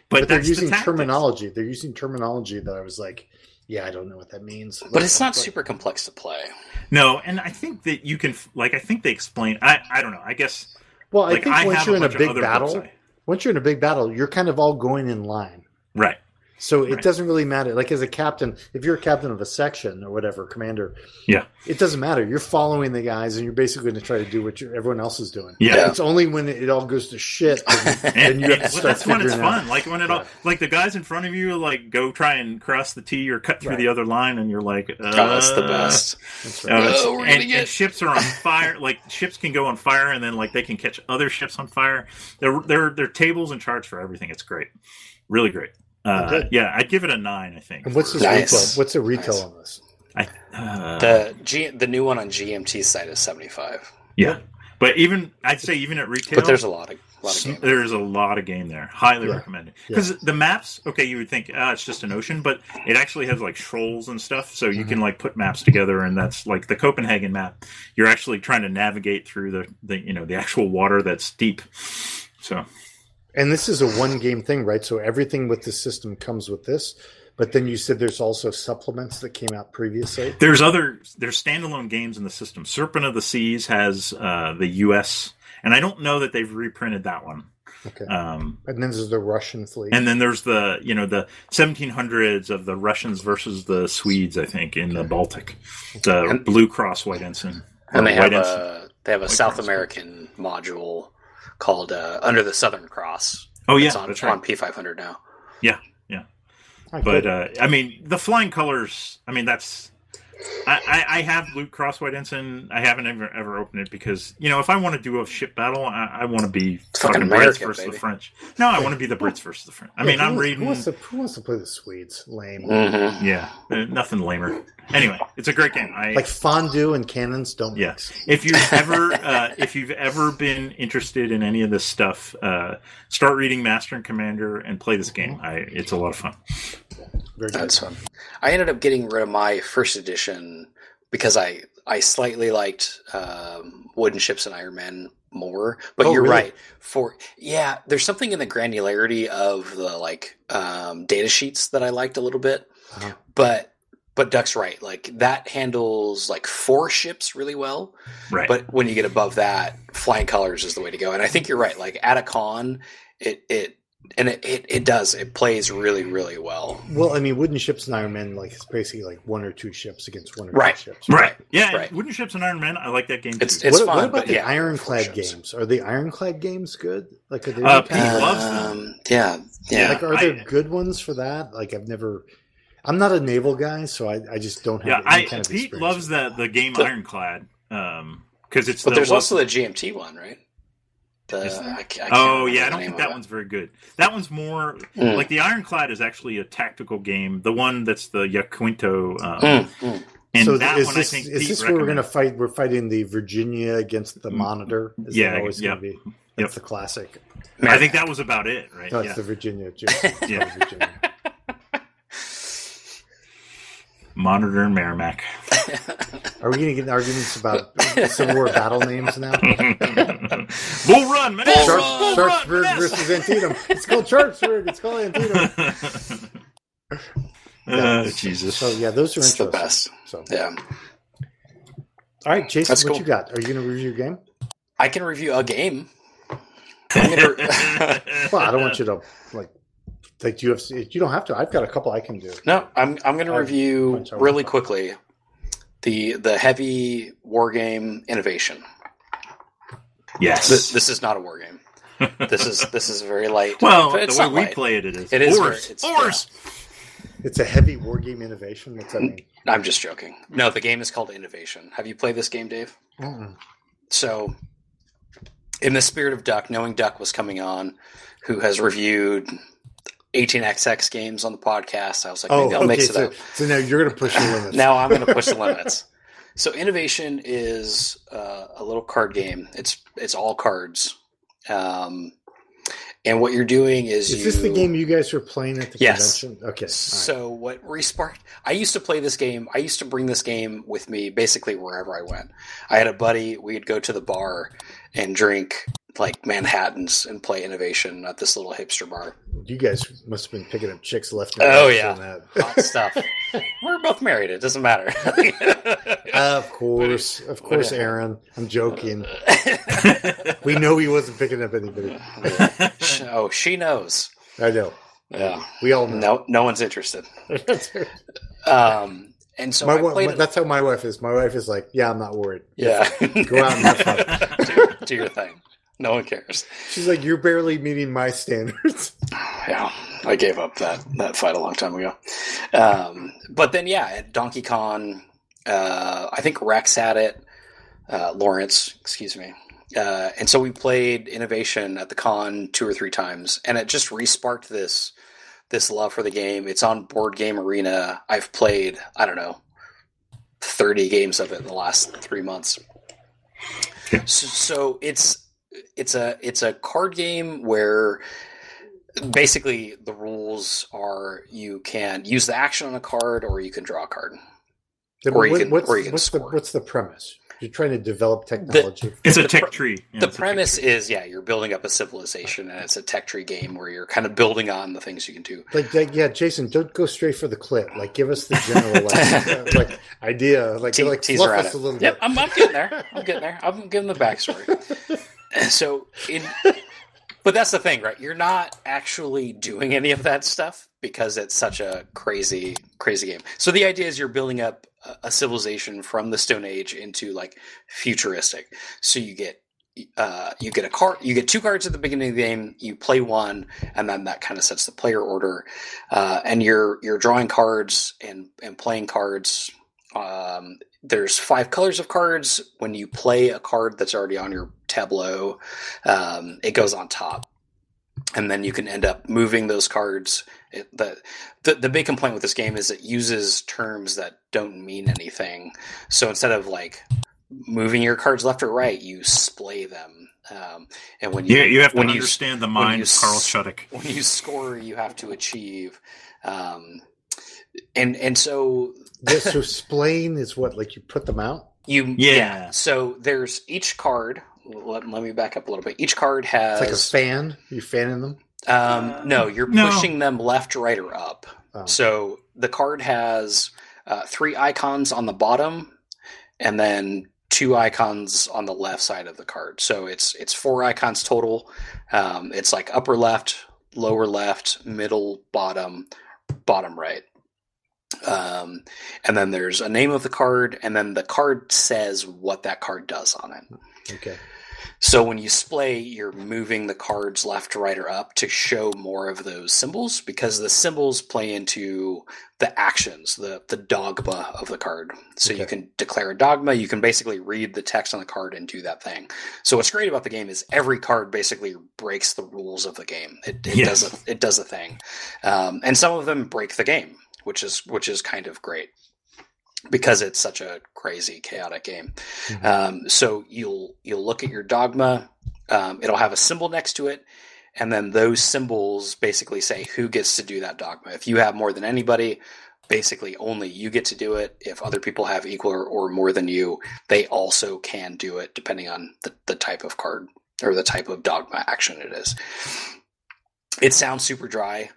Speaker 2: but,
Speaker 1: but, they're
Speaker 2: that's
Speaker 1: using
Speaker 2: the tactics.
Speaker 1: terminology. They're using terminology that I was like, yeah, I don't know what that means.
Speaker 3: But it's not super complex to play.
Speaker 2: No, and I think that you can like I think they explain I I don't know. I guess
Speaker 1: Well, I
Speaker 2: like
Speaker 1: think
Speaker 2: I
Speaker 1: once
Speaker 2: have
Speaker 1: you're in a
Speaker 2: bunch of
Speaker 1: big
Speaker 2: other
Speaker 1: battle,
Speaker 2: website.
Speaker 1: once you're in a big battle, you're kind of all going in line.
Speaker 2: Right.
Speaker 1: So it
Speaker 2: Right.
Speaker 1: doesn't really matter. Like as a captain, if you're a captain of a section or whatever, commander,
Speaker 2: Yeah.
Speaker 1: it doesn't matter. You're following the guys, and you're basically going to try to do what you everyone else is doing.
Speaker 2: Yeah.
Speaker 1: It's only when it all goes to shit. that-
Speaker 2: And,
Speaker 1: then you have to
Speaker 2: and-
Speaker 1: start
Speaker 2: that's when it's
Speaker 1: figuring out-
Speaker 2: fun. Like when it all,
Speaker 1: Yeah.
Speaker 2: like the guys in front of you, like go try and cross the T or cut through
Speaker 1: Right.
Speaker 2: the other line, and you're like, uh,
Speaker 3: Oh, that's the best.
Speaker 1: That's
Speaker 2: oh,
Speaker 1: right.
Speaker 2: it's-
Speaker 3: Oh, we're gonna
Speaker 2: and,
Speaker 3: get-
Speaker 2: and ships are on fire. like ships can go on fire, and then like they can catch other ships on fire. There, there, there are tables and charts for everything. It's great, really great. Uh,
Speaker 1: Okay.
Speaker 2: yeah, I'd give it a nine. I think.
Speaker 1: And what's his
Speaker 2: for-
Speaker 3: Nice.
Speaker 1: retail? What's the retail
Speaker 3: Nice.
Speaker 1: on this?
Speaker 2: I, uh,
Speaker 3: The G, the new one on GMT side is seventy five,
Speaker 2: yeah, but even I'd say even at retail,
Speaker 3: but there's a lot of lot of
Speaker 2: Sm-
Speaker 3: game.
Speaker 2: There's a lot of game there. Highly
Speaker 1: Yeah.
Speaker 2: recommend it because the maps. Okay, you would think ah, it's just an ocean, but it actually has like shoals and stuff, so you
Speaker 1: Mm-hmm.
Speaker 2: can like put maps together, and that's like the Copenhagen map. You're actually trying to navigate through the, the you know the actual water that's deep. So
Speaker 1: And this is a one game thing, right? So everything with this system comes with this. But then you said there's also supplements that came out previously.
Speaker 2: There's other there's standalone games in the system. Serpent of the Seas has uh, the U.S. and I don't know that they've reprinted that one.
Speaker 1: Okay.
Speaker 2: Um,
Speaker 1: And then there's the Russian fleet.
Speaker 2: and then there's the you know the 1700s of the Russians versus the Swedes, I think, in the Baltic. The
Speaker 3: And-
Speaker 2: Blue Cross White Ensign.
Speaker 3: and they
Speaker 2: Or
Speaker 3: have
Speaker 2: White
Speaker 3: a they have a
Speaker 2: White
Speaker 3: South
Speaker 2: Ensign.
Speaker 3: American module called uh, Under the Southern Cross.
Speaker 2: Oh yeah,
Speaker 3: it's on,
Speaker 2: that's right.
Speaker 3: on P500 now.
Speaker 1: Oh,
Speaker 2: but
Speaker 1: good.
Speaker 2: uh, I mean, the flying colors. I mean, that's. I, I, I have Luke Crosswhite Ensign. I haven't ever ever opened it because you know if I want to do a ship battle, I, I want to be
Speaker 3: fucking
Speaker 2: fucking Brits
Speaker 3: American,
Speaker 2: versus
Speaker 3: baby.
Speaker 2: the French. No, I want to be the Brits versus the French. I
Speaker 1: Yeah,
Speaker 2: mean,
Speaker 1: who
Speaker 2: I'm
Speaker 1: wants-
Speaker 2: reading. Mm.
Speaker 1: Who wants, to, who wants to play the Swedes? Lame.
Speaker 3: Mhm.
Speaker 2: Yeah, uh, nothing lamer. Anyway, it's a great game. I
Speaker 1: Like fondue and cannons don't
Speaker 2: Yeah.
Speaker 1: mix.
Speaker 2: if you've ever uh, if you've ever been interested in any of this stuff, uh, start reading Master and Commander and play this
Speaker 3: Mm-hmm.
Speaker 2: game. I, it's a lot of fun.
Speaker 1: Very good.
Speaker 3: That's fun. I ended up getting rid of my first edition because I I slightly liked um, wooden ships and Iron Man more. But
Speaker 1: Oh,
Speaker 3: you're
Speaker 1: really?
Speaker 3: right. For yeah, there's something in the granularity of the like um, data sheets that I liked a little bit.
Speaker 1: Uh-huh.
Speaker 3: But but Duck's right. Like that handles like four ships really well.
Speaker 2: Right.
Speaker 3: But when you get above that, flying colors is the way to go. And I think you're right. Like at a con, it it and it it, it does. It plays really really well.
Speaker 1: Well, I mean, wooden ships and Iron Man, like it's basically like one or two ships against one or
Speaker 3: Right.
Speaker 1: two ships.
Speaker 2: right. Yeah.
Speaker 3: Right.
Speaker 2: Wooden ships and Iron Man. I like that game too.
Speaker 3: It's it's
Speaker 1: what,
Speaker 3: fun.
Speaker 1: what about
Speaker 3: but
Speaker 1: the
Speaker 3: yeah,
Speaker 1: ironclad
Speaker 3: four ships.
Speaker 1: games? Are the ironclad games good? Like are they
Speaker 2: Uh,
Speaker 1: okay?
Speaker 2: He loves them.
Speaker 3: Um, yeah, yeah.
Speaker 1: like are
Speaker 2: I-
Speaker 1: there good ones for that? Like I've never I'm not a naval guy, so I, I just don't have
Speaker 2: Yeah,
Speaker 1: any
Speaker 2: I
Speaker 1: kind of
Speaker 2: Pete
Speaker 1: experience
Speaker 2: loves
Speaker 1: with
Speaker 2: the the game
Speaker 3: The-
Speaker 2: Ironclad um because it's
Speaker 3: but
Speaker 2: the
Speaker 3: there's
Speaker 2: one-
Speaker 3: also the GMT one, right? The,
Speaker 2: Is there?
Speaker 3: I ca- I can't
Speaker 2: oh
Speaker 3: remember
Speaker 2: yeah
Speaker 3: the
Speaker 2: I don't
Speaker 3: name
Speaker 2: think
Speaker 3: of
Speaker 2: that
Speaker 3: it.
Speaker 2: one's very good. That one's more
Speaker 3: Mm.
Speaker 2: like the Ironclad is actually a tactical game. The one that's the Yaquinto, um,
Speaker 3: Mm, mm.
Speaker 2: and
Speaker 1: so
Speaker 2: that
Speaker 1: is
Speaker 2: one
Speaker 1: this,
Speaker 2: I think
Speaker 1: is
Speaker 2: Pete
Speaker 1: this where we're gonna
Speaker 2: recommends.
Speaker 1: fight we're fighting the Virginia against the
Speaker 2: Mm,
Speaker 1: monitor? Is
Speaker 2: yeah,
Speaker 1: that always
Speaker 2: yeah.
Speaker 1: gonna be that's
Speaker 2: Yep.
Speaker 1: the classic.
Speaker 2: I think that was about it, right?
Speaker 1: That's
Speaker 2: yeah.
Speaker 1: the Virginia joke.
Speaker 2: Yeah.
Speaker 1: Virginia.
Speaker 2: Monitor Merrimack.
Speaker 1: Are we gonna get in arguments about Civil War battle names now?
Speaker 2: Bull Run, man. Bull
Speaker 1: Sharp,
Speaker 2: Run,
Speaker 1: Sharpsburg
Speaker 2: yes.
Speaker 1: versus Antietam. It's called Sharpsburg. It's called Antietam.
Speaker 2: Oh,
Speaker 1: Yeah,
Speaker 2: Jesus.
Speaker 1: So yeah, those are
Speaker 3: It's the
Speaker 1: interesting.
Speaker 3: best.
Speaker 1: So
Speaker 3: Yeah,
Speaker 1: all right, Jason,
Speaker 3: That's
Speaker 1: what
Speaker 3: cool.
Speaker 1: you got? Are you going to review your game?
Speaker 3: I can review a game. I'm gonna-
Speaker 1: Well, I don't want you to like like you have. You don't have to. I've got a couple I can do.
Speaker 3: no, I'm I'm going to
Speaker 1: I-
Speaker 3: review
Speaker 1: Punch, I
Speaker 3: really
Speaker 1: want-
Speaker 3: quickly the the heavy war game innovation.
Speaker 2: Yes.
Speaker 3: This, this is not a war game. This is this is very light.
Speaker 2: well,
Speaker 3: But it's
Speaker 2: the way
Speaker 3: not
Speaker 2: we
Speaker 3: light.
Speaker 2: play it, it is.
Speaker 3: It is very-
Speaker 2: Oars.
Speaker 3: it's-
Speaker 2: Oars.
Speaker 1: It's a heavy war game innovation. What's that mean?
Speaker 3: I'm just joking. No, the game is called Innovation. Have you played this game, Dave?
Speaker 1: Mm-mm.
Speaker 3: so in the spirit of duck knowing duck was coming on who has reviewed 18xx games on the podcast i was like
Speaker 1: Oh,
Speaker 3: maybe i'll
Speaker 1: okay.
Speaker 3: mix it
Speaker 1: so,
Speaker 3: up
Speaker 1: so now you're going to push your limits.
Speaker 3: now i'm going to push the limits so innovation is uh, a little card game it's it's all cards um, and what you're doing is
Speaker 1: is this the
Speaker 3: you-
Speaker 1: game you guys were playing at the
Speaker 3: Yes.
Speaker 1: convention? Okay. all right.
Speaker 3: so what resparked? I used to play this game. I used to bring this game with me basically wherever I went. I had a buddy. We'd go to the bar and drink like Manhattan's and play Innovation at this little hipster bar.
Speaker 1: you guys must have been picking up chicks left and
Speaker 3: Oh,
Speaker 1: right
Speaker 3: yeah.
Speaker 1: on that.
Speaker 3: Hot stuff. We're both married. It doesn't matter.
Speaker 1: of course, of course, Aaron. I'm joking. We know he wasn't picking up anybody.
Speaker 3: oh, she knows.
Speaker 1: I know.
Speaker 3: Yeah.
Speaker 1: We all know.
Speaker 3: No, no one's interested. Um, and so
Speaker 1: my,
Speaker 3: I
Speaker 1: wa-
Speaker 3: played
Speaker 1: my-
Speaker 3: it-
Speaker 1: that's how my wife is. My wife is like, "Yeah, I'm not worried.
Speaker 3: Yeah.
Speaker 1: Go out and have fun."
Speaker 3: do, do your thing. No one cares.
Speaker 1: She's like, "You're barely meeting my standards."
Speaker 3: yeah, I gave up that that fight a long time ago. Um, but then, yeah, at Donkey Kong, uh, I think Rex had it. Uh, Lawrence, excuse me. Uh, and so we played Innovation at the con two or three times, and it just resparked this this love for the game. It's on Board Game Arena. I've played, I don't know, thirty games of it in the last three months.
Speaker 2: Yeah.
Speaker 3: So, so it's it's a it's a card game where basically the rules are you can use the action on a card or you can draw a card
Speaker 1: Then
Speaker 3: Or you
Speaker 1: what-
Speaker 3: can-
Speaker 1: what's
Speaker 3: or you can
Speaker 1: what's the
Speaker 3: score.
Speaker 1: what's the premise? You're trying to develop technology.
Speaker 2: It's a
Speaker 3: The
Speaker 2: tech
Speaker 3: pr-
Speaker 2: tree. Yeah, it's
Speaker 3: the
Speaker 2: a tech
Speaker 3: premise
Speaker 2: tree.
Speaker 3: is yeah, you're building up a civilization, and it's a tech tree game where you're kind of building on the things you can do.
Speaker 1: like, like, yeah, Jason, don't go straight for the clip. Like, give us the general like, like idea. Like,
Speaker 3: Te-
Speaker 1: like
Speaker 3: teaser
Speaker 1: fluff
Speaker 3: at
Speaker 1: us
Speaker 3: it.
Speaker 1: a little
Speaker 3: Yep,
Speaker 1: bit.
Speaker 3: I'm, I'm getting there. I'm getting there. I'm giving the backstory. so, in, but that's the thing, right? You're not actually doing any of that stuff because it's such a crazy, crazy game. So the idea is you're building up a, a civilization from the Stone Age into like futuristic. So you get. Uh, you get a card. You get two cards at the beginning of the game. You play one, and then that kind of sets the player order. Uh, and you're you're drawing cards and and playing cards um, there's five colors of cards. When you play a card that's already on your tableau, um, it goes on top, and then you can end up moving those cards. It, the, the the big complaint with this game is it uses terms that don't mean anything. So instead of like moving your cards left or right, you splay them. Um, and when you
Speaker 2: Yeah, you have to
Speaker 3: when you
Speaker 2: understand the
Speaker 3: when
Speaker 2: mind
Speaker 3: you
Speaker 2: of Carl
Speaker 3: s-
Speaker 2: Shuddock.
Speaker 3: when you score, you have to achieve. Um, and and so
Speaker 1: yeah, so splaying is what like you put them out.
Speaker 3: You
Speaker 2: Yeah.
Speaker 3: yeah. So there's each card. Let, let me back up a little bit. Each card
Speaker 1: It's like a
Speaker 3: has
Speaker 1: fan. You fanning them.
Speaker 3: um, no. You're
Speaker 2: No.
Speaker 3: pushing them left, right, or up.
Speaker 1: Oh.
Speaker 3: So the card has uh, three icons on the bottom, and then two icons on the left side of the card. So it's it's four icons total. Um, it's like upper left, lower left, middle, bottom, bottom right. Um, and then there's a name of the card, and then the card says what that card does on it.
Speaker 1: Okay.
Speaker 3: So when you splay, you're moving the cards left, right, or up to show more of those symbols because the symbols play into the actions, the the dogma of the card. So you
Speaker 1: Okay.
Speaker 3: can declare a dogma. You can basically read the text on the card and do that thing. So what's great about the game is every card basically breaks the rules of the game. It, it
Speaker 2: Yes.
Speaker 3: does a, it does a thing, um, and some of them break the game, which is which is kind of great because it's such a crazy chaotic game
Speaker 1: Mhm.
Speaker 3: um, so you'll you'll look at your dogma um, it'll have a symbol next to it and then those symbols basically say who gets to do that dogma if you have more than anybody basically only you get to do it if other people have equal or, or more than you they also can do it depending on the, the type of card or the type of dogma action it is it sounds super dry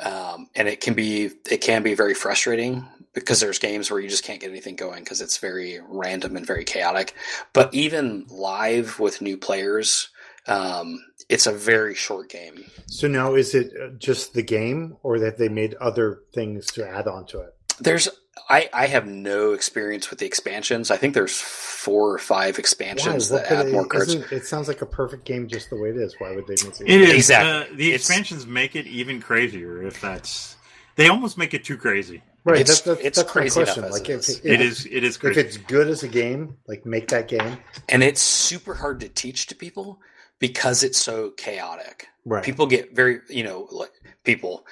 Speaker 3: um, and it can be it can be very frustrating because there's games where you just can't get anything going because it's very random and very chaotic. But even live with new players, um, it's a very short game.
Speaker 1: So now is it uh, just the game, or that they made other things to add on to it?
Speaker 3: There's I, I have no experience with the expansions. I think there's four or five expansions
Speaker 1: Why? What
Speaker 3: that
Speaker 1: could
Speaker 3: add
Speaker 1: they-
Speaker 3: more cards.
Speaker 1: isn't- It sounds like a perfect game just the way it is. Why would they make it?
Speaker 2: It is
Speaker 3: Exactly.
Speaker 2: uh, the
Speaker 3: It's-
Speaker 2: expansions make it even crazier. If that's they almost make it too crazy.
Speaker 1: right.
Speaker 3: It's-
Speaker 1: that's that's,
Speaker 3: it's
Speaker 1: that's
Speaker 3: crazy
Speaker 1: my
Speaker 3: enough
Speaker 1: question.
Speaker 3: as
Speaker 1: Like
Speaker 3: it
Speaker 1: if,
Speaker 3: is.
Speaker 1: if-
Speaker 2: It is it is
Speaker 1: If
Speaker 2: crazy.
Speaker 1: it's good as a game, like make that game.
Speaker 3: And it's super hard to teach to people because it's so chaotic.
Speaker 1: Right.
Speaker 3: People get very you know, like people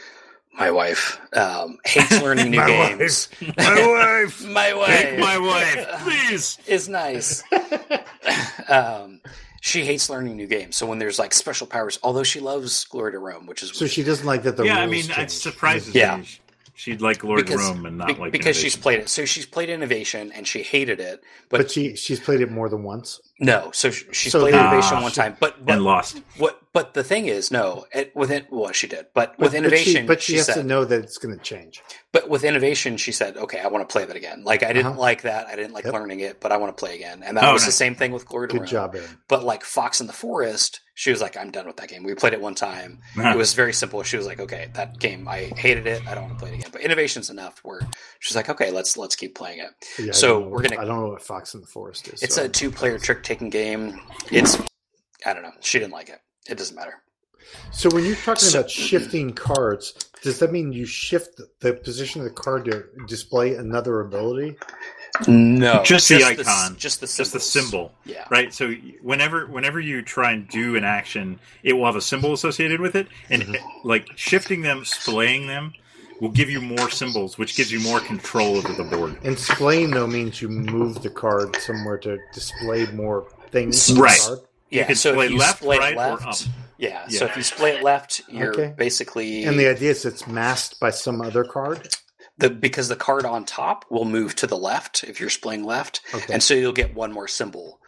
Speaker 3: my wife um, hates learning new
Speaker 2: My wife.
Speaker 3: games.
Speaker 2: my wife,
Speaker 3: My wife.
Speaker 2: take my wife, please.
Speaker 3: is nice. um, she hates learning new games. So when there's like special powers, although she loves Glory to Rome, which is
Speaker 1: so she doesn't like that the
Speaker 2: yeah, I
Speaker 1: rules
Speaker 2: mean, it
Speaker 1: change.
Speaker 2: surprises
Speaker 3: Yeah.
Speaker 2: me. She'd like Lord
Speaker 3: Because-
Speaker 2: Rome and not
Speaker 3: be-
Speaker 2: like
Speaker 3: because she's
Speaker 2: Invasion.
Speaker 3: played it. So she's played Innovation and she hated it.
Speaker 1: But,
Speaker 3: But,
Speaker 1: she she's played it more than once.
Speaker 3: no, so sh- she's
Speaker 1: So
Speaker 3: played
Speaker 2: the-
Speaker 3: Innovation
Speaker 2: Ah.
Speaker 3: one time. But but
Speaker 2: and lost.
Speaker 3: what? But the thing is, no, it, with it, well, she did. But,
Speaker 1: But-
Speaker 3: with Innovation,
Speaker 1: but she, but she, has
Speaker 3: said,
Speaker 1: to know that it's going to change.
Speaker 3: But with innovation, she said, "Okay, I want to play that again. Like I didn't
Speaker 1: Uh-huh.
Speaker 3: like that. I didn't like
Speaker 1: Yep.
Speaker 3: learning it, but I want to play again." And that
Speaker 2: Oh,
Speaker 3: was the
Speaker 2: nice.
Speaker 3: same thing with Glory to
Speaker 1: Good
Speaker 3: Rome.
Speaker 1: job, Aaron.
Speaker 3: But like Fox in the Forest, she was like, "I'm done with that game. We played it one time. It was very simple." She was like, "Okay, that game. I hated it. I don't want to play it again." But innovation's enough. Where she's like, "Okay, let's let's keep playing it."
Speaker 1: Yeah, I
Speaker 3: So
Speaker 1: don't know
Speaker 3: we're
Speaker 1: what-
Speaker 3: gonna-
Speaker 1: I don't know what Fox in the Forest is.
Speaker 3: It's
Speaker 1: so
Speaker 3: a two-player trick-taking game. It's I don't know. She didn't like it. It doesn't matter.
Speaker 1: So when you're talking
Speaker 3: So-
Speaker 1: about shifting cards, does that mean you shift the position of the card to display another ability?
Speaker 3: No,
Speaker 2: Just the
Speaker 3: s-
Speaker 2: icon.
Speaker 3: just the
Speaker 2: just the
Speaker 3: symbols.
Speaker 2: symbol,
Speaker 3: Yeah.
Speaker 2: right? So whenever whenever you try and do an action, it will have a symbol associated with it, and
Speaker 3: Mm-hmm.
Speaker 2: like shifting them, splaying them, will give you more symbols, which gives you more control over the board.
Speaker 1: And splaying though means you move the card somewhere to display more things. on
Speaker 2: Right.
Speaker 1: The card.
Speaker 3: Yeah.
Speaker 2: You can
Speaker 3: so if
Speaker 2: play
Speaker 3: you
Speaker 2: left,
Speaker 3: split
Speaker 2: right, or up.
Speaker 3: Yeah,
Speaker 2: Yeah.
Speaker 3: So if you split it left, you're
Speaker 1: Okay.
Speaker 3: basically
Speaker 1: And the idea is it's masked by some other card.
Speaker 3: the because the card on top will move to the left if you're splaying left,
Speaker 1: Okay.
Speaker 3: and so you'll get one more symbol.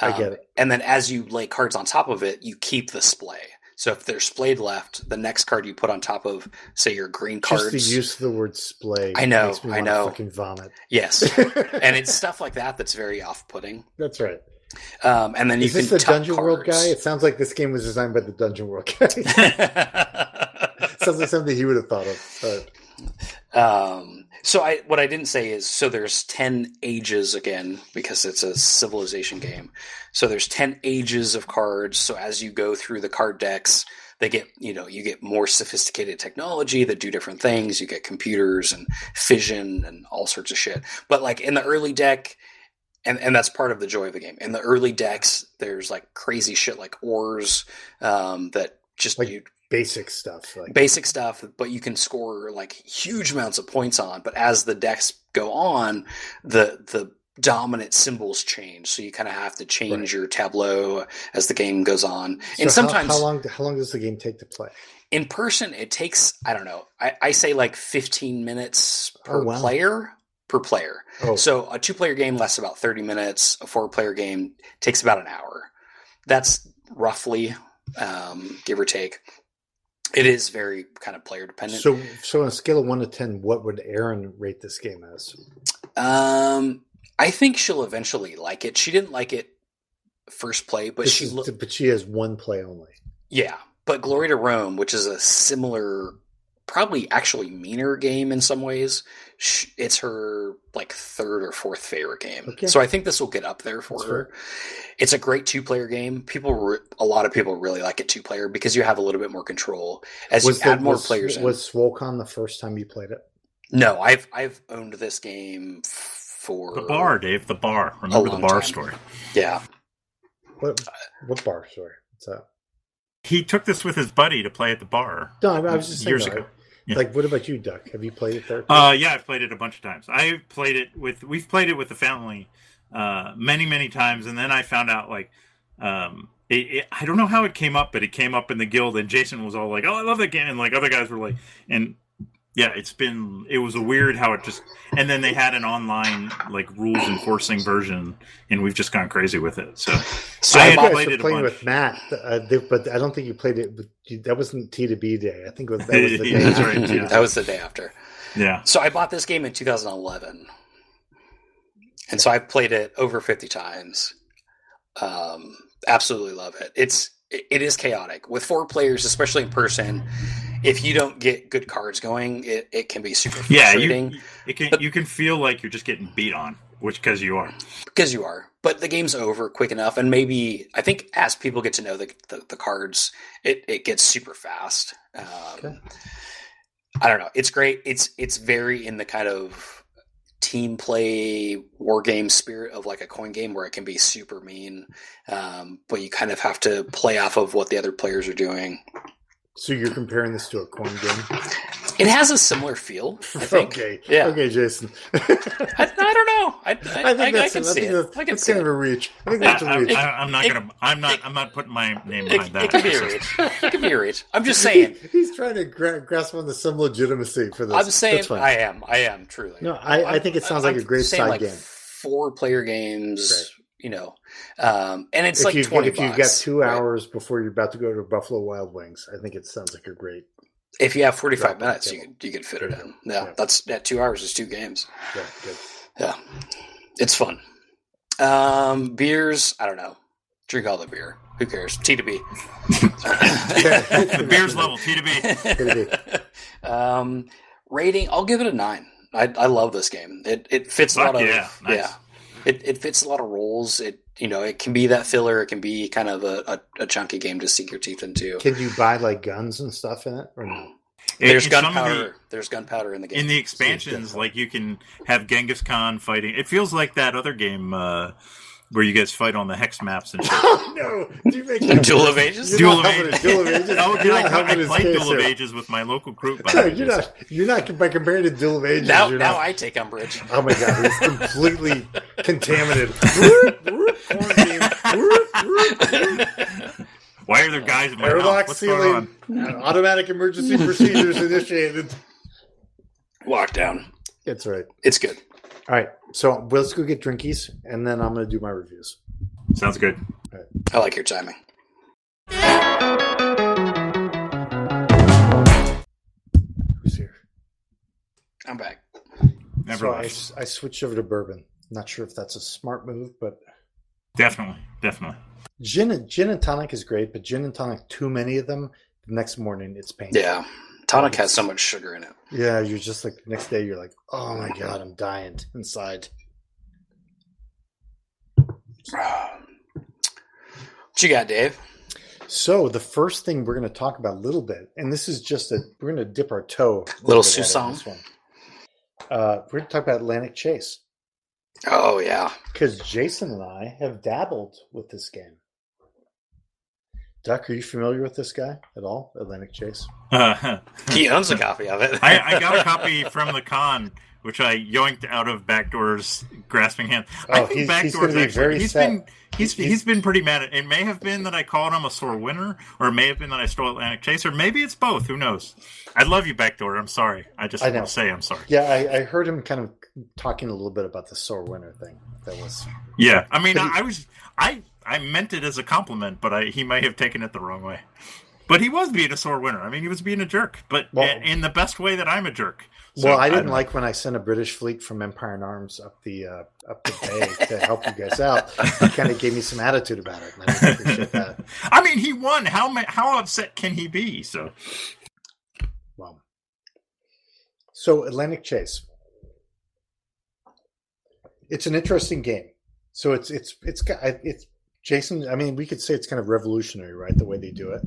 Speaker 1: I get
Speaker 3: it. And then as you lay cards on top of it, you keep the splay. So if they're splayed left, the next card you put on top of, say your green
Speaker 1: Just
Speaker 3: cards.
Speaker 1: the use of the word splay.
Speaker 3: I know,
Speaker 1: Makes me
Speaker 3: I
Speaker 1: wanna
Speaker 3: know.
Speaker 1: Fucking vomit.
Speaker 3: yes, and it's stuff like that that's very off-putting.
Speaker 1: That's right.
Speaker 3: Um, and then
Speaker 1: Is
Speaker 3: you
Speaker 1: this
Speaker 3: can
Speaker 1: the
Speaker 3: tuck
Speaker 1: Dungeon World
Speaker 3: cards.
Speaker 1: guy? It sounds like this game was designed by the Dungeon World guy. sounds like something he would have thought of. But
Speaker 3: Um, so I what I didn't say is so there's ten ages again because it's a civilization game. So there's ten ages of cards. So as you go through the card decks, they get you know you get more sophisticated technology that do different things. You get computers and fission and all sorts of shit. But like in the early deck. And, and that's part of the joy of the game. In the early decks, there's like crazy shit like ores um, that just
Speaker 1: Like
Speaker 3: you
Speaker 1: basic stuff. Like,
Speaker 3: basic stuff, but you can score like huge amounts of points on. But as the decks go on, the the dominant symbols change, so you kind of have to
Speaker 1: Right.
Speaker 3: change your tableau as the game goes on.
Speaker 1: So
Speaker 3: and
Speaker 1: how-
Speaker 3: sometimes
Speaker 1: how, long how long does the game take to play?
Speaker 3: in person, it takes I don't know. I, I say like fifteen minutes per
Speaker 1: Oh, wow.
Speaker 3: player per player.
Speaker 1: Oh,
Speaker 3: So a two-player game lasts about thirty minutes. A four-player game takes about an hour. That's roughly um, give or take. It is very kind of player dependent.
Speaker 1: so so on a scale of one to ten, what would Aaron rate this game as?
Speaker 3: Um, I think she'll eventually like it. She didn't like it first play, but
Speaker 1: This
Speaker 3: she
Speaker 1: is-
Speaker 3: looked.
Speaker 1: but she has one play only.
Speaker 3: Yeah, but Glory to Rome, which is a similar, probably actually meaner game in some ways, sh- it's her like third or fourth favorite game.
Speaker 1: Okay.
Speaker 3: So I think this will get up there for
Speaker 1: That's
Speaker 3: her. It's a great two player game. People, re- a lot of people really like it two player because you have a little bit more control as you
Speaker 1: the-
Speaker 3: add more
Speaker 1: was,
Speaker 3: players. in.
Speaker 1: Was Swolcon the first time you played it?
Speaker 3: no, I've I've owned this game for
Speaker 2: the bar, Dave. The bar. Remember the
Speaker 3: long
Speaker 2: bar
Speaker 3: time.
Speaker 2: story.
Speaker 3: Yeah,
Speaker 1: What what bar? Sorry, so
Speaker 2: He took this with his buddy to play at the bar.
Speaker 1: no, I, I was just saying,
Speaker 2: years
Speaker 1: though,
Speaker 2: ago.
Speaker 1: I-
Speaker 2: Yeah.
Speaker 1: Like, what about you, Duck? Have you played it there?
Speaker 2: Uh, yeah, I've played it a bunch of times. I played it with we've played it with the family uh, many many times, and then I found out like um, it, it, I don't know how it came up, but it came up in the guild, and Jason was all like, "Oh, I love that game," and like other guys were like, and yeah, it's been it was a weird how it just and then they had an online like rules enforcing version, and we've just gone crazy with it. So
Speaker 3: So
Speaker 2: I
Speaker 3: I
Speaker 2: had
Speaker 3: bought-
Speaker 2: played
Speaker 1: were
Speaker 2: it a
Speaker 1: playing
Speaker 2: bunch.
Speaker 1: with Matt, uh, they, but I don't think you played it. With, you- that wasn't T to B day. I think it was, that was the day.
Speaker 2: That's
Speaker 1: after
Speaker 2: right,
Speaker 1: T to
Speaker 2: yeah.
Speaker 1: B.
Speaker 3: That was the day after.
Speaker 2: yeah,
Speaker 3: So I bought this game in 2011, and so I've played it over 50 times. Um, absolutely love it. It's it it is chaotic with four players, especially in person. If you don't get good cards going, it, it can be super
Speaker 2: yeah,
Speaker 3: frustrating.
Speaker 2: you it can you can feel like you're just getting beat on, which because you are.
Speaker 3: because you are but the game's over quick enough and maybe i think as people get to know the, the, the cards it, it gets super fast um, i don't know it's great it's it's very in the kind of team play war game spirit of like a coin game where it can be super mean um, but you kind of have to play off of what the other players are doing
Speaker 1: So you're comparing this to a coin game?
Speaker 3: it has a similar feel i think
Speaker 1: okay,
Speaker 3: yeah
Speaker 1: okay, Jason. I,
Speaker 3: I, I don't know i, I, I, I, can see
Speaker 1: think
Speaker 3: it
Speaker 1: that's-
Speaker 3: i can
Speaker 1: that's
Speaker 3: see
Speaker 1: kind of
Speaker 3: it.
Speaker 1: a reach. I think
Speaker 2: I,
Speaker 1: that's a reach.
Speaker 2: I, I'm not
Speaker 3: It-
Speaker 2: gonna. I'm not.
Speaker 3: it-
Speaker 2: I'm not putting my name
Speaker 3: It,
Speaker 2: behind
Speaker 3: it
Speaker 2: that.
Speaker 3: can be a reach. It can be a reach. I'm just saying.
Speaker 1: he's trying to gra- grasp on the some legitimacy for this.
Speaker 3: I'm saying
Speaker 1: That's fine.
Speaker 3: I am. I am truly.
Speaker 1: no, I, I think it sounds like a great side game.
Speaker 3: Four player games, you know, um, and it's
Speaker 1: if
Speaker 3: like
Speaker 1: you
Speaker 3: twenty.
Speaker 1: if you've got
Speaker 3: bucks,
Speaker 1: two
Speaker 3: right?
Speaker 1: hours before you're about to go to Buffalo Wild Wings, I think it sounds like a great.
Speaker 3: if you have forty
Speaker 1: Drop
Speaker 3: five
Speaker 1: on the
Speaker 3: minutes, you
Speaker 1: table.
Speaker 3: could you could fit it in. Yeah,
Speaker 1: Yeah.
Speaker 3: that's at two hours is two games.
Speaker 1: Yeah, good.
Speaker 3: Yeah, it's fun. Um, beers, I don't know. Drink all the beer. Who cares? T to B.
Speaker 2: the beer's level T to B.
Speaker 3: um, rating, I'll give it a nine. I, I love this game. It it fits
Speaker 2: Fuck
Speaker 3: a lot of
Speaker 2: yeah, nice.
Speaker 3: yeah. It it fits a lot of roles. It you know it can be that filler. It can be kind of a, a, a chunky game to sink your teeth into.
Speaker 1: Can you buy like guns and stuff in it or no?
Speaker 3: There's
Speaker 2: In some of the-
Speaker 3: gunpowder. There's gunpowder in the game.
Speaker 2: in the expansions, like you can have Genghis Khan fighting. It feels like that other game uh, where you guys fight on the hex maps and shit.
Speaker 1: no, do you make that
Speaker 3: Duel of Ages.
Speaker 1: You're
Speaker 2: Duel
Speaker 1: not
Speaker 2: of
Speaker 1: helping
Speaker 2: Ages.
Speaker 1: it, Duel of Ages.
Speaker 2: Oh, dude,
Speaker 1: You're
Speaker 2: I,
Speaker 1: not helping
Speaker 2: I
Speaker 1: his
Speaker 2: played
Speaker 1: case
Speaker 2: Duel of
Speaker 1: here.
Speaker 2: Ages with my local group.
Speaker 1: No,
Speaker 2: behind
Speaker 1: you're
Speaker 2: us.
Speaker 1: not. You're not by comparing to Duel of Ages.
Speaker 3: now
Speaker 1: you're
Speaker 3: now
Speaker 1: not,
Speaker 3: I take umbrage.
Speaker 1: oh my god, it's completely contaminated. Quarantine.
Speaker 2: Why are there guys in my house?
Speaker 1: Airlock
Speaker 2: What's going
Speaker 1: ceiling. Automatic emergency procedures initiated.
Speaker 3: Walk down.
Speaker 1: That's right.
Speaker 3: It's good.
Speaker 1: All right. So well, let's go get drinkies, and then I'm going to do my reviews.
Speaker 2: Sounds good.
Speaker 3: I like your timing.
Speaker 1: Who's here?
Speaker 3: I'm back.
Speaker 2: Never
Speaker 1: so I,
Speaker 2: left.
Speaker 1: s- I switched over to bourbon. Not sure if that's a smart move, but
Speaker 2: Definitely, definitely.
Speaker 1: gin and, gin and tonic is great, but gin and tonic, too many of them, the next morning it's painful.
Speaker 3: Yeah. Tonic has so much sugar in it.
Speaker 1: Yeah, you're just like the next day you're like, oh my god, I'm dying inside.
Speaker 3: What you got, Dave?
Speaker 1: So the first thing we're going to talk about a little bit, and this is just a we're going to dip our toe a
Speaker 3: Little
Speaker 1: bit at it in
Speaker 3: Susan.
Speaker 1: this one. Uh, we're going to talk about Atlantic Chase
Speaker 3: Oh yeah.
Speaker 1: because Jason and I have dabbled with this game. Duck, are you familiar with this guy at all? Atlantic Chase.
Speaker 2: Uh,
Speaker 3: He owns a copy of it.
Speaker 2: I, I got a copy from the con, which I yoinked out of Backdoor's grasping hand. I
Speaker 1: Oh,
Speaker 2: think
Speaker 1: he's-
Speaker 2: Backdoor's
Speaker 1: he's gonna be very
Speaker 2: he's
Speaker 1: sad.
Speaker 2: been he's,
Speaker 1: He's-
Speaker 2: he's been pretty mad. At, it may have been that I called him a sore winner, or it may have been that I stole Atlantic Chase, or maybe it's both. Who knows? I love you, Backdoor. I'm sorry. I just
Speaker 1: I
Speaker 2: want
Speaker 1: know.
Speaker 2: to say I'm sorry.
Speaker 1: Yeah, I, I heard him kind of talking a little bit about the sore winner thing. That was
Speaker 2: Yeah, I mean,
Speaker 1: But
Speaker 2: I,
Speaker 1: he-
Speaker 2: I was I I meant it as a compliment, but I, he may have taken it the wrong way. But he was being a sore winner. I mean, he was being a jerk, but
Speaker 1: Well-
Speaker 2: in, in the best way that I'm a jerk. So,
Speaker 1: well, I didn't
Speaker 2: don't-
Speaker 1: like when I sent a British fleet from Empire and Arms up the uh, up the bay to help you guys out. He kind of gave me some attitude about it, and I didn't appreciate that.
Speaker 2: I mean, he won. How ma- how upset can he be? So
Speaker 1: Well, so Atlantic Chase, it's an interesting game. So it's it's it's got- it's Jason. I mean, we could say it's kind of revolutionary, right? The way they do it,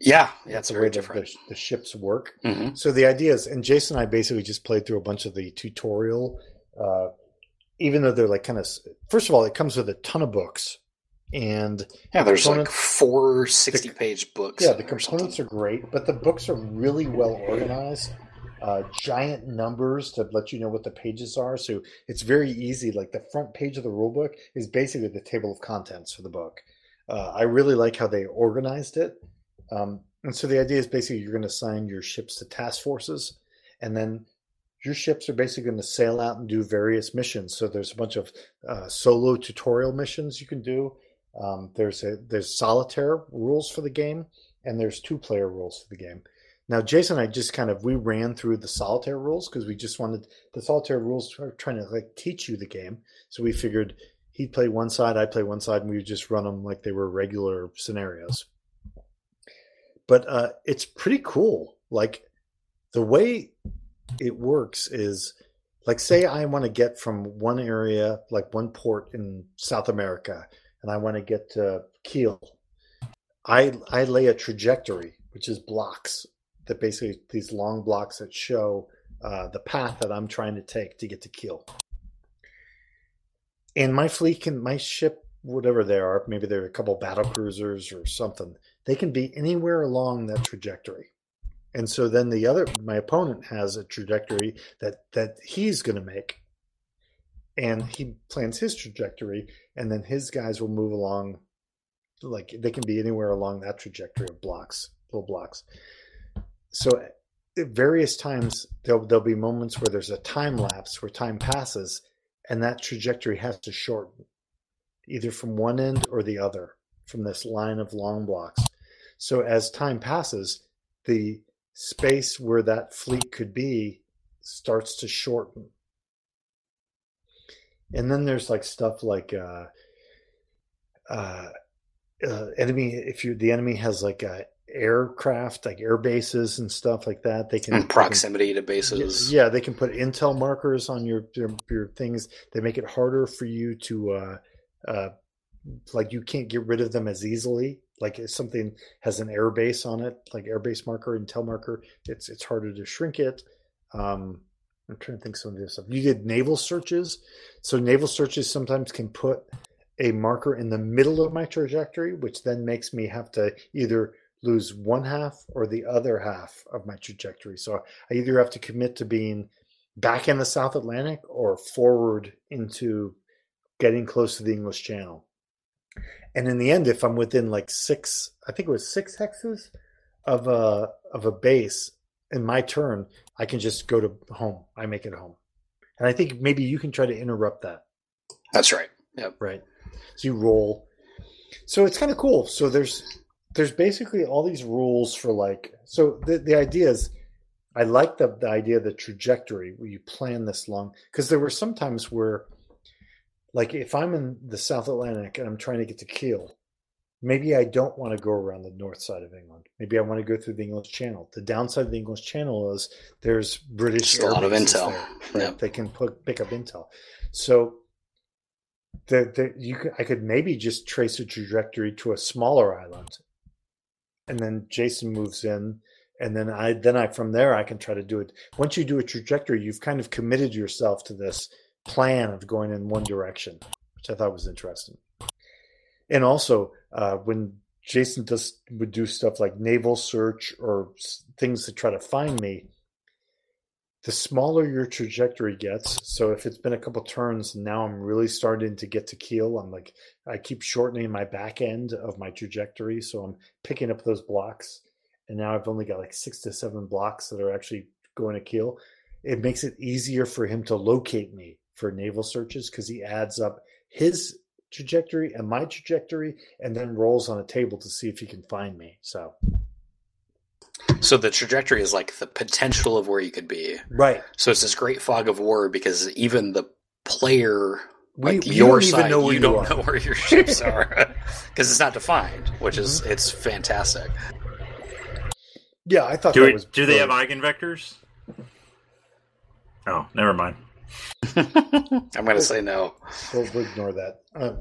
Speaker 3: yeah, yeah, it's
Speaker 1: the
Speaker 3: very
Speaker 1: way the-
Speaker 3: different.
Speaker 1: the, the ships work.
Speaker 3: hmm
Speaker 1: So the idea is, and Jason and I basically just played through a bunch of the tutorial. Uh, even though they're like kind of, first of all, it comes with a ton of books, and
Speaker 3: Mm-hmm. Yeah, there's like
Speaker 1: components-
Speaker 3: four 60 page books.
Speaker 1: yeah,
Speaker 3: in
Speaker 1: the
Speaker 3: there or something.
Speaker 1: components are great, but the books are really well organized. Uh, giant numbers to let you know what the pages are, so it's very easy. Like the front page of the rule book is basically the table of contents for the book. Uh, I really like how they organized it. Um, and so the idea is basically you're going to assign your ships to task forces, and then your ships are basically going to sail out and do various missions. So there's a bunch of uh, solo tutorial missions you can do. Um, there's a there's solitaire rules for the game, and there's two player rules for the game. Now, Jason and I just kind of we ran through the solitaire rules because we just wanted the solitaire rules are trying to like teach you the game. So we figured he'd play one side, I'd play one side, and we would just run them like they were regular scenarios. But uh, it's pretty cool. Like the way it works is like say I want to get from one area, like one port in South America, and I want to get to Kiel. I I lay a trajectory, which is blocks that basically these long blocks that show uh, the path that I'm trying to take to get to Kiel. And my fleet can my ship, whatever they are, maybe they're a couple battle cruisers or something, they can be anywhere along that trajectory. And so then the other my opponent has a trajectory that that he's going to make and he plans his trajectory and then his guys will move along like they can be anywhere along that trajectory of blocks little blocks so at various times there'll, there'll be moments where there's a time lapse where time passes and that trajectory has to shorten either from one end or the other from this line of long blocks so as time passes the space where that fleet could be starts to shorten. And then there's like stuff like uh, uh, uh, enemy. If you the enemy has like uh, aircraft, like air bases and stuff like that, they can
Speaker 3: and
Speaker 1: they can-
Speaker 3: Mm, proximity to bases.
Speaker 1: yeah, they can put intel markers on your your, your things. They make it harder for you to uh, uh, like you can't get rid of them as easily. Like if something has an airbase on it, like airbase marker, intel marker, it's it's harder to shrink it. Um, I'm trying to think some of the other stuff. You did naval searches, so naval searches sometimes can put a marker in the middle of my trajectory, which then makes me have to either lose one half or the other half of my trajectory. So I either have to commit to being back in the South Atlantic or forward into getting close to the English Channel. And in the end, if I'm within like six, I think it was six hexes of a of a base in my turn, I can just go to home. I make it home. And I think maybe you can try to interrupt that,
Speaker 3: That's right.
Speaker 1: right? So you roll. So it's kind of cool. So there's there's basically all these rules for like so the the idea is I like the, the idea of the trajectory where you plan this long because there were some times where like if I'm in the South Atlantic and I'm trying to get to Kiel, maybe I don't want to go around the north side of England. Maybe I want to go through the English Channel. The downside of the English Channel is there's British
Speaker 3: Just a lot of
Speaker 1: airbases
Speaker 3: intel.
Speaker 1: there, right?
Speaker 3: Yep.
Speaker 1: They can put, pick up intel. So the, the, you could, I could maybe just trace a trajectory to a smaller island, and then Jason moves in, and then I then I from there I can try to do it. Once you do a trajectory, you've kind of committed yourself to this plan of going in one direction, which I thought was interesting. And also, uh, when Jason does would do stuff like naval search or s- things to try to find me, the smaller your trajectory gets. So if it's been a couple turns, now I'm really starting to get to keel. I'm like, I keep shortening my back end of my trajectory, so I'm picking up those blocks. And now I've only got like six to seven blocks that are actually going to keel it makes it easier for him to locate me for naval searches because he adds up his trajectory and my trajectory and then rolls on a table to see if he can find me. So,
Speaker 3: So the trajectory is like the potential of where you could be.
Speaker 1: right.
Speaker 3: So it's this great fog of war because even the player,
Speaker 1: We,
Speaker 3: like
Speaker 1: we
Speaker 3: your
Speaker 1: don't
Speaker 3: side,
Speaker 1: even know where you,
Speaker 3: you, don't
Speaker 1: are.
Speaker 3: know where your ships are because it's not defined, which is
Speaker 1: Mm-hmm.
Speaker 3: it's fantastic.
Speaker 1: Yeah, I thought
Speaker 2: Do
Speaker 1: that
Speaker 2: we,
Speaker 1: was.
Speaker 2: do they have
Speaker 1: brilliant.
Speaker 2: eigenvectors? Oh, never mind.
Speaker 3: I'm gonna say no.
Speaker 1: We'll, we'll ignore that. Um,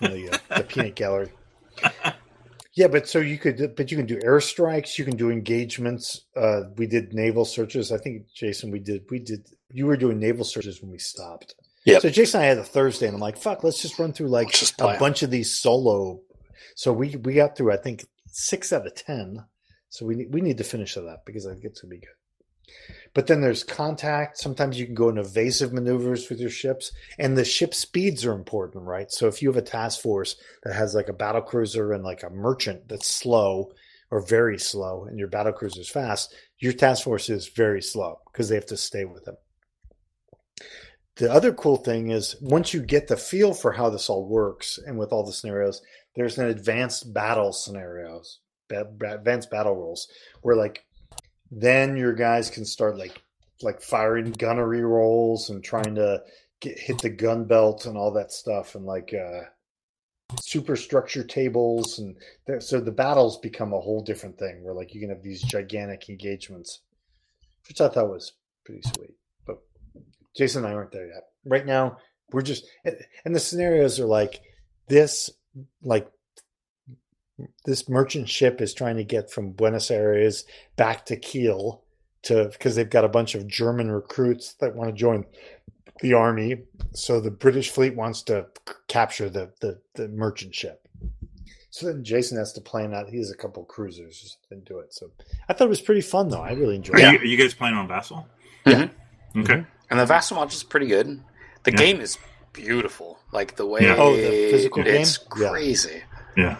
Speaker 1: the, uh, the peanut gallery. Yeah, but so you could, but you can do airstrikes. You can do engagements. Uh, we did naval searches. I think Jason, we did, we did. You were doing naval searches when we stopped.
Speaker 3: Yep.
Speaker 1: So Jason and I had a Thursday, and I'm like, "Fuck, let's just run through like
Speaker 3: Let's just play
Speaker 1: a
Speaker 3: 'em.
Speaker 1: bunch of these solo." So we we got through, I think, six out of ten. So we need- we need to finish that up because I think it's gonna be good. But then there's contact. Sometimes you can go in evasive maneuvers with your ships, and the ship speeds are important, right? So if you have a task force that has like a battle cruiser and like a merchant that's slow or very slow, and your battle cruiser is fast, your task force is very slow because they have to stay with them. The other cool thing is once you get the feel for how this all works and with all the scenarios, there's an advanced battle scenarios, ba- ba- advanced battle rules where like then your guys can start like like firing gunnery rolls and trying to get, hit the gun belt and all that stuff and like uh superstructure tables and there, so the battles become a whole different thing where like you can have these gigantic engagements which i thought was pretty sweet but jason and i aren't there yet right now we're just and and the scenarios are like this like this merchant ship is trying to get from buenos aires back to Kiel to because they've got a bunch of German recruits that want to join the army. So the British fleet wants to c- capture the the, the merchant ship. So then Jason has to plan out. He has a couple cruisers or something to do it. So I thought it was pretty fun though. I really enjoyed
Speaker 2: Are,
Speaker 1: it.
Speaker 2: you, are you guys playing on Vassal?
Speaker 1: Mm-hmm.
Speaker 3: Yeah.
Speaker 2: Okay.
Speaker 3: And the Vassal module is pretty good. The
Speaker 2: Yeah.
Speaker 3: game is beautiful. Like the way
Speaker 2: Yeah.
Speaker 1: Oh, the physical game?
Speaker 3: it's
Speaker 1: Yeah.
Speaker 3: crazy.
Speaker 2: Yeah,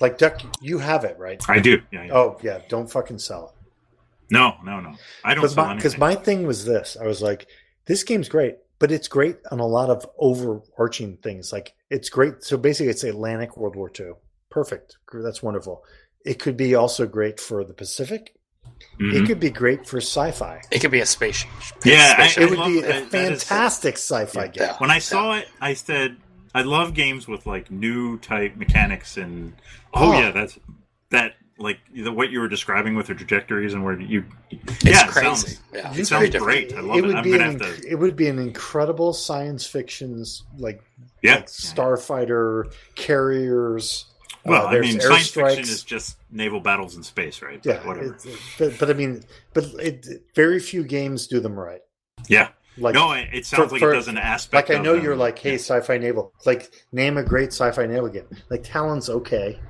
Speaker 1: Like Duck, you have it right.
Speaker 2: I do. Yeah, yeah.
Speaker 1: Oh yeah, don't fucking sell it.
Speaker 2: No, no, no. I don't
Speaker 1: Because
Speaker 2: sell
Speaker 1: my, 'cause
Speaker 2: anything.
Speaker 1: my thing was this I was like, this game's great, but it's great on a lot of overarching things. Like, it's great. So basically, it's Atlantic World War II. Perfect. That's wonderful. It could be also great for the Pacific.
Speaker 2: Mhm.
Speaker 1: It could be great for sci fi.
Speaker 3: It could be a space. space
Speaker 2: Yeah, I-
Speaker 3: space
Speaker 2: it
Speaker 1: It
Speaker 3: shuttle.
Speaker 1: would be
Speaker 2: love
Speaker 1: a
Speaker 2: that- that is-
Speaker 1: fantastic sci fi game.
Speaker 3: Yeah.
Speaker 2: When I saw it, I said, "I love games with like new type mechanics." And oh,
Speaker 1: Oh.
Speaker 2: yeah, that's that like the, what you were describing with the trajectories and where you.
Speaker 3: It's
Speaker 2: yeah, it
Speaker 3: crazy.
Speaker 2: sounds-
Speaker 3: yeah.
Speaker 2: It sounds
Speaker 1: could-
Speaker 2: great. I love it.
Speaker 1: would
Speaker 2: I'm
Speaker 1: be
Speaker 2: gonna
Speaker 1: an
Speaker 2: have
Speaker 1: inc- It would be an incredible science fiction's like,
Speaker 2: yeah.
Speaker 1: like starfighter carriers. Uh,
Speaker 2: Well, I
Speaker 1: there's
Speaker 2: mean, science
Speaker 1: airstrikes.
Speaker 2: fiction is just naval battles in space, right? But
Speaker 1: yeah,
Speaker 2: whatever.
Speaker 1: it- it- but, but I mean, but it, very few games do them right.
Speaker 2: yeah.
Speaker 1: Like,
Speaker 2: no, it, it sounds
Speaker 1: for-
Speaker 2: like
Speaker 1: for-
Speaker 2: it does an aspect.
Speaker 1: like I
Speaker 2: of
Speaker 1: know
Speaker 2: them.
Speaker 1: you're like, hey, sci-fi naval. Like, name a great sci-fi naval game. Like Talon's okay.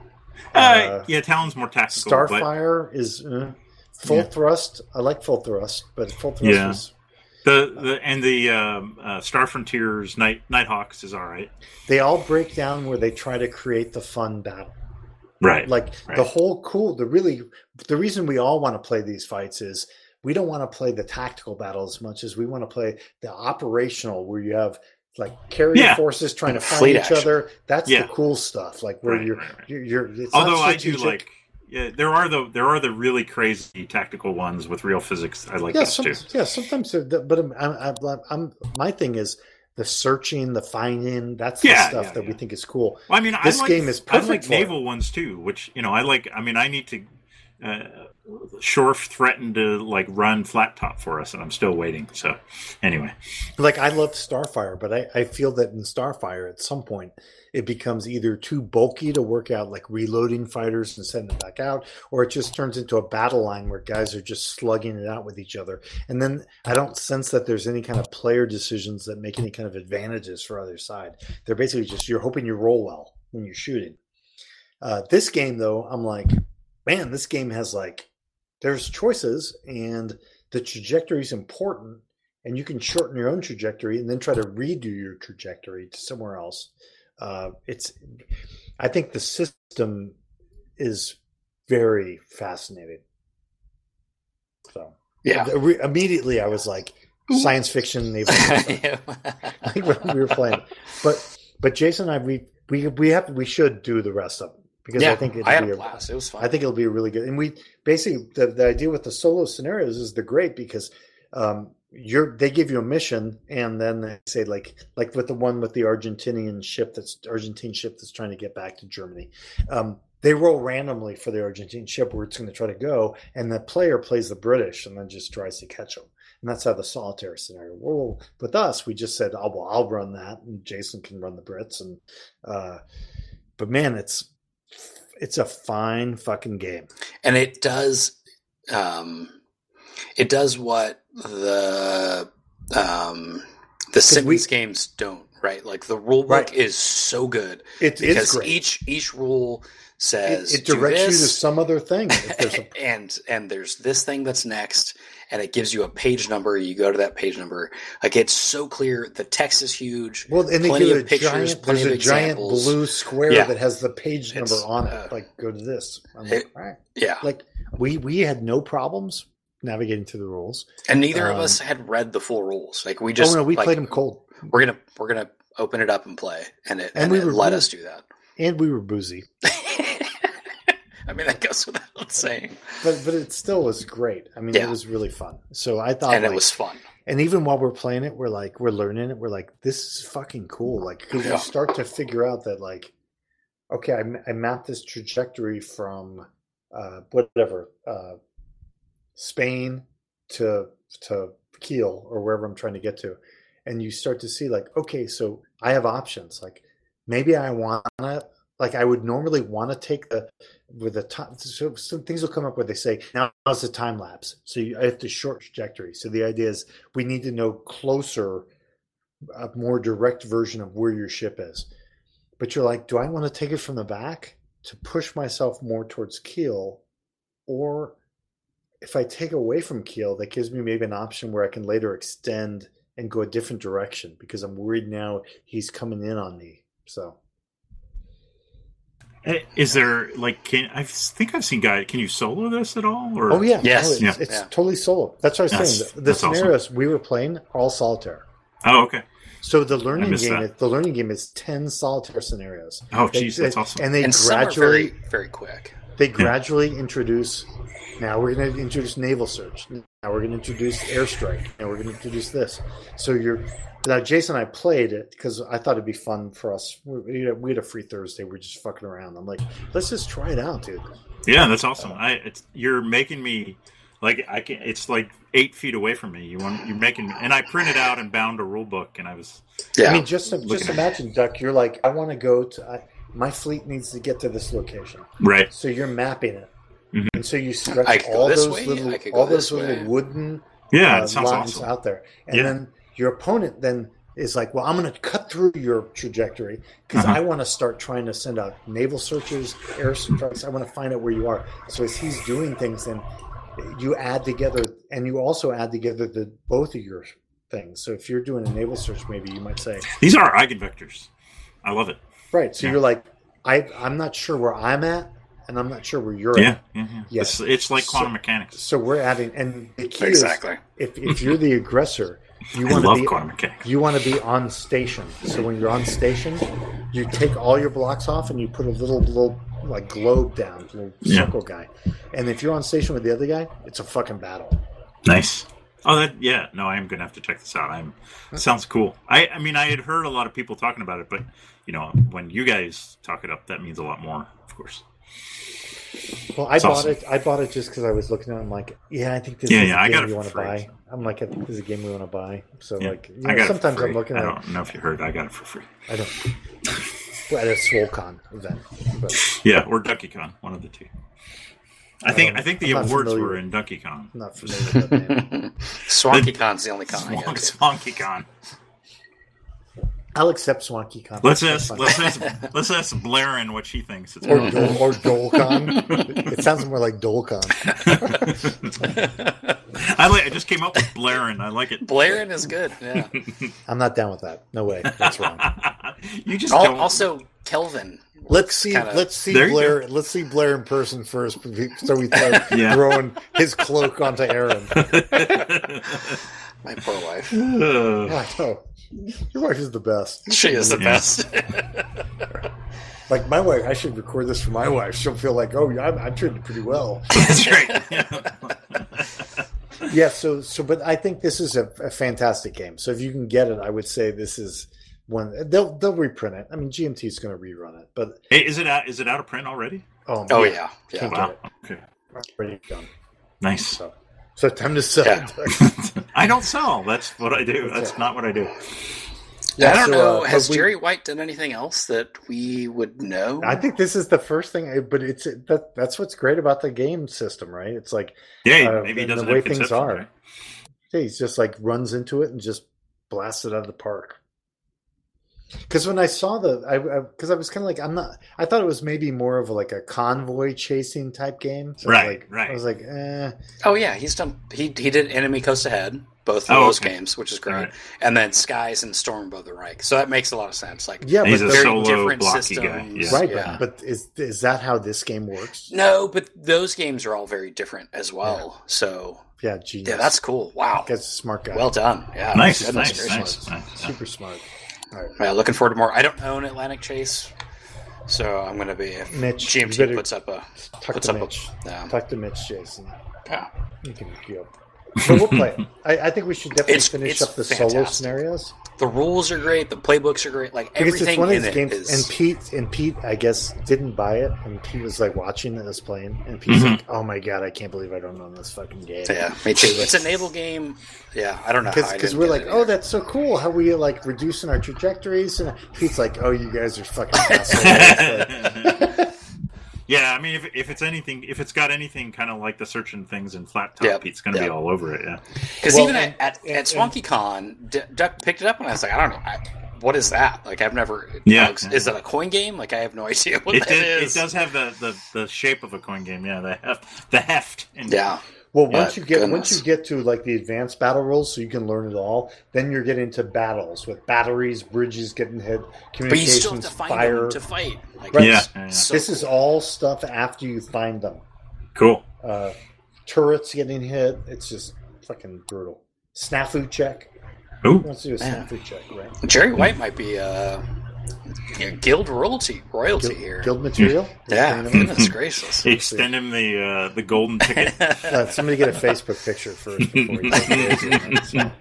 Speaker 2: Uh,
Speaker 1: uh,
Speaker 2: yeah, Talon's more tactical. but
Speaker 1: Starfire is uh, full
Speaker 2: Yeah.
Speaker 1: thrust. I like full thrust, but full thrust
Speaker 2: Yeah.
Speaker 1: was,
Speaker 2: the, the and the um, uh, Star Frontiers Night Nighthawks is all right.
Speaker 1: they all break down where they try to create the fun battle.
Speaker 2: Right.
Speaker 1: Like
Speaker 2: Right.
Speaker 1: the whole cool, the really, the reason we all want to play these fights is we don't want to play the tactical battle as much as we want to play the operational where you have like carrier
Speaker 2: Yeah.
Speaker 1: forces trying to find
Speaker 3: Fleet
Speaker 1: each
Speaker 3: action.
Speaker 1: other. That's
Speaker 2: Yeah.
Speaker 1: the cool stuff. Like where
Speaker 2: Right,
Speaker 1: you're,
Speaker 2: right, right.
Speaker 1: you're, you're it's not
Speaker 2: Although I do
Speaker 1: strategic.
Speaker 2: like, yeah, there are the there are the really crazy tactical ones with real physics. I like
Speaker 1: yeah,
Speaker 2: those
Speaker 1: some,
Speaker 2: too.
Speaker 1: yeah, sometimes, they're the- but I'm, I'm, I'm, I'm, my thing is the searching, the finding. That's the
Speaker 2: Yeah,
Speaker 1: stuff
Speaker 2: yeah,
Speaker 1: that we
Speaker 2: yeah.
Speaker 1: think is cool.
Speaker 2: Well, I mean,
Speaker 1: This
Speaker 2: I like,
Speaker 1: game is
Speaker 2: I
Speaker 1: perfect
Speaker 2: like
Speaker 1: for
Speaker 2: naval ones too, which you know I like. I mean, I need to. Uh, Shorf threatened to like run flat top for us, and I'm still waiting. So, anyway,
Speaker 1: Like I love Starfire, but I, I feel that in Starfire, at some point, it becomes either too bulky to work out, like reloading fighters and sending them back out, or it just turns into a battle line where guys are just slugging it out with each other. And then I don't sense that there's any kind of player decisions that make any kind of advantages for either side. They're basically just you're hoping you roll well when you're shooting. Uh, this game, though, I'm like, man, this game has like there's choices and the trajectory is important and you can shorten your own trajectory and then try to redo your trajectory to somewhere else. Uh, it's, I think the system is very fascinating. So
Speaker 3: Yeah.
Speaker 1: the- re- immediately I was like science fiction naval. Like when we were playing. But but Jason and I we we we have we should do the rest of them because
Speaker 3: yeah,
Speaker 1: I think it'd
Speaker 3: I had
Speaker 1: be
Speaker 3: a
Speaker 1: a-
Speaker 3: blast. It was fun.
Speaker 1: I think it'll be really good. And we basically the, the idea with the solo scenarios is the great because um, you're they give you a mission and then they say like like with the one with the Argentinian ship that's Argentine ship that's trying to get back to Germany. Um, they roll randomly for the Argentine ship where it's going to try to go, and the player plays the British and then just tries to catch them. And that's how the solitaire scenario. Well, with us, we just said, "Oh well, I'll run that, and Jason can run the Brits." And uh, but man, it's it's a fine fucking game.
Speaker 3: and it does um it does what the um the Simmons games don't right like the rule book
Speaker 1: Right.
Speaker 3: is so good
Speaker 1: It is
Speaker 3: because
Speaker 1: great.
Speaker 3: each each rule
Speaker 1: it,
Speaker 3: says
Speaker 1: it
Speaker 3: "Do
Speaker 1: directs you to
Speaker 3: this,"
Speaker 1: some other thing. If there's a,
Speaker 3: and and there's this thing that's next and it gives you a page number you go to that page number like it's so clear the text is huge
Speaker 1: well, and they
Speaker 3: Plenty
Speaker 1: give
Speaker 3: of
Speaker 1: it a
Speaker 3: pictures,
Speaker 1: giant.
Speaker 3: plenty
Speaker 1: There's a
Speaker 3: of
Speaker 1: giant
Speaker 3: examples.
Speaker 1: blue square
Speaker 3: Yeah.
Speaker 1: that has the page number
Speaker 3: It's,
Speaker 1: on it.
Speaker 3: uh,
Speaker 1: like, go to this. I'm
Speaker 3: it-
Speaker 1: like, all right.
Speaker 3: yeah
Speaker 1: Like, we we had no problems navigating through the rules.
Speaker 3: and neither of
Speaker 1: um,
Speaker 3: us had read the full rules like we just
Speaker 1: oh no, we
Speaker 3: like,
Speaker 1: played them cold,
Speaker 3: we're gonna we're gonna open it up and play and it
Speaker 1: And
Speaker 3: and,
Speaker 1: we
Speaker 3: it
Speaker 1: were
Speaker 3: let
Speaker 1: really-
Speaker 3: us do that
Speaker 1: and we were boozy,
Speaker 3: I mean, that goes without saying.
Speaker 1: but but it still was great. I mean,
Speaker 3: Yeah.
Speaker 1: it was really fun. So I thought,
Speaker 3: and it
Speaker 1: like-
Speaker 3: was fun.
Speaker 1: and even while we're playing it, we're like, we're learning it. We're like, this is fucking cool. Like, 'cause
Speaker 3: Yeah.
Speaker 1: you start to figure out that, like, okay, I, ma- I mapped this trajectory from uh, whatever uh, Spain to to Kiel or wherever I'm trying to get to, and you start to see like, okay, so I have options. Like, maybe I want to. Like I would normally want to take the with the time, so, so things will come up where they say now is the time lapse. So you, I have to short trajectory. So the idea is we need to know closer, a more direct version of where your ship is. But you're like, do I want to take it from the back to push myself more towards keel? Or if I take away from keel, that gives me maybe an option where I can later extend and go a different direction because I'm worried now he's coming in on me. So
Speaker 2: Eh, is there like can I think I've seen guy? Can you solo this at all? Or
Speaker 1: Oh yeah,
Speaker 3: Yes.
Speaker 1: No, it's,
Speaker 3: Yeah.
Speaker 1: it's
Speaker 3: Yeah.
Speaker 1: totally solo. That's what I was
Speaker 2: That's-
Speaker 1: saying. The, the
Speaker 2: that's awesome.
Speaker 1: scenarios we were playing are all solitaire.
Speaker 2: Oh okay.
Speaker 1: So the learning
Speaker 2: missed
Speaker 1: game,
Speaker 2: that.
Speaker 1: is, the learning game is ten solitaire scenarios.
Speaker 2: Oh
Speaker 1: They-
Speaker 2: geez, that's
Speaker 1: they-
Speaker 2: awesome.
Speaker 1: And they
Speaker 3: and
Speaker 1: gradually,
Speaker 3: some are very, very quick.
Speaker 1: they gradually introduce. Now we're going to introduce naval search. Now we're going to introduce airstrike. Now we're going to introduce this. So you're now Jason and I played it because I thought it'd be fun for us. We, we had a- we had a free Thursday. We are just fucking around. I'm like, let's just try it out, dude.
Speaker 2: Yeah, that's awesome. I it's, you're making me like I can. It's like eight feet away from me. You want you're making and I printed out and bound a rule book and I was
Speaker 3: Yeah.
Speaker 1: I mean, just just
Speaker 2: Looking-
Speaker 1: imagine, Duck. You're like, I want to go to. I, my fleet needs to get to this location,
Speaker 2: right.
Speaker 1: so you're mapping it,
Speaker 2: Mhm.
Speaker 1: and so you stretch
Speaker 3: I could go
Speaker 1: all
Speaker 3: this
Speaker 1: those
Speaker 3: way,
Speaker 1: little,
Speaker 3: I could go
Speaker 1: all those
Speaker 3: this way.
Speaker 1: little wooden
Speaker 2: Yeah,
Speaker 1: uh,
Speaker 2: it sounds
Speaker 1: lines
Speaker 2: awesome.
Speaker 1: out there, and
Speaker 2: Yeah.
Speaker 1: then your opponent then is like, "Well, I'm going to cut through your trajectory because
Speaker 2: Uh-huh.
Speaker 1: I want to start trying to send out naval searches, air strikes. I want to find out where you are." So as he's doing things, then you add together, and you also add together the both of your things. So if you're doing a naval search, maybe you might say.
Speaker 2: These are eigenvectors. I love it.
Speaker 1: Right. So
Speaker 2: Yeah.
Speaker 1: you're like, I I'm not sure where I'm at. and I'm not sure where you're
Speaker 2: Yeah,
Speaker 1: at.
Speaker 2: yeah, yeah.
Speaker 1: Yeah.
Speaker 2: It's, it's like
Speaker 1: So-
Speaker 2: quantum mechanics.
Speaker 1: So we're adding, and the key
Speaker 3: Exactly.
Speaker 1: is if, if you're the aggressor, you
Speaker 2: I
Speaker 1: want to
Speaker 2: love
Speaker 1: be
Speaker 2: quantum mechanics.
Speaker 1: you want to be on station. So when you're on station, you take all your blocks off and you put a little little like globe down, little
Speaker 2: Yeah.
Speaker 1: circle guy. And if you're on station with the other guy, it's a fucking battle.
Speaker 2: Nice. Oh, that yeah. No, I am gonna have to check this out. I'm. Sounds cool. I I mean, I had heard a lot of people talking about it, but you know, when you guys talk it up, that means a lot more, of course.
Speaker 1: Well, I
Speaker 2: It's
Speaker 1: bought
Speaker 2: awesome.
Speaker 1: it. I bought it just because I was looking at. it. I'm like, yeah, I think this
Speaker 2: Yeah,
Speaker 1: is
Speaker 2: yeah,
Speaker 1: a
Speaker 2: I
Speaker 1: game
Speaker 2: got it
Speaker 1: you
Speaker 2: for
Speaker 1: want to
Speaker 2: free.
Speaker 1: buy. I'm like, I think this is a game we want to buy. So
Speaker 2: Yeah,
Speaker 1: like, you
Speaker 2: I
Speaker 1: know,
Speaker 2: got
Speaker 1: sometimes
Speaker 2: it for free.
Speaker 1: I'm looking
Speaker 2: I
Speaker 1: at.
Speaker 2: don't know if you heard. I got it for free.
Speaker 1: I don't. Well, at a SwoleCon event, but
Speaker 2: Yeah, or Ducky Con, one of the two. I think
Speaker 1: Um,
Speaker 2: I think the
Speaker 1: I'm not
Speaker 2: awards
Speaker 1: familiar.
Speaker 2: were in Ducky Con.
Speaker 1: I'm not familiar with that name.
Speaker 3: Swanky Con's the only con I
Speaker 2: Swank,
Speaker 3: got.
Speaker 2: Swanky Con.
Speaker 1: I'll accept Swanky Con.
Speaker 2: Let's ask let's ask let's ask Blairin what she thinks it's
Speaker 1: or
Speaker 2: worth.
Speaker 1: Dol- or Dolcon. it sounds more like Dolcon.
Speaker 2: I like I just came up with Blairin. I like it.
Speaker 3: Blairin is good. Yeah.
Speaker 1: I'm not down with that. No way. That's wrong.
Speaker 2: you just
Speaker 3: Al-
Speaker 2: don't.
Speaker 3: also, Kelvin.
Speaker 1: Let's see.
Speaker 3: kinda-
Speaker 1: Let's see
Speaker 2: There you
Speaker 1: Blair. Let's see Blair in person first, so we throw
Speaker 2: Yeah.
Speaker 1: throwing his cloak onto Aaron.
Speaker 3: My poor wife.
Speaker 2: Uh,
Speaker 1: I know. Your wife is the best.
Speaker 3: She is the
Speaker 2: Yeah.
Speaker 3: best.
Speaker 1: Like my wife, I should record this for my wife. She'll feel like, oh, yeah, I'm, I'm treated pretty well.
Speaker 2: that's right.
Speaker 1: yeah. So, so, but I think this is a, a fantastic game. So if you can get it, I would say this is one. They'll they'll reprint it. I mean, GMT is going to rerun it, but
Speaker 2: Hey, is it out? Is it out of print already?
Speaker 1: oh,
Speaker 3: oh
Speaker 1: man,
Speaker 3: yeah. Yeah.
Speaker 1: Can't get
Speaker 2: Wow.
Speaker 1: it.
Speaker 2: Okay.
Speaker 1: Already done.
Speaker 2: Nice.
Speaker 1: So, so time to sell.
Speaker 3: Yeah.
Speaker 2: I don't sell. That's what I do. That's not what I do.
Speaker 1: Yeah,
Speaker 3: I don't
Speaker 1: so,
Speaker 3: know.
Speaker 1: uh,
Speaker 3: Has
Speaker 1: but we-
Speaker 3: Jerry White done anything else that we would know?
Speaker 1: I think this is the first thing, I- but it's that that's what's great about the game system, right? It's like
Speaker 2: Yeah,
Speaker 1: Uh,
Speaker 2: maybe he
Speaker 1: and the
Speaker 2: doesn't
Speaker 1: way
Speaker 2: have
Speaker 1: things
Speaker 2: conception,
Speaker 1: are.
Speaker 2: right?
Speaker 1: yeah, he's just like runs into it and just blasts it out of the park. Because when I saw the, I because I, was kind of like, I'm not. I thought it was maybe more of like a convoy chasing type game. So I was
Speaker 2: Right,
Speaker 1: like-
Speaker 2: right.
Speaker 1: I was like, eh.
Speaker 3: Oh yeah, he's done. He he did Enemy Coast Ahead, both of
Speaker 2: Oh,
Speaker 3: those
Speaker 2: okay.
Speaker 3: games, which is
Speaker 2: All
Speaker 3: great,
Speaker 2: right.
Speaker 3: and then Skies and Storm Above the Reich. So that makes a lot of sense. Like
Speaker 1: yeah,
Speaker 2: He's
Speaker 1: but
Speaker 2: a
Speaker 1: the-
Speaker 3: very
Speaker 2: solo
Speaker 3: different
Speaker 2: blocky
Speaker 3: systems.
Speaker 2: guy. Yeah.
Speaker 1: right.
Speaker 3: yeah.
Speaker 1: But, but is is that how this game works?
Speaker 3: No, but those games are all very different as well. So
Speaker 1: Yeah, genius.
Speaker 3: yeah, that's cool. Wow,
Speaker 1: that's a smart guy.
Speaker 3: well done. Yeah,
Speaker 2: Nice,
Speaker 3: goodness
Speaker 2: nice,
Speaker 3: gracious.
Speaker 2: nice, nice. yeah.
Speaker 1: super smart. All right.
Speaker 3: Yeah, looking forward to more. I don't own Atlantic Chase, so I'm gonna be if
Speaker 1: Mitch,
Speaker 3: GMT
Speaker 1: you better-
Speaker 3: puts up a
Speaker 1: Talk
Speaker 3: puts
Speaker 1: to
Speaker 3: up a
Speaker 1: Mitch.
Speaker 3: yeah.
Speaker 1: Talk to Mitch, Jason.
Speaker 3: yeah.
Speaker 1: You can go. But we'll play. it. I, I think we should definitely
Speaker 3: It's-
Speaker 1: finish
Speaker 3: it's
Speaker 1: up the solo
Speaker 3: fantastic.
Speaker 1: scenarios
Speaker 3: The rules are great. The playbooks are great. Like
Speaker 1: because
Speaker 3: everything
Speaker 1: it's one of
Speaker 3: in
Speaker 1: these
Speaker 3: it
Speaker 1: games.
Speaker 3: is-
Speaker 1: And Pete and Pete, I guess, didn't buy it, and Pete was like watching it as playing, and Pete's like, "Oh my god, I can't believe I don't own this fucking game."
Speaker 3: Mm-hmm. yeah, me too. It's an able game. Yeah, I don't know how I
Speaker 1: Because
Speaker 3: didn't
Speaker 1: we're
Speaker 3: get
Speaker 1: like,
Speaker 3: it
Speaker 1: oh,
Speaker 3: either.
Speaker 1: that's so cool. How we like reducing our trajectories, and Pete's like, oh, you guys are fucking assholes. Like,
Speaker 2: yeah, I mean, if, if it's anything, if it's got anything kind of like the searching things in flat top,
Speaker 3: Yep,
Speaker 2: it's going to
Speaker 3: yep.
Speaker 2: be all over it. Yeah,
Speaker 3: Because
Speaker 1: Well,
Speaker 3: even
Speaker 1: and-
Speaker 3: at, at, at
Speaker 1: and-
Speaker 3: Swanky Con, D- Duck picked it up and I was like, I don't know, I, what is that? Like, I've never.
Speaker 2: Yeah,
Speaker 3: like,
Speaker 2: yeah.
Speaker 3: Is that a coin game? Like, I have no idea what
Speaker 2: it,
Speaker 3: that is.
Speaker 2: did, it does have the, the, the shape of a coin game. Yeah, the heft, the heft. And,
Speaker 3: Yeah,
Speaker 1: Well,
Speaker 3: Yeah,
Speaker 1: once you get once
Speaker 3: goodness.
Speaker 1: you get to like the advanced battle rules, so you can learn it all. Then you're getting into battles with batteries, bridges getting hit,
Speaker 3: but you
Speaker 1: communications,
Speaker 3: still have to find
Speaker 1: fire.
Speaker 3: them to fight. Like,
Speaker 1: Right.
Speaker 2: Yeah,
Speaker 3: it's
Speaker 2: yeah, yeah.
Speaker 3: so
Speaker 1: this is all stuff after you find them.
Speaker 2: cool.
Speaker 1: Uh, turrets getting hit. It's just fucking brutal. Snafu check.
Speaker 2: Ooh,
Speaker 1: Let's do a
Speaker 3: Man.
Speaker 1: snafu check, right?
Speaker 3: cool. Jerry White might be uh, you know, guild royalty royalty
Speaker 1: Guild,
Speaker 3: here.
Speaker 1: guild material.
Speaker 3: yeah,
Speaker 1: Let's bring them
Speaker 3: goodness gracious.
Speaker 2: extend him the uh, the golden ticket.
Speaker 1: in. Uh, somebody get a Facebook picture first before we take it. So,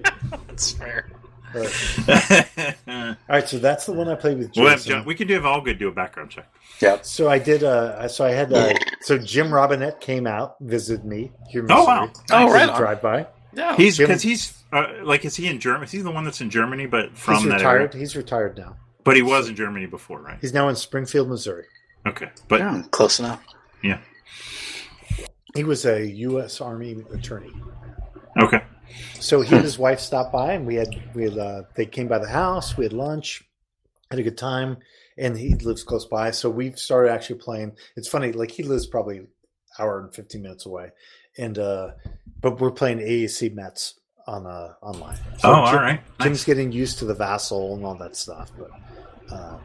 Speaker 3: That's fair.
Speaker 1: uh, all right.
Speaker 2: we'll
Speaker 1: All right, so that's the one I played with Jason.
Speaker 2: have John, we could do have all good do a background check.
Speaker 3: Yep.
Speaker 1: So I did. Uh, so I had. Uh, so Jim Robinette came out, visited me here. in
Speaker 2: Oh, wow.
Speaker 1: Missouri.
Speaker 3: Oh, right
Speaker 1: Did a
Speaker 3: on.
Speaker 1: drive by.
Speaker 3: Yeah.
Speaker 2: He's
Speaker 1: Jim-
Speaker 2: because he's uh, like is he in Germany? Is he the one that's in Germany, but from
Speaker 1: He's
Speaker 2: that area?
Speaker 1: retired. He's retired now.
Speaker 2: But he was in Germany before, right?
Speaker 1: He's now in Springfield, Missouri.
Speaker 2: Okay, but
Speaker 3: Yeah, close enough.
Speaker 1: He was a U.S. Army attorney.
Speaker 2: okay,
Speaker 1: So he
Speaker 2: Hmm.
Speaker 1: and his wife stopped by, and we had we had uh, they came by the house. We had lunch, had a good time, and he lives close by. So we started actually playing. It's funny, like he lives probably an hour and fifteen minutes away, and uh, but we're playing AEC Mets on uh, online. So
Speaker 2: oh,
Speaker 1: Jim-
Speaker 2: all right.
Speaker 1: Jim's getting used to the vassal and all that stuff, but uh, um,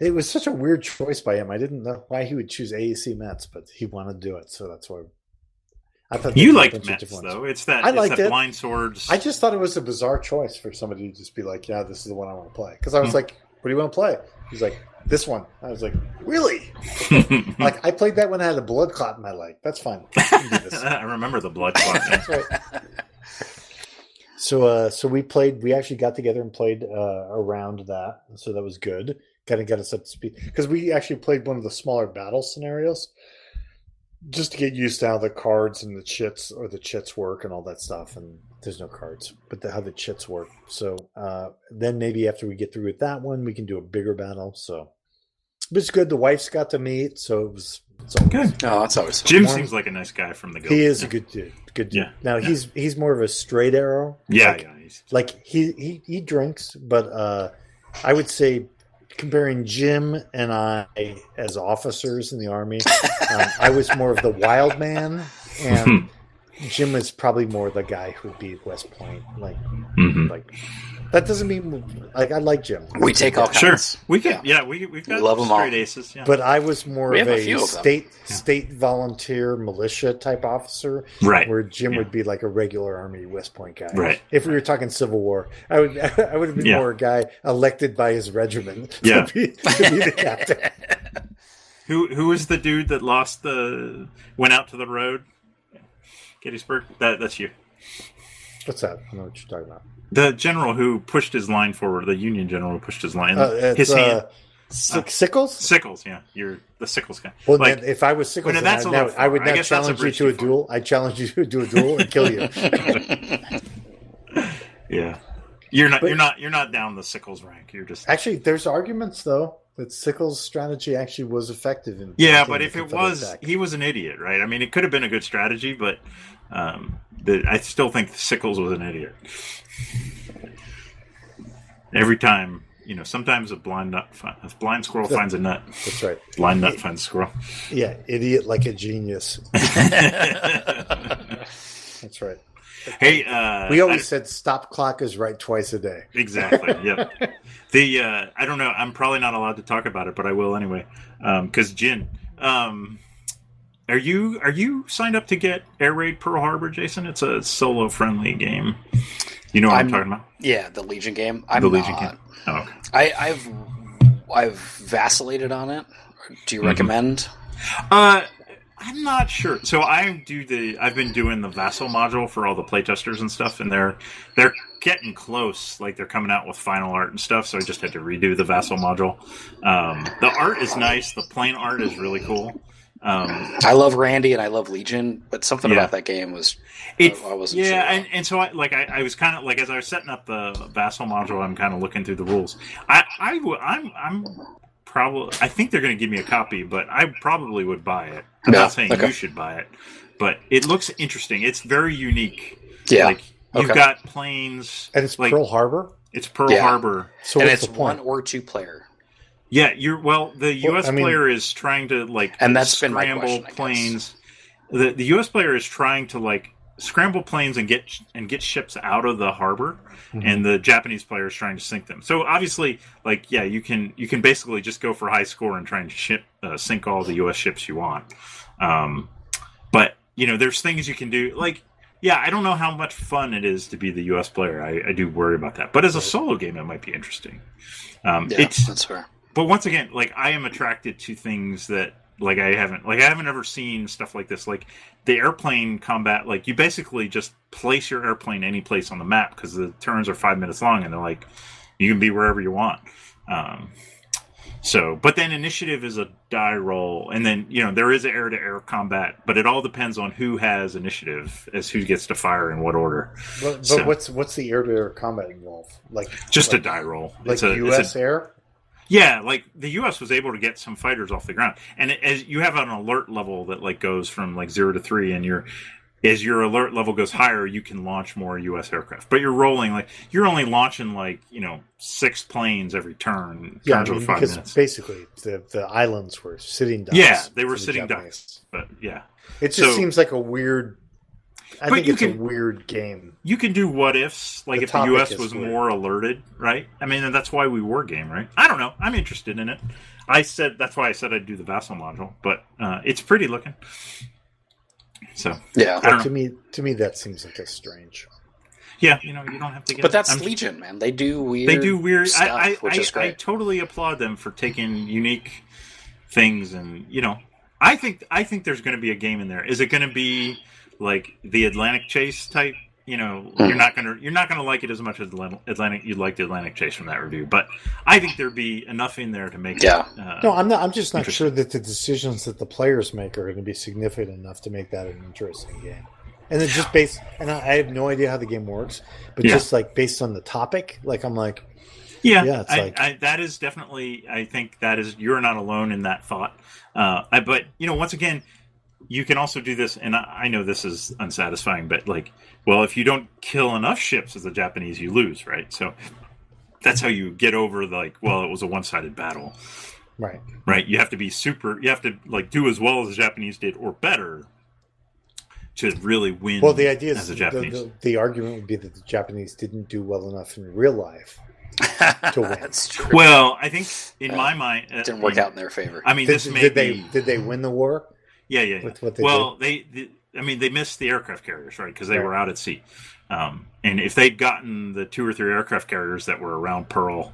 Speaker 1: It was such a weird choice by him. I didn't know why he would choose AEC Mets, but he wanted to do it, so that's why. I thought there
Speaker 2: You
Speaker 1: was a
Speaker 2: liked
Speaker 1: bunch of
Speaker 2: Mets
Speaker 1: different ones.
Speaker 2: though. It's that
Speaker 1: I
Speaker 2: it's
Speaker 1: liked
Speaker 2: that
Speaker 1: it.
Speaker 2: blind swords.
Speaker 1: I just thought it was a bizarre choice for somebody to just be like, "Yeah, this is the one I want to play." Because I was
Speaker 2: Hmm.
Speaker 1: like, "What do you want to play?" He's like, "This one." I was like, "Really?"
Speaker 2: Hmm.
Speaker 1: like I played that when I had a blood clot in my leg. That's fine. We can do this.
Speaker 2: I remember the blood clot. yeah.
Speaker 1: That's right. So, uh, so we played. We actually got together and played uh, around that. So that was good. Kind of got us up to speed because we actually played one of the smaller battle scenarios, just to get used to how the cards and the chits or the chits work and all that stuff. And there's no cards, but the, how the chits work. So uh, then maybe after we get through with that one, we can do a bigger battle. So it was good. The wife's got to meet, so it was it's all
Speaker 2: Good.
Speaker 3: No, Oh, that's always
Speaker 2: Jim
Speaker 1: Warm-
Speaker 2: seems like a nice guy from the go.
Speaker 1: He is a good dude. Good dude.
Speaker 2: Yeah,
Speaker 1: Now
Speaker 2: yeah.
Speaker 1: he's he's more of a straight arrow.
Speaker 2: Yeah,
Speaker 1: Like,
Speaker 2: yeah. he's-
Speaker 1: like he, he he drinks but uh i would say comparing jim and i as officers in the army um, i was more of the wild man and
Speaker 3: Hmm.
Speaker 1: jim was probably more the guy who would be at west point like
Speaker 2: Mhm.
Speaker 1: like that doesn't mean like i like jim
Speaker 3: We take all
Speaker 2: Sure,
Speaker 3: kinds.
Speaker 2: we can. Yeah, we we've got
Speaker 3: Love 'em all.
Speaker 2: straight aces. Yeah,
Speaker 1: but i was more
Speaker 3: We
Speaker 1: of
Speaker 3: have a
Speaker 1: a,
Speaker 3: few of them.
Speaker 1: state state volunteer militia type officer
Speaker 2: right.
Speaker 1: where Jim
Speaker 2: Yeah.
Speaker 1: would be like a regular army West Point guy.
Speaker 2: Right.
Speaker 1: If we were talking Civil War, I would I would have been
Speaker 2: Yeah.
Speaker 1: more a guy elected by his regiment
Speaker 2: Yeah.
Speaker 1: to, be, to be the captain.
Speaker 2: Who who was the dude that lost the went out to the road? Gettysburg. That that's you.
Speaker 1: What's that? I don't know what you're talking about.
Speaker 2: The general who pushed his line forward. The Union general who pushed his line.
Speaker 1: Uh, it's,
Speaker 2: his hand.
Speaker 1: uh, Sick- Sickles.
Speaker 2: Sickles. Yeah, you're the Sickles guy.
Speaker 1: Well,
Speaker 2: like-
Speaker 1: then, if I was Sickles,
Speaker 2: Well, now
Speaker 1: then
Speaker 2: that's
Speaker 1: I,
Speaker 2: a
Speaker 1: now,
Speaker 2: little
Speaker 1: I would
Speaker 2: far. I
Speaker 1: not
Speaker 2: guess that's a
Speaker 1: challenge you
Speaker 2: bridge
Speaker 1: to a
Speaker 2: too far.
Speaker 1: duel. I challenge you to do a duel and kill you.
Speaker 2: yeah, you're not.
Speaker 1: But-
Speaker 2: you're not. You're not down the Sickles rank. You're just.
Speaker 1: actually, there's arguments though that Sickles' strategy actually was effective in. preventing
Speaker 2: Yeah, but
Speaker 1: the
Speaker 2: if it
Speaker 1: Confederate
Speaker 2: was,
Speaker 1: attack.
Speaker 2: he was an idiot, right? I mean, it could have been a good strategy, but um, the, I still think Sickles was an idiot. Every time, you know, sometimes a blind nut, fi- a blind squirrel finds a nut.
Speaker 1: that's right.
Speaker 2: Blind nut finds squirrel.
Speaker 1: Yeah, idiot like a genius. That's right.
Speaker 2: hey, uh,
Speaker 1: We always said stop clock is right twice a day.
Speaker 2: I- exactly. Yep. The uh, I don't know. I'm probably not allowed to talk about it, but I will anyway. Because Jin, um, are you are you signed up to get Air Raid Pearl Harbor, Jason? It's a solo friendly game. You know what I'm,
Speaker 3: I'm-
Speaker 2: talking about?
Speaker 3: Yeah, the Legion game. I'm
Speaker 2: the Legion
Speaker 3: not.
Speaker 2: game. Oh, okay.
Speaker 3: I, I've I've vacillated on it. Do you
Speaker 2: Mhm.
Speaker 3: recommend?
Speaker 2: Uh, I'm not sure. So I do the. I've been doing the Vassal module for all the playtesters and stuff, and they're they're getting close. Like they're coming out with final art and stuff. So I just had to redo the Vassal module. Um, the art is nice. The plain art is really cool. Um,
Speaker 3: I love Randy and I love Legion, but something
Speaker 2: Yeah.
Speaker 3: about that game was
Speaker 2: it
Speaker 3: I wasn't
Speaker 2: yeah,
Speaker 3: sure.
Speaker 2: and, and so I like I, I was kind of like as I was setting up the Vassal module, I'm kind of looking through the rules. I I w- I'm I'm probably I think they're going to give me a copy, but I probably would buy it. I'm
Speaker 3: Yeah,
Speaker 2: not saying
Speaker 3: okay.
Speaker 2: you should buy it, but it looks interesting. It's very unique.
Speaker 3: yeah,
Speaker 2: like you've
Speaker 3: okay.
Speaker 2: got planes.
Speaker 1: And it's
Speaker 2: like
Speaker 1: Pearl Harbor.
Speaker 2: it's Pearl
Speaker 3: Yeah.
Speaker 2: Harbor.
Speaker 1: So
Speaker 3: and
Speaker 1: what's
Speaker 3: it's
Speaker 1: the
Speaker 3: one
Speaker 1: point?
Speaker 3: or two player.
Speaker 2: Yeah, you're well. The
Speaker 1: Well,
Speaker 2: U.S.
Speaker 1: I mean-
Speaker 2: player is trying to like
Speaker 3: And that's been my
Speaker 2: scramble
Speaker 3: question, I guess.
Speaker 2: planes. The the U.S. player is trying to like scramble planes and get and get ships out of the harbor,
Speaker 1: Mhm.
Speaker 2: and the Japanese player is trying to sink them. So obviously, like yeah, you can you can basically just go for high score and try and ship uh, sink all the U.S. ships you want. Um, but you know, there's things you can do like. Yeah, I don't know how much fun it is to be the U.S. player. I, I do worry about that. But as a solo game, it might be interesting. Um,
Speaker 3: Yeah,
Speaker 2: it's
Speaker 3: that's fair.
Speaker 2: but once again, like I am attracted to things that like I haven't like I haven't ever seen stuff like this. Like the airplane combat, like you basically just place your airplane any place on the map because the turns are five minutes long, and they're like you can be wherever you want. Um, so, but then initiative is a die roll, and then you know there is air to air combat, but it all depends on who has initiative as who gets to fire in what order.
Speaker 1: But, but
Speaker 2: so-
Speaker 1: what's what's the air to air combat involved? Like
Speaker 2: Just
Speaker 1: like,
Speaker 2: a die roll,
Speaker 1: like
Speaker 2: It's a- it's a-
Speaker 1: U.S. air.
Speaker 2: Yeah, like the U.S. was able to get some fighters off the ground, and it- as you have an alert level that like goes from like zero to three, and your as your alert level goes higher, you can launch more U.S. aircraft. But you're rolling like you're only launching like you know six planes every turn.
Speaker 1: Yeah, I
Speaker 2: turns
Speaker 1: mean,
Speaker 2: over five
Speaker 1: because
Speaker 2: minutes.
Speaker 1: basically the the islands were sitting ducks.
Speaker 2: Yeah, they were
Speaker 1: for the
Speaker 2: sitting
Speaker 1: Japanese.
Speaker 2: But yeah,
Speaker 1: It just
Speaker 2: So-
Speaker 1: seems like a weird
Speaker 7: I
Speaker 2: But
Speaker 7: think
Speaker 2: you
Speaker 7: it's
Speaker 2: can-
Speaker 7: a weird game.
Speaker 2: You can do what ifs, like
Speaker 7: The
Speaker 2: if the
Speaker 7: topic
Speaker 2: U.S.
Speaker 7: is
Speaker 2: was
Speaker 7: weird.
Speaker 2: more alerted, right? I mean, and that's why we were game, right? I don't know. I'm interested in it. I said that's why I said I'd do the Vassal module, but uh, it's pretty looking. So
Speaker 3: Yeah,
Speaker 2: I don't
Speaker 7: To
Speaker 2: know.
Speaker 7: me, to me, that seems like a strange.
Speaker 2: Yeah, you know, you don't have to get.
Speaker 3: but that's
Speaker 2: I'm-
Speaker 3: Legion, man. They do weird.
Speaker 2: They do weird.
Speaker 3: stuff,
Speaker 2: I, I,
Speaker 3: which
Speaker 2: I,
Speaker 3: is
Speaker 2: I
Speaker 3: great.
Speaker 2: totally applaud them for taking unique things, and you know, I think I think there's going to be a game in there. Is it going to be like the Atlantic Chase type? You know,
Speaker 3: Hmm.
Speaker 2: you're not gonna you're not gonna like it as much as Atlan- Atlantic. You'd like the Atlantic Chase from that review, but I think there'd be enough in there to make.
Speaker 3: Yeah.
Speaker 2: It, uh,
Speaker 1: No, I'm not. I'm just not
Speaker 2: Interesting.
Speaker 1: sure that the decisions that the players make are going to be significant enough to make that an interesting game. And then just based, and I, I have no idea how the game works, but
Speaker 2: Yeah.
Speaker 1: just like based on the topic, like I'm like,
Speaker 2: Yeah,
Speaker 1: Yeah, it's
Speaker 2: I,
Speaker 1: like-
Speaker 2: I, that is definitely. I think that is you're not alone in that thought. Uh, I, but you know, once again, you can also do this, and I, I know this is unsatisfying, but like, well, if you don't kill enough ships as the Japanese, you lose, right? So that's how you get over the, like, well, it was a one-sided battle,
Speaker 1: right,
Speaker 2: right? You have to be super. You have to like do as well as the Japanese did or better to really win.
Speaker 1: Well, the idea is
Speaker 2: as a
Speaker 1: the,
Speaker 2: Japanese.
Speaker 1: the, the argument would be that the Japanese didn't do well enough in real life. to win.
Speaker 3: that's true.
Speaker 2: well, I think in
Speaker 3: Uh,
Speaker 2: my mind, uh,
Speaker 3: Didn't work out in their favor.
Speaker 2: I mean,
Speaker 1: Did,
Speaker 2: this may
Speaker 1: did
Speaker 2: be
Speaker 1: they did they win the war
Speaker 2: yeah, yeah, yeah.
Speaker 1: with what they
Speaker 2: well, they, they, I mean, they missed the aircraft carriers, right? Because they
Speaker 1: Right.
Speaker 2: were out at sea. Um, and if they'd gotten the two or three aircraft carriers that were around Pearl,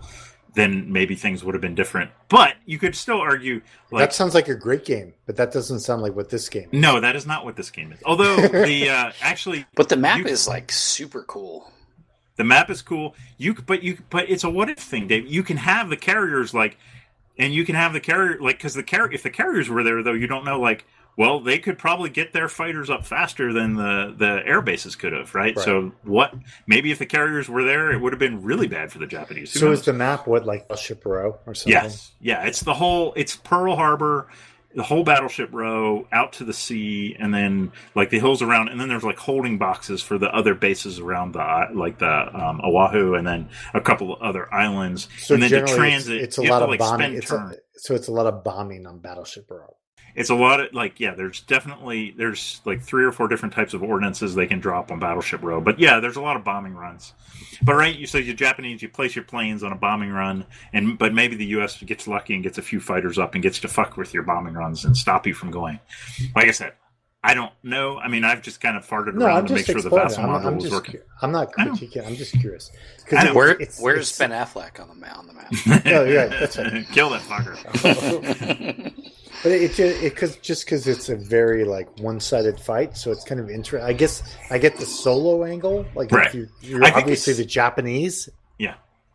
Speaker 2: then maybe things would have been different. But you could still argue,
Speaker 1: did?
Speaker 2: like,
Speaker 1: that sounds like a great game, but that doesn't sound like what this game. Is.
Speaker 2: no, that is not what this game is. Although the uh, actually
Speaker 3: But the map
Speaker 2: you-
Speaker 3: is like super cool.
Speaker 2: The map is cool. You c- but you but it's a what if thing, Dave. You can have the carriers like, and you can have the carrier like because the carrier if the carriers were there though, you don't know like well they could probably get their fighters up faster than the the air bases could have, right?
Speaker 1: Right.
Speaker 2: So what maybe if the carriers were there, it would have been really bad for the Japanese. Who
Speaker 1: So
Speaker 2: knows?
Speaker 1: is the map what like El Chaparro or something?
Speaker 2: Yes. Yeah. It's the whole, it's Pearl Harbor, the whole battleship row out to the sea, and then like the hills around, and then there's like holding boxes for the other bases around the, like the um, Oahu, and then a couple of other islands.
Speaker 1: So
Speaker 2: and then to
Speaker 1: generally, it's-
Speaker 2: transit,
Speaker 1: it's, a
Speaker 2: you
Speaker 1: lot
Speaker 2: have
Speaker 1: of
Speaker 2: to, like,
Speaker 1: bombing.
Speaker 2: spend
Speaker 1: It's
Speaker 2: turn.
Speaker 1: a, so it's a lot of bombing on Battleship Row.
Speaker 2: It's a lot of like, yeah, there's definitely, there's like three or four different types of ordinances they can drop on battleship row. But yeah, there's a lot of bombing runs. But right, you so you Japanese, you place your planes on a bombing run, and but maybe the U.S. gets lucky and gets a few fighters up and gets to fuck with your bombing runs and stop you from going. Like I said, I don't know. I mean, I've just kind of farted
Speaker 1: No,
Speaker 2: around
Speaker 1: I'm
Speaker 2: to make
Speaker 1: just
Speaker 2: sure the
Speaker 1: exploring.
Speaker 2: vessel
Speaker 1: I'm,
Speaker 2: module
Speaker 1: I'm
Speaker 2: was
Speaker 1: just,
Speaker 2: working.
Speaker 1: cu- I'm not
Speaker 2: I know.
Speaker 1: critiquing. I'm just curious. 'Cause
Speaker 2: I know.
Speaker 1: it's-
Speaker 3: Where
Speaker 1: it's-
Speaker 3: where's
Speaker 1: it's-
Speaker 3: Ben Affleck on the ma- on the map?
Speaker 1: No, you're right. Oh, That's right.
Speaker 2: Kill that fucker.
Speaker 1: But it, ju- it cause, just because it's a very like one-sided fight, so it's kind of interesting. I guess I get the solo angle. Like
Speaker 2: Right.
Speaker 1: if you, you're
Speaker 2: I think
Speaker 1: obviously
Speaker 2: it's-
Speaker 1: the Japanese.
Speaker 2: Yeah.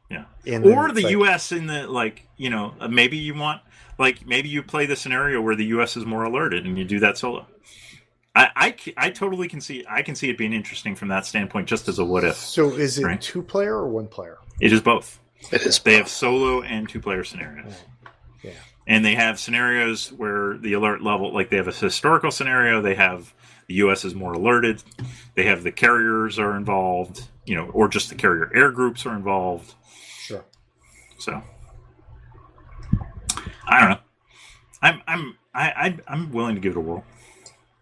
Speaker 2: Yeah.
Speaker 1: And then
Speaker 2: or
Speaker 1: it's
Speaker 2: the
Speaker 1: like-
Speaker 2: U.S. in the like, you know, uh, maybe you want like maybe you play the scenario where the U.S. is more alerted and you do that solo. I, I, c- I totally can see I can see it being interesting from that standpoint, just as a what if.
Speaker 1: So is it
Speaker 2: Right.
Speaker 1: two-player or one-player?
Speaker 2: It is both.
Speaker 3: It is
Speaker 2: They have solo and two player scenarios.
Speaker 1: Yeah.
Speaker 2: And they have scenarios where the alert level, like they have a historical scenario, they have the U.S. is more alerted, they have the carriers are involved, you know, or just the carrier air groups are involved.
Speaker 1: Sure.
Speaker 2: So I don't know. I'm I'm I, I I'm willing to give it a whirl.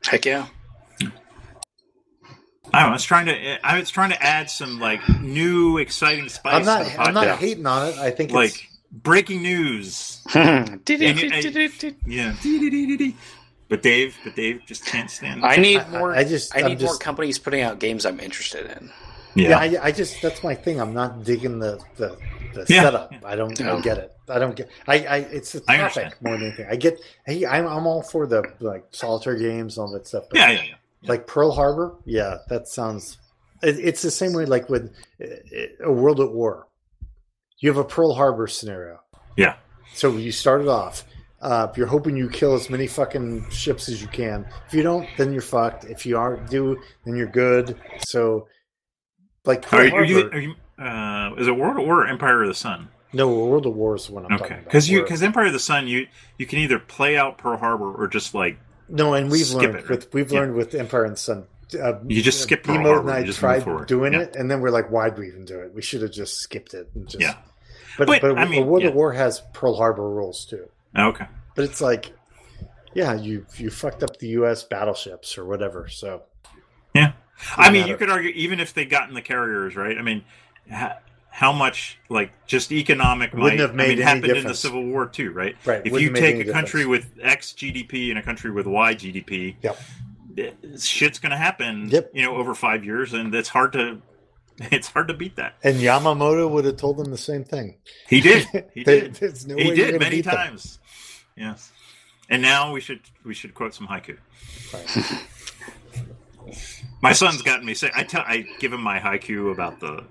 Speaker 3: heck yeah.
Speaker 2: I don't know. It's trying to I, it's trying to add some like new exciting spice.
Speaker 1: I'm not.
Speaker 2: to the
Speaker 1: I'm not
Speaker 2: podcast.
Speaker 1: hating on it. I think it's,
Speaker 2: like breaking news.
Speaker 3: I
Speaker 2: Yeah. Dee-dee-dee-dee-dee. But Dave, but Dave just can't stand. it.
Speaker 3: need
Speaker 1: I-
Speaker 3: more.
Speaker 1: I just-
Speaker 3: I
Speaker 1: I'm
Speaker 3: need more
Speaker 1: just-
Speaker 3: companies putting out games I'm interested in.
Speaker 1: Yeah, I, I just that's my thing. I'm not digging the the, the
Speaker 2: Yeah.
Speaker 1: setup. I don't I
Speaker 3: Yeah.
Speaker 1: don't get it. I don't get. I, I it's the
Speaker 2: I
Speaker 1: topic
Speaker 2: understand.
Speaker 1: more than anything. I get. Hey, I'm I'm all for the like solitaire games and all that stuff. But
Speaker 2: yeah, yeah, yeah.
Speaker 1: Like Pearl Harbor. Yeah, that sounds. It, it's the same way. Like with uh, uh, a World at War, you have a Pearl Harbor scenario.
Speaker 2: Yeah.
Speaker 1: So you start it off. Uh, you're hoping you kill as many fucking ships as you can. If you don't, then you're fucked. If you aren't do, then you're good. So, like Pearl
Speaker 2: Are, you- are you?
Speaker 1: Harbor-
Speaker 2: Are you uh, is it World at War or Empire of the Sun?
Speaker 1: No, World of War is the one I'm talking
Speaker 2: Okay,
Speaker 1: about.
Speaker 2: because you
Speaker 1: Where-
Speaker 2: because Empire of the Sun, you you can either play out Pearl Harbor or just like
Speaker 1: no, and we've
Speaker 2: skip
Speaker 1: learned
Speaker 2: it, right?
Speaker 1: with we've
Speaker 2: Yeah.
Speaker 1: learned with Empire and Sun. Uh,
Speaker 2: You just
Speaker 1: uh,
Speaker 2: skip Pearl
Speaker 1: Bemo
Speaker 2: Harbor,
Speaker 1: and I
Speaker 2: you just move
Speaker 1: tried
Speaker 2: forward.
Speaker 1: doing
Speaker 2: Yeah.
Speaker 1: it, and then we're like, why'd we even do it? We should have just skipped it. And just,
Speaker 2: Yeah.
Speaker 1: but
Speaker 2: But,
Speaker 1: but,
Speaker 2: I mean,
Speaker 1: World
Speaker 2: yeah.
Speaker 1: of War has Pearl Harbor rules too.
Speaker 2: okay.
Speaker 1: But it's like, yeah, you you fucked up the U.S. battleships or whatever. So
Speaker 2: I mean, you could argue even if they gotten the carriers right. I mean, ha- how much like just economic
Speaker 1: Wouldn't
Speaker 2: might
Speaker 1: have made
Speaker 2: I mean,
Speaker 1: any
Speaker 2: happened in the
Speaker 1: difference.
Speaker 2: Civil War too, right?
Speaker 1: Right.
Speaker 2: If
Speaker 1: wouldn't
Speaker 2: you
Speaker 1: make
Speaker 2: take
Speaker 1: any
Speaker 2: a country
Speaker 1: difference.
Speaker 2: with X GDP and a country with Y GDP,
Speaker 1: Yep.
Speaker 2: th- eh, shit's going to happen.
Speaker 1: Yep.
Speaker 2: You know, over five years, and it's hard to it's hard to beat that.
Speaker 1: and Yamamoto would have told them the same thing.
Speaker 2: He did. He
Speaker 1: There-
Speaker 2: did.
Speaker 1: There's no way
Speaker 2: he
Speaker 1: you're
Speaker 2: did
Speaker 1: gonna
Speaker 2: many
Speaker 1: beat them.
Speaker 2: times. Yes. And now we should we should quote some haiku. my son's gotten me sick. I tell I give him my haiku about the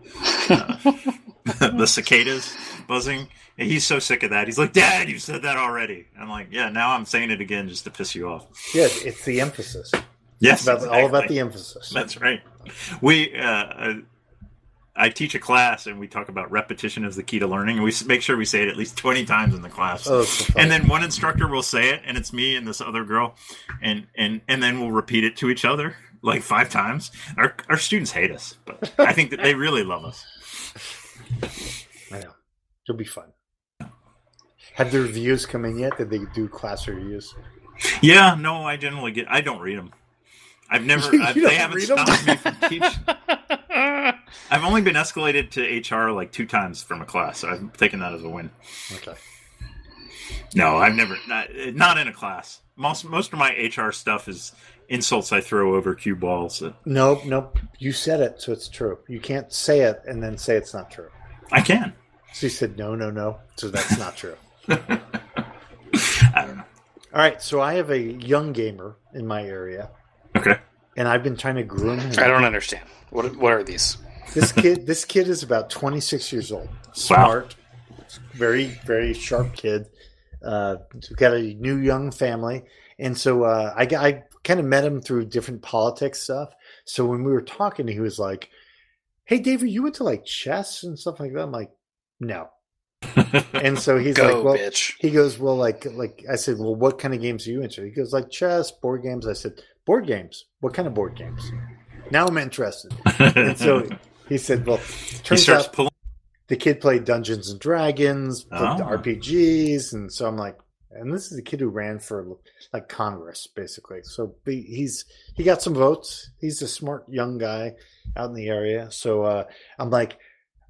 Speaker 2: uh, the cicadas buzzing. And he's so sick of that. He's like, "Dad, you said that already." I'm like, "Yeah, now I'm saying it again just to piss you off."
Speaker 1: Yeah, it's the emphasis.
Speaker 2: Yes,
Speaker 1: It's about, all about
Speaker 2: exactly.
Speaker 1: the emphasis.
Speaker 2: That's right. We, uh, uh, I teach a class, and we talk about repetition as the key to learning, and we s- make sure we say it at least twenty times in the class.
Speaker 1: Oh, it's so funny.
Speaker 2: and then one instructor will say it, and it's me and this other girl, and and and then we'll repeat it to each other like five times. Our our students hate us, but I think that they really love us.
Speaker 1: I know. It'll be fun. Have the reviews come in yet? Did they do class reviews?
Speaker 2: Yeah, no, I generally get. I don't read them. I've never.
Speaker 1: You
Speaker 2: I,
Speaker 1: don't
Speaker 2: they haven't
Speaker 1: read 'em?
Speaker 2: stopped me from teaching. I've only been escalated to HR like two times from a class, so I've taken that as a win.
Speaker 1: Okay.
Speaker 2: No, I've never not, not in a class. Most most of my HR stuff is insults I throw over cue balls.
Speaker 1: Nope, nope. You said it, so it's true. You can't say it and then say it's not true.
Speaker 2: I can.
Speaker 1: So you said no, no, no. So that's not true.
Speaker 2: I don't know.
Speaker 1: All right. So I have a young gamer in my area,
Speaker 2: Okay.
Speaker 1: and I've been trying to groom him.
Speaker 3: I don't understand. What what are these?
Speaker 1: this kid this kid is about 26 years old smart very very sharp kid uh got a new young family and so uh i, got- I kind of met him through different politics stuff so when we were talking he was like hey david you went to like chess and stuff like that i'm like no and so he's
Speaker 3: Go,
Speaker 1: like well
Speaker 3: bitch.
Speaker 1: he goes well like like i said well what kind of games are you into he goes like chess board games i said board games what kind of board games now i'm interested and so he said, "Well,
Speaker 2: he
Speaker 1: turns
Speaker 2: starts
Speaker 1: out
Speaker 2: pulling.
Speaker 1: the kid played Dungeons and Dragons, played the
Speaker 2: Ah.
Speaker 1: RPGs, and so I'm like, and this is the kid who ran for like Congress, basically. So he- he's he got some votes. He's a smart young guy out in the area. So uh, I'm like,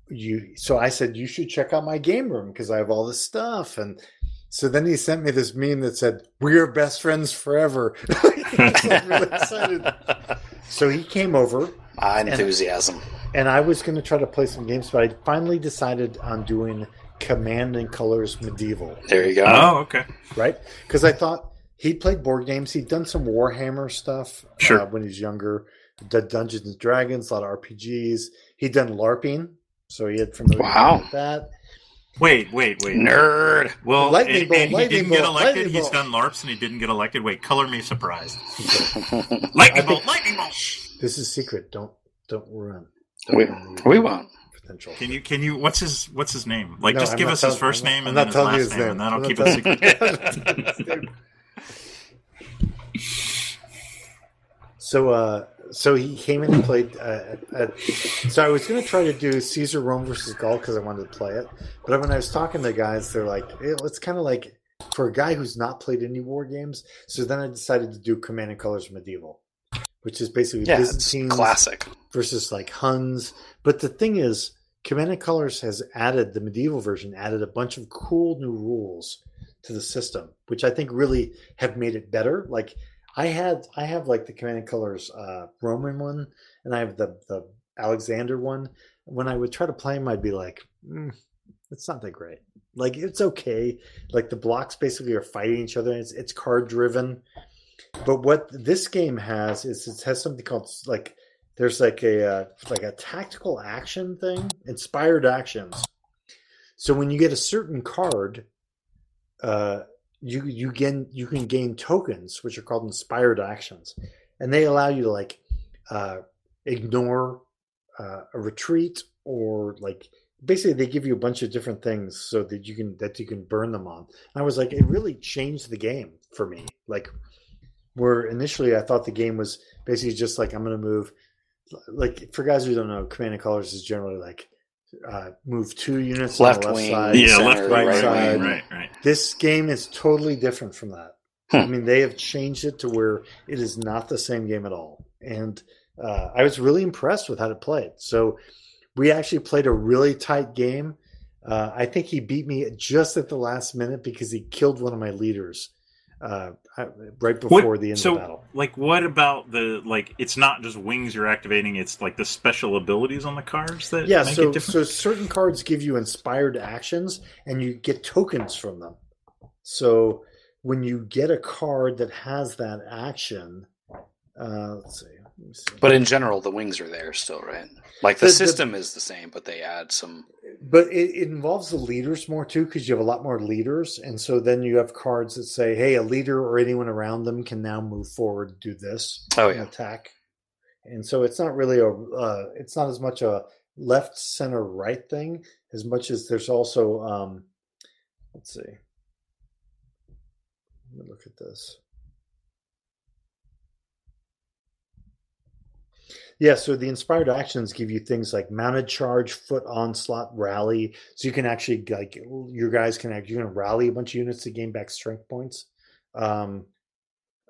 Speaker 1: you. So I said you should check out my game room because I have all this stuff and. So then he sent me this meme that said, "We're best friends forever." I was really excited. So he came over,
Speaker 3: My enthusiasm.
Speaker 1: and I was going to try to play some games, but I finally decided on doing Command and Colors Medieval,
Speaker 3: There you go.
Speaker 2: Oh, okay.
Speaker 1: right? Because I thought he played board games. He'd done some Warhammer stuff
Speaker 2: Sure.
Speaker 1: uh, when he was younger, did Dungeons and Dragons, a lot of RPGs. He'd done LARPing, so he had familiarity
Speaker 3: Wow.
Speaker 1: with that.
Speaker 2: Wait, wait, wait.
Speaker 3: Nerd.
Speaker 2: Well,
Speaker 1: Lightning
Speaker 2: and,
Speaker 1: bolt,
Speaker 2: and he
Speaker 1: lightning
Speaker 2: didn't get
Speaker 1: bolt,
Speaker 2: elected.
Speaker 1: lightning
Speaker 2: He's
Speaker 1: bolt.
Speaker 2: done LARPs and he didn't get elected. Wait, color me surprised. lightning
Speaker 1: I think-
Speaker 2: bolt, lightning bolt.
Speaker 1: This is secret. Don't don't ruin. Don't
Speaker 3: We,
Speaker 1: ruin your
Speaker 3: we won't.
Speaker 1: potential.
Speaker 2: Can you? Can you? What's his? What's his name? Like,
Speaker 1: No,
Speaker 2: just
Speaker 1: I'm
Speaker 2: give
Speaker 1: not
Speaker 2: us
Speaker 1: telling-
Speaker 2: his first
Speaker 1: I'm
Speaker 2: name
Speaker 1: not-
Speaker 2: and
Speaker 1: I'm
Speaker 2: then his
Speaker 1: not telling
Speaker 2: last name,
Speaker 1: you
Speaker 2: and then I'll keep
Speaker 1: his
Speaker 2: it
Speaker 1: name. I'm not telling-
Speaker 2: secret.
Speaker 1: So, uh, so he came in and played. Uh, uh so I was going to try to do Caesar Rome versus Gaul because I wanted to play it. But when I was talking to guys, they're like, "Eh, it's kind of like for a guy who's not played any war games. So then I decided to do Command and Colors Medieval, which is basically
Speaker 3: Yeah, it's
Speaker 1: Byzantines
Speaker 3: classic.
Speaker 1: versus like Huns. But the thing is, Command and Colors has added the medieval version added a bunch of cool new rules to the system, which I think really have made it better. Like I had, I have like the Command and Colors uh, Roman one, and I have the the Alexander one. When I would try to play them, I'd be like, mm, it's not that great. Like it's okay. Like the blocks basically are fighting each other. And it's it's card driven. But what this game has is it has something called like there's like a uh, like a tactical action thing, inspired actions. So when you get a certain card, uh, you you gain you can gain tokens, which are called inspired actions, and they allow you to like uh, ignore uh, a retreat or like basically they give you a bunch of different things so that you can that you can burn them on. And I was like, it really changed the game for me. Like where initially I thought the game was basically just like I'm going to move like for guys who don't know, Command and Colors is generally like uh, move two units on the
Speaker 3: Left wing.
Speaker 1: side.
Speaker 2: yeah,
Speaker 3: Center,
Speaker 2: left,
Speaker 1: right
Speaker 2: right, right,
Speaker 1: side.
Speaker 2: right, right, right.
Speaker 1: This game is totally different
Speaker 2: Hmm.
Speaker 1: from that. I mean, they have changed it to where it is not the same game at all. And uh, I was really impressed with how it played. So we actually played a really tight game. Uh, I think he beat me just at the last minute because he killed one of my leaders uh, right before
Speaker 2: What-
Speaker 1: the end
Speaker 2: so,
Speaker 1: of the battle.
Speaker 2: Like, what about the like? It's not just wings you're activating; it's like the special abilities on the cards that
Speaker 1: Yeah,
Speaker 2: make
Speaker 1: so
Speaker 2: it different.
Speaker 1: so certain cards give you inspired actions, and you get tokens from them. So when you get a card that has that action, uh, let's see. Let me see.
Speaker 3: But in general, the wings are there still, right? Like the,
Speaker 1: The- the-
Speaker 3: system is the same, but they add some.
Speaker 1: but it, it involves the leaders more too because you have a lot more leaders and so then you have cards that say hey a leader or anyone around them can now move forward do this
Speaker 3: Oh,
Speaker 1: and
Speaker 3: yeah.
Speaker 1: attack and so it's not really a uh, it's not as much a left center right thing as much as there's also um let's see let me look at this Yeah, so the inspired actions give you things like mounted charge, foot onslaught, rally. So you can actually like your guys can act. You can rally a bunch of units to gain back strength points. Um,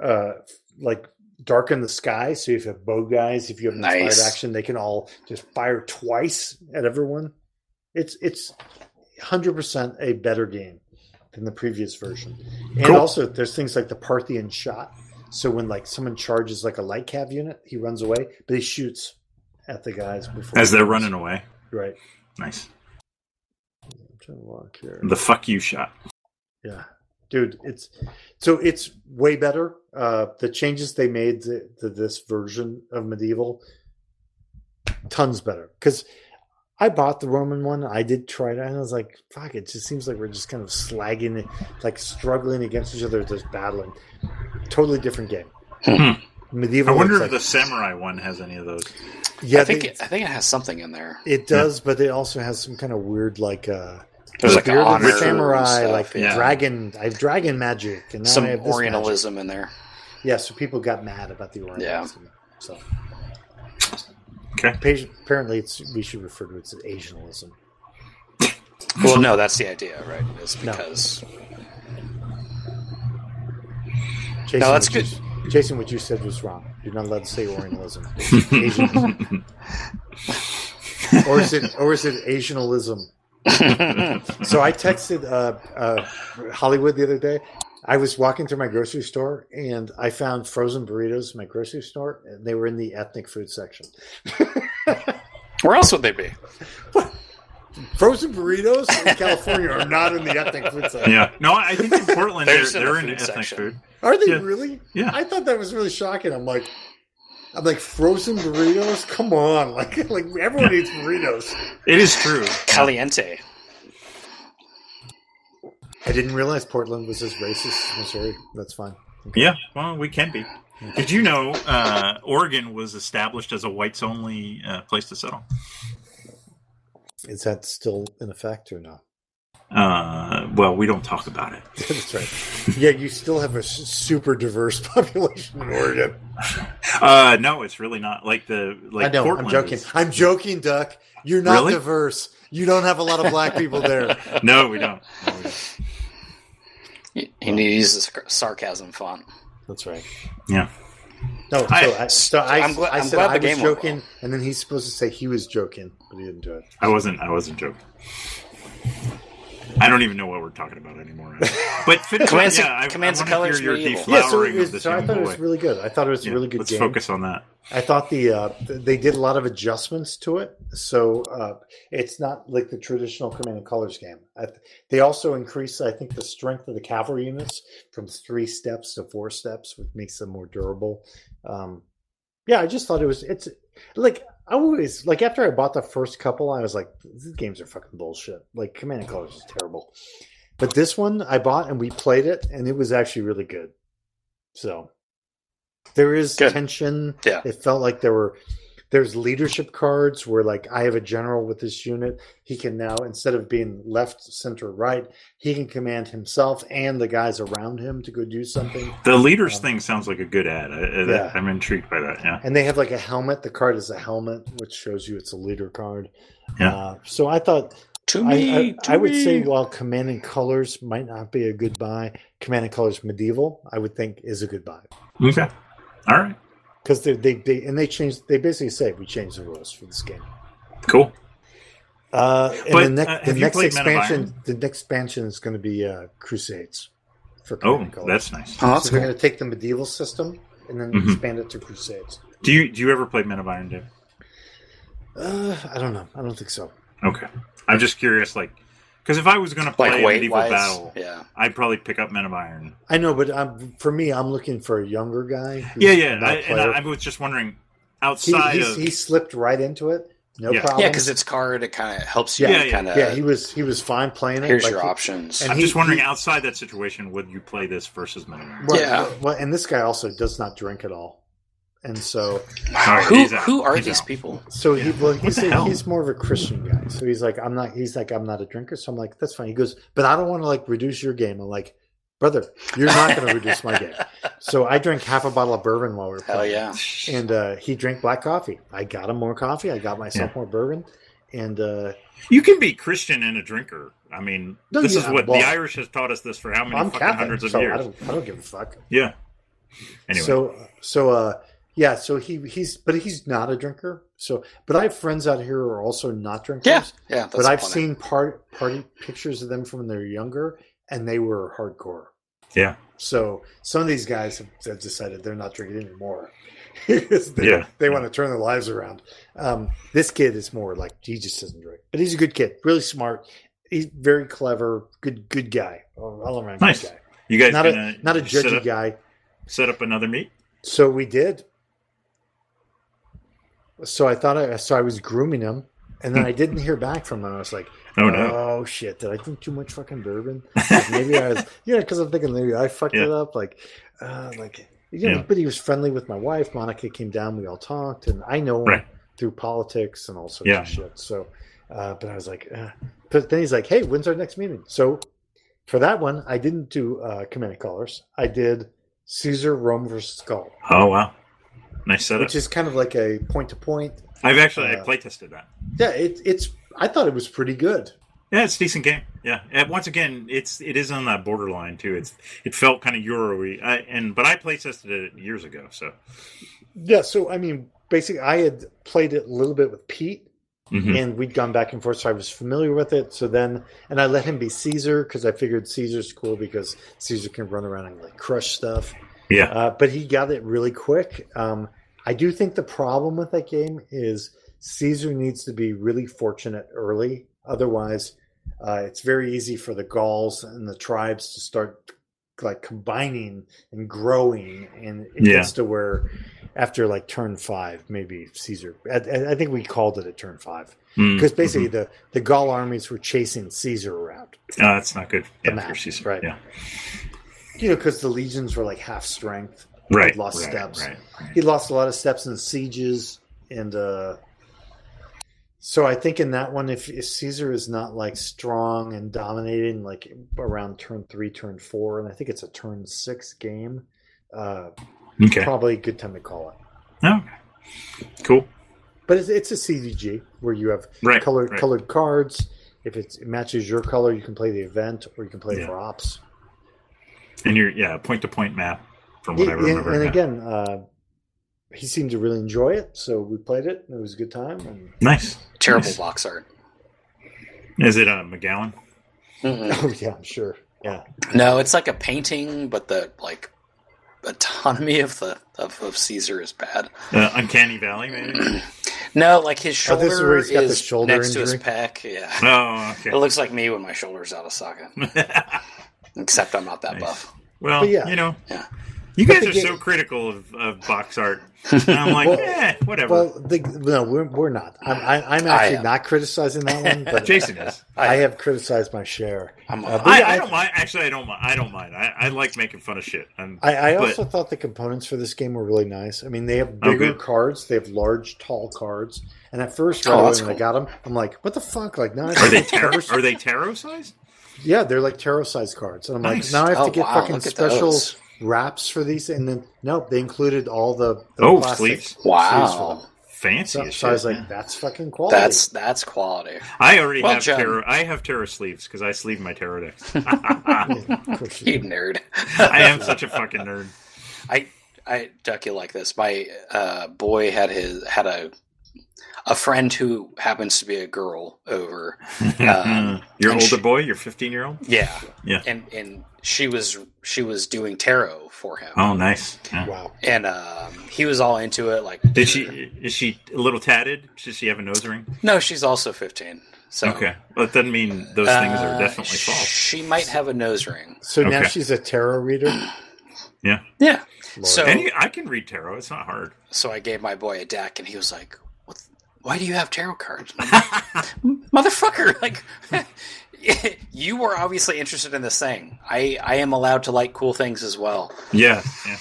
Speaker 1: uh, like darken the sky. So if you have bow guys, if you have an
Speaker 3: Nice.
Speaker 1: inspired action, they can all just fire twice at everyone. It's it's hundred percent a better game than the previous version. And
Speaker 2: Cool.
Speaker 1: also, there's things like the Parthian shot. So when like someone charges like a light cav unit, he runs away, but he shoots at the guys before
Speaker 2: As
Speaker 1: he
Speaker 2: they're
Speaker 1: runs.
Speaker 2: running away,
Speaker 1: Right.
Speaker 2: nice.
Speaker 1: I'm trying to look here.
Speaker 2: The fuck you shot.
Speaker 1: Yeah, dude, it's so it's way better. Uh, the changes they made to, to this version of medieval, tons better. Because I bought the Roman one, I did try it, and I was like, "Fuck!" It just seems like we're just kind of slagging it, like struggling against each other, just battling. Totally different game.
Speaker 2: Hmm. I
Speaker 1: Medieval.
Speaker 2: wonder
Speaker 1: it's
Speaker 2: if the
Speaker 1: like-
Speaker 2: samurai one has any of those.
Speaker 1: Yeah,
Speaker 3: I think
Speaker 1: they-
Speaker 3: it, I think it has something in there.
Speaker 1: it does, but it also has some kind of weird, like, uh,
Speaker 3: There's like
Speaker 1: bearded
Speaker 3: honor and
Speaker 1: samurai,
Speaker 3: stuff,
Speaker 1: like
Speaker 2: yeah.
Speaker 1: dragon. I have dragon magic, and now
Speaker 3: some
Speaker 1: I have this magic.
Speaker 3: Orientalism in there.
Speaker 1: Yeah, so people got mad about the orange.
Speaker 3: Yeah.
Speaker 1: So.
Speaker 2: Okay.
Speaker 1: Pa- Apparently, it's we should refer to it as Asianism.
Speaker 3: Well, no, that's the idea, right? It's
Speaker 1: No.
Speaker 3: because
Speaker 1: Jason,
Speaker 3: No, that's
Speaker 1: what you- Jason, what you said was wrong. You're not allowed to say Orientalism. Asianism. or is it? Or is it Asianism? So I texted uh, uh, Hollywood the other day. I was walking through my grocery store and I found frozen burritos in my grocery store, and they were in the ethnic food section.
Speaker 3: where else would they be?
Speaker 1: Frozen burritos in California are not in the ethnic food section.
Speaker 2: yeah. No, I think in Portland they're,
Speaker 3: There's
Speaker 2: they're
Speaker 3: in
Speaker 2: in
Speaker 3: the
Speaker 2: ethnic
Speaker 3: food section.
Speaker 2: food.
Speaker 1: Are they
Speaker 2: Yeah.
Speaker 1: really?
Speaker 2: Yeah.
Speaker 1: I thought that was really shocking. I'm like, I'm like frozen burritos. Come on, like like everyone eats burritos.
Speaker 2: It is true.
Speaker 3: Caliente.
Speaker 1: I didn't realize Portland was as racist as Missouri. That's fine.
Speaker 2: Yeah. Well, we can be. Did you know uh, Oregon was established as a whites only uh, place to settle?
Speaker 1: Is that still in effect or no?
Speaker 2: Uh, well, we don't talk about it.
Speaker 1: That's right. Yeah, you still have a s- super diverse population in Oregon.
Speaker 2: Uh, no, it's really not like the like.
Speaker 1: I know.
Speaker 2: Portland
Speaker 1: I'm joking.
Speaker 2: is.
Speaker 1: I'm joking, Duck. You're not
Speaker 2: Really?
Speaker 1: diverse. You don't have a lot of black people there.
Speaker 2: No, we don't. No, we don't.
Speaker 3: He he needs this sarcasm font.
Speaker 1: Oh, That's right.
Speaker 2: Yeah.
Speaker 1: No, so
Speaker 2: I-
Speaker 1: I, so I,
Speaker 3: I'm glad-
Speaker 1: I
Speaker 3: I'm
Speaker 1: said
Speaker 3: glad the
Speaker 1: I was
Speaker 3: game went
Speaker 1: joking,
Speaker 3: well.
Speaker 1: and then he's supposed to say he was joking, but he didn't do it.
Speaker 2: I wasn't. I wasn't joking. I don't even know what we're talking about anymore. But finish,
Speaker 3: Commands-
Speaker 2: yeah, I,
Speaker 3: Commands
Speaker 2: I
Speaker 3: and
Speaker 2: want to
Speaker 3: Colors
Speaker 2: hear your
Speaker 3: Medieval.
Speaker 1: Yeah, so,
Speaker 2: deflowering
Speaker 1: it-
Speaker 2: of this
Speaker 1: so I
Speaker 2: young
Speaker 1: thought it
Speaker 2: boy.
Speaker 1: was really good. I thought it was
Speaker 2: Yeah,
Speaker 1: a really good
Speaker 2: let's
Speaker 1: game.
Speaker 2: focus on that.
Speaker 1: I thought the uh, th- they did a lot of adjustments to it, so uh, it's not like the traditional Command and Colors game. I th- they also increased, I think, the strength of the cavalry units from three steps to four steps, which makes them more durable. Um, yeah, I just thought it was it's like I always like after I bought the first couple, I was like, these games are fucking bullshit. Like Command and Colors is terrible, but this one I bought and we played it, and it was actually really good. So there is
Speaker 3: Good.
Speaker 1: tension
Speaker 3: Yeah.
Speaker 1: it felt like there were there's leadership cards where like i have a general with this unit he can now instead of being left center right he can command himself and the guys around him to go do something
Speaker 2: The leaders
Speaker 1: Um,
Speaker 2: thing sounds like a good ad. I, I,
Speaker 1: yeah.
Speaker 2: I'm intrigued by that. Yeah.
Speaker 1: and they have like a helmet the card is a helmet which shows you it's a leader card
Speaker 2: Yeah.
Speaker 1: uh, so i thought
Speaker 3: To
Speaker 1: I,
Speaker 3: me,
Speaker 1: I,
Speaker 3: to
Speaker 1: I would
Speaker 3: me.
Speaker 1: say while command and colors might not be a good buy command and colors medieval i would think is a good buy
Speaker 2: Okay. All right.
Speaker 1: because they, they they and they changed. They basically say we changed the rules for this game.
Speaker 2: Cool.
Speaker 1: Uh, and
Speaker 2: But,
Speaker 1: the, nec-
Speaker 2: uh, have
Speaker 1: the
Speaker 2: you
Speaker 1: next
Speaker 2: played Men of
Speaker 1: expansion, the next expansion is going to be uh, Crusades. For
Speaker 2: Oh,
Speaker 1: Command and Colors.
Speaker 2: that's nice.
Speaker 3: Oh,
Speaker 1: so
Speaker 3: that's
Speaker 1: they're
Speaker 3: cool.
Speaker 1: going to take the medieval system and then
Speaker 2: Mhm.
Speaker 1: expand it to Crusades.
Speaker 2: Do you do you ever play Men of Iron, Dave?
Speaker 1: Uh, I don't know. I don't think so.
Speaker 2: Okay, I'm just curious, like, because if I was going to play
Speaker 3: Like
Speaker 2: a
Speaker 3: weight
Speaker 2: medieval
Speaker 3: wise,
Speaker 2: battle,
Speaker 3: yeah.
Speaker 2: I'd probably pick up Men of Iron.
Speaker 1: I know, but um, for me, I'm looking for a younger guy. who's
Speaker 2: Yeah, yeah.
Speaker 1: not
Speaker 2: I,
Speaker 1: a
Speaker 2: and I,
Speaker 1: player.
Speaker 2: I was just wondering,
Speaker 1: he,
Speaker 2: outside
Speaker 1: he's-
Speaker 2: of
Speaker 1: he slipped right into it. No
Speaker 2: Yeah.
Speaker 1: problem.
Speaker 3: Yeah, because it's card. It kind of helps you.
Speaker 2: Yeah, yeah.
Speaker 3: kind of.
Speaker 1: yeah, he was he was fine playing it.
Speaker 3: here's
Speaker 1: like,
Speaker 3: your
Speaker 1: he-
Speaker 3: options.
Speaker 1: and
Speaker 2: I'm
Speaker 1: he-
Speaker 2: just wondering,
Speaker 1: he-
Speaker 2: outside that situation, would you play this versus Men of Iron?
Speaker 1: Well,
Speaker 3: Yeah.
Speaker 1: well, and this guy also does not drink at all, and so
Speaker 3: Wow,
Speaker 2: Alright,
Speaker 3: who
Speaker 2: he's out.
Speaker 3: who are
Speaker 2: He's
Speaker 3: these
Speaker 2: out.
Speaker 3: people?
Speaker 1: so he well he's
Speaker 2: the hell?
Speaker 1: he's more of a Christian guy. So he's like, I'm not. He's like, I'm not a drinker. So I'm like, that's fine. He goes, but I don't want to like reduce your game. I'm like, brother, you're not going to reduce my game. So I drank half a bottle of bourbon while we were
Speaker 3: Hell
Speaker 1: playing.
Speaker 3: yeah!
Speaker 1: And uh, he drank black coffee. I got him more coffee. I got myself more bourbon, and uh,
Speaker 2: You can be Christian and a drinker. I mean,
Speaker 1: No,
Speaker 2: this
Speaker 1: yeah,
Speaker 2: is what
Speaker 1: well,
Speaker 2: the Irish has taught us this for how many
Speaker 1: I'm
Speaker 2: fucking
Speaker 1: Catholic,
Speaker 2: hundreds of
Speaker 1: so I
Speaker 2: years.
Speaker 1: don't, I don't give a fuck.
Speaker 2: Yeah. Anyway,
Speaker 1: So so uh yeah, so he he's but he's not a drinker. So but I have friends out here who are also not drinkers.
Speaker 3: Yeah, yeah. That's
Speaker 1: but I've
Speaker 3: funny.
Speaker 1: seen part party pictures of them from when they're younger and they were hardcore.
Speaker 2: Yeah.
Speaker 1: So some of these guys have, have decided they're not drinking anymore. 'Cause they,
Speaker 2: Yeah.
Speaker 1: they want to turn their lives around. Um, this kid is more like he just doesn't drink, but he's a good kid, really smart. He's very clever, good good guy, Oh, all around
Speaker 2: Nice.
Speaker 1: good guy.
Speaker 2: you guys
Speaker 1: Not
Speaker 2: gonna
Speaker 1: a not a
Speaker 2: set
Speaker 1: judgy
Speaker 2: up,
Speaker 1: guy.
Speaker 2: set up another meet?
Speaker 1: So we did. So I thought I so I was grooming him, and then I didn't hear back from him. I was like,
Speaker 2: Oh no.
Speaker 1: oh shit, did I drink too much fucking bourbon? Like, maybe I was yeah, because I'm thinking maybe I fucked
Speaker 2: Yeah.
Speaker 1: it up. Like, uh, like you know,
Speaker 2: Yeah.
Speaker 1: but he was friendly with my wife. Monica came down, we all talked, and I know him
Speaker 2: Right.
Speaker 1: through politics and all sorts
Speaker 2: Yeah.
Speaker 1: of shit. So, uh, but I was like, uh, but then he's like, hey, when's our next meeting? So for that one, I didn't do uh, Command and Colors. I did Caesar Rome versus Gaul
Speaker 2: Oh wow. Nice setup.
Speaker 1: which is kind of like a point to point.
Speaker 2: I've actually I
Speaker 1: uh,
Speaker 2: play tested that.
Speaker 1: Yeah, it, it's. I thought it was pretty good.
Speaker 2: Yeah, it's a decent game. Yeah, and once again, it's it is on that borderline too. It's it felt kind of Euro-y. I, and but I play tested it years ago, so
Speaker 1: Yeah, so I mean, basically, I had played it a little bit with Pete,
Speaker 2: Mhm.
Speaker 1: and we'd gone back and forth, so I was familiar with it. So then, and I let him be Caesar because I figured Caesar's cool because Caesar can run around and like crush stuff.
Speaker 2: yeah,
Speaker 1: Uh, but he got it really quick. Um, I do think the problem with that game is Caesar needs to be really fortunate early. Otherwise, uh, it's very easy for the Gauls and the tribes to start like combining and growing, and it
Speaker 2: Yeah.
Speaker 1: gets to where after like turn five, maybe Caesar. I, I I think we called it at turn five
Speaker 2: Mm,
Speaker 1: because basically the the Gaul armies were chasing Caesar around.
Speaker 2: mhm. Uh, that's not good.
Speaker 1: the
Speaker 2: Yeah,
Speaker 1: map,
Speaker 2: for season.
Speaker 1: right.
Speaker 2: Yeah,
Speaker 1: You know, because the legions were like half strength.
Speaker 2: right.
Speaker 1: lost
Speaker 2: right,
Speaker 1: steps.
Speaker 2: Right, right.
Speaker 1: he lost a lot of steps in sieges and uh so i think in that one if, if caesar is not like strong and dominating like around turn three turn four and i think it's a turn six game uh
Speaker 2: Okay.
Speaker 1: probably a good time to call it
Speaker 2: No. Cool.
Speaker 1: but it's, it's a cdg where you have
Speaker 2: Right.
Speaker 1: color
Speaker 2: right.
Speaker 1: colored cards if it's, it matches your color you can play the event or you can play
Speaker 2: Yeah.
Speaker 1: for ops
Speaker 2: And you're yeah, point to point map from what
Speaker 1: Yeah,
Speaker 2: I
Speaker 1: and,
Speaker 2: remember.
Speaker 1: and
Speaker 2: Yeah.
Speaker 1: again uh he seemed to really enjoy it so we played it and it was a good time and
Speaker 2: Nice.
Speaker 3: terrible
Speaker 2: Nice.
Speaker 3: box art.
Speaker 2: Is it uh, McGowan?
Speaker 3: Mm-mm.
Speaker 1: oh yeah i'm sure yeah
Speaker 3: No, it's like a painting, but the like autonomy of the of, of Caesar is bad.
Speaker 2: Uh, Uncanny Valley, maybe?
Speaker 3: No, like his
Speaker 1: Oh,
Speaker 3: shoulder
Speaker 1: this is where he's got the
Speaker 3: is
Speaker 1: shoulder
Speaker 3: next to his
Speaker 1: injury?
Speaker 3: pec. Yeah,
Speaker 2: oh,
Speaker 3: it looks like me when my shoulder's out of socket.
Speaker 2: okay.
Speaker 3: Except I'm not that
Speaker 2: Nice.
Speaker 3: buff.
Speaker 2: well,
Speaker 1: But yeah.
Speaker 2: you know,
Speaker 3: Yeah.
Speaker 2: you
Speaker 1: But
Speaker 2: guys
Speaker 1: the
Speaker 2: are
Speaker 1: ga-
Speaker 2: so critical of, of box art. And I'm like,
Speaker 1: Well-
Speaker 2: eh, whatever.
Speaker 1: Well, the, no, we're, we're not. I'm, I, I'm
Speaker 3: I
Speaker 1: actually
Speaker 3: am.
Speaker 1: not criticizing that one, but
Speaker 2: Jason is.
Speaker 1: I have criticized my share.
Speaker 3: I'm
Speaker 1: Uh, but
Speaker 2: I,
Speaker 1: yeah,
Speaker 2: I
Speaker 1: I-
Speaker 2: don't mind. Actually, I don't mind. I don't mind. I, I like making fun of shit. I'm,
Speaker 1: I, I
Speaker 2: But-
Speaker 1: also thought the components for this game were really nice. I mean, they have bigger
Speaker 2: good.
Speaker 1: cards, they have large, tall cards. And at first,
Speaker 3: Oh,
Speaker 1: right away when
Speaker 3: that's
Speaker 1: I
Speaker 3: cool.
Speaker 1: got them, I'm like, "What the fuck?" Like, now I
Speaker 2: are they
Speaker 1: have to get
Speaker 2: tarot?
Speaker 1: first-
Speaker 2: Are they tarot size?
Speaker 1: Yeah, they're like tarot size cards, and I'm like,
Speaker 2: Nice.
Speaker 1: now I have
Speaker 3: Oh,
Speaker 1: to get
Speaker 3: wow,
Speaker 1: fucking
Speaker 3: look at
Speaker 1: special
Speaker 3: those.
Speaker 1: wraps for these. And then nope, they included all the, the
Speaker 2: Oh,
Speaker 1: plastic
Speaker 2: sleeves.
Speaker 1: for
Speaker 3: Wow,
Speaker 1: them.
Speaker 2: Fancy.
Speaker 1: So,
Speaker 2: as
Speaker 1: so I was
Speaker 2: shit,
Speaker 1: like,
Speaker 2: man.
Speaker 1: "That's fucking quality."
Speaker 3: that's that's quality.
Speaker 2: I already
Speaker 3: Well,
Speaker 2: have
Speaker 3: John.
Speaker 2: tarot. I have tarot sleeves because I sleeve my tarot decks.
Speaker 1: Yeah, of course you
Speaker 3: You nerd.
Speaker 2: I am such a fucking nerd.
Speaker 3: I I duck you like this. My uh, boy had his had a a friend who happens to be a girl over. Um,
Speaker 2: your
Speaker 3: and
Speaker 2: older
Speaker 3: she-
Speaker 2: boy, your 15 year old.
Speaker 3: yeah,
Speaker 2: Yeah.
Speaker 3: And and she was she was doing tarot for him,
Speaker 2: Oh, nice. Yeah.
Speaker 1: Wow.
Speaker 3: and um, he was all into it. Like,
Speaker 2: Did she? Is she a little tatted? Does she have a nose ring?
Speaker 3: No, she's also fifteen. So
Speaker 2: okay, well, it doesn't mean those things
Speaker 3: uh,
Speaker 2: are definitely false.
Speaker 3: She might have a nose ring.
Speaker 1: So now
Speaker 2: Okay.
Speaker 1: she's a tarot reader.
Speaker 3: Yeah. So
Speaker 2: Any, I can read tarot. It's not hard.
Speaker 3: so I gave my boy a deck, and he was like, what th- "Why do you have tarot cards, And I'm like, motherfucker? Like, you were obviously interested in this thing. I I am allowed to like cool things as well.
Speaker 2: Yeah, yeah.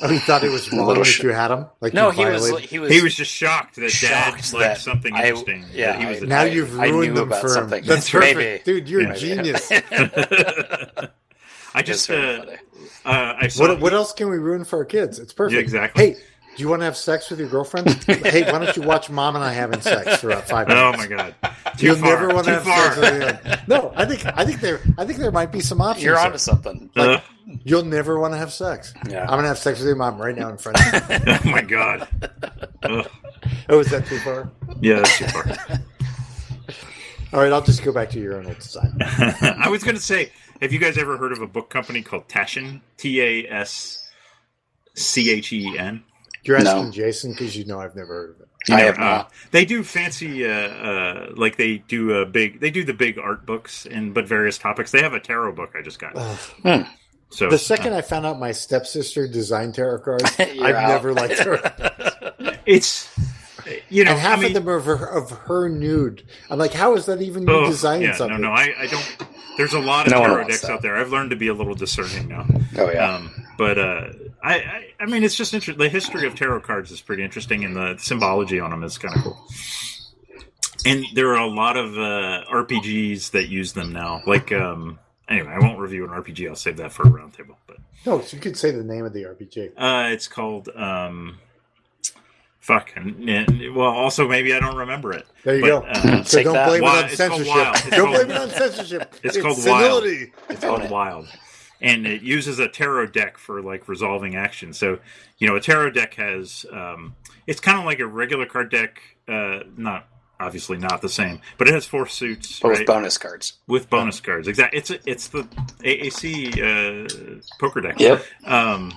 Speaker 1: Oh, he thought it was wrong
Speaker 3: Little
Speaker 1: that
Speaker 3: sh-
Speaker 1: you had him. Like
Speaker 3: No,
Speaker 1: you
Speaker 3: he was
Speaker 1: violated-
Speaker 3: he was
Speaker 2: He was just shocked that
Speaker 3: shocked
Speaker 2: dad liked
Speaker 3: that
Speaker 2: something
Speaker 3: I-
Speaker 2: interesting. that
Speaker 3: yeah,
Speaker 2: he was
Speaker 3: I-
Speaker 2: a
Speaker 1: Now
Speaker 2: dad.
Speaker 1: you've
Speaker 3: I knew
Speaker 1: ruined them
Speaker 3: about
Speaker 1: for him.
Speaker 3: something.
Speaker 1: That's
Speaker 3: Maybe.
Speaker 1: perfect, dude. You're
Speaker 3: Yeah.
Speaker 1: a genius.
Speaker 2: I
Speaker 3: It's
Speaker 2: just
Speaker 3: very
Speaker 2: uh,
Speaker 3: funny.
Speaker 2: uh, I saw
Speaker 1: what what else can we ruin for our kids? It's perfect.
Speaker 2: Yeah, exactly.
Speaker 1: Hey, do you want to have sex with your girlfriend? hey, why don't you watch Mom and I having sex for about five minutes?
Speaker 2: Oh my god! Too
Speaker 1: You'll
Speaker 2: far.
Speaker 1: never want
Speaker 2: Too
Speaker 1: to have
Speaker 2: far.
Speaker 1: sex with anyone. No, I think I think there I think there might be some options.
Speaker 3: You're
Speaker 1: there.
Speaker 3: onto something.
Speaker 2: Uh,
Speaker 1: You'll never want to have sex.
Speaker 3: Yeah.
Speaker 1: I'm gonna have sex with your mom right now in front of you.
Speaker 2: oh my god! Ugh.
Speaker 1: oh, is that too far?
Speaker 2: yeah, that's too far.
Speaker 1: All right, I'll just go back to urinal design.
Speaker 2: I was going to say, have you guys ever heard of a book company called Taschen? T A S C H E N.
Speaker 1: You're
Speaker 3: No.
Speaker 1: asking Jason because you know I've never heard of it.
Speaker 3: I have
Speaker 2: Uh,
Speaker 3: not.
Speaker 2: They do fancy, uh, uh, like they do a big, they do the big art books and but various topics. They have a tarot book I just got.
Speaker 1: Ugh.
Speaker 2: So
Speaker 1: Uh, The second I found out my stepsister designed tarot cards, I've
Speaker 3: You're out.
Speaker 1: never liked her.
Speaker 2: it's you know
Speaker 1: and half
Speaker 2: I mean,
Speaker 1: of them are of her, of her nude. I'm like, how is that even you
Speaker 2: oh,
Speaker 1: designing
Speaker 2: yeah,
Speaker 1: something?
Speaker 2: No, no, I, I don't. There's a lot of
Speaker 3: No one
Speaker 2: tarot
Speaker 3: wants
Speaker 2: decks
Speaker 3: that.
Speaker 2: out there. I've learned to be a little discerning now.
Speaker 3: Oh yeah.
Speaker 2: Um, but uh, I, I, I mean, it's just interesting. The history of tarot cards is pretty interesting, and the symbology on them is kind of cool. And there are a lot of uh, RPGs that use them now. Like, um, anyway, I won't review an RPG. I'll save that for a roundtable. But
Speaker 1: No, so you could say the name of the RPG.
Speaker 2: uh, it's called. Um, Fuck. And, and- well, also maybe I don't remember it.
Speaker 1: There you
Speaker 2: But,
Speaker 1: go.
Speaker 2: uh,
Speaker 1: so
Speaker 3: Take
Speaker 1: don't
Speaker 3: that.
Speaker 1: blame
Speaker 2: Wild-
Speaker 1: it on
Speaker 2: it's called Wild.
Speaker 1: censorship.
Speaker 2: It's
Speaker 1: Don't
Speaker 2: called-
Speaker 1: blame it on censorship.
Speaker 2: It's called Wild.
Speaker 1: senility.
Speaker 2: It's called
Speaker 3: it.
Speaker 2: Wild. And it uses a tarot deck for like resolving action. So, you know, a tarot deck has um, it's kind of like a regular card deck, uh, not obviously not the same, but it has four suits
Speaker 3: Both
Speaker 2: right?
Speaker 3: bonus cards.
Speaker 2: with bonus cards. Exactly, it's it's the AAC uh, poker deck.
Speaker 3: Yep.
Speaker 2: Um,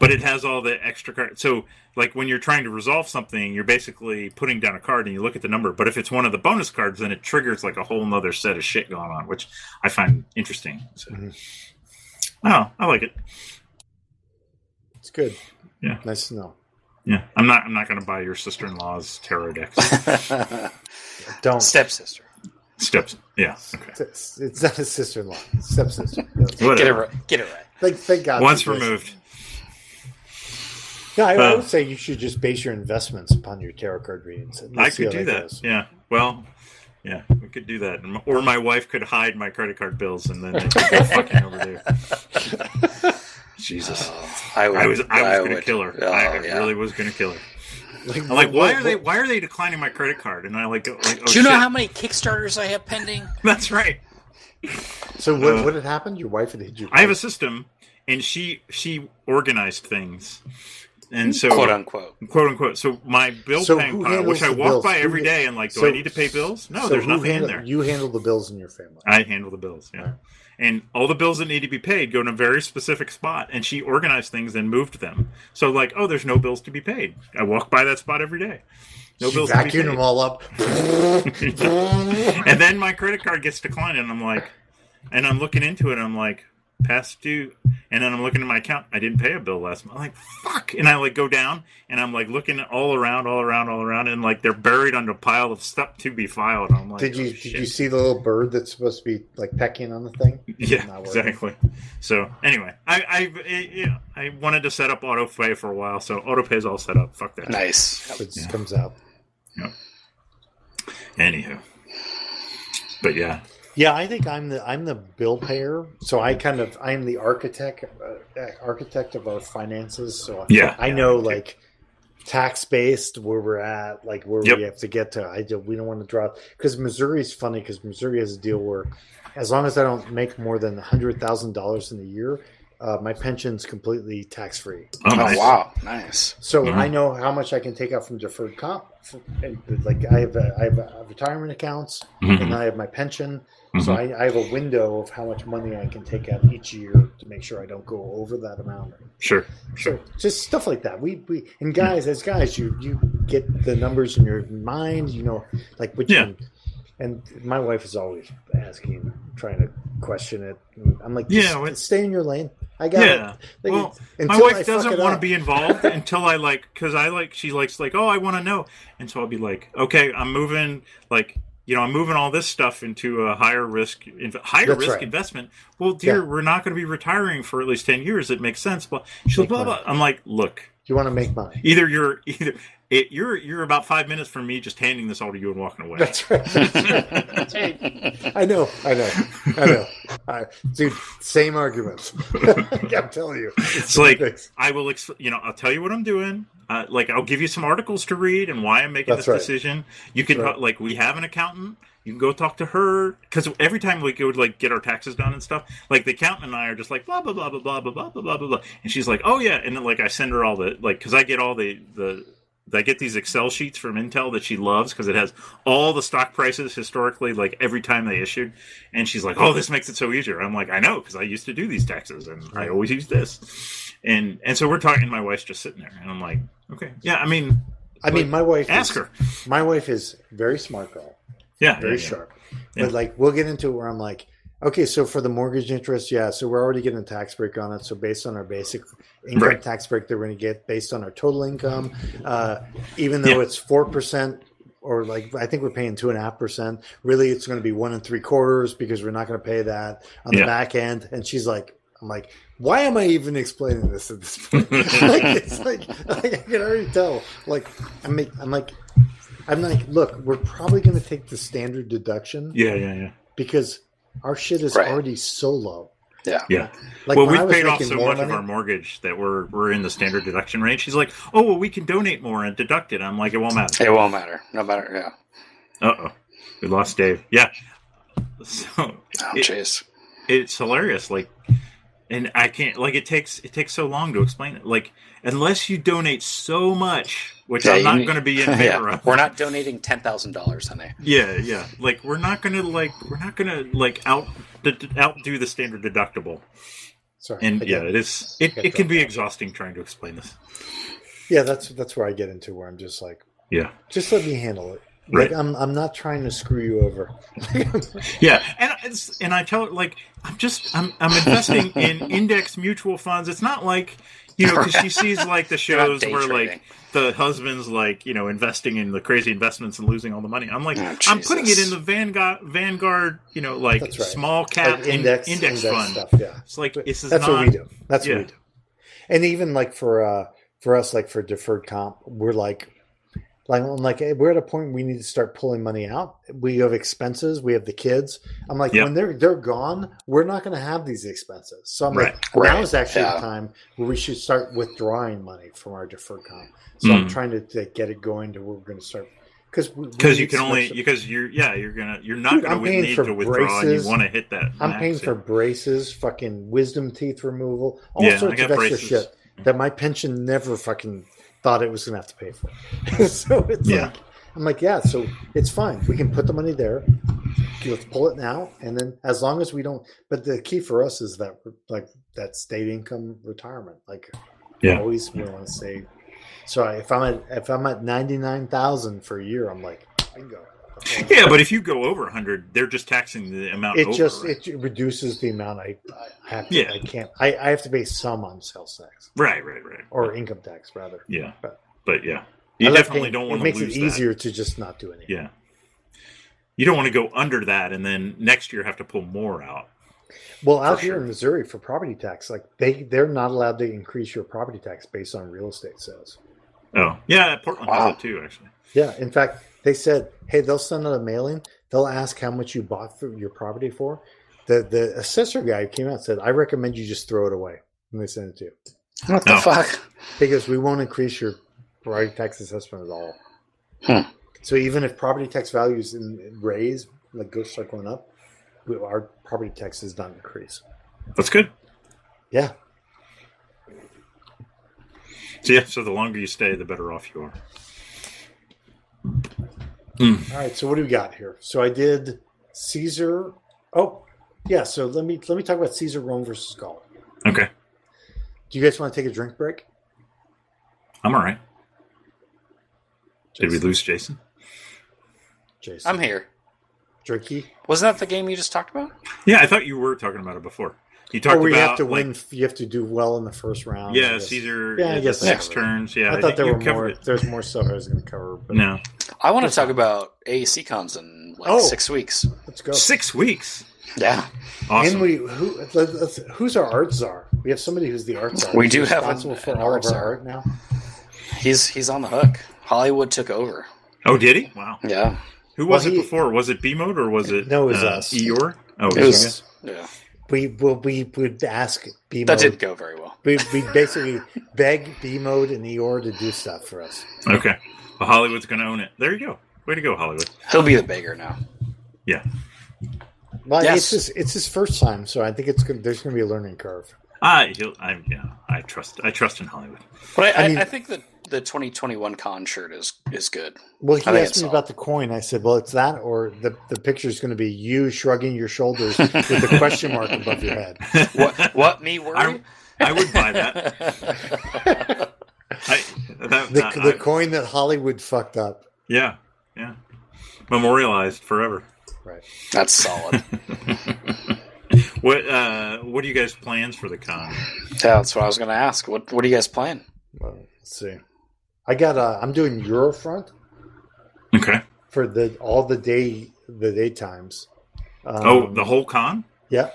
Speaker 2: but it has all the extra cards. So, like when you're trying to resolve something, you're basically putting down a card and you look at the number. But if it's one of the bonus cards, then it triggers like a whole nother set of shit going on, which I find interesting. So. Oh, I like it.
Speaker 1: It's good.
Speaker 2: Yeah.
Speaker 1: Nice to know.
Speaker 2: Yeah, I'm not. I'm not going to buy your sister-in-law's tarot decks.
Speaker 1: Don't.
Speaker 3: Stepsister.
Speaker 2: Steps. Yeah. Okay.
Speaker 1: It's, it's not his sister in law, stepsister.
Speaker 3: Get it
Speaker 2: Whatever.
Speaker 3: right. Get it right.
Speaker 1: thank, thank God.
Speaker 2: Once
Speaker 1: for Jason.
Speaker 2: removed.
Speaker 1: Yeah, I, I
Speaker 2: Uh,
Speaker 1: would say you should just base your investments upon your tarot card readings. and
Speaker 2: I
Speaker 1: let's see
Speaker 2: could
Speaker 1: how
Speaker 2: do that.
Speaker 1: goes.
Speaker 2: Yeah. Well, yeah, we could do that. Or my wife could hide my credit card bills and then they could go fucking overdue. Jesus.
Speaker 3: Oh, I, would,
Speaker 2: I was I was gonna
Speaker 3: would.
Speaker 2: kill her.
Speaker 3: Oh,
Speaker 2: I, I
Speaker 3: yeah.
Speaker 2: really was gonna kill her. I'm like, why are they why are they declining my credit card? And I like, go- like oh,
Speaker 3: Do you know
Speaker 2: shit.
Speaker 3: how many Kickstarters I have pending?
Speaker 2: That's right.
Speaker 1: So what,
Speaker 2: Uh,
Speaker 1: what had happened? Your wife had hit you.
Speaker 2: I have a system, and she she organized things, and so
Speaker 3: Quote unquote.
Speaker 2: quote unquote. So my bill
Speaker 1: So
Speaker 2: paying
Speaker 1: who
Speaker 2: pile,
Speaker 1: handles
Speaker 2: which I
Speaker 1: the
Speaker 2: walk
Speaker 1: bills?
Speaker 2: by
Speaker 1: Who
Speaker 2: every
Speaker 1: ha-
Speaker 2: day, and like, do
Speaker 1: so-
Speaker 2: I need to pay bills? No,
Speaker 1: so
Speaker 2: there's
Speaker 1: who
Speaker 2: nothing in
Speaker 1: handle-
Speaker 2: there.
Speaker 1: You handle the bills in your family.
Speaker 2: I handle the bills, yeah. And all the bills that need to be paid go in a very specific spot, and she organized things and moved them. So, like, oh, there's no bills to be paid. I walk by that spot every day. No
Speaker 1: You
Speaker 2: bills to be
Speaker 1: vacuum them
Speaker 2: paid.
Speaker 1: all up.
Speaker 2: and then my credit card gets declined, and I'm like, and I'm looking into it, and I'm like, past due. And then I'm looking at my account. I didn't pay a bill last month. I'm like, fuck. And I like go down, and I'm like looking all around, all around, all around, and like they're buried under a pile of stuff to be filed. I'm like,
Speaker 1: Did you
Speaker 2: oh,
Speaker 1: did
Speaker 2: shit.
Speaker 1: you see the little bird that's supposed to be like pecking on the thing?
Speaker 2: Yeah,
Speaker 1: Not working.
Speaker 2: exactly. So anyway, I I it, yeah, I wanted to set up autopay for a while, so autopay is all set up. Fuck that.
Speaker 3: Nice.
Speaker 1: So it just comes out.
Speaker 2: Anywho, but yeah,
Speaker 1: Yeah, I think I'm the I'm the bill payer, so I kind of I'm the architect uh, uh, architect of our finances. So I-
Speaker 2: Yeah.
Speaker 1: I know like tax based where we're at, like where
Speaker 2: Yep.
Speaker 1: we have to get to. I do, we don't want to drop because Missouri's funny because Missouri has a deal where as long as I don't make more than hundred thousand dollars in a year, uh, my pension's completely tax free.
Speaker 2: Oh,
Speaker 3: Oh,
Speaker 2: nice.
Speaker 3: wow, nice.
Speaker 1: So
Speaker 2: Mhm.
Speaker 1: I know how much I can take out from deferred comp. For, and, like I have, a, I have a retirement accounts,
Speaker 2: Mhm.
Speaker 1: and I have my pension.
Speaker 2: Mhm.
Speaker 1: So I, I have a window of how much money I can take out each year to make sure I don't go over that amount.
Speaker 2: Sure.
Speaker 1: So just stuff like that. We we and guys, as guys, you you get the numbers in your mind. You know, like what
Speaker 2: Yeah.
Speaker 1: you. And my wife is always asking, trying to question it. I'm like,
Speaker 2: Yeah,
Speaker 1: yeah,
Speaker 2: well-
Speaker 1: stay in your lane. I got it.
Speaker 2: Yeah.
Speaker 1: Like,
Speaker 2: Well, my
Speaker 1: until I
Speaker 2: wife
Speaker 1: fuck
Speaker 2: doesn't
Speaker 1: it
Speaker 2: want to
Speaker 1: up-
Speaker 2: be involved until I like, because I like, she likes, like, oh, I want to know. And so I'll be like, okay, I'm moving, like, you know, I'm moving all this stuff into a higher risk, inv- higher
Speaker 1: That's
Speaker 2: risk
Speaker 1: right.
Speaker 2: investment. Well, dear,
Speaker 1: Yeah.
Speaker 2: we're not going to be retiring for at least 10 years. It makes sense. But she'll
Speaker 1: Make
Speaker 2: blah, blah.
Speaker 1: money.
Speaker 2: I'm like, look,
Speaker 1: You want to make money.
Speaker 2: either you're, either it, you're, you're about five minutes from me just handing this all to you and walking away.
Speaker 1: That's right. That's right. I know. I know. I know. I, dude, same arguments. I'm telling you.
Speaker 2: It's like
Speaker 1: ridiculous.
Speaker 2: I will, ex- you know, I'll tell you what I'm doing. Uh, like I'll give you some articles to read and why I'm making
Speaker 1: That's
Speaker 2: this
Speaker 1: right.
Speaker 2: decision. You can
Speaker 1: right.
Speaker 2: like we have an accountant. You can go talk to her because every time we go like get our taxes done and stuff, like the accountant and I are just like blah blah blah blah blah blah blah blah blah blah, blah, and she's like, oh yeah, and then like I send her all the like because I get all the the. I get these Excel sheets from Intel that she loves because it has all the stock prices historically, like every time they issued. And she's like, "Oh, this makes it so easier." I'm like, "I know, because I used to do these taxes, and I always use this." And and so we're talking. And my wife's just sitting there, and I'm like, "Okay, yeah. I mean,
Speaker 1: I mean, my wife.
Speaker 2: ask
Speaker 1: is,
Speaker 2: her.
Speaker 1: My wife is very smart girl,
Speaker 2: Yeah,
Speaker 1: very
Speaker 2: yeah, yeah.
Speaker 1: sharp.
Speaker 2: Yeah.
Speaker 1: But like, we'll get into it where I'm like, okay, so for the mortgage interest, yeah, so we're already getting a tax break on it. So based on our basic income
Speaker 2: Right.
Speaker 1: tax break that we're going to get based on our total income, uh, even though
Speaker 2: Yeah.
Speaker 1: it's four percent. Or like I think we're paying two and a half percent. Really, it's going to be one and three quarters because we're not going to pay that on the
Speaker 2: Yeah.
Speaker 1: back end. And she's like, I'm like, why am I even explaining this at this point? like, it's like, like I can already tell. Like I'm, like- I'm like, I'm like, look, we're probably going to take the standard deduction
Speaker 2: Yeah, yeah, yeah.
Speaker 1: because our shit is
Speaker 3: Right.
Speaker 1: already so low.
Speaker 3: Yeah.
Speaker 2: Yeah.
Speaker 1: Like
Speaker 2: well,
Speaker 1: when I
Speaker 2: we've
Speaker 1: was
Speaker 2: paid off
Speaker 1: making
Speaker 2: so
Speaker 1: more
Speaker 2: much of
Speaker 1: money-
Speaker 2: our mortgage that we're we're in the standard deduction range. She's like, "Oh, well, we can donate more and deduct it." I'm like, "It won't matter."
Speaker 3: It won't matter. No matter. Yeah.
Speaker 2: Uh oh, we lost Dave. Yeah. So
Speaker 3: Oh,
Speaker 2: It-
Speaker 3: jeez.
Speaker 2: it's hilarious like and i can't like it takes it takes so long to explain it like unless you donate so much which
Speaker 3: Yeah,
Speaker 2: i'm
Speaker 3: you
Speaker 2: not
Speaker 3: need-
Speaker 2: going to be in
Speaker 3: yeah.
Speaker 2: favor of
Speaker 3: We're not donating ten thousand dollars, honey.
Speaker 2: yeah yeah like we're not going to like we're not going to like out d- d- outdo the standard deductible
Speaker 1: Sorry.
Speaker 2: and
Speaker 1: I
Speaker 2: yeah
Speaker 1: get-
Speaker 2: it is it, it can be exhausting trying to explain this
Speaker 1: yeah, that's that's where I get into where I'm just like,
Speaker 2: yeah
Speaker 1: just let me handle it.
Speaker 2: Right.
Speaker 1: Like I'm I'm not trying to screw you over.
Speaker 2: yeah and it's, and i tell it like i'm just i'm i'm investing in index mutual funds it's not like you know because she sees like the
Speaker 3: You're not
Speaker 2: shows
Speaker 3: day
Speaker 2: where
Speaker 3: trading.
Speaker 2: like the husband's like you know investing in the crazy investments and losing all the money i'm like
Speaker 3: Oh,
Speaker 2: i'm putting it
Speaker 3: Jesus.
Speaker 2: in the vanguard vanguard you know like
Speaker 1: That's right.
Speaker 2: small cap
Speaker 1: like
Speaker 2: in-
Speaker 1: index
Speaker 2: index,
Speaker 1: index,
Speaker 2: fund
Speaker 1: stuff. Yeah.
Speaker 2: it's like this is
Speaker 1: That's
Speaker 2: not
Speaker 1: what we do. That's what
Speaker 2: yeah.
Speaker 1: we do. And even like for uh for us, like for deferred comp, we're like like I'm like hey, we're at a point we need to start pulling money out. We have expenses, we have the kids. I'm like,
Speaker 2: Yep.
Speaker 1: when they're they're gone, we're not gonna have these expenses. So I'm like,
Speaker 3: Right.
Speaker 1: now is actually
Speaker 3: Yeah.
Speaker 1: the time where we should start withdrawing money from our deferred comp. So I'm
Speaker 2: Mm.
Speaker 1: trying to, to get it going to where we're gonna start because
Speaker 2: because you can only because you're yeah you're gonna you're not
Speaker 1: Dude,
Speaker 2: gonna
Speaker 1: I'm
Speaker 2: wi-
Speaker 1: paying
Speaker 2: need
Speaker 1: for
Speaker 2: to withdraw and
Speaker 1: braces.
Speaker 2: you want to hit that
Speaker 1: I'm
Speaker 2: max,
Speaker 1: paying
Speaker 2: yeah.
Speaker 1: for braces, fucking wisdom teeth removal, all
Speaker 2: Yeah, I
Speaker 1: sorts
Speaker 2: got
Speaker 1: of extra
Speaker 2: braces.
Speaker 1: shit that my pension never fucking thought it was gonna have to pay for. so it's
Speaker 2: Yeah.
Speaker 1: like I'm like, yeah, so it's fine. We can put the money there. Let's pull it now, and then as long as we don't. But the key for us is that like that state income retirement. Like,
Speaker 2: Yeah.
Speaker 1: always we want to say. So I- if I'm at if I'm at ninety nine thousand for a year, I'm like, I can go.
Speaker 2: yeah but if you go over 100 they're just taxing the amount
Speaker 1: It
Speaker 2: over,
Speaker 1: just
Speaker 2: right?
Speaker 1: it reduces the amount I, I have to
Speaker 2: Yeah.
Speaker 1: I can't I, I have to pay some on sales tax
Speaker 2: right right right
Speaker 1: or income tax rather.
Speaker 2: Yeah,
Speaker 1: But-
Speaker 2: but yeah, you
Speaker 1: I like
Speaker 2: definitely
Speaker 1: paying-
Speaker 2: don't want
Speaker 1: It
Speaker 2: to
Speaker 1: makes
Speaker 2: lose
Speaker 1: it easier to just not do anything.
Speaker 2: That. Yeah, you don't want to go under that, and then next year have to pull more out.
Speaker 1: Well, out
Speaker 2: For
Speaker 1: here
Speaker 2: sure.
Speaker 1: in Missouri for property tax, like they they're not allowed to increase your property tax based on real estate sales.
Speaker 2: Oh, yeah, Portland
Speaker 3: Wow.
Speaker 2: has it too, actually.
Speaker 1: Yeah, in fact, they said, hey, they'll send out a mailing. They'll ask how much you bought for your property for. The the assessor guy came out and said, I recommend you just throw it away. And they send it to you
Speaker 3: What
Speaker 2: No.
Speaker 3: the fuck?
Speaker 1: because we won't increase your property tax assessment at all.
Speaker 3: Hmm.
Speaker 1: So even if property tax values in raise, like go start going up, we, our property tax does not increase.
Speaker 2: That's good.
Speaker 1: Yeah,
Speaker 2: So yeah, so the longer you stay, the better off you are.
Speaker 1: All right, so what do we got here? So I did Caesar. Oh, yeah. So let me let me talk about Caesar Rome versus Gaul.
Speaker 2: Okay,
Speaker 1: Do you guys want to take a drink break?
Speaker 2: I'm all right. Did we lose Jason?
Speaker 1: Jason,
Speaker 3: I'm here.
Speaker 1: Drinky.
Speaker 3: Wasn't that the game you just talked about?
Speaker 2: Yeah, I thought you were talking about it before. You talked
Speaker 1: Or we
Speaker 2: about
Speaker 1: have to
Speaker 2: like,
Speaker 1: win. You have to do well in the first round. I
Speaker 2: Yeah,
Speaker 1: guess.
Speaker 2: Caesar.
Speaker 1: Yeah, I
Speaker 2: Yeah,
Speaker 1: guess I
Speaker 2: six
Speaker 1: covered it.
Speaker 2: turns. Yeah,
Speaker 1: I thought
Speaker 2: think
Speaker 1: there
Speaker 2: you
Speaker 1: were
Speaker 2: covered
Speaker 1: more.
Speaker 2: It.
Speaker 1: There's more stuff I was going to cover, but
Speaker 2: No,
Speaker 3: I want to talk about AEC cons in like
Speaker 1: Oh.
Speaker 3: six weeks.
Speaker 1: let's go.
Speaker 2: six weeks.
Speaker 3: Yeah,
Speaker 2: Awesome.
Speaker 1: And we who let, let's, who's our art czar? We have somebody who's the art czar.
Speaker 3: We
Speaker 1: He's
Speaker 3: do have
Speaker 1: responsible
Speaker 3: an-
Speaker 1: for
Speaker 3: an
Speaker 1: all
Speaker 3: art
Speaker 1: of our
Speaker 3: czar.
Speaker 1: art now.
Speaker 3: he's he's on the hook. Hollywood took over.
Speaker 2: oh, did he? Wow.
Speaker 3: Yeah,
Speaker 2: Who was
Speaker 1: Well,
Speaker 2: it
Speaker 1: he-
Speaker 2: before? Was it B mode or was it
Speaker 1: No, it was
Speaker 2: uh,
Speaker 1: us.
Speaker 2: Eeyore? Oh,
Speaker 3: it was. Yeah,
Speaker 1: We well, we would ask B
Speaker 3: that didn't
Speaker 1: mode.
Speaker 3: go very well.
Speaker 1: We, we basically beg B mode and Eeyore to do stuff for us.
Speaker 2: okay. Well, Hollywood's going to own it. There you go. Way to go, Hollywood.
Speaker 3: He'll be the beggar now.
Speaker 1: Well,
Speaker 3: Yes.
Speaker 1: it's his, it's his first time, so I think it's gonna, there's going to be a learning curve.
Speaker 2: I, he'll, I, yeah, I trust. I trust in Hollywood.
Speaker 3: But I, I,
Speaker 1: I mean-
Speaker 3: I think the the 2021 con shirt is is good.
Speaker 1: Well, he
Speaker 3: I think
Speaker 1: asked
Speaker 3: it's
Speaker 1: me
Speaker 3: all-
Speaker 1: about the coin. I said, "Well, it's that, or the the picture is going to be you shrugging your shoulders with the question mark above your head."
Speaker 3: What what me worry?
Speaker 2: I would buy that. I, that,
Speaker 3: Uh,
Speaker 1: The,
Speaker 2: that-
Speaker 1: the
Speaker 2: I-
Speaker 1: coin that Hollywood fucked up.
Speaker 2: yeah, yeah. Memorialized forever.
Speaker 3: That's solid.
Speaker 2: What uh, What are you guys' plans for the con?
Speaker 3: Yeah, that's what I was going to ask. What what are you guys playing?
Speaker 1: Well, let's see. I got. Uh, I'm doing Eurofront
Speaker 2: Okay.
Speaker 1: for the all the day the daytimes. Um,
Speaker 2: Oh, the whole con?
Speaker 1: yeah.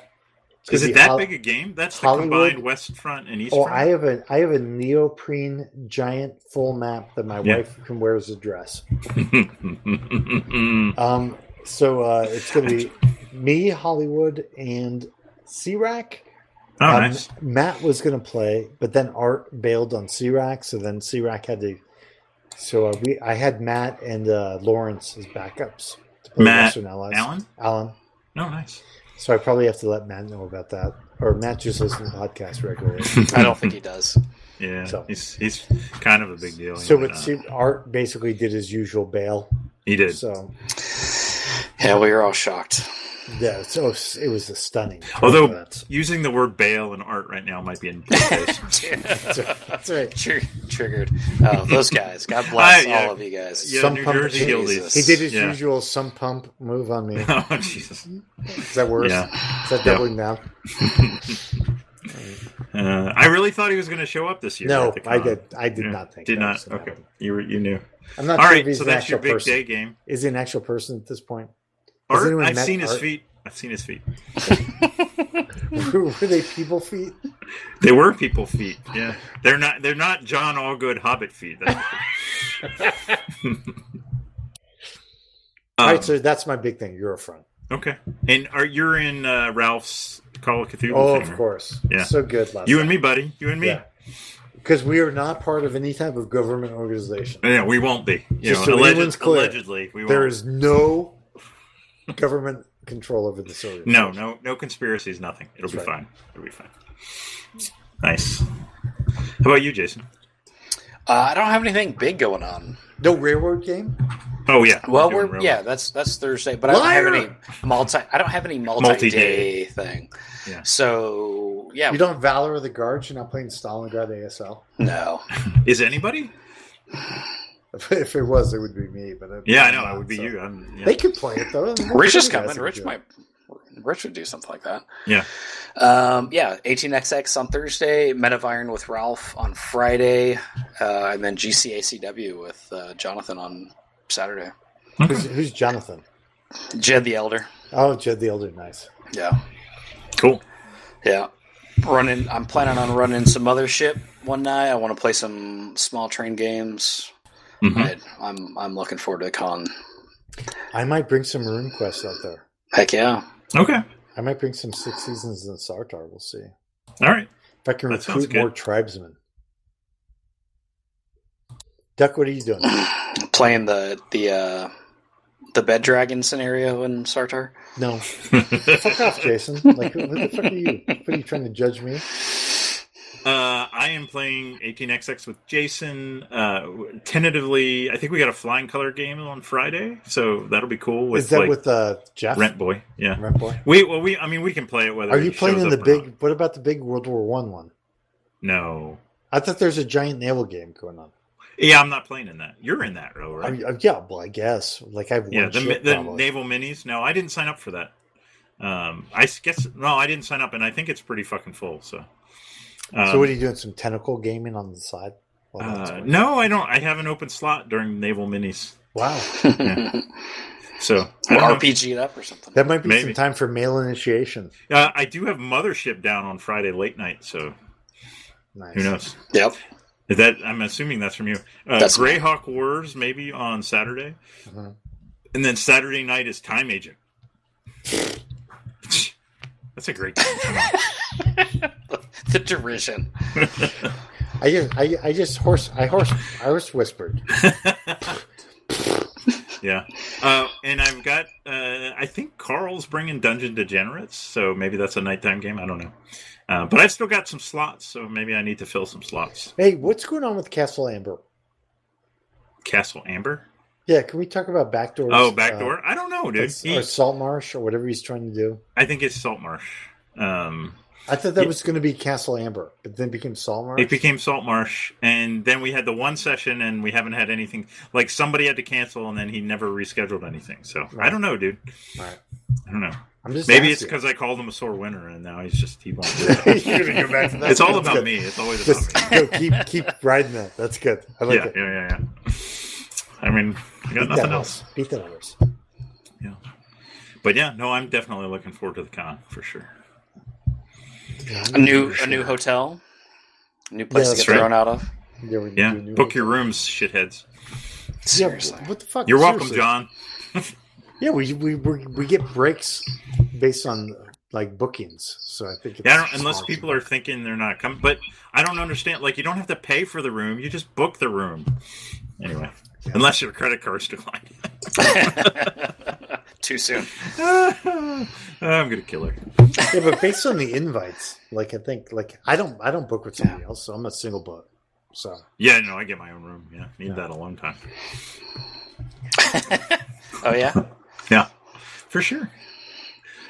Speaker 1: It's
Speaker 2: Is
Speaker 1: gonna
Speaker 2: it
Speaker 1: be
Speaker 2: that
Speaker 1: Hol-
Speaker 2: big a game? That's the
Speaker 1: Hollywood-
Speaker 2: combined West Front and East
Speaker 1: Oh,
Speaker 2: Front.
Speaker 1: I have a I have a neoprene giant full map that my
Speaker 2: Yeah.
Speaker 1: wife can wear as a dress. Um, so uh, it's going to be me, Hollywood, and C-Rack.
Speaker 2: oh,
Speaker 1: Um,
Speaker 2: nice.
Speaker 1: Matt was going to play, but then Art bailed on C-Rack, so then C-Rack had to. So uh, we, I had Matt and uh, Lawrence as backups to play
Speaker 2: Matt,
Speaker 1: Western Allies.
Speaker 2: Alan?
Speaker 1: Alan.
Speaker 2: No, nice.
Speaker 1: So I probably have to let Matt know about that, or Matt just listens to podcasts regularly.
Speaker 3: I don't think he does.
Speaker 2: Yeah,
Speaker 1: So-
Speaker 2: he's he's kind of a big deal.
Speaker 1: so
Speaker 2: but,
Speaker 1: what
Speaker 2: uh,
Speaker 1: C- Art basically did his usual bail.
Speaker 2: he did.
Speaker 1: So
Speaker 3: Yeah, we were all shocked.
Speaker 1: yeah, so it was a stunning.
Speaker 2: Although-
Speaker 1: performance.
Speaker 2: Using the word bail and art right now might be in poor taste.
Speaker 1: that's right.
Speaker 3: Tr- triggered. Oh, those guys. God bless
Speaker 2: I- yeah.
Speaker 3: all of you guys.
Speaker 2: yeah,
Speaker 1: Some
Speaker 2: New
Speaker 1: pump-
Speaker 2: Jersey guildies.
Speaker 3: Jesus.
Speaker 1: He did his
Speaker 2: Yeah.
Speaker 1: usual some pump move on me.
Speaker 2: Oh Jesus!
Speaker 1: Is that worse?
Speaker 2: Yeah.
Speaker 1: Is that
Speaker 2: Yeah.
Speaker 1: doubling down?
Speaker 2: Uh, I really thought he was going to show up this year.
Speaker 1: no,
Speaker 2: at the
Speaker 1: I
Speaker 2: con.
Speaker 1: did. I did
Speaker 2: Yeah.
Speaker 1: not think.
Speaker 2: Did
Speaker 1: that was
Speaker 2: not.
Speaker 1: gonna
Speaker 2: Okay,
Speaker 1: happen.
Speaker 2: you were, you knew.
Speaker 1: I'm not
Speaker 2: All
Speaker 1: sure if
Speaker 2: right,
Speaker 1: he's
Speaker 2: so
Speaker 1: an
Speaker 2: that's
Speaker 1: actual
Speaker 2: your big
Speaker 1: person.
Speaker 2: day game.
Speaker 1: Is he an actual person at this point? Has
Speaker 2: Art,
Speaker 1: anyone
Speaker 2: I've
Speaker 1: met
Speaker 2: seen his
Speaker 1: Art?
Speaker 2: feet. I've seen his feet.
Speaker 1: Were they people feet?
Speaker 2: Um, They were people feet. Yeah, they're not. They're not John Allgood Hobbit feet. That's
Speaker 1: All
Speaker 2: Um,
Speaker 1: right, so that's my big thing. Eurofront.
Speaker 2: okay, and are you're in uh, Ralph's Call of Cthulhu?
Speaker 1: Oh,
Speaker 2: thing,
Speaker 1: of
Speaker 2: right?
Speaker 1: course.
Speaker 2: Yeah.
Speaker 1: So good last
Speaker 2: You and me, buddy. You and me.
Speaker 1: Yeah.
Speaker 2: Yeah,
Speaker 1: Because we are not part of any type of government organization.
Speaker 2: we won't be. You
Speaker 1: Just
Speaker 2: know,
Speaker 1: so
Speaker 2: alleged-
Speaker 1: everyone's clear,
Speaker 2: allegedly, we won't.
Speaker 1: There is no government control over this organization.
Speaker 2: no, no, no conspiracies. Nothing. It'll
Speaker 1: That's
Speaker 2: be
Speaker 1: right.
Speaker 2: fine. It'll be fine. Nice. How about you, Jason?
Speaker 3: Uh, I don't have anything big going on.
Speaker 1: No railroad game?
Speaker 2: Oh yeah.
Speaker 3: Well,
Speaker 2: doing
Speaker 3: we're
Speaker 2: real
Speaker 3: yeah,
Speaker 2: well.
Speaker 3: that's that's Thursday, but I don't have
Speaker 1: Liar!
Speaker 3: any multi. I don't have any multi-day
Speaker 2: Multi-day.
Speaker 3: thing.
Speaker 2: Yeah.
Speaker 3: So yeah,
Speaker 1: You don't have Valor of the Guards? You're not playing Stalingrad ASL?
Speaker 3: no.
Speaker 2: Is anybody?
Speaker 1: If it was, it would be me. But I'm
Speaker 2: Yeah, I know.
Speaker 1: not,
Speaker 2: It would be
Speaker 1: so.
Speaker 2: you. I'm, yeah.
Speaker 1: They could play it though.
Speaker 3: Rich is
Speaker 1: You guys
Speaker 3: coming.
Speaker 1: could
Speaker 3: Rich
Speaker 1: do it.
Speaker 3: might. Rich would do something like that.
Speaker 2: Yeah.
Speaker 3: Um, yeah. 18xx on Thursday. Men of Iron with Ralph on Friday, uh, and then GCACW with uh, Jonathan on Saturday.
Speaker 1: Who's, who's Jonathan?
Speaker 3: Jed the Elder.
Speaker 1: Oh, Jed the Elder. Nice.
Speaker 3: Yeah.
Speaker 2: Cool.
Speaker 3: Yeah. Running. I'm planning on running some other shit one night. I want to play some small train games.
Speaker 2: Mhm.
Speaker 3: I, I'm I'm looking forward to the con.
Speaker 1: I might bring some Rune Quest out there.
Speaker 3: Heck yeah.
Speaker 2: Okay.
Speaker 1: I might bring some Six Seasons and Sartar. We'll see if
Speaker 2: All right.
Speaker 1: I can
Speaker 2: That sounds
Speaker 1: recruit more
Speaker 2: good.
Speaker 1: tribesmen. Duck, what are you doing?
Speaker 3: Playing the the uh, the bed dragon scenario in Sartar.
Speaker 1: No, fuck off, Jason. Like, who, who the fuck are you? What are you trying to judge me?
Speaker 2: Uh, I am playing 18xx with Jason. Uh, tentatively, I think we got a flying color game on Friday, so that'll be cool. With,
Speaker 1: Is that
Speaker 2: like,
Speaker 1: with uh, Jeff
Speaker 2: Rent Boy? Yeah.
Speaker 1: Rent Boy?
Speaker 2: We well, we I mean, we can play it whether
Speaker 1: Are
Speaker 2: he
Speaker 1: you playing
Speaker 2: shows
Speaker 1: in the
Speaker 2: up or not.
Speaker 1: big? What about the big World War One one?
Speaker 2: No.
Speaker 1: I thought there's a giant naval game going on.
Speaker 2: Yeah, I'm not playing in that. You're in that row, right?
Speaker 1: I, I- yeah, well, I guess. Like I've
Speaker 2: yeah, the,
Speaker 1: ship,
Speaker 2: the
Speaker 1: probably.
Speaker 2: naval minis. No, I didn't sign up for that. Um, I s- guess no, I didn't sign up, and I think it's pretty fucking full. So, um,
Speaker 1: so what are you doing? Some tentacle gaming on the side? Well, that's
Speaker 2: uh,
Speaker 1: weird.
Speaker 2: no, I don't. I have an open slot during naval minis,
Speaker 1: Wow,
Speaker 2: so I, don't know.
Speaker 3: RPG it up or something.
Speaker 1: that might be
Speaker 2: Maybe.
Speaker 1: some time for male initiation.
Speaker 2: Uh, I do have Mothership down on Friday late night. So
Speaker 1: Nice.
Speaker 2: who knows?
Speaker 3: Yep.
Speaker 2: Is That I'm assuming that's from you. Uh,
Speaker 3: That's mine.
Speaker 2: Greyhawk Wars maybe on Saturday,
Speaker 1: Mhm.
Speaker 2: and then Saturday night is Time Agent. that's a great. Game. Come on.
Speaker 3: The derision.
Speaker 1: I just, I, I just horse, I horse, I horse whispered.
Speaker 2: Yeah. Uh, and I've got, uh, I think Carl's bringing Dungeon Degenerates, so maybe that's a nighttime game. I don't know. Uh, but I've still got some slots, so maybe I need to fill some slots.
Speaker 1: Hey, what's going on with Castle Amber?
Speaker 2: Castle Amber?
Speaker 1: Yeah, can we talk about backdoors?
Speaker 2: Oh,
Speaker 1: uh,
Speaker 2: Backdoor? I don't know, dude.
Speaker 1: that's-
Speaker 2: He-
Speaker 1: or salt marsh or whatever he's trying to do.
Speaker 2: I think it's Saltmarsh. Um,
Speaker 1: I thought that
Speaker 2: Yeah.
Speaker 1: was going to be Castle Amber, but then it became salt marsh.
Speaker 2: it became Saltmarsh, and then we had the one session, and we haven't had anything. Like, somebody had to cancel, and then he never rescheduled anything. So I
Speaker 1: Right.
Speaker 2: don't know, dude.
Speaker 1: Right.
Speaker 2: I don't know.
Speaker 1: I'm just
Speaker 2: Maybe it's
Speaker 1: asking.
Speaker 2: because I called him a sore winner, and now he's just, he won't do it.
Speaker 1: You're gonna go back to that?
Speaker 2: it's all
Speaker 1: That's
Speaker 2: about
Speaker 1: good.
Speaker 2: me. It's always about
Speaker 1: Just
Speaker 2: me.
Speaker 1: go, keep keep riding that. That's good. I like
Speaker 2: yeah,
Speaker 1: it.
Speaker 2: yeah, yeah, yeah. I mean, I got
Speaker 1: Beat
Speaker 2: nothing
Speaker 1: that
Speaker 2: else.
Speaker 1: horse. Beat that horse.
Speaker 2: Yeah. But yeah, no, I'm definitely looking forward to the con for sure.
Speaker 1: Yeah,
Speaker 3: A new a new hotel. A new
Speaker 1: Yeah,
Speaker 3: place to
Speaker 1: that's
Speaker 3: get
Speaker 2: right.
Speaker 3: thrown out of.
Speaker 1: Yeah, we
Speaker 2: Yeah.
Speaker 1: do new
Speaker 2: Book your
Speaker 1: hotel.
Speaker 2: rooms, shitheads.
Speaker 3: Seriously.
Speaker 1: Yeah, what the fuck?
Speaker 2: You're welcome,
Speaker 1: Seriously.
Speaker 2: John.
Speaker 1: Yeah, we we we we get breaks based on like bookings. So I think it's
Speaker 2: Yeah, I don't, unless people are thinking they're not coming, but I don't understand. Like, you don't have to pay for the room; you just book the room. Anyway, unless your credit card's declined.
Speaker 3: Too soon.
Speaker 2: I'm gonna kill her.
Speaker 1: yeah, but based on the invites, like I think like I don't I don't book with somebody else, so I'm a single book. So
Speaker 2: Yeah, no, I get my own room. Yeah, need that a long time.
Speaker 3: Oh yeah.
Speaker 2: Yeah, for sure.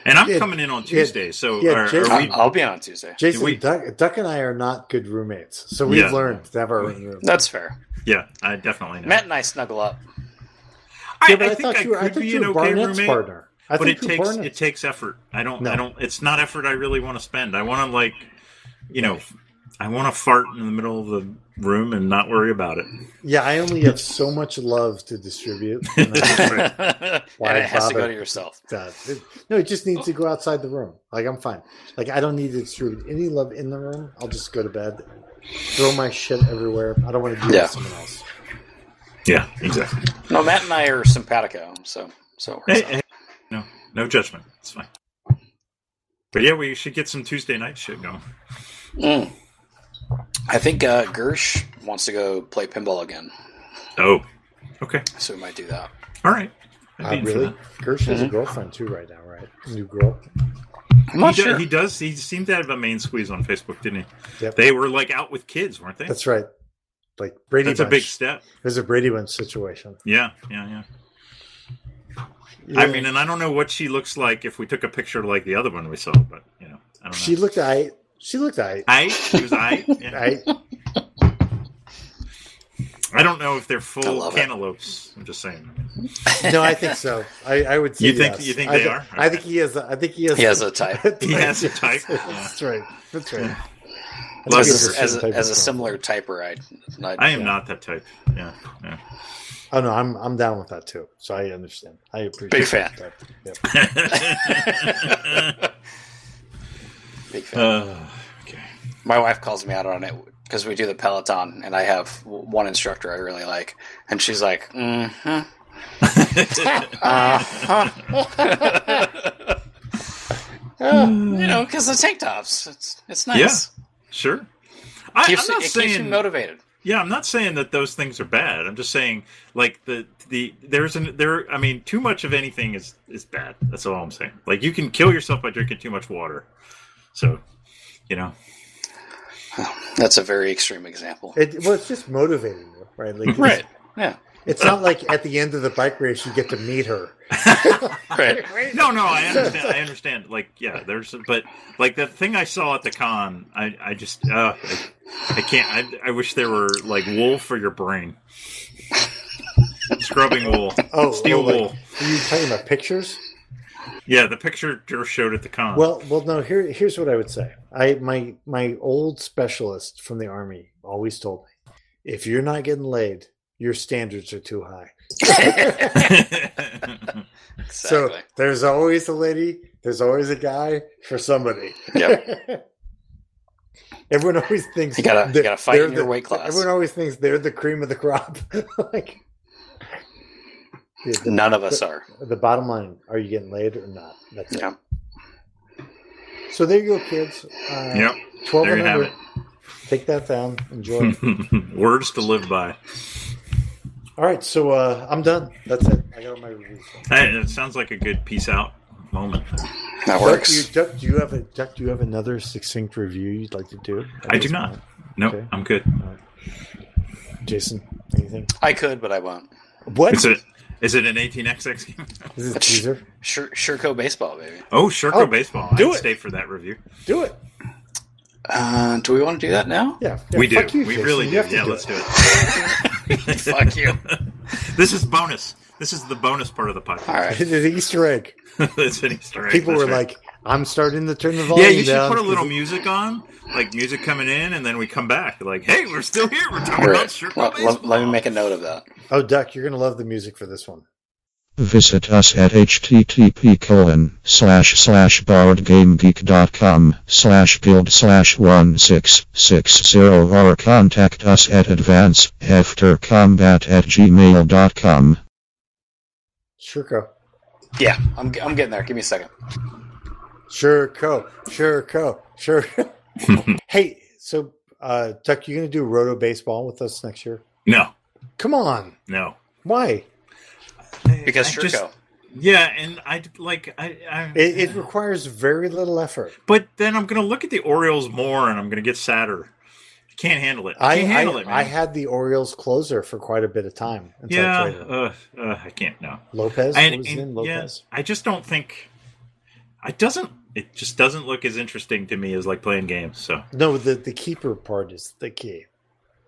Speaker 2: And I'm
Speaker 1: Yeah,
Speaker 2: coming in on
Speaker 1: yeah,
Speaker 2: Tuesday, so
Speaker 1: yeah,
Speaker 2: are, are
Speaker 1: Jason-
Speaker 2: we
Speaker 3: I'll, I'll be on Tuesday.
Speaker 1: Jason,
Speaker 2: we-
Speaker 1: Duck, Duck and I are not good roommates, so we've
Speaker 2: Yeah.
Speaker 1: learned to have our own room.
Speaker 3: That's fair.
Speaker 2: Yeah, I definitely know.
Speaker 3: Matt and I snuggle up.
Speaker 2: I,
Speaker 1: yeah, but I,
Speaker 2: I think
Speaker 1: thought
Speaker 2: I
Speaker 1: you were, I
Speaker 2: could
Speaker 1: thought
Speaker 2: be
Speaker 1: you
Speaker 2: an
Speaker 1: were
Speaker 2: okay
Speaker 1: Barnett's
Speaker 2: roommate,
Speaker 1: partner. I
Speaker 2: but it
Speaker 1: think you were
Speaker 2: takes
Speaker 1: Barnett's.
Speaker 2: it takes effort. I don't.
Speaker 1: No.
Speaker 2: I don't. It's not effort I really want to spend. I want to like, you know, I want to fart in the middle of the room and not worry about it.
Speaker 1: Yeah, I only have so much love to distribute. And I-
Speaker 3: and it has to
Speaker 1: bother?
Speaker 3: go to yourself.
Speaker 1: uh, it- no, it just needs to go outside the room. Like I'm fine. Like I don't need to distribute any love in the room. I'll just go to bed, throw my shit everywhere. I don't want to do
Speaker 3: Yeah.
Speaker 1: with someone else.
Speaker 2: Yeah, exactly.
Speaker 3: No, Matt and I are simpatico, so so it works
Speaker 2: Hey,
Speaker 3: out.
Speaker 2: hey, no, no judgment. It's fine. But yeah, we should get some Tuesday night shit going.
Speaker 3: Mm. I think uh, Gersh wants to go play pinball again,
Speaker 2: Oh, okay,
Speaker 3: so we might do that.
Speaker 2: all right. I'd
Speaker 1: Uh,
Speaker 2: be in for
Speaker 1: really?
Speaker 2: that. Mm-hmm.
Speaker 1: Gersh has a girlfriend too right now, right? New girl.
Speaker 3: I'm not
Speaker 2: he,
Speaker 3: sure.
Speaker 2: does, he does. He seemed to have a main squeeze on Facebook, didn't he?
Speaker 1: Yep.
Speaker 2: They were like out with kids, weren't they?
Speaker 1: That's right. Like Brady.
Speaker 2: That's a big
Speaker 1: Bunch.
Speaker 2: step.
Speaker 1: It was a Brady Bunch situation.
Speaker 2: Yeah, yeah, yeah.
Speaker 1: Yeah.
Speaker 2: I mean, and I don't know what she looks like if we took a picture like the other one we saw, but you know, I don't know.
Speaker 1: she looked. I. She looked. I.
Speaker 2: I she was I. Yeah.
Speaker 1: I.
Speaker 2: I don't know if they're
Speaker 3: I
Speaker 2: full
Speaker 3: love it.
Speaker 2: cantaloupes. I'm just saying.
Speaker 1: No, I think so. I, I would say
Speaker 2: You think-
Speaker 1: yes.
Speaker 2: you think
Speaker 1: I
Speaker 2: they
Speaker 1: thi-
Speaker 2: are?
Speaker 1: I think he has. A, I think he has.
Speaker 3: He has a type.
Speaker 2: He has a type,
Speaker 1: That's right. That's right. I think
Speaker 2: Love
Speaker 1: he has
Speaker 3: as
Speaker 2: her.
Speaker 1: a certain type
Speaker 3: a, as a, as a
Speaker 1: of girl.
Speaker 3: similar typer, I, I,
Speaker 2: I am not that type. Yeah,
Speaker 1: Oh no, I'm I'm down with that too. So I understand. I appreciate
Speaker 3: Big fan.
Speaker 1: that. Yep.
Speaker 2: yeah.
Speaker 3: big fan.
Speaker 2: uh, okay.
Speaker 3: My wife calls me out on it because we do the Peloton, and I have w- one instructor I really like, and she's like, mm-hmm. uh-huh. Uh, you know, because the tank tops, it's it's nice.
Speaker 2: Sure. I,
Speaker 3: Keeps,
Speaker 2: I'm not
Speaker 3: it keeps you
Speaker 2: saying.
Speaker 3: motivated.
Speaker 2: Yeah, I'm not saying that those things are bad. I'm just saying, like the the there's an there. I mean, too much of anything is is bad. That's all I'm saying. Like you can kill yourself by drinking too much water. So, you know,
Speaker 3: That's a very extreme example.
Speaker 1: It, well, it's just motivating you, right? Like, it's-
Speaker 3: right. Yeah.
Speaker 1: It's not like at the end of the bike race you get to meet her.
Speaker 3: Right.
Speaker 2: No, no, I understand. I understand. Like, yeah, there's, but like the thing I saw at the con, I, I just, uh, I, I can't. I, I wish there were like wool for your brain, scrubbing wool,
Speaker 1: Oh,
Speaker 2: steel
Speaker 1: oh, like-
Speaker 2: wool.
Speaker 1: Are you talking about pictures?
Speaker 2: Yeah, the picture Joe showed at the con.
Speaker 1: Well, well, no. Here, here's what I would say. I my my old specialist from the army always told me, if you're not getting laid, your standards are too high.
Speaker 3: Exactly.
Speaker 1: So there's always a lady, there's always a guy for somebody.
Speaker 3: Yep.
Speaker 1: everyone always thinks
Speaker 3: You gotta- you
Speaker 1: that
Speaker 3: gotta fight
Speaker 1: they're
Speaker 3: in your
Speaker 1: the-
Speaker 3: weight class.
Speaker 1: Everyone always thinks they're the cream of the crop. like the,
Speaker 3: None of us are.
Speaker 1: the bottom line: Are you getting laid or not? That's it.
Speaker 3: Yeah.
Speaker 1: So there you go, kids. Uh,
Speaker 2: yep,
Speaker 1: Twelve
Speaker 2: there
Speaker 1: and
Speaker 2: you have
Speaker 1: under.
Speaker 2: it.
Speaker 1: Take that down. Enjoy.
Speaker 2: Words to live by.
Speaker 1: All right, so uh, I'm done. That's it. I got all my reviews.
Speaker 2: Hey, It sounds like a good peace out moment.
Speaker 1: Duck,
Speaker 3: That
Speaker 1: do you,
Speaker 3: works.
Speaker 1: Duck, do you have a Duck? Do you have another succinct review you'd like to do?
Speaker 2: I do not. Nope,
Speaker 1: Okay.
Speaker 2: I'm good.
Speaker 1: Jason, anything?
Speaker 3: I could, but I won't.
Speaker 1: What
Speaker 2: Is it? Is it an 18xx game?
Speaker 1: This is a teaser.
Speaker 3: Sure, Sherco baseball, baby.
Speaker 2: Oh, Sherco
Speaker 1: Oh,
Speaker 2: baseball.
Speaker 1: do
Speaker 2: I'd
Speaker 1: it.
Speaker 2: stay for that review.
Speaker 1: Do it.
Speaker 3: Uh, do we want to do that now?
Speaker 1: Yeah,
Speaker 2: we
Speaker 1: yeah,
Speaker 2: do.
Speaker 1: fuck you,
Speaker 2: we
Speaker 1: Jason.
Speaker 2: really
Speaker 1: You
Speaker 2: do.
Speaker 1: have to
Speaker 2: Yeah,
Speaker 1: do
Speaker 2: let's
Speaker 1: it.
Speaker 2: do it.
Speaker 3: Fuck you.
Speaker 2: This is bonus. This is the bonus part of the
Speaker 3: All
Speaker 2: podcast.
Speaker 3: right.
Speaker 1: It's an Easter egg.
Speaker 2: it's an Easter egg.
Speaker 1: People
Speaker 2: that's
Speaker 1: were
Speaker 2: right.
Speaker 1: like, "I'm starting to turn the volume
Speaker 2: "Yeah, you should
Speaker 1: down
Speaker 2: put a
Speaker 1: 'cause
Speaker 2: little
Speaker 1: it-
Speaker 2: music on, like music coming in, and then we come back. Like, hey, we're still here. We're talking
Speaker 3: All
Speaker 2: about
Speaker 3: right.
Speaker 2: Sherco
Speaker 3: Let,
Speaker 2: baseball.
Speaker 3: let- let me make a note of that.
Speaker 1: Oh, Duck, you're gonna love the music for this one.
Speaker 8: Visit us at http colon slash slash borrowedgamegeek.com slash guild slash 1660 or contact us at advanceheftercombat at gmail.com.
Speaker 1: Sherco,
Speaker 3: Yeah, I'm, I'm getting there. Give me a second.
Speaker 1: Sherco, Sherco, Sure. hey, so uh, Duck, you gonna do roto baseball with us next year?
Speaker 2: No,
Speaker 1: Come on,
Speaker 2: no.
Speaker 1: why?
Speaker 3: Because
Speaker 2: I
Speaker 3: Sherco.
Speaker 2: just- yeah, and I like I. I
Speaker 1: It, it requires very little effort.
Speaker 2: but then I'm gonna look at the Orioles more, and I'm gonna get sadder. I can't handle it. I
Speaker 1: I
Speaker 2: can't handle
Speaker 1: I,
Speaker 2: it, man.
Speaker 1: I had the Orioles closer for quite a bit of time. Until I
Speaker 2: yeah,
Speaker 1: traded him.
Speaker 2: uh, uh, I can't. No,
Speaker 1: Lopez.
Speaker 2: and,
Speaker 1: what was his
Speaker 2: and,
Speaker 1: name?
Speaker 2: yeah,
Speaker 1: Lopez.
Speaker 2: I just don't think it doesn't. It just doesn't look as interesting to me as like playing games. So
Speaker 1: No, the the keeper part is the key.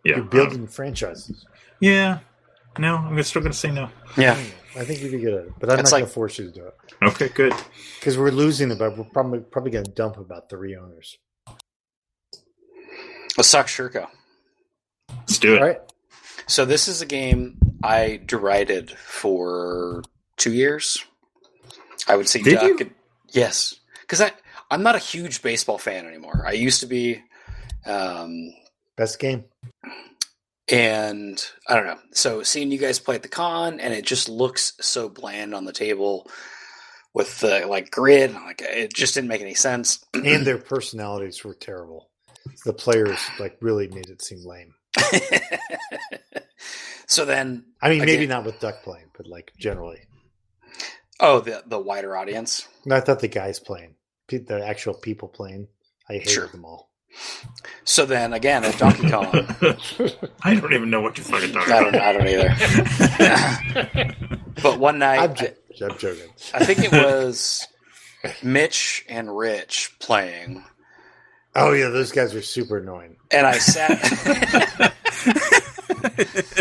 Speaker 2: yeah,
Speaker 1: You're building franchises.
Speaker 2: Um, yeah. No, I'm still gonna say no.
Speaker 3: Yeah.
Speaker 1: I think you'd be good at it, but I'm
Speaker 3: It's
Speaker 1: not
Speaker 3: like-
Speaker 1: going to force you to do it
Speaker 2: Okay, good.
Speaker 1: because we're losing about. We're probably probably going to dump about three owners.
Speaker 3: Let's talk Sherco.
Speaker 2: Let's do it.
Speaker 1: All right.
Speaker 3: So this is a game I derided for two years. I would say
Speaker 2: Did
Speaker 3: Duck
Speaker 2: you?
Speaker 3: and- yes, because I I'm not a huge baseball fan anymore. I used to be, um,
Speaker 1: Best game.
Speaker 3: and I don't know. So seeing you guys play at the con, and it just looks so bland on the table with the like grid. Like it just didn't make any sense.
Speaker 1: And their personalities were terrible. The players like really made it seem lame.
Speaker 3: so then,
Speaker 1: I mean, maybe
Speaker 3: Again.
Speaker 1: not with duck playing, but like generally.
Speaker 3: oh, the the wider audience.
Speaker 1: And I thought the guys playing, pe- the actual people playing, I hated
Speaker 3: Sure.
Speaker 1: them all.
Speaker 3: So then again at Donkey Kong.
Speaker 2: I don't even know what you're fucking talking
Speaker 3: I don't,
Speaker 2: about.
Speaker 3: I don't either. but one night,
Speaker 1: I'm,
Speaker 3: I,
Speaker 1: jo- I'm joking.
Speaker 3: I think it was Mitch and Rich playing,
Speaker 1: Oh yeah, those guys were super annoying.
Speaker 3: and I sat.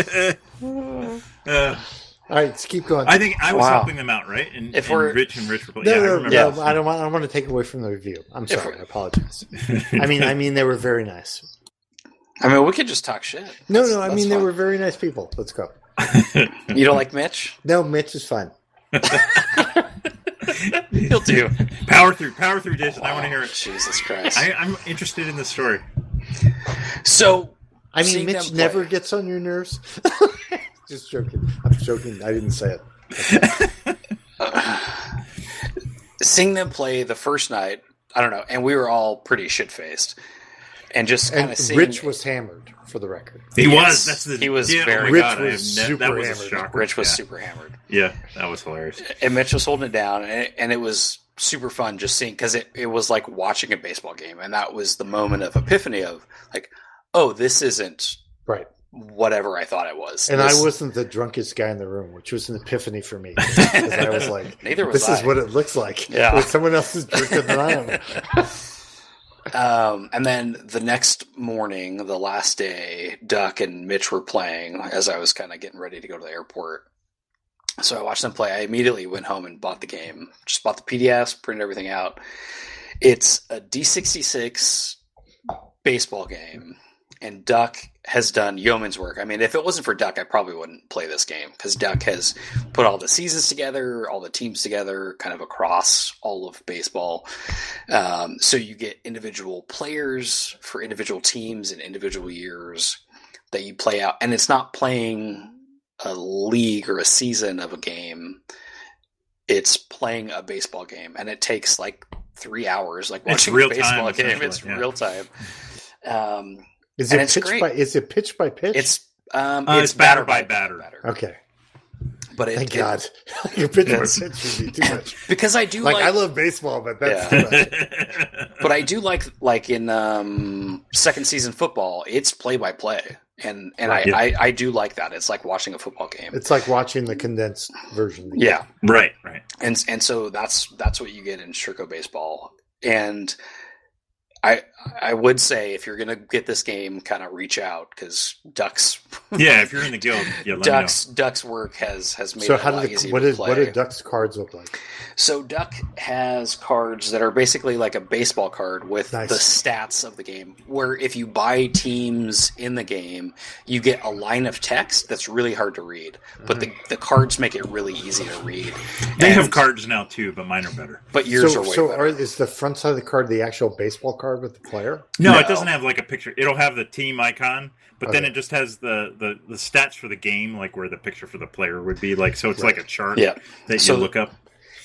Speaker 2: Uh,
Speaker 1: All right, let's keep going.
Speaker 2: I think I was
Speaker 3: Wow.
Speaker 2: helping them out, right. And,
Speaker 3: If
Speaker 2: and
Speaker 3: we're-
Speaker 2: rich and rich, were playing.
Speaker 1: no,
Speaker 2: yeah, I
Speaker 1: no,
Speaker 2: remember.
Speaker 1: no,
Speaker 2: this.
Speaker 1: I don't want. I don't want to take away from the review. I'm
Speaker 3: If
Speaker 1: sorry.
Speaker 3: we-
Speaker 1: I apologize. I mean, I mean, they were very nice.
Speaker 3: I mean, we could just talk shit.
Speaker 1: No,
Speaker 3: That's-
Speaker 1: no, I
Speaker 3: that's
Speaker 1: mean they
Speaker 3: fine.
Speaker 1: were very nice people. Let's go.
Speaker 3: You don't like Mitch?
Speaker 1: No, Mitch is fine.
Speaker 3: He'll do.
Speaker 2: power through, power through, Jason. I want to hear it.
Speaker 3: Jesus Christ.
Speaker 2: I, I'm interested in the story.
Speaker 3: so
Speaker 1: I mean,
Speaker 3: Seeing them
Speaker 1: Mitch
Speaker 3: play.
Speaker 1: never gets on your nerves. Just joking. I'm joking. I didn't say it.
Speaker 3: seeing them play the first night, I don't know, and we were all pretty shit faced, and just kind
Speaker 1: And
Speaker 3: of seeing
Speaker 1: Rich was hammered, for the record.
Speaker 2: He was.
Speaker 3: Yes.
Speaker 2: That's the.
Speaker 3: He was
Speaker 2: yeah,
Speaker 3: very-
Speaker 2: oh my
Speaker 1: Rich
Speaker 2: God, I
Speaker 1: was
Speaker 2: have ne-
Speaker 1: super
Speaker 2: That was a
Speaker 1: hammered.
Speaker 2: shocker.
Speaker 3: Rich was
Speaker 2: yeah.
Speaker 3: super hammered.
Speaker 2: Yeah, that was hilarious.
Speaker 3: and Mitch was holding it down, and it, and it was super fun just seeing because it, it was like watching a baseball game and that was the moment of epiphany of like oh this isn't
Speaker 1: Right.
Speaker 3: whatever i thought it was
Speaker 1: And
Speaker 3: This-
Speaker 1: I wasn't the drunkest guy in the room, which was an epiphany for me. 'Cause I was like,
Speaker 3: neither was
Speaker 1: this
Speaker 3: I.
Speaker 1: is what it looks like.
Speaker 3: Yeah.
Speaker 1: When someone else is drinking than I am.
Speaker 3: Um, and then the next morning, the last day, Duck and Mitch were playing as I was kind of getting ready to go to the airport. So I watched them play. I immediately went home and bought the game. Just bought the PDFs, printed everything out. It's a D66 baseball game, and Duck has done yeoman's work. I mean, if it wasn't for Duck, I probably wouldn't play this game because Duck has put all the seasons together, all the teams together, kind of across all of baseball. Um, so you get individual players for individual teams and individual years that you play out, and it's not playing a league or a season of a game. It's playing a baseball game, and it takes like three hours, like
Speaker 2: It's
Speaker 3: watching
Speaker 2: real
Speaker 3: a baseball
Speaker 2: time,
Speaker 3: game.
Speaker 2: essentially,
Speaker 3: It's
Speaker 2: yeah. Hmm.
Speaker 3: real time. Um,
Speaker 1: Is
Speaker 3: And
Speaker 1: it
Speaker 3: it's
Speaker 1: pitch
Speaker 3: great.
Speaker 1: by is it pitch by pitch?
Speaker 3: it's um,
Speaker 2: Uh,
Speaker 3: it's, batter by batter,
Speaker 1: okay.
Speaker 3: but it,
Speaker 1: Thank
Speaker 3: it-
Speaker 1: God. Your pitch by
Speaker 2: It's-
Speaker 1: pitch would be too much.
Speaker 3: because I do
Speaker 1: Like,
Speaker 3: like,
Speaker 1: I love baseball, but that's
Speaker 3: Yeah.
Speaker 1: too much.
Speaker 3: but I do like like in um, second season football, it's play by play, and and I,
Speaker 2: Yeah.
Speaker 3: I I do like that. It's like watching a football game.
Speaker 1: It's like watching the condensed version.
Speaker 3: yeah,
Speaker 2: right, right.
Speaker 3: and and so that's that's what you get in Shirko baseball. And I I would say if you're gonna get this game, kind of reach out because Ducks
Speaker 2: Yeah, if you're in the guild, yeah, let
Speaker 3: Ducks Ducks work has has made
Speaker 1: So
Speaker 3: it a
Speaker 1: how
Speaker 3: lot
Speaker 1: did the,
Speaker 3: easier
Speaker 1: what
Speaker 3: to
Speaker 1: did
Speaker 3: play.
Speaker 1: what did Duck's cards look like?
Speaker 3: So Duck has cards that are basically like a baseball card with
Speaker 1: Nice.
Speaker 3: the stats of the game. Where if you buy teams in the game, you get a line of text that's really hard to read, but the, the cards make it really easy to read.
Speaker 2: me know. They have
Speaker 3: And-
Speaker 2: cards now too, but mine are better.
Speaker 3: but yours
Speaker 1: So,
Speaker 3: are way
Speaker 1: so
Speaker 3: better.
Speaker 1: are, is the front side of the card the actual baseball card with the player?
Speaker 2: No, it
Speaker 3: No.
Speaker 2: doesn't have like a picture. It'll have the team icon, but then
Speaker 1: Okay.
Speaker 2: it just has the, the the stats for the game, like where the picture for the player would be. Like so, it's like a chart
Speaker 3: Yeah.
Speaker 2: that
Speaker 3: So-
Speaker 2: you look up.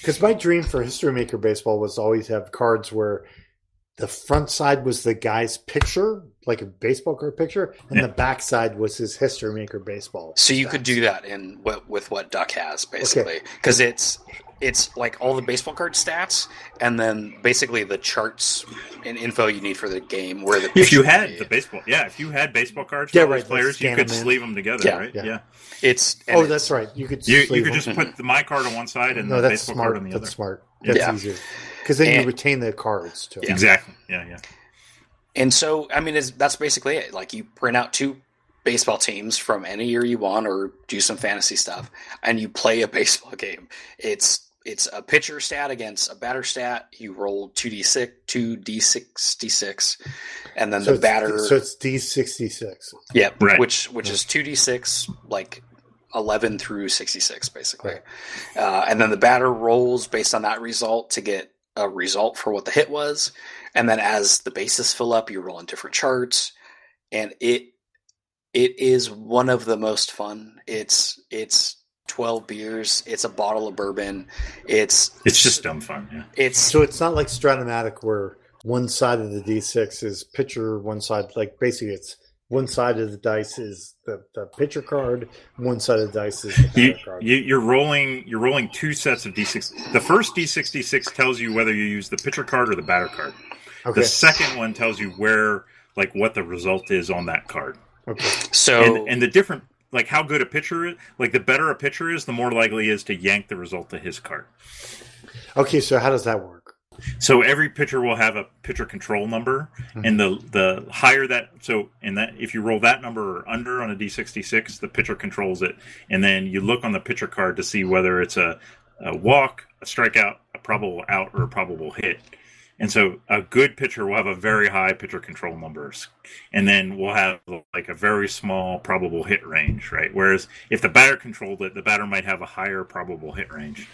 Speaker 1: Because my dream for History Maker Baseball was to always have cards where the front side was the guy's picture, like a baseball card picture, and the back side was his History Maker Baseball.
Speaker 3: So you
Speaker 1: stats.
Speaker 3: could do that in what with what Duck has basically, because it's it's like all the baseball card stats, and then basically the charts and info you need for the game. Where the
Speaker 2: If you
Speaker 3: picture
Speaker 2: had
Speaker 3: would be.
Speaker 2: the baseball, yeah, if you had baseball cards
Speaker 1: Yeah,
Speaker 2: for
Speaker 1: right,
Speaker 2: those
Speaker 1: like
Speaker 2: players, you
Speaker 1: scan
Speaker 2: could
Speaker 1: them in.
Speaker 2: sleeve them together,
Speaker 3: Yeah.
Speaker 2: right?
Speaker 1: Yeah.
Speaker 3: it's and
Speaker 1: Oh,
Speaker 3: it's-
Speaker 1: that's right. You could
Speaker 2: You, you
Speaker 1: sleeve
Speaker 2: could
Speaker 1: them.
Speaker 2: just put the, my card on one side and
Speaker 1: no,
Speaker 2: the
Speaker 1: that's
Speaker 2: baseball card
Speaker 1: smart.
Speaker 2: on the
Speaker 1: That's
Speaker 2: other.
Speaker 1: smart. That's
Speaker 3: Yeah.
Speaker 1: easier because then
Speaker 3: And-
Speaker 1: you retain the cards too.
Speaker 2: Exactly. Yeah, yeah.
Speaker 3: And so, I mean, is that's basically it. Like, you print out two baseball teams from any year you want, or do some fantasy stuff, and you play a baseball game. It's it's a pitcher stat against a batter stat. You roll two d six, two d sixty six, and then
Speaker 1: So
Speaker 3: the
Speaker 1: it's,
Speaker 3: batter.
Speaker 1: So it's D sixty six.
Speaker 3: Yep.
Speaker 2: Right.
Speaker 3: Which which is two d six like eleven through sixty six basically, uh, and then the batter rolls based on that result to get a result for what the hit was, and then as the bases fill up, you roll in different charts, and it it is one of the most fun. It's it's twelve beers. It's a bottle of bourbon. It's
Speaker 2: It's just dumb fun. Yeah.
Speaker 3: it's
Speaker 1: So it's not like Stratomatic where one side of the D6 is pitcher, one side, like basically it's one side of the dice is the, the pitcher card, one side of the dice is the
Speaker 2: You,
Speaker 1: batter card.
Speaker 2: you, you're rolling. You're rolling two sets of d6. The first d66 tells you whether you use the pitcher card or the batter card.
Speaker 1: okay.
Speaker 2: The second one tells you where, like, what the result is on that card,
Speaker 1: okay.
Speaker 3: so
Speaker 2: and and the different, like, how good a pitcher, is, like, the better a pitcher is, the more likely he is to yank the result to his card.
Speaker 1: Okay. So how does that work?
Speaker 2: So every pitcher will have a pitcher control number, and the the higher that so and that if you roll that number or under on a d sixty six, the pitcher controls it, and then you look on the pitcher card to see whether it's a, a walk, a strikeout, a probable out, or a probable hit. And so a good pitcher will have a very high pitcher control numbers, and then we'll have like a very small probable hit range, right? Whereas if the batter controlled it, the batter might have a higher probable hit range.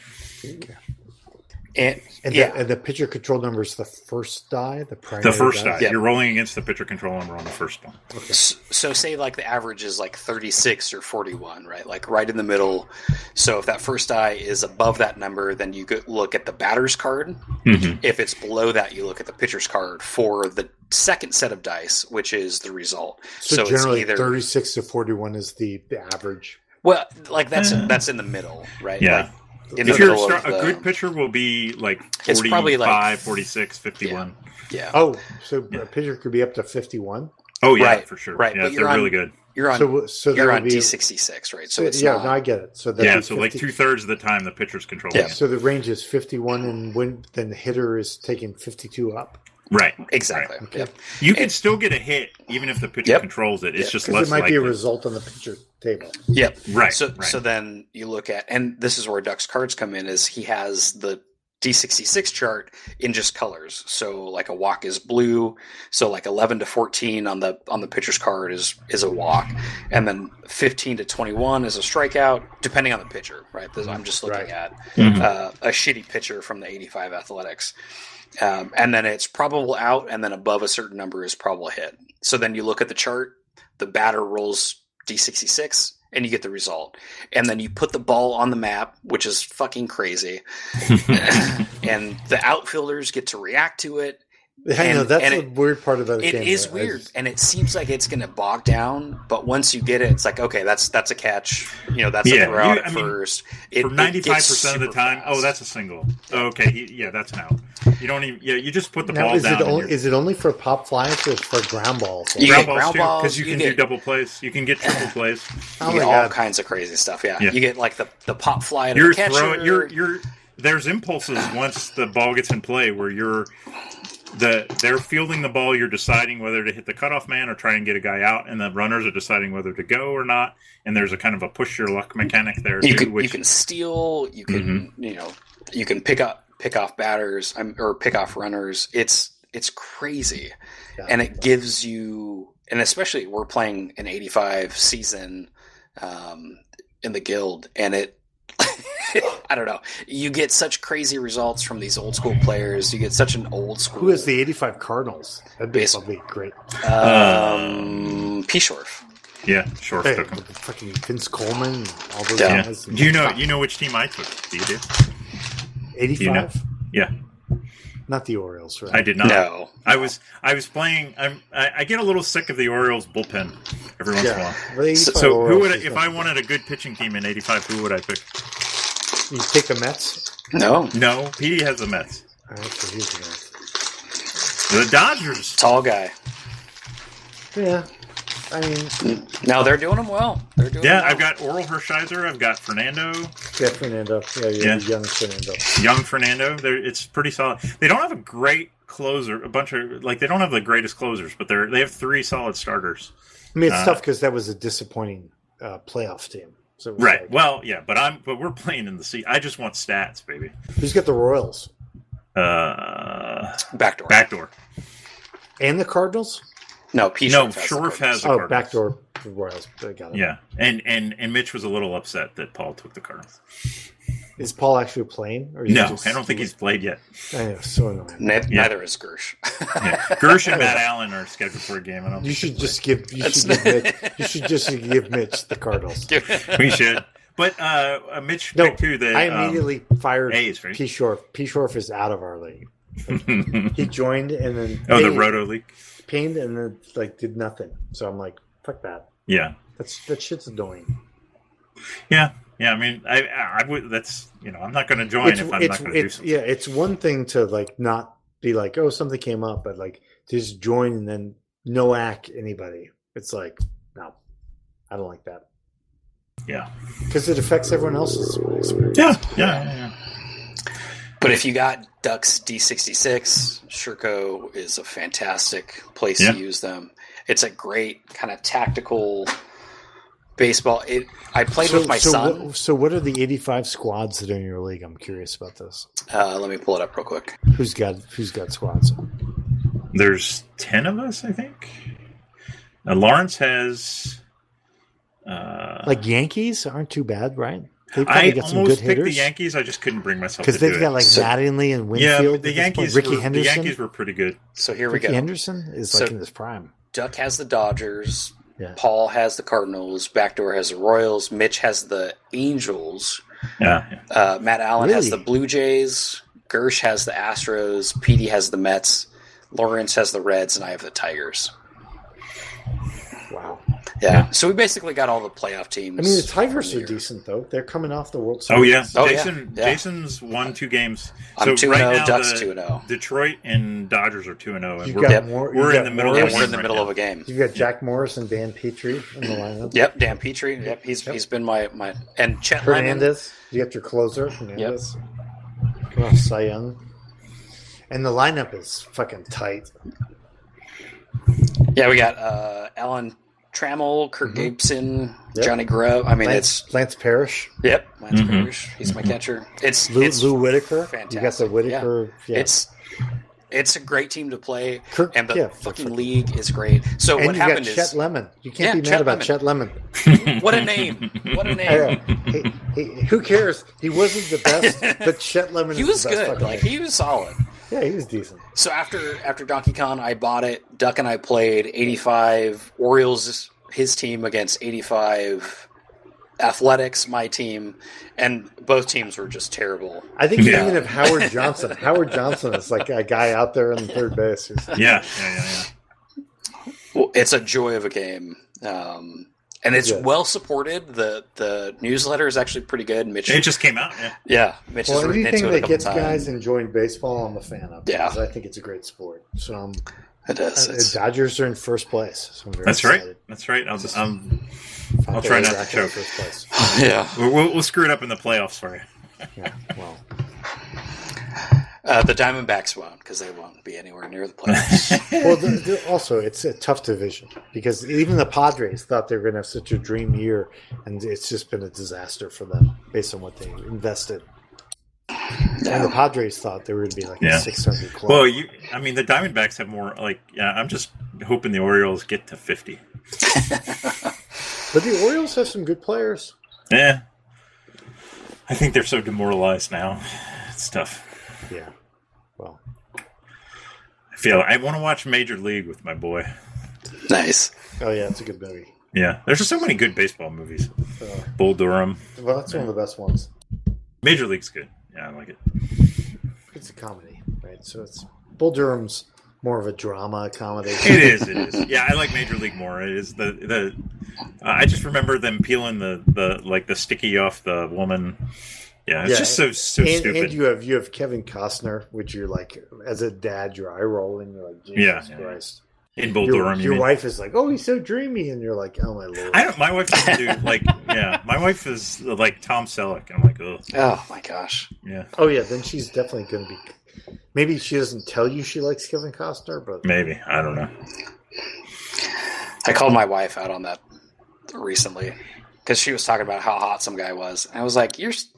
Speaker 3: and,
Speaker 1: And,
Speaker 3: yeah.
Speaker 1: the, and the pitcher control number is the first die, the primary.
Speaker 2: The first die,
Speaker 1: die.
Speaker 3: Yeah.
Speaker 2: you're rolling against the pitcher control number on the first one.
Speaker 3: S- So say like the average is like 36 or 41, right? Like right in the middle. So if that first die is above that number, then you could look at the batter's card.
Speaker 2: Mm-hmm.
Speaker 3: If it's below that, you look at the pitcher's card for the second set of dice, which is the result.
Speaker 1: So,
Speaker 3: So, it's
Speaker 1: generally,
Speaker 3: either
Speaker 1: 36 to 41 is the, the average.
Speaker 3: well, like that's that's in the middle, right?
Speaker 2: Yeah.
Speaker 3: Like, in
Speaker 2: if
Speaker 3: the
Speaker 2: you're
Speaker 3: middle
Speaker 2: stra-
Speaker 3: of
Speaker 2: a
Speaker 3: the-
Speaker 2: good pitcher will be like
Speaker 3: It's
Speaker 2: 45,
Speaker 3: probably like-
Speaker 2: 46, 51.
Speaker 3: yeah,
Speaker 1: Oh, so
Speaker 2: Yeah.
Speaker 1: a pitcher could be up to fifty-one.
Speaker 2: Oh yeah,
Speaker 3: Right,
Speaker 2: for sure.
Speaker 3: right,
Speaker 2: Yeah,
Speaker 3: but
Speaker 2: if
Speaker 3: you're
Speaker 2: they're
Speaker 3: on-
Speaker 2: really good.
Speaker 3: you're on
Speaker 1: So so that
Speaker 3: you're on
Speaker 1: would be
Speaker 3: D sixty six, right? So
Speaker 1: so-
Speaker 3: it's
Speaker 1: yeah.
Speaker 3: not,
Speaker 1: no, I get it. So that'd
Speaker 2: Yeah,
Speaker 1: be
Speaker 2: so like
Speaker 1: 50
Speaker 2: two thirds of the time the pitcher's controlling.
Speaker 3: Yeah.
Speaker 2: it.
Speaker 1: So the range is fifty-one, and when then the hitter is taking fifty-two up.
Speaker 2: Right.
Speaker 3: exactly.
Speaker 1: Okay.
Speaker 3: Yep.
Speaker 2: You can
Speaker 3: And-
Speaker 2: still get a hit even if the pitcher
Speaker 3: Yep.
Speaker 2: controls it. It's
Speaker 3: Yep.
Speaker 2: just
Speaker 1: Because
Speaker 2: less
Speaker 1: it might
Speaker 2: likely.
Speaker 1: be a result on the pitcher table.
Speaker 3: Yep.
Speaker 2: right.
Speaker 3: So
Speaker 2: right.
Speaker 3: so then you look at and this is where Duck's cards come in is he has the D66 chart in just colors. So like a walk is blue, so like 11 to 14 on the on the pitcher's card is is a walk and then 15 to 21 is a strikeout depending on the pitcher, right? This, I'm just looking
Speaker 1: Right.
Speaker 3: at
Speaker 2: Mhm.
Speaker 3: uh, a shitty pitcher from the 85 Athletics. Um, and then it's probable out, and then above a certain number is probable hit. So then you look at the chart, the batter rolls D66, and you get the result. And then you put the ball on the map, which is fucking crazy. and the outfielders get to react to it.
Speaker 1: Yeah, I know
Speaker 3: And-
Speaker 1: that's
Speaker 3: and
Speaker 1: the
Speaker 3: it-
Speaker 1: weird part about the
Speaker 3: It
Speaker 1: game.
Speaker 3: is
Speaker 1: I
Speaker 3: weird,
Speaker 1: just-
Speaker 3: and it seems like it's going to bog down. But once you get it, it's like okay, that's that's a catch. You know, that's
Speaker 2: Yeah,
Speaker 3: a throw out
Speaker 2: you- I
Speaker 3: at
Speaker 2: mean,
Speaker 3: first. It-
Speaker 2: for
Speaker 3: it
Speaker 2: ninety
Speaker 3: gets
Speaker 2: five percent of the
Speaker 3: super
Speaker 2: time, oh,
Speaker 3: fast.
Speaker 2: that's a single. Oh, okay, he, yeah, that's an out. You don't even. Yeah, you just put the
Speaker 1: Now,
Speaker 2: ball
Speaker 1: is
Speaker 2: down.
Speaker 1: it
Speaker 2: and
Speaker 1: only
Speaker 2: you're-
Speaker 1: is it only for pop flies or for ground balls?
Speaker 3: You
Speaker 2: ground
Speaker 3: get
Speaker 2: balls
Speaker 3: ground
Speaker 2: too,
Speaker 3: balls,
Speaker 2: because you
Speaker 3: you
Speaker 2: can do
Speaker 3: get-
Speaker 2: double plays. You can get triple plays.
Speaker 1: Oh
Speaker 3: You
Speaker 1: my
Speaker 3: get all
Speaker 1: god!
Speaker 3: kinds of crazy stuff. Yeah.
Speaker 2: Yeah.
Speaker 3: you get like the, the pop fly to
Speaker 2: You're
Speaker 3: the catcher.
Speaker 2: throwing. You're you're. There's impulses once the ball gets in play where you're the they're fielding the ball. You're deciding whether to hit the cutoff man or try and get a guy out, and the runners are deciding whether to go or not. And there's a kind of a push your luck mechanic there
Speaker 3: you
Speaker 2: too,
Speaker 3: can
Speaker 2: which
Speaker 3: you can steal. You can
Speaker 2: Mm-hmm.
Speaker 3: you know you can pick up pick off batters um, or pick off runners. It's it's crazy,
Speaker 1: Yeah.
Speaker 3: and it gives you and especially we're playing an 85 season um, in the guild, and it. I don't know. You get such crazy results from these old school players. You get such an old school.
Speaker 1: Who is the eighty-five Cardinals? That'd be
Speaker 3: Base-
Speaker 1: probably great.
Speaker 2: Uh,
Speaker 3: um, Pishorf?
Speaker 2: yeah, sure.
Speaker 1: Hey,
Speaker 2: took 'em.
Speaker 1: with the fucking Vince Coleman, and all those
Speaker 3: Yeah.
Speaker 2: Yeah.
Speaker 1: guys.
Speaker 2: Do you know you know which team I took? Do you do?
Speaker 1: Eighty-five.
Speaker 2: you know- Yeah,
Speaker 1: Not the Orioles, right?
Speaker 2: I did not.
Speaker 3: No,
Speaker 2: I was I was playing. I'm, I I get a little sick of the Orioles bullpen every once in a
Speaker 1: Yeah.
Speaker 2: while.
Speaker 1: But 85
Speaker 2: So who
Speaker 1: Orioles
Speaker 2: would I,
Speaker 1: is
Speaker 2: if
Speaker 1: not-
Speaker 2: I wanted a good pitching team in '85? Who would I pick?
Speaker 1: You take the Mets.
Speaker 3: no.
Speaker 2: No, PD has the Mets.
Speaker 1: All right, so here's the Mets.
Speaker 2: The Dodgers.
Speaker 3: Tall guy.
Speaker 1: Yeah. I mean,
Speaker 3: No, they're doing them well. They're doing
Speaker 2: Yeah,
Speaker 3: them
Speaker 2: I've
Speaker 3: well.
Speaker 2: got Oral Hershiser. I've got Fernando,
Speaker 1: yeah, Fernando. Yeah, yeah,
Speaker 2: Yeah. Uh,
Speaker 1: young Fernando.
Speaker 2: young Fernando. They're, it's pretty solid. They don't have a great closer. A bunch of like they don't have the greatest closers, but they're they have three solid starters.
Speaker 1: I mean, it's
Speaker 2: Uh,
Speaker 1: tough because that was a disappointing uh, playoff team. So it was
Speaker 2: Right.
Speaker 1: like,
Speaker 2: Well, yeah, but I'm but we're playing in the sea. I just want stats, baby.
Speaker 1: who's got the Royals
Speaker 2: Uh,
Speaker 3: backdoor.
Speaker 2: backdoor.
Speaker 1: and the Cardinals?
Speaker 3: No, P.
Speaker 2: No,
Speaker 3: Shoref
Speaker 2: Shoref
Speaker 3: has the Cardinals.
Speaker 2: has- The
Speaker 1: Oh,
Speaker 2: Cardinals.
Speaker 1: backdoor Royals. I got it.
Speaker 2: Yeah, and and and Mitch was a little upset that Paul took the Cardinals.
Speaker 1: Is Paul actually playing? Or is he
Speaker 2: No,
Speaker 1: just-
Speaker 2: I don't think he's played yet.
Speaker 1: I know, so annoying.
Speaker 3: Ne-
Speaker 2: Yeah.
Speaker 3: Neither is Gersh.
Speaker 2: Yeah. Gersh and Matt Allen are scheduled for a game. I don't.
Speaker 1: You
Speaker 2: think
Speaker 1: should
Speaker 2: they
Speaker 1: just give. You
Speaker 3: That's
Speaker 1: should give,
Speaker 3: not-
Speaker 1: Mitch, you should just give Mitch the Cardinals.
Speaker 2: play. we should. But uh, uh, Mitch
Speaker 1: No,
Speaker 2: picked who the
Speaker 1: I
Speaker 2: um,
Speaker 1: immediately fired
Speaker 2: A's, right?
Speaker 1: P. Shorf. P. Shorf is out of our league. He joined and then
Speaker 2: oh, the
Speaker 1: pained-
Speaker 2: Oh, Roto League.
Speaker 1: pained and then like did nothing. So I'm like, fuck that.
Speaker 2: Yeah,
Speaker 1: That's that shit's annoying.
Speaker 2: yeah, yeah. I mean, I, I would. That's you know, I'm not going to join
Speaker 1: it's,
Speaker 2: if I'm
Speaker 1: it's,
Speaker 2: not going to do
Speaker 1: it's-
Speaker 2: something.
Speaker 1: yeah, it's one thing to like not be like, oh, something came up, but like to just join and then no act anybody. It's like, no, I don't like that
Speaker 2: Yeah,
Speaker 1: because it affects everyone else's experience.
Speaker 2: yeah, yeah. yeah.
Speaker 3: but if you got Ducks D66, Sherco is a fantastic place
Speaker 2: Yeah.
Speaker 3: to use them. It's a great kind of tactical baseball. It. I played with my
Speaker 1: so
Speaker 3: son.
Speaker 1: What, so what are the 85 squads that are in your league? I'm curious about this.
Speaker 3: Uh, let me pull it up real quick.
Speaker 1: Who's got who's got squads?
Speaker 2: There's ten of us, I think. Now, Lawrence has. Uh,
Speaker 1: Like Yankees aren't too bad, right? They probably
Speaker 2: I
Speaker 1: got some good
Speaker 2: almost picked the
Speaker 1: hitters
Speaker 2: Yankees. I just couldn't bring myself to
Speaker 1: because they've
Speaker 2: do
Speaker 1: got
Speaker 2: it.
Speaker 1: like
Speaker 3: So-
Speaker 1: Mattingly and
Speaker 2: yeah,
Speaker 1: Winfield. at
Speaker 2: but the
Speaker 1: this point.
Speaker 2: Yankees.
Speaker 1: Ricky
Speaker 2: were,
Speaker 1: Henderson.
Speaker 2: The Yankees were pretty good.
Speaker 3: So here we
Speaker 1: Ricky
Speaker 3: go.
Speaker 1: Henderson is like
Speaker 3: So-
Speaker 1: in his prime.
Speaker 3: Duck has the Dodgers.
Speaker 1: Yeah.
Speaker 3: Paul has the Cardinals. Backdoor has the Royals. Mitch has the Angels.
Speaker 2: Yeah, yeah.
Speaker 3: Uh, Matt Allen has the
Speaker 1: Really?
Speaker 3: Blue Jays. Gersh has the Astros. Petey has the Mets. Lawrence has the Reds, and I have the Tigers.
Speaker 1: Wow.
Speaker 3: Yeah. So we basically got all the playoff teams.
Speaker 1: I mean, the Tigers are
Speaker 3: from the year.
Speaker 1: decent though. They're coming off the World
Speaker 2: Oh
Speaker 1: Series.
Speaker 2: yeah,
Speaker 3: Oh, yeah.
Speaker 2: Jason.
Speaker 3: Yeah.
Speaker 2: Jason's won two games.
Speaker 3: I'm
Speaker 2: so
Speaker 3: 2
Speaker 2: right
Speaker 3: 0,
Speaker 2: now,
Speaker 3: Ducks oh.
Speaker 2: the
Speaker 3: 2 0.
Speaker 2: Detroit and Dodgers are two and zero, and
Speaker 1: You've
Speaker 2: we're
Speaker 1: got
Speaker 3: Yep.
Speaker 1: more.
Speaker 2: we're
Speaker 1: you've
Speaker 2: in
Speaker 1: got
Speaker 2: the middle
Speaker 3: Yeah,
Speaker 2: of
Speaker 1: Morris.
Speaker 3: we're in the
Speaker 2: right
Speaker 3: middle
Speaker 2: now.
Speaker 3: of a game.
Speaker 1: You've got Jack Morris and Dan Petrie in the lineup.
Speaker 3: Yep, Dan Petrie. Yep, he's he's been my my and Chet Lyman.
Speaker 1: Hernandez. You got your closer. Hernandez. Come on, Cy Young. And the lineup is fucking tight.
Speaker 3: Yeah, we got uh, Alan Trammell, Kirk Gibson,
Speaker 1: Mm-hmm. Yep.
Speaker 3: Johnny Grubb. I mean,
Speaker 1: Lance,
Speaker 3: it's
Speaker 1: Lance Parrish,
Speaker 3: yep, Lance
Speaker 2: Mhm.
Speaker 3: Parrish. He's my catcher. It's
Speaker 1: Lou,
Speaker 3: it's
Speaker 1: Lou Whitaker. You got the
Speaker 3: fantastic.
Speaker 1: Whitaker. Yeah.
Speaker 3: it's it's a great team to play,
Speaker 1: Kirk-
Speaker 3: and the
Speaker 1: yeah,
Speaker 3: fucking league is great. So
Speaker 1: and
Speaker 3: what
Speaker 1: you got
Speaker 3: happened
Speaker 1: Chet
Speaker 3: is
Speaker 1: Lemon. You
Speaker 3: Yeah,
Speaker 1: can't be mad
Speaker 3: Chet
Speaker 1: about
Speaker 3: Lemon.
Speaker 1: Chet Lemon.
Speaker 3: what a name, what a
Speaker 1: I
Speaker 3: name.
Speaker 1: know. He- he- who cares? He wasn't the best, but Chet Lemon
Speaker 3: He
Speaker 1: is
Speaker 3: was
Speaker 1: the best
Speaker 3: good,
Speaker 1: fucking
Speaker 3: like
Speaker 1: name.
Speaker 3: he was solid.
Speaker 1: Yeah, he was decent.
Speaker 3: So after after Donkey Kong, I bought it. Duck and I played eighty five Orioles his team against eighty five Athletics my team, and both teams were just terrible.
Speaker 1: I think you
Speaker 2: Yeah.
Speaker 1: even have Howard Johnson. Howard Johnson is like a guy out there in third base. Who's,
Speaker 2: Yeah, yeah, yeah, yeah.
Speaker 3: Well, it's a joy of a game, um, and it's
Speaker 1: Yeah.
Speaker 3: well supported. the The newsletter is actually pretty good. Mitch,
Speaker 2: It just came out. Yeah.
Speaker 3: yeah, Mitch
Speaker 1: well,
Speaker 3: has written
Speaker 1: anything
Speaker 3: into it
Speaker 1: that
Speaker 3: a couple
Speaker 1: gets
Speaker 3: times.
Speaker 1: guys enjoying baseball, I'm a fan of.
Speaker 3: Yeah.
Speaker 1: because I think it's a great sport. So um,
Speaker 3: it is.
Speaker 1: uh,
Speaker 3: It's,
Speaker 1: Dodgers are in first place. So I'm very
Speaker 2: That's right.
Speaker 1: excited.
Speaker 2: That's right. I'll, um,
Speaker 1: Fuck,
Speaker 2: I'll try
Speaker 1: they're
Speaker 2: not
Speaker 1: back
Speaker 2: to
Speaker 1: in
Speaker 2: choke.
Speaker 1: First place.
Speaker 3: yeah.
Speaker 2: We'll, we'll, we'll screw it up in the playoffs for you.
Speaker 1: Yeah, well,
Speaker 3: Uh, the Diamondbacks won't because they won't be anywhere near the playoffs.
Speaker 1: well the, the, also it's a tough division because even the Padres thought they were going to have such a dream year, and it's just been a disaster for them based on what they invested. And the Padres thought they were going to be like
Speaker 2: Yeah.
Speaker 1: a 600 club.
Speaker 2: Well, you. I mean, the Diamondbacks have more. Like, yeah, I'm just hoping the Orioles get to 50.
Speaker 1: but the Orioles have some good players.
Speaker 2: Yeah. I think they're so demoralized now. It's tough.
Speaker 1: Yeah. Well,
Speaker 2: I feel I want to watch Major League with my boy.
Speaker 3: nice.
Speaker 1: oh yeah, it's a good movie.
Speaker 2: Yeah, there's just so many good baseball movies. Bull Durham,
Speaker 1: Well, that's one of the best ones.
Speaker 2: Major League's good. Yeah, I like it.
Speaker 1: It's a comedy, right? So it's Bull Durham's more of a drama comedy.
Speaker 2: It is. It is. Yeah, I like Major League more. It is the the. Uh, I just remember them peeling the the like the sticky off the woman. Yeah, it's
Speaker 1: Yeah,
Speaker 2: just so so
Speaker 1: and,
Speaker 2: stupid.
Speaker 1: and you have you have Kevin Costner, which you're like as a dad, you're eye rolling. You're like,
Speaker 2: Yeah,
Speaker 1: Jesus
Speaker 2: yeah.
Speaker 1: Christ.
Speaker 2: In Bull
Speaker 1: Your,
Speaker 2: Durham, you
Speaker 1: your
Speaker 2: mean.
Speaker 1: wife is like, oh, he's so dreamy, and you're like, oh my lord.
Speaker 2: I don't. My wife doesn't do like. Yeah, my wife is like Tom Selleck. I'm like, oh
Speaker 3: Oh my gosh.
Speaker 2: yeah,
Speaker 1: oh yeah, then she's definitely going to be. Maybe she doesn't tell you she likes Kevin Costner, but
Speaker 2: maybe I don't know.
Speaker 3: I called my wife out on that recently because she was talking about how hot some guy was. And I was like, "You're s-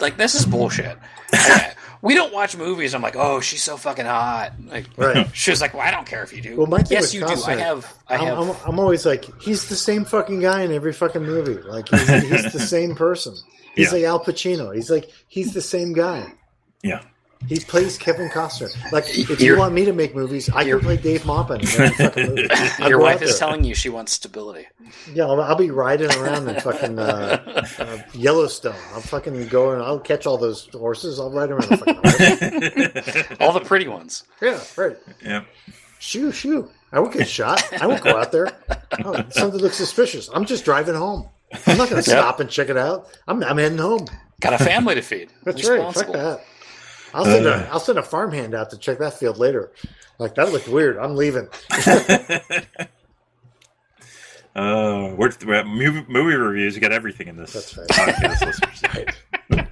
Speaker 3: like this is bullshit. Like, we don't watch movies." I'm like, "Oh, she's so fucking hot." Like
Speaker 1: right.
Speaker 3: she was like, "Well, I don't care if you do."
Speaker 1: Well, my thing
Speaker 3: yes,
Speaker 1: with
Speaker 3: you do. I
Speaker 1: Costner-
Speaker 3: have. I
Speaker 1: I'm,
Speaker 3: have.
Speaker 1: I'm, I'm always like, he's the same fucking guy in every fucking movie. Like he's, he's the same person. He's
Speaker 2: Yeah.
Speaker 1: like Al Pacino. He's like he's the same guy.
Speaker 2: Yeah.
Speaker 1: He plays Kevin Costner. Like, if you
Speaker 3: You're-
Speaker 1: want me to make movies, I can
Speaker 3: you're-
Speaker 1: play Dave Maupin. in every fucking movie. I'll
Speaker 3: your
Speaker 1: go
Speaker 3: wife
Speaker 1: out there.
Speaker 3: is telling you she wants stability.
Speaker 1: Yeah, I'll, I'll be riding around in fucking uh, uh, Yellowstone. I'll fucking go and I'll catch all those horses. I'll ride around. The fucking horse.
Speaker 3: All the pretty ones.
Speaker 1: yeah, right.
Speaker 2: yeah.
Speaker 1: Shoo, shoo. I won't get shot. I won't go out there. Oh, something looks suspicious. I'm just driving home. I'm not going to stop and check it out. I'm, I'm heading home.
Speaker 3: Got a family to feed.
Speaker 1: That's right. Fuck
Speaker 3: Responsible.
Speaker 1: that. I'll send,
Speaker 2: Uh,
Speaker 1: a, I'll send a farmhand out to check that field later. Like, that looked weird. I'm leaving.
Speaker 2: Uh, we're, we're at movie, movie reviews. You got everything in this
Speaker 1: That's right.
Speaker 2: podcast, listeners.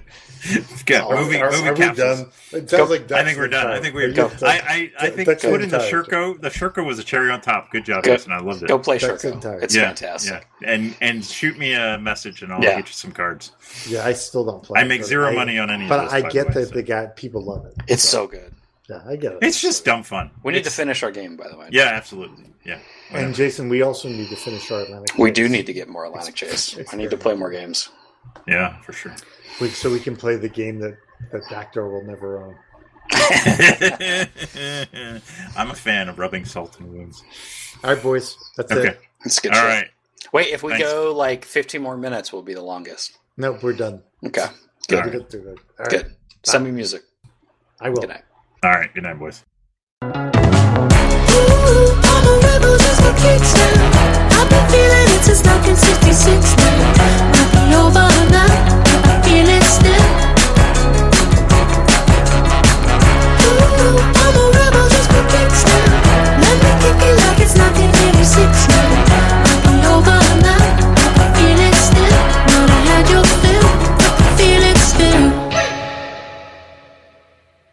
Speaker 2: We've got
Speaker 1: Are-
Speaker 2: movie,
Speaker 1: are,
Speaker 2: movie
Speaker 1: are we
Speaker 2: capsules.
Speaker 1: done? It sounds like Duck's
Speaker 2: I think we're
Speaker 1: in
Speaker 2: done.
Speaker 1: time.
Speaker 2: I think we're.
Speaker 1: Are you-
Speaker 2: I, I, I think
Speaker 1: Ducks
Speaker 2: put in the
Speaker 1: in time.
Speaker 2: Shurko. The Shurko was a cherry on top. Good job,
Speaker 3: Go-
Speaker 2: Jason. I loved it.
Speaker 3: Go play
Speaker 1: That's
Speaker 3: Sharko.
Speaker 1: entire-
Speaker 3: It's
Speaker 2: yeah,
Speaker 3: fantastic.
Speaker 2: Yeah. And and shoot me a message, and I'll
Speaker 3: Yeah.
Speaker 2: get you some cards.
Speaker 1: Yeah, I still don't play.
Speaker 2: I make
Speaker 1: but
Speaker 2: zero money on any. of
Speaker 1: But
Speaker 2: this,
Speaker 1: I
Speaker 2: by
Speaker 1: get
Speaker 2: the way,
Speaker 1: that
Speaker 2: so.
Speaker 1: the guy people love it.
Speaker 3: It's so good.
Speaker 1: Yeah, I get it.
Speaker 2: It's just dumb fun.
Speaker 3: We need to finish our game, by the way.
Speaker 2: Yeah, absolutely. Yeah.
Speaker 1: and Jason, we also need to finish our Atlantic.
Speaker 3: We
Speaker 1: Chase,
Speaker 3: do need to get more Atlantic Chase. I need to play more games.
Speaker 2: Yeah, for sure.
Speaker 1: which- so we can play the game that that Backdoor will never own.
Speaker 2: I'm a fan of rubbing salt in wounds.
Speaker 1: All right, boys, that's
Speaker 2: Okay.
Speaker 1: it.
Speaker 3: It's good.
Speaker 2: All
Speaker 3: shit.
Speaker 2: right.
Speaker 3: Wait, if we
Speaker 2: Thanks.
Speaker 3: go like 15 more minutes, we'll be the longest.
Speaker 1: Nope, we're done.
Speaker 3: Okay.
Speaker 2: All
Speaker 1: Good.
Speaker 2: right.
Speaker 1: Good, good, All right,
Speaker 3: Good. Send me music.
Speaker 1: I will.
Speaker 3: Good night.
Speaker 2: All right. Good night, boys.
Speaker 9: I'm a rebel just for kicks now.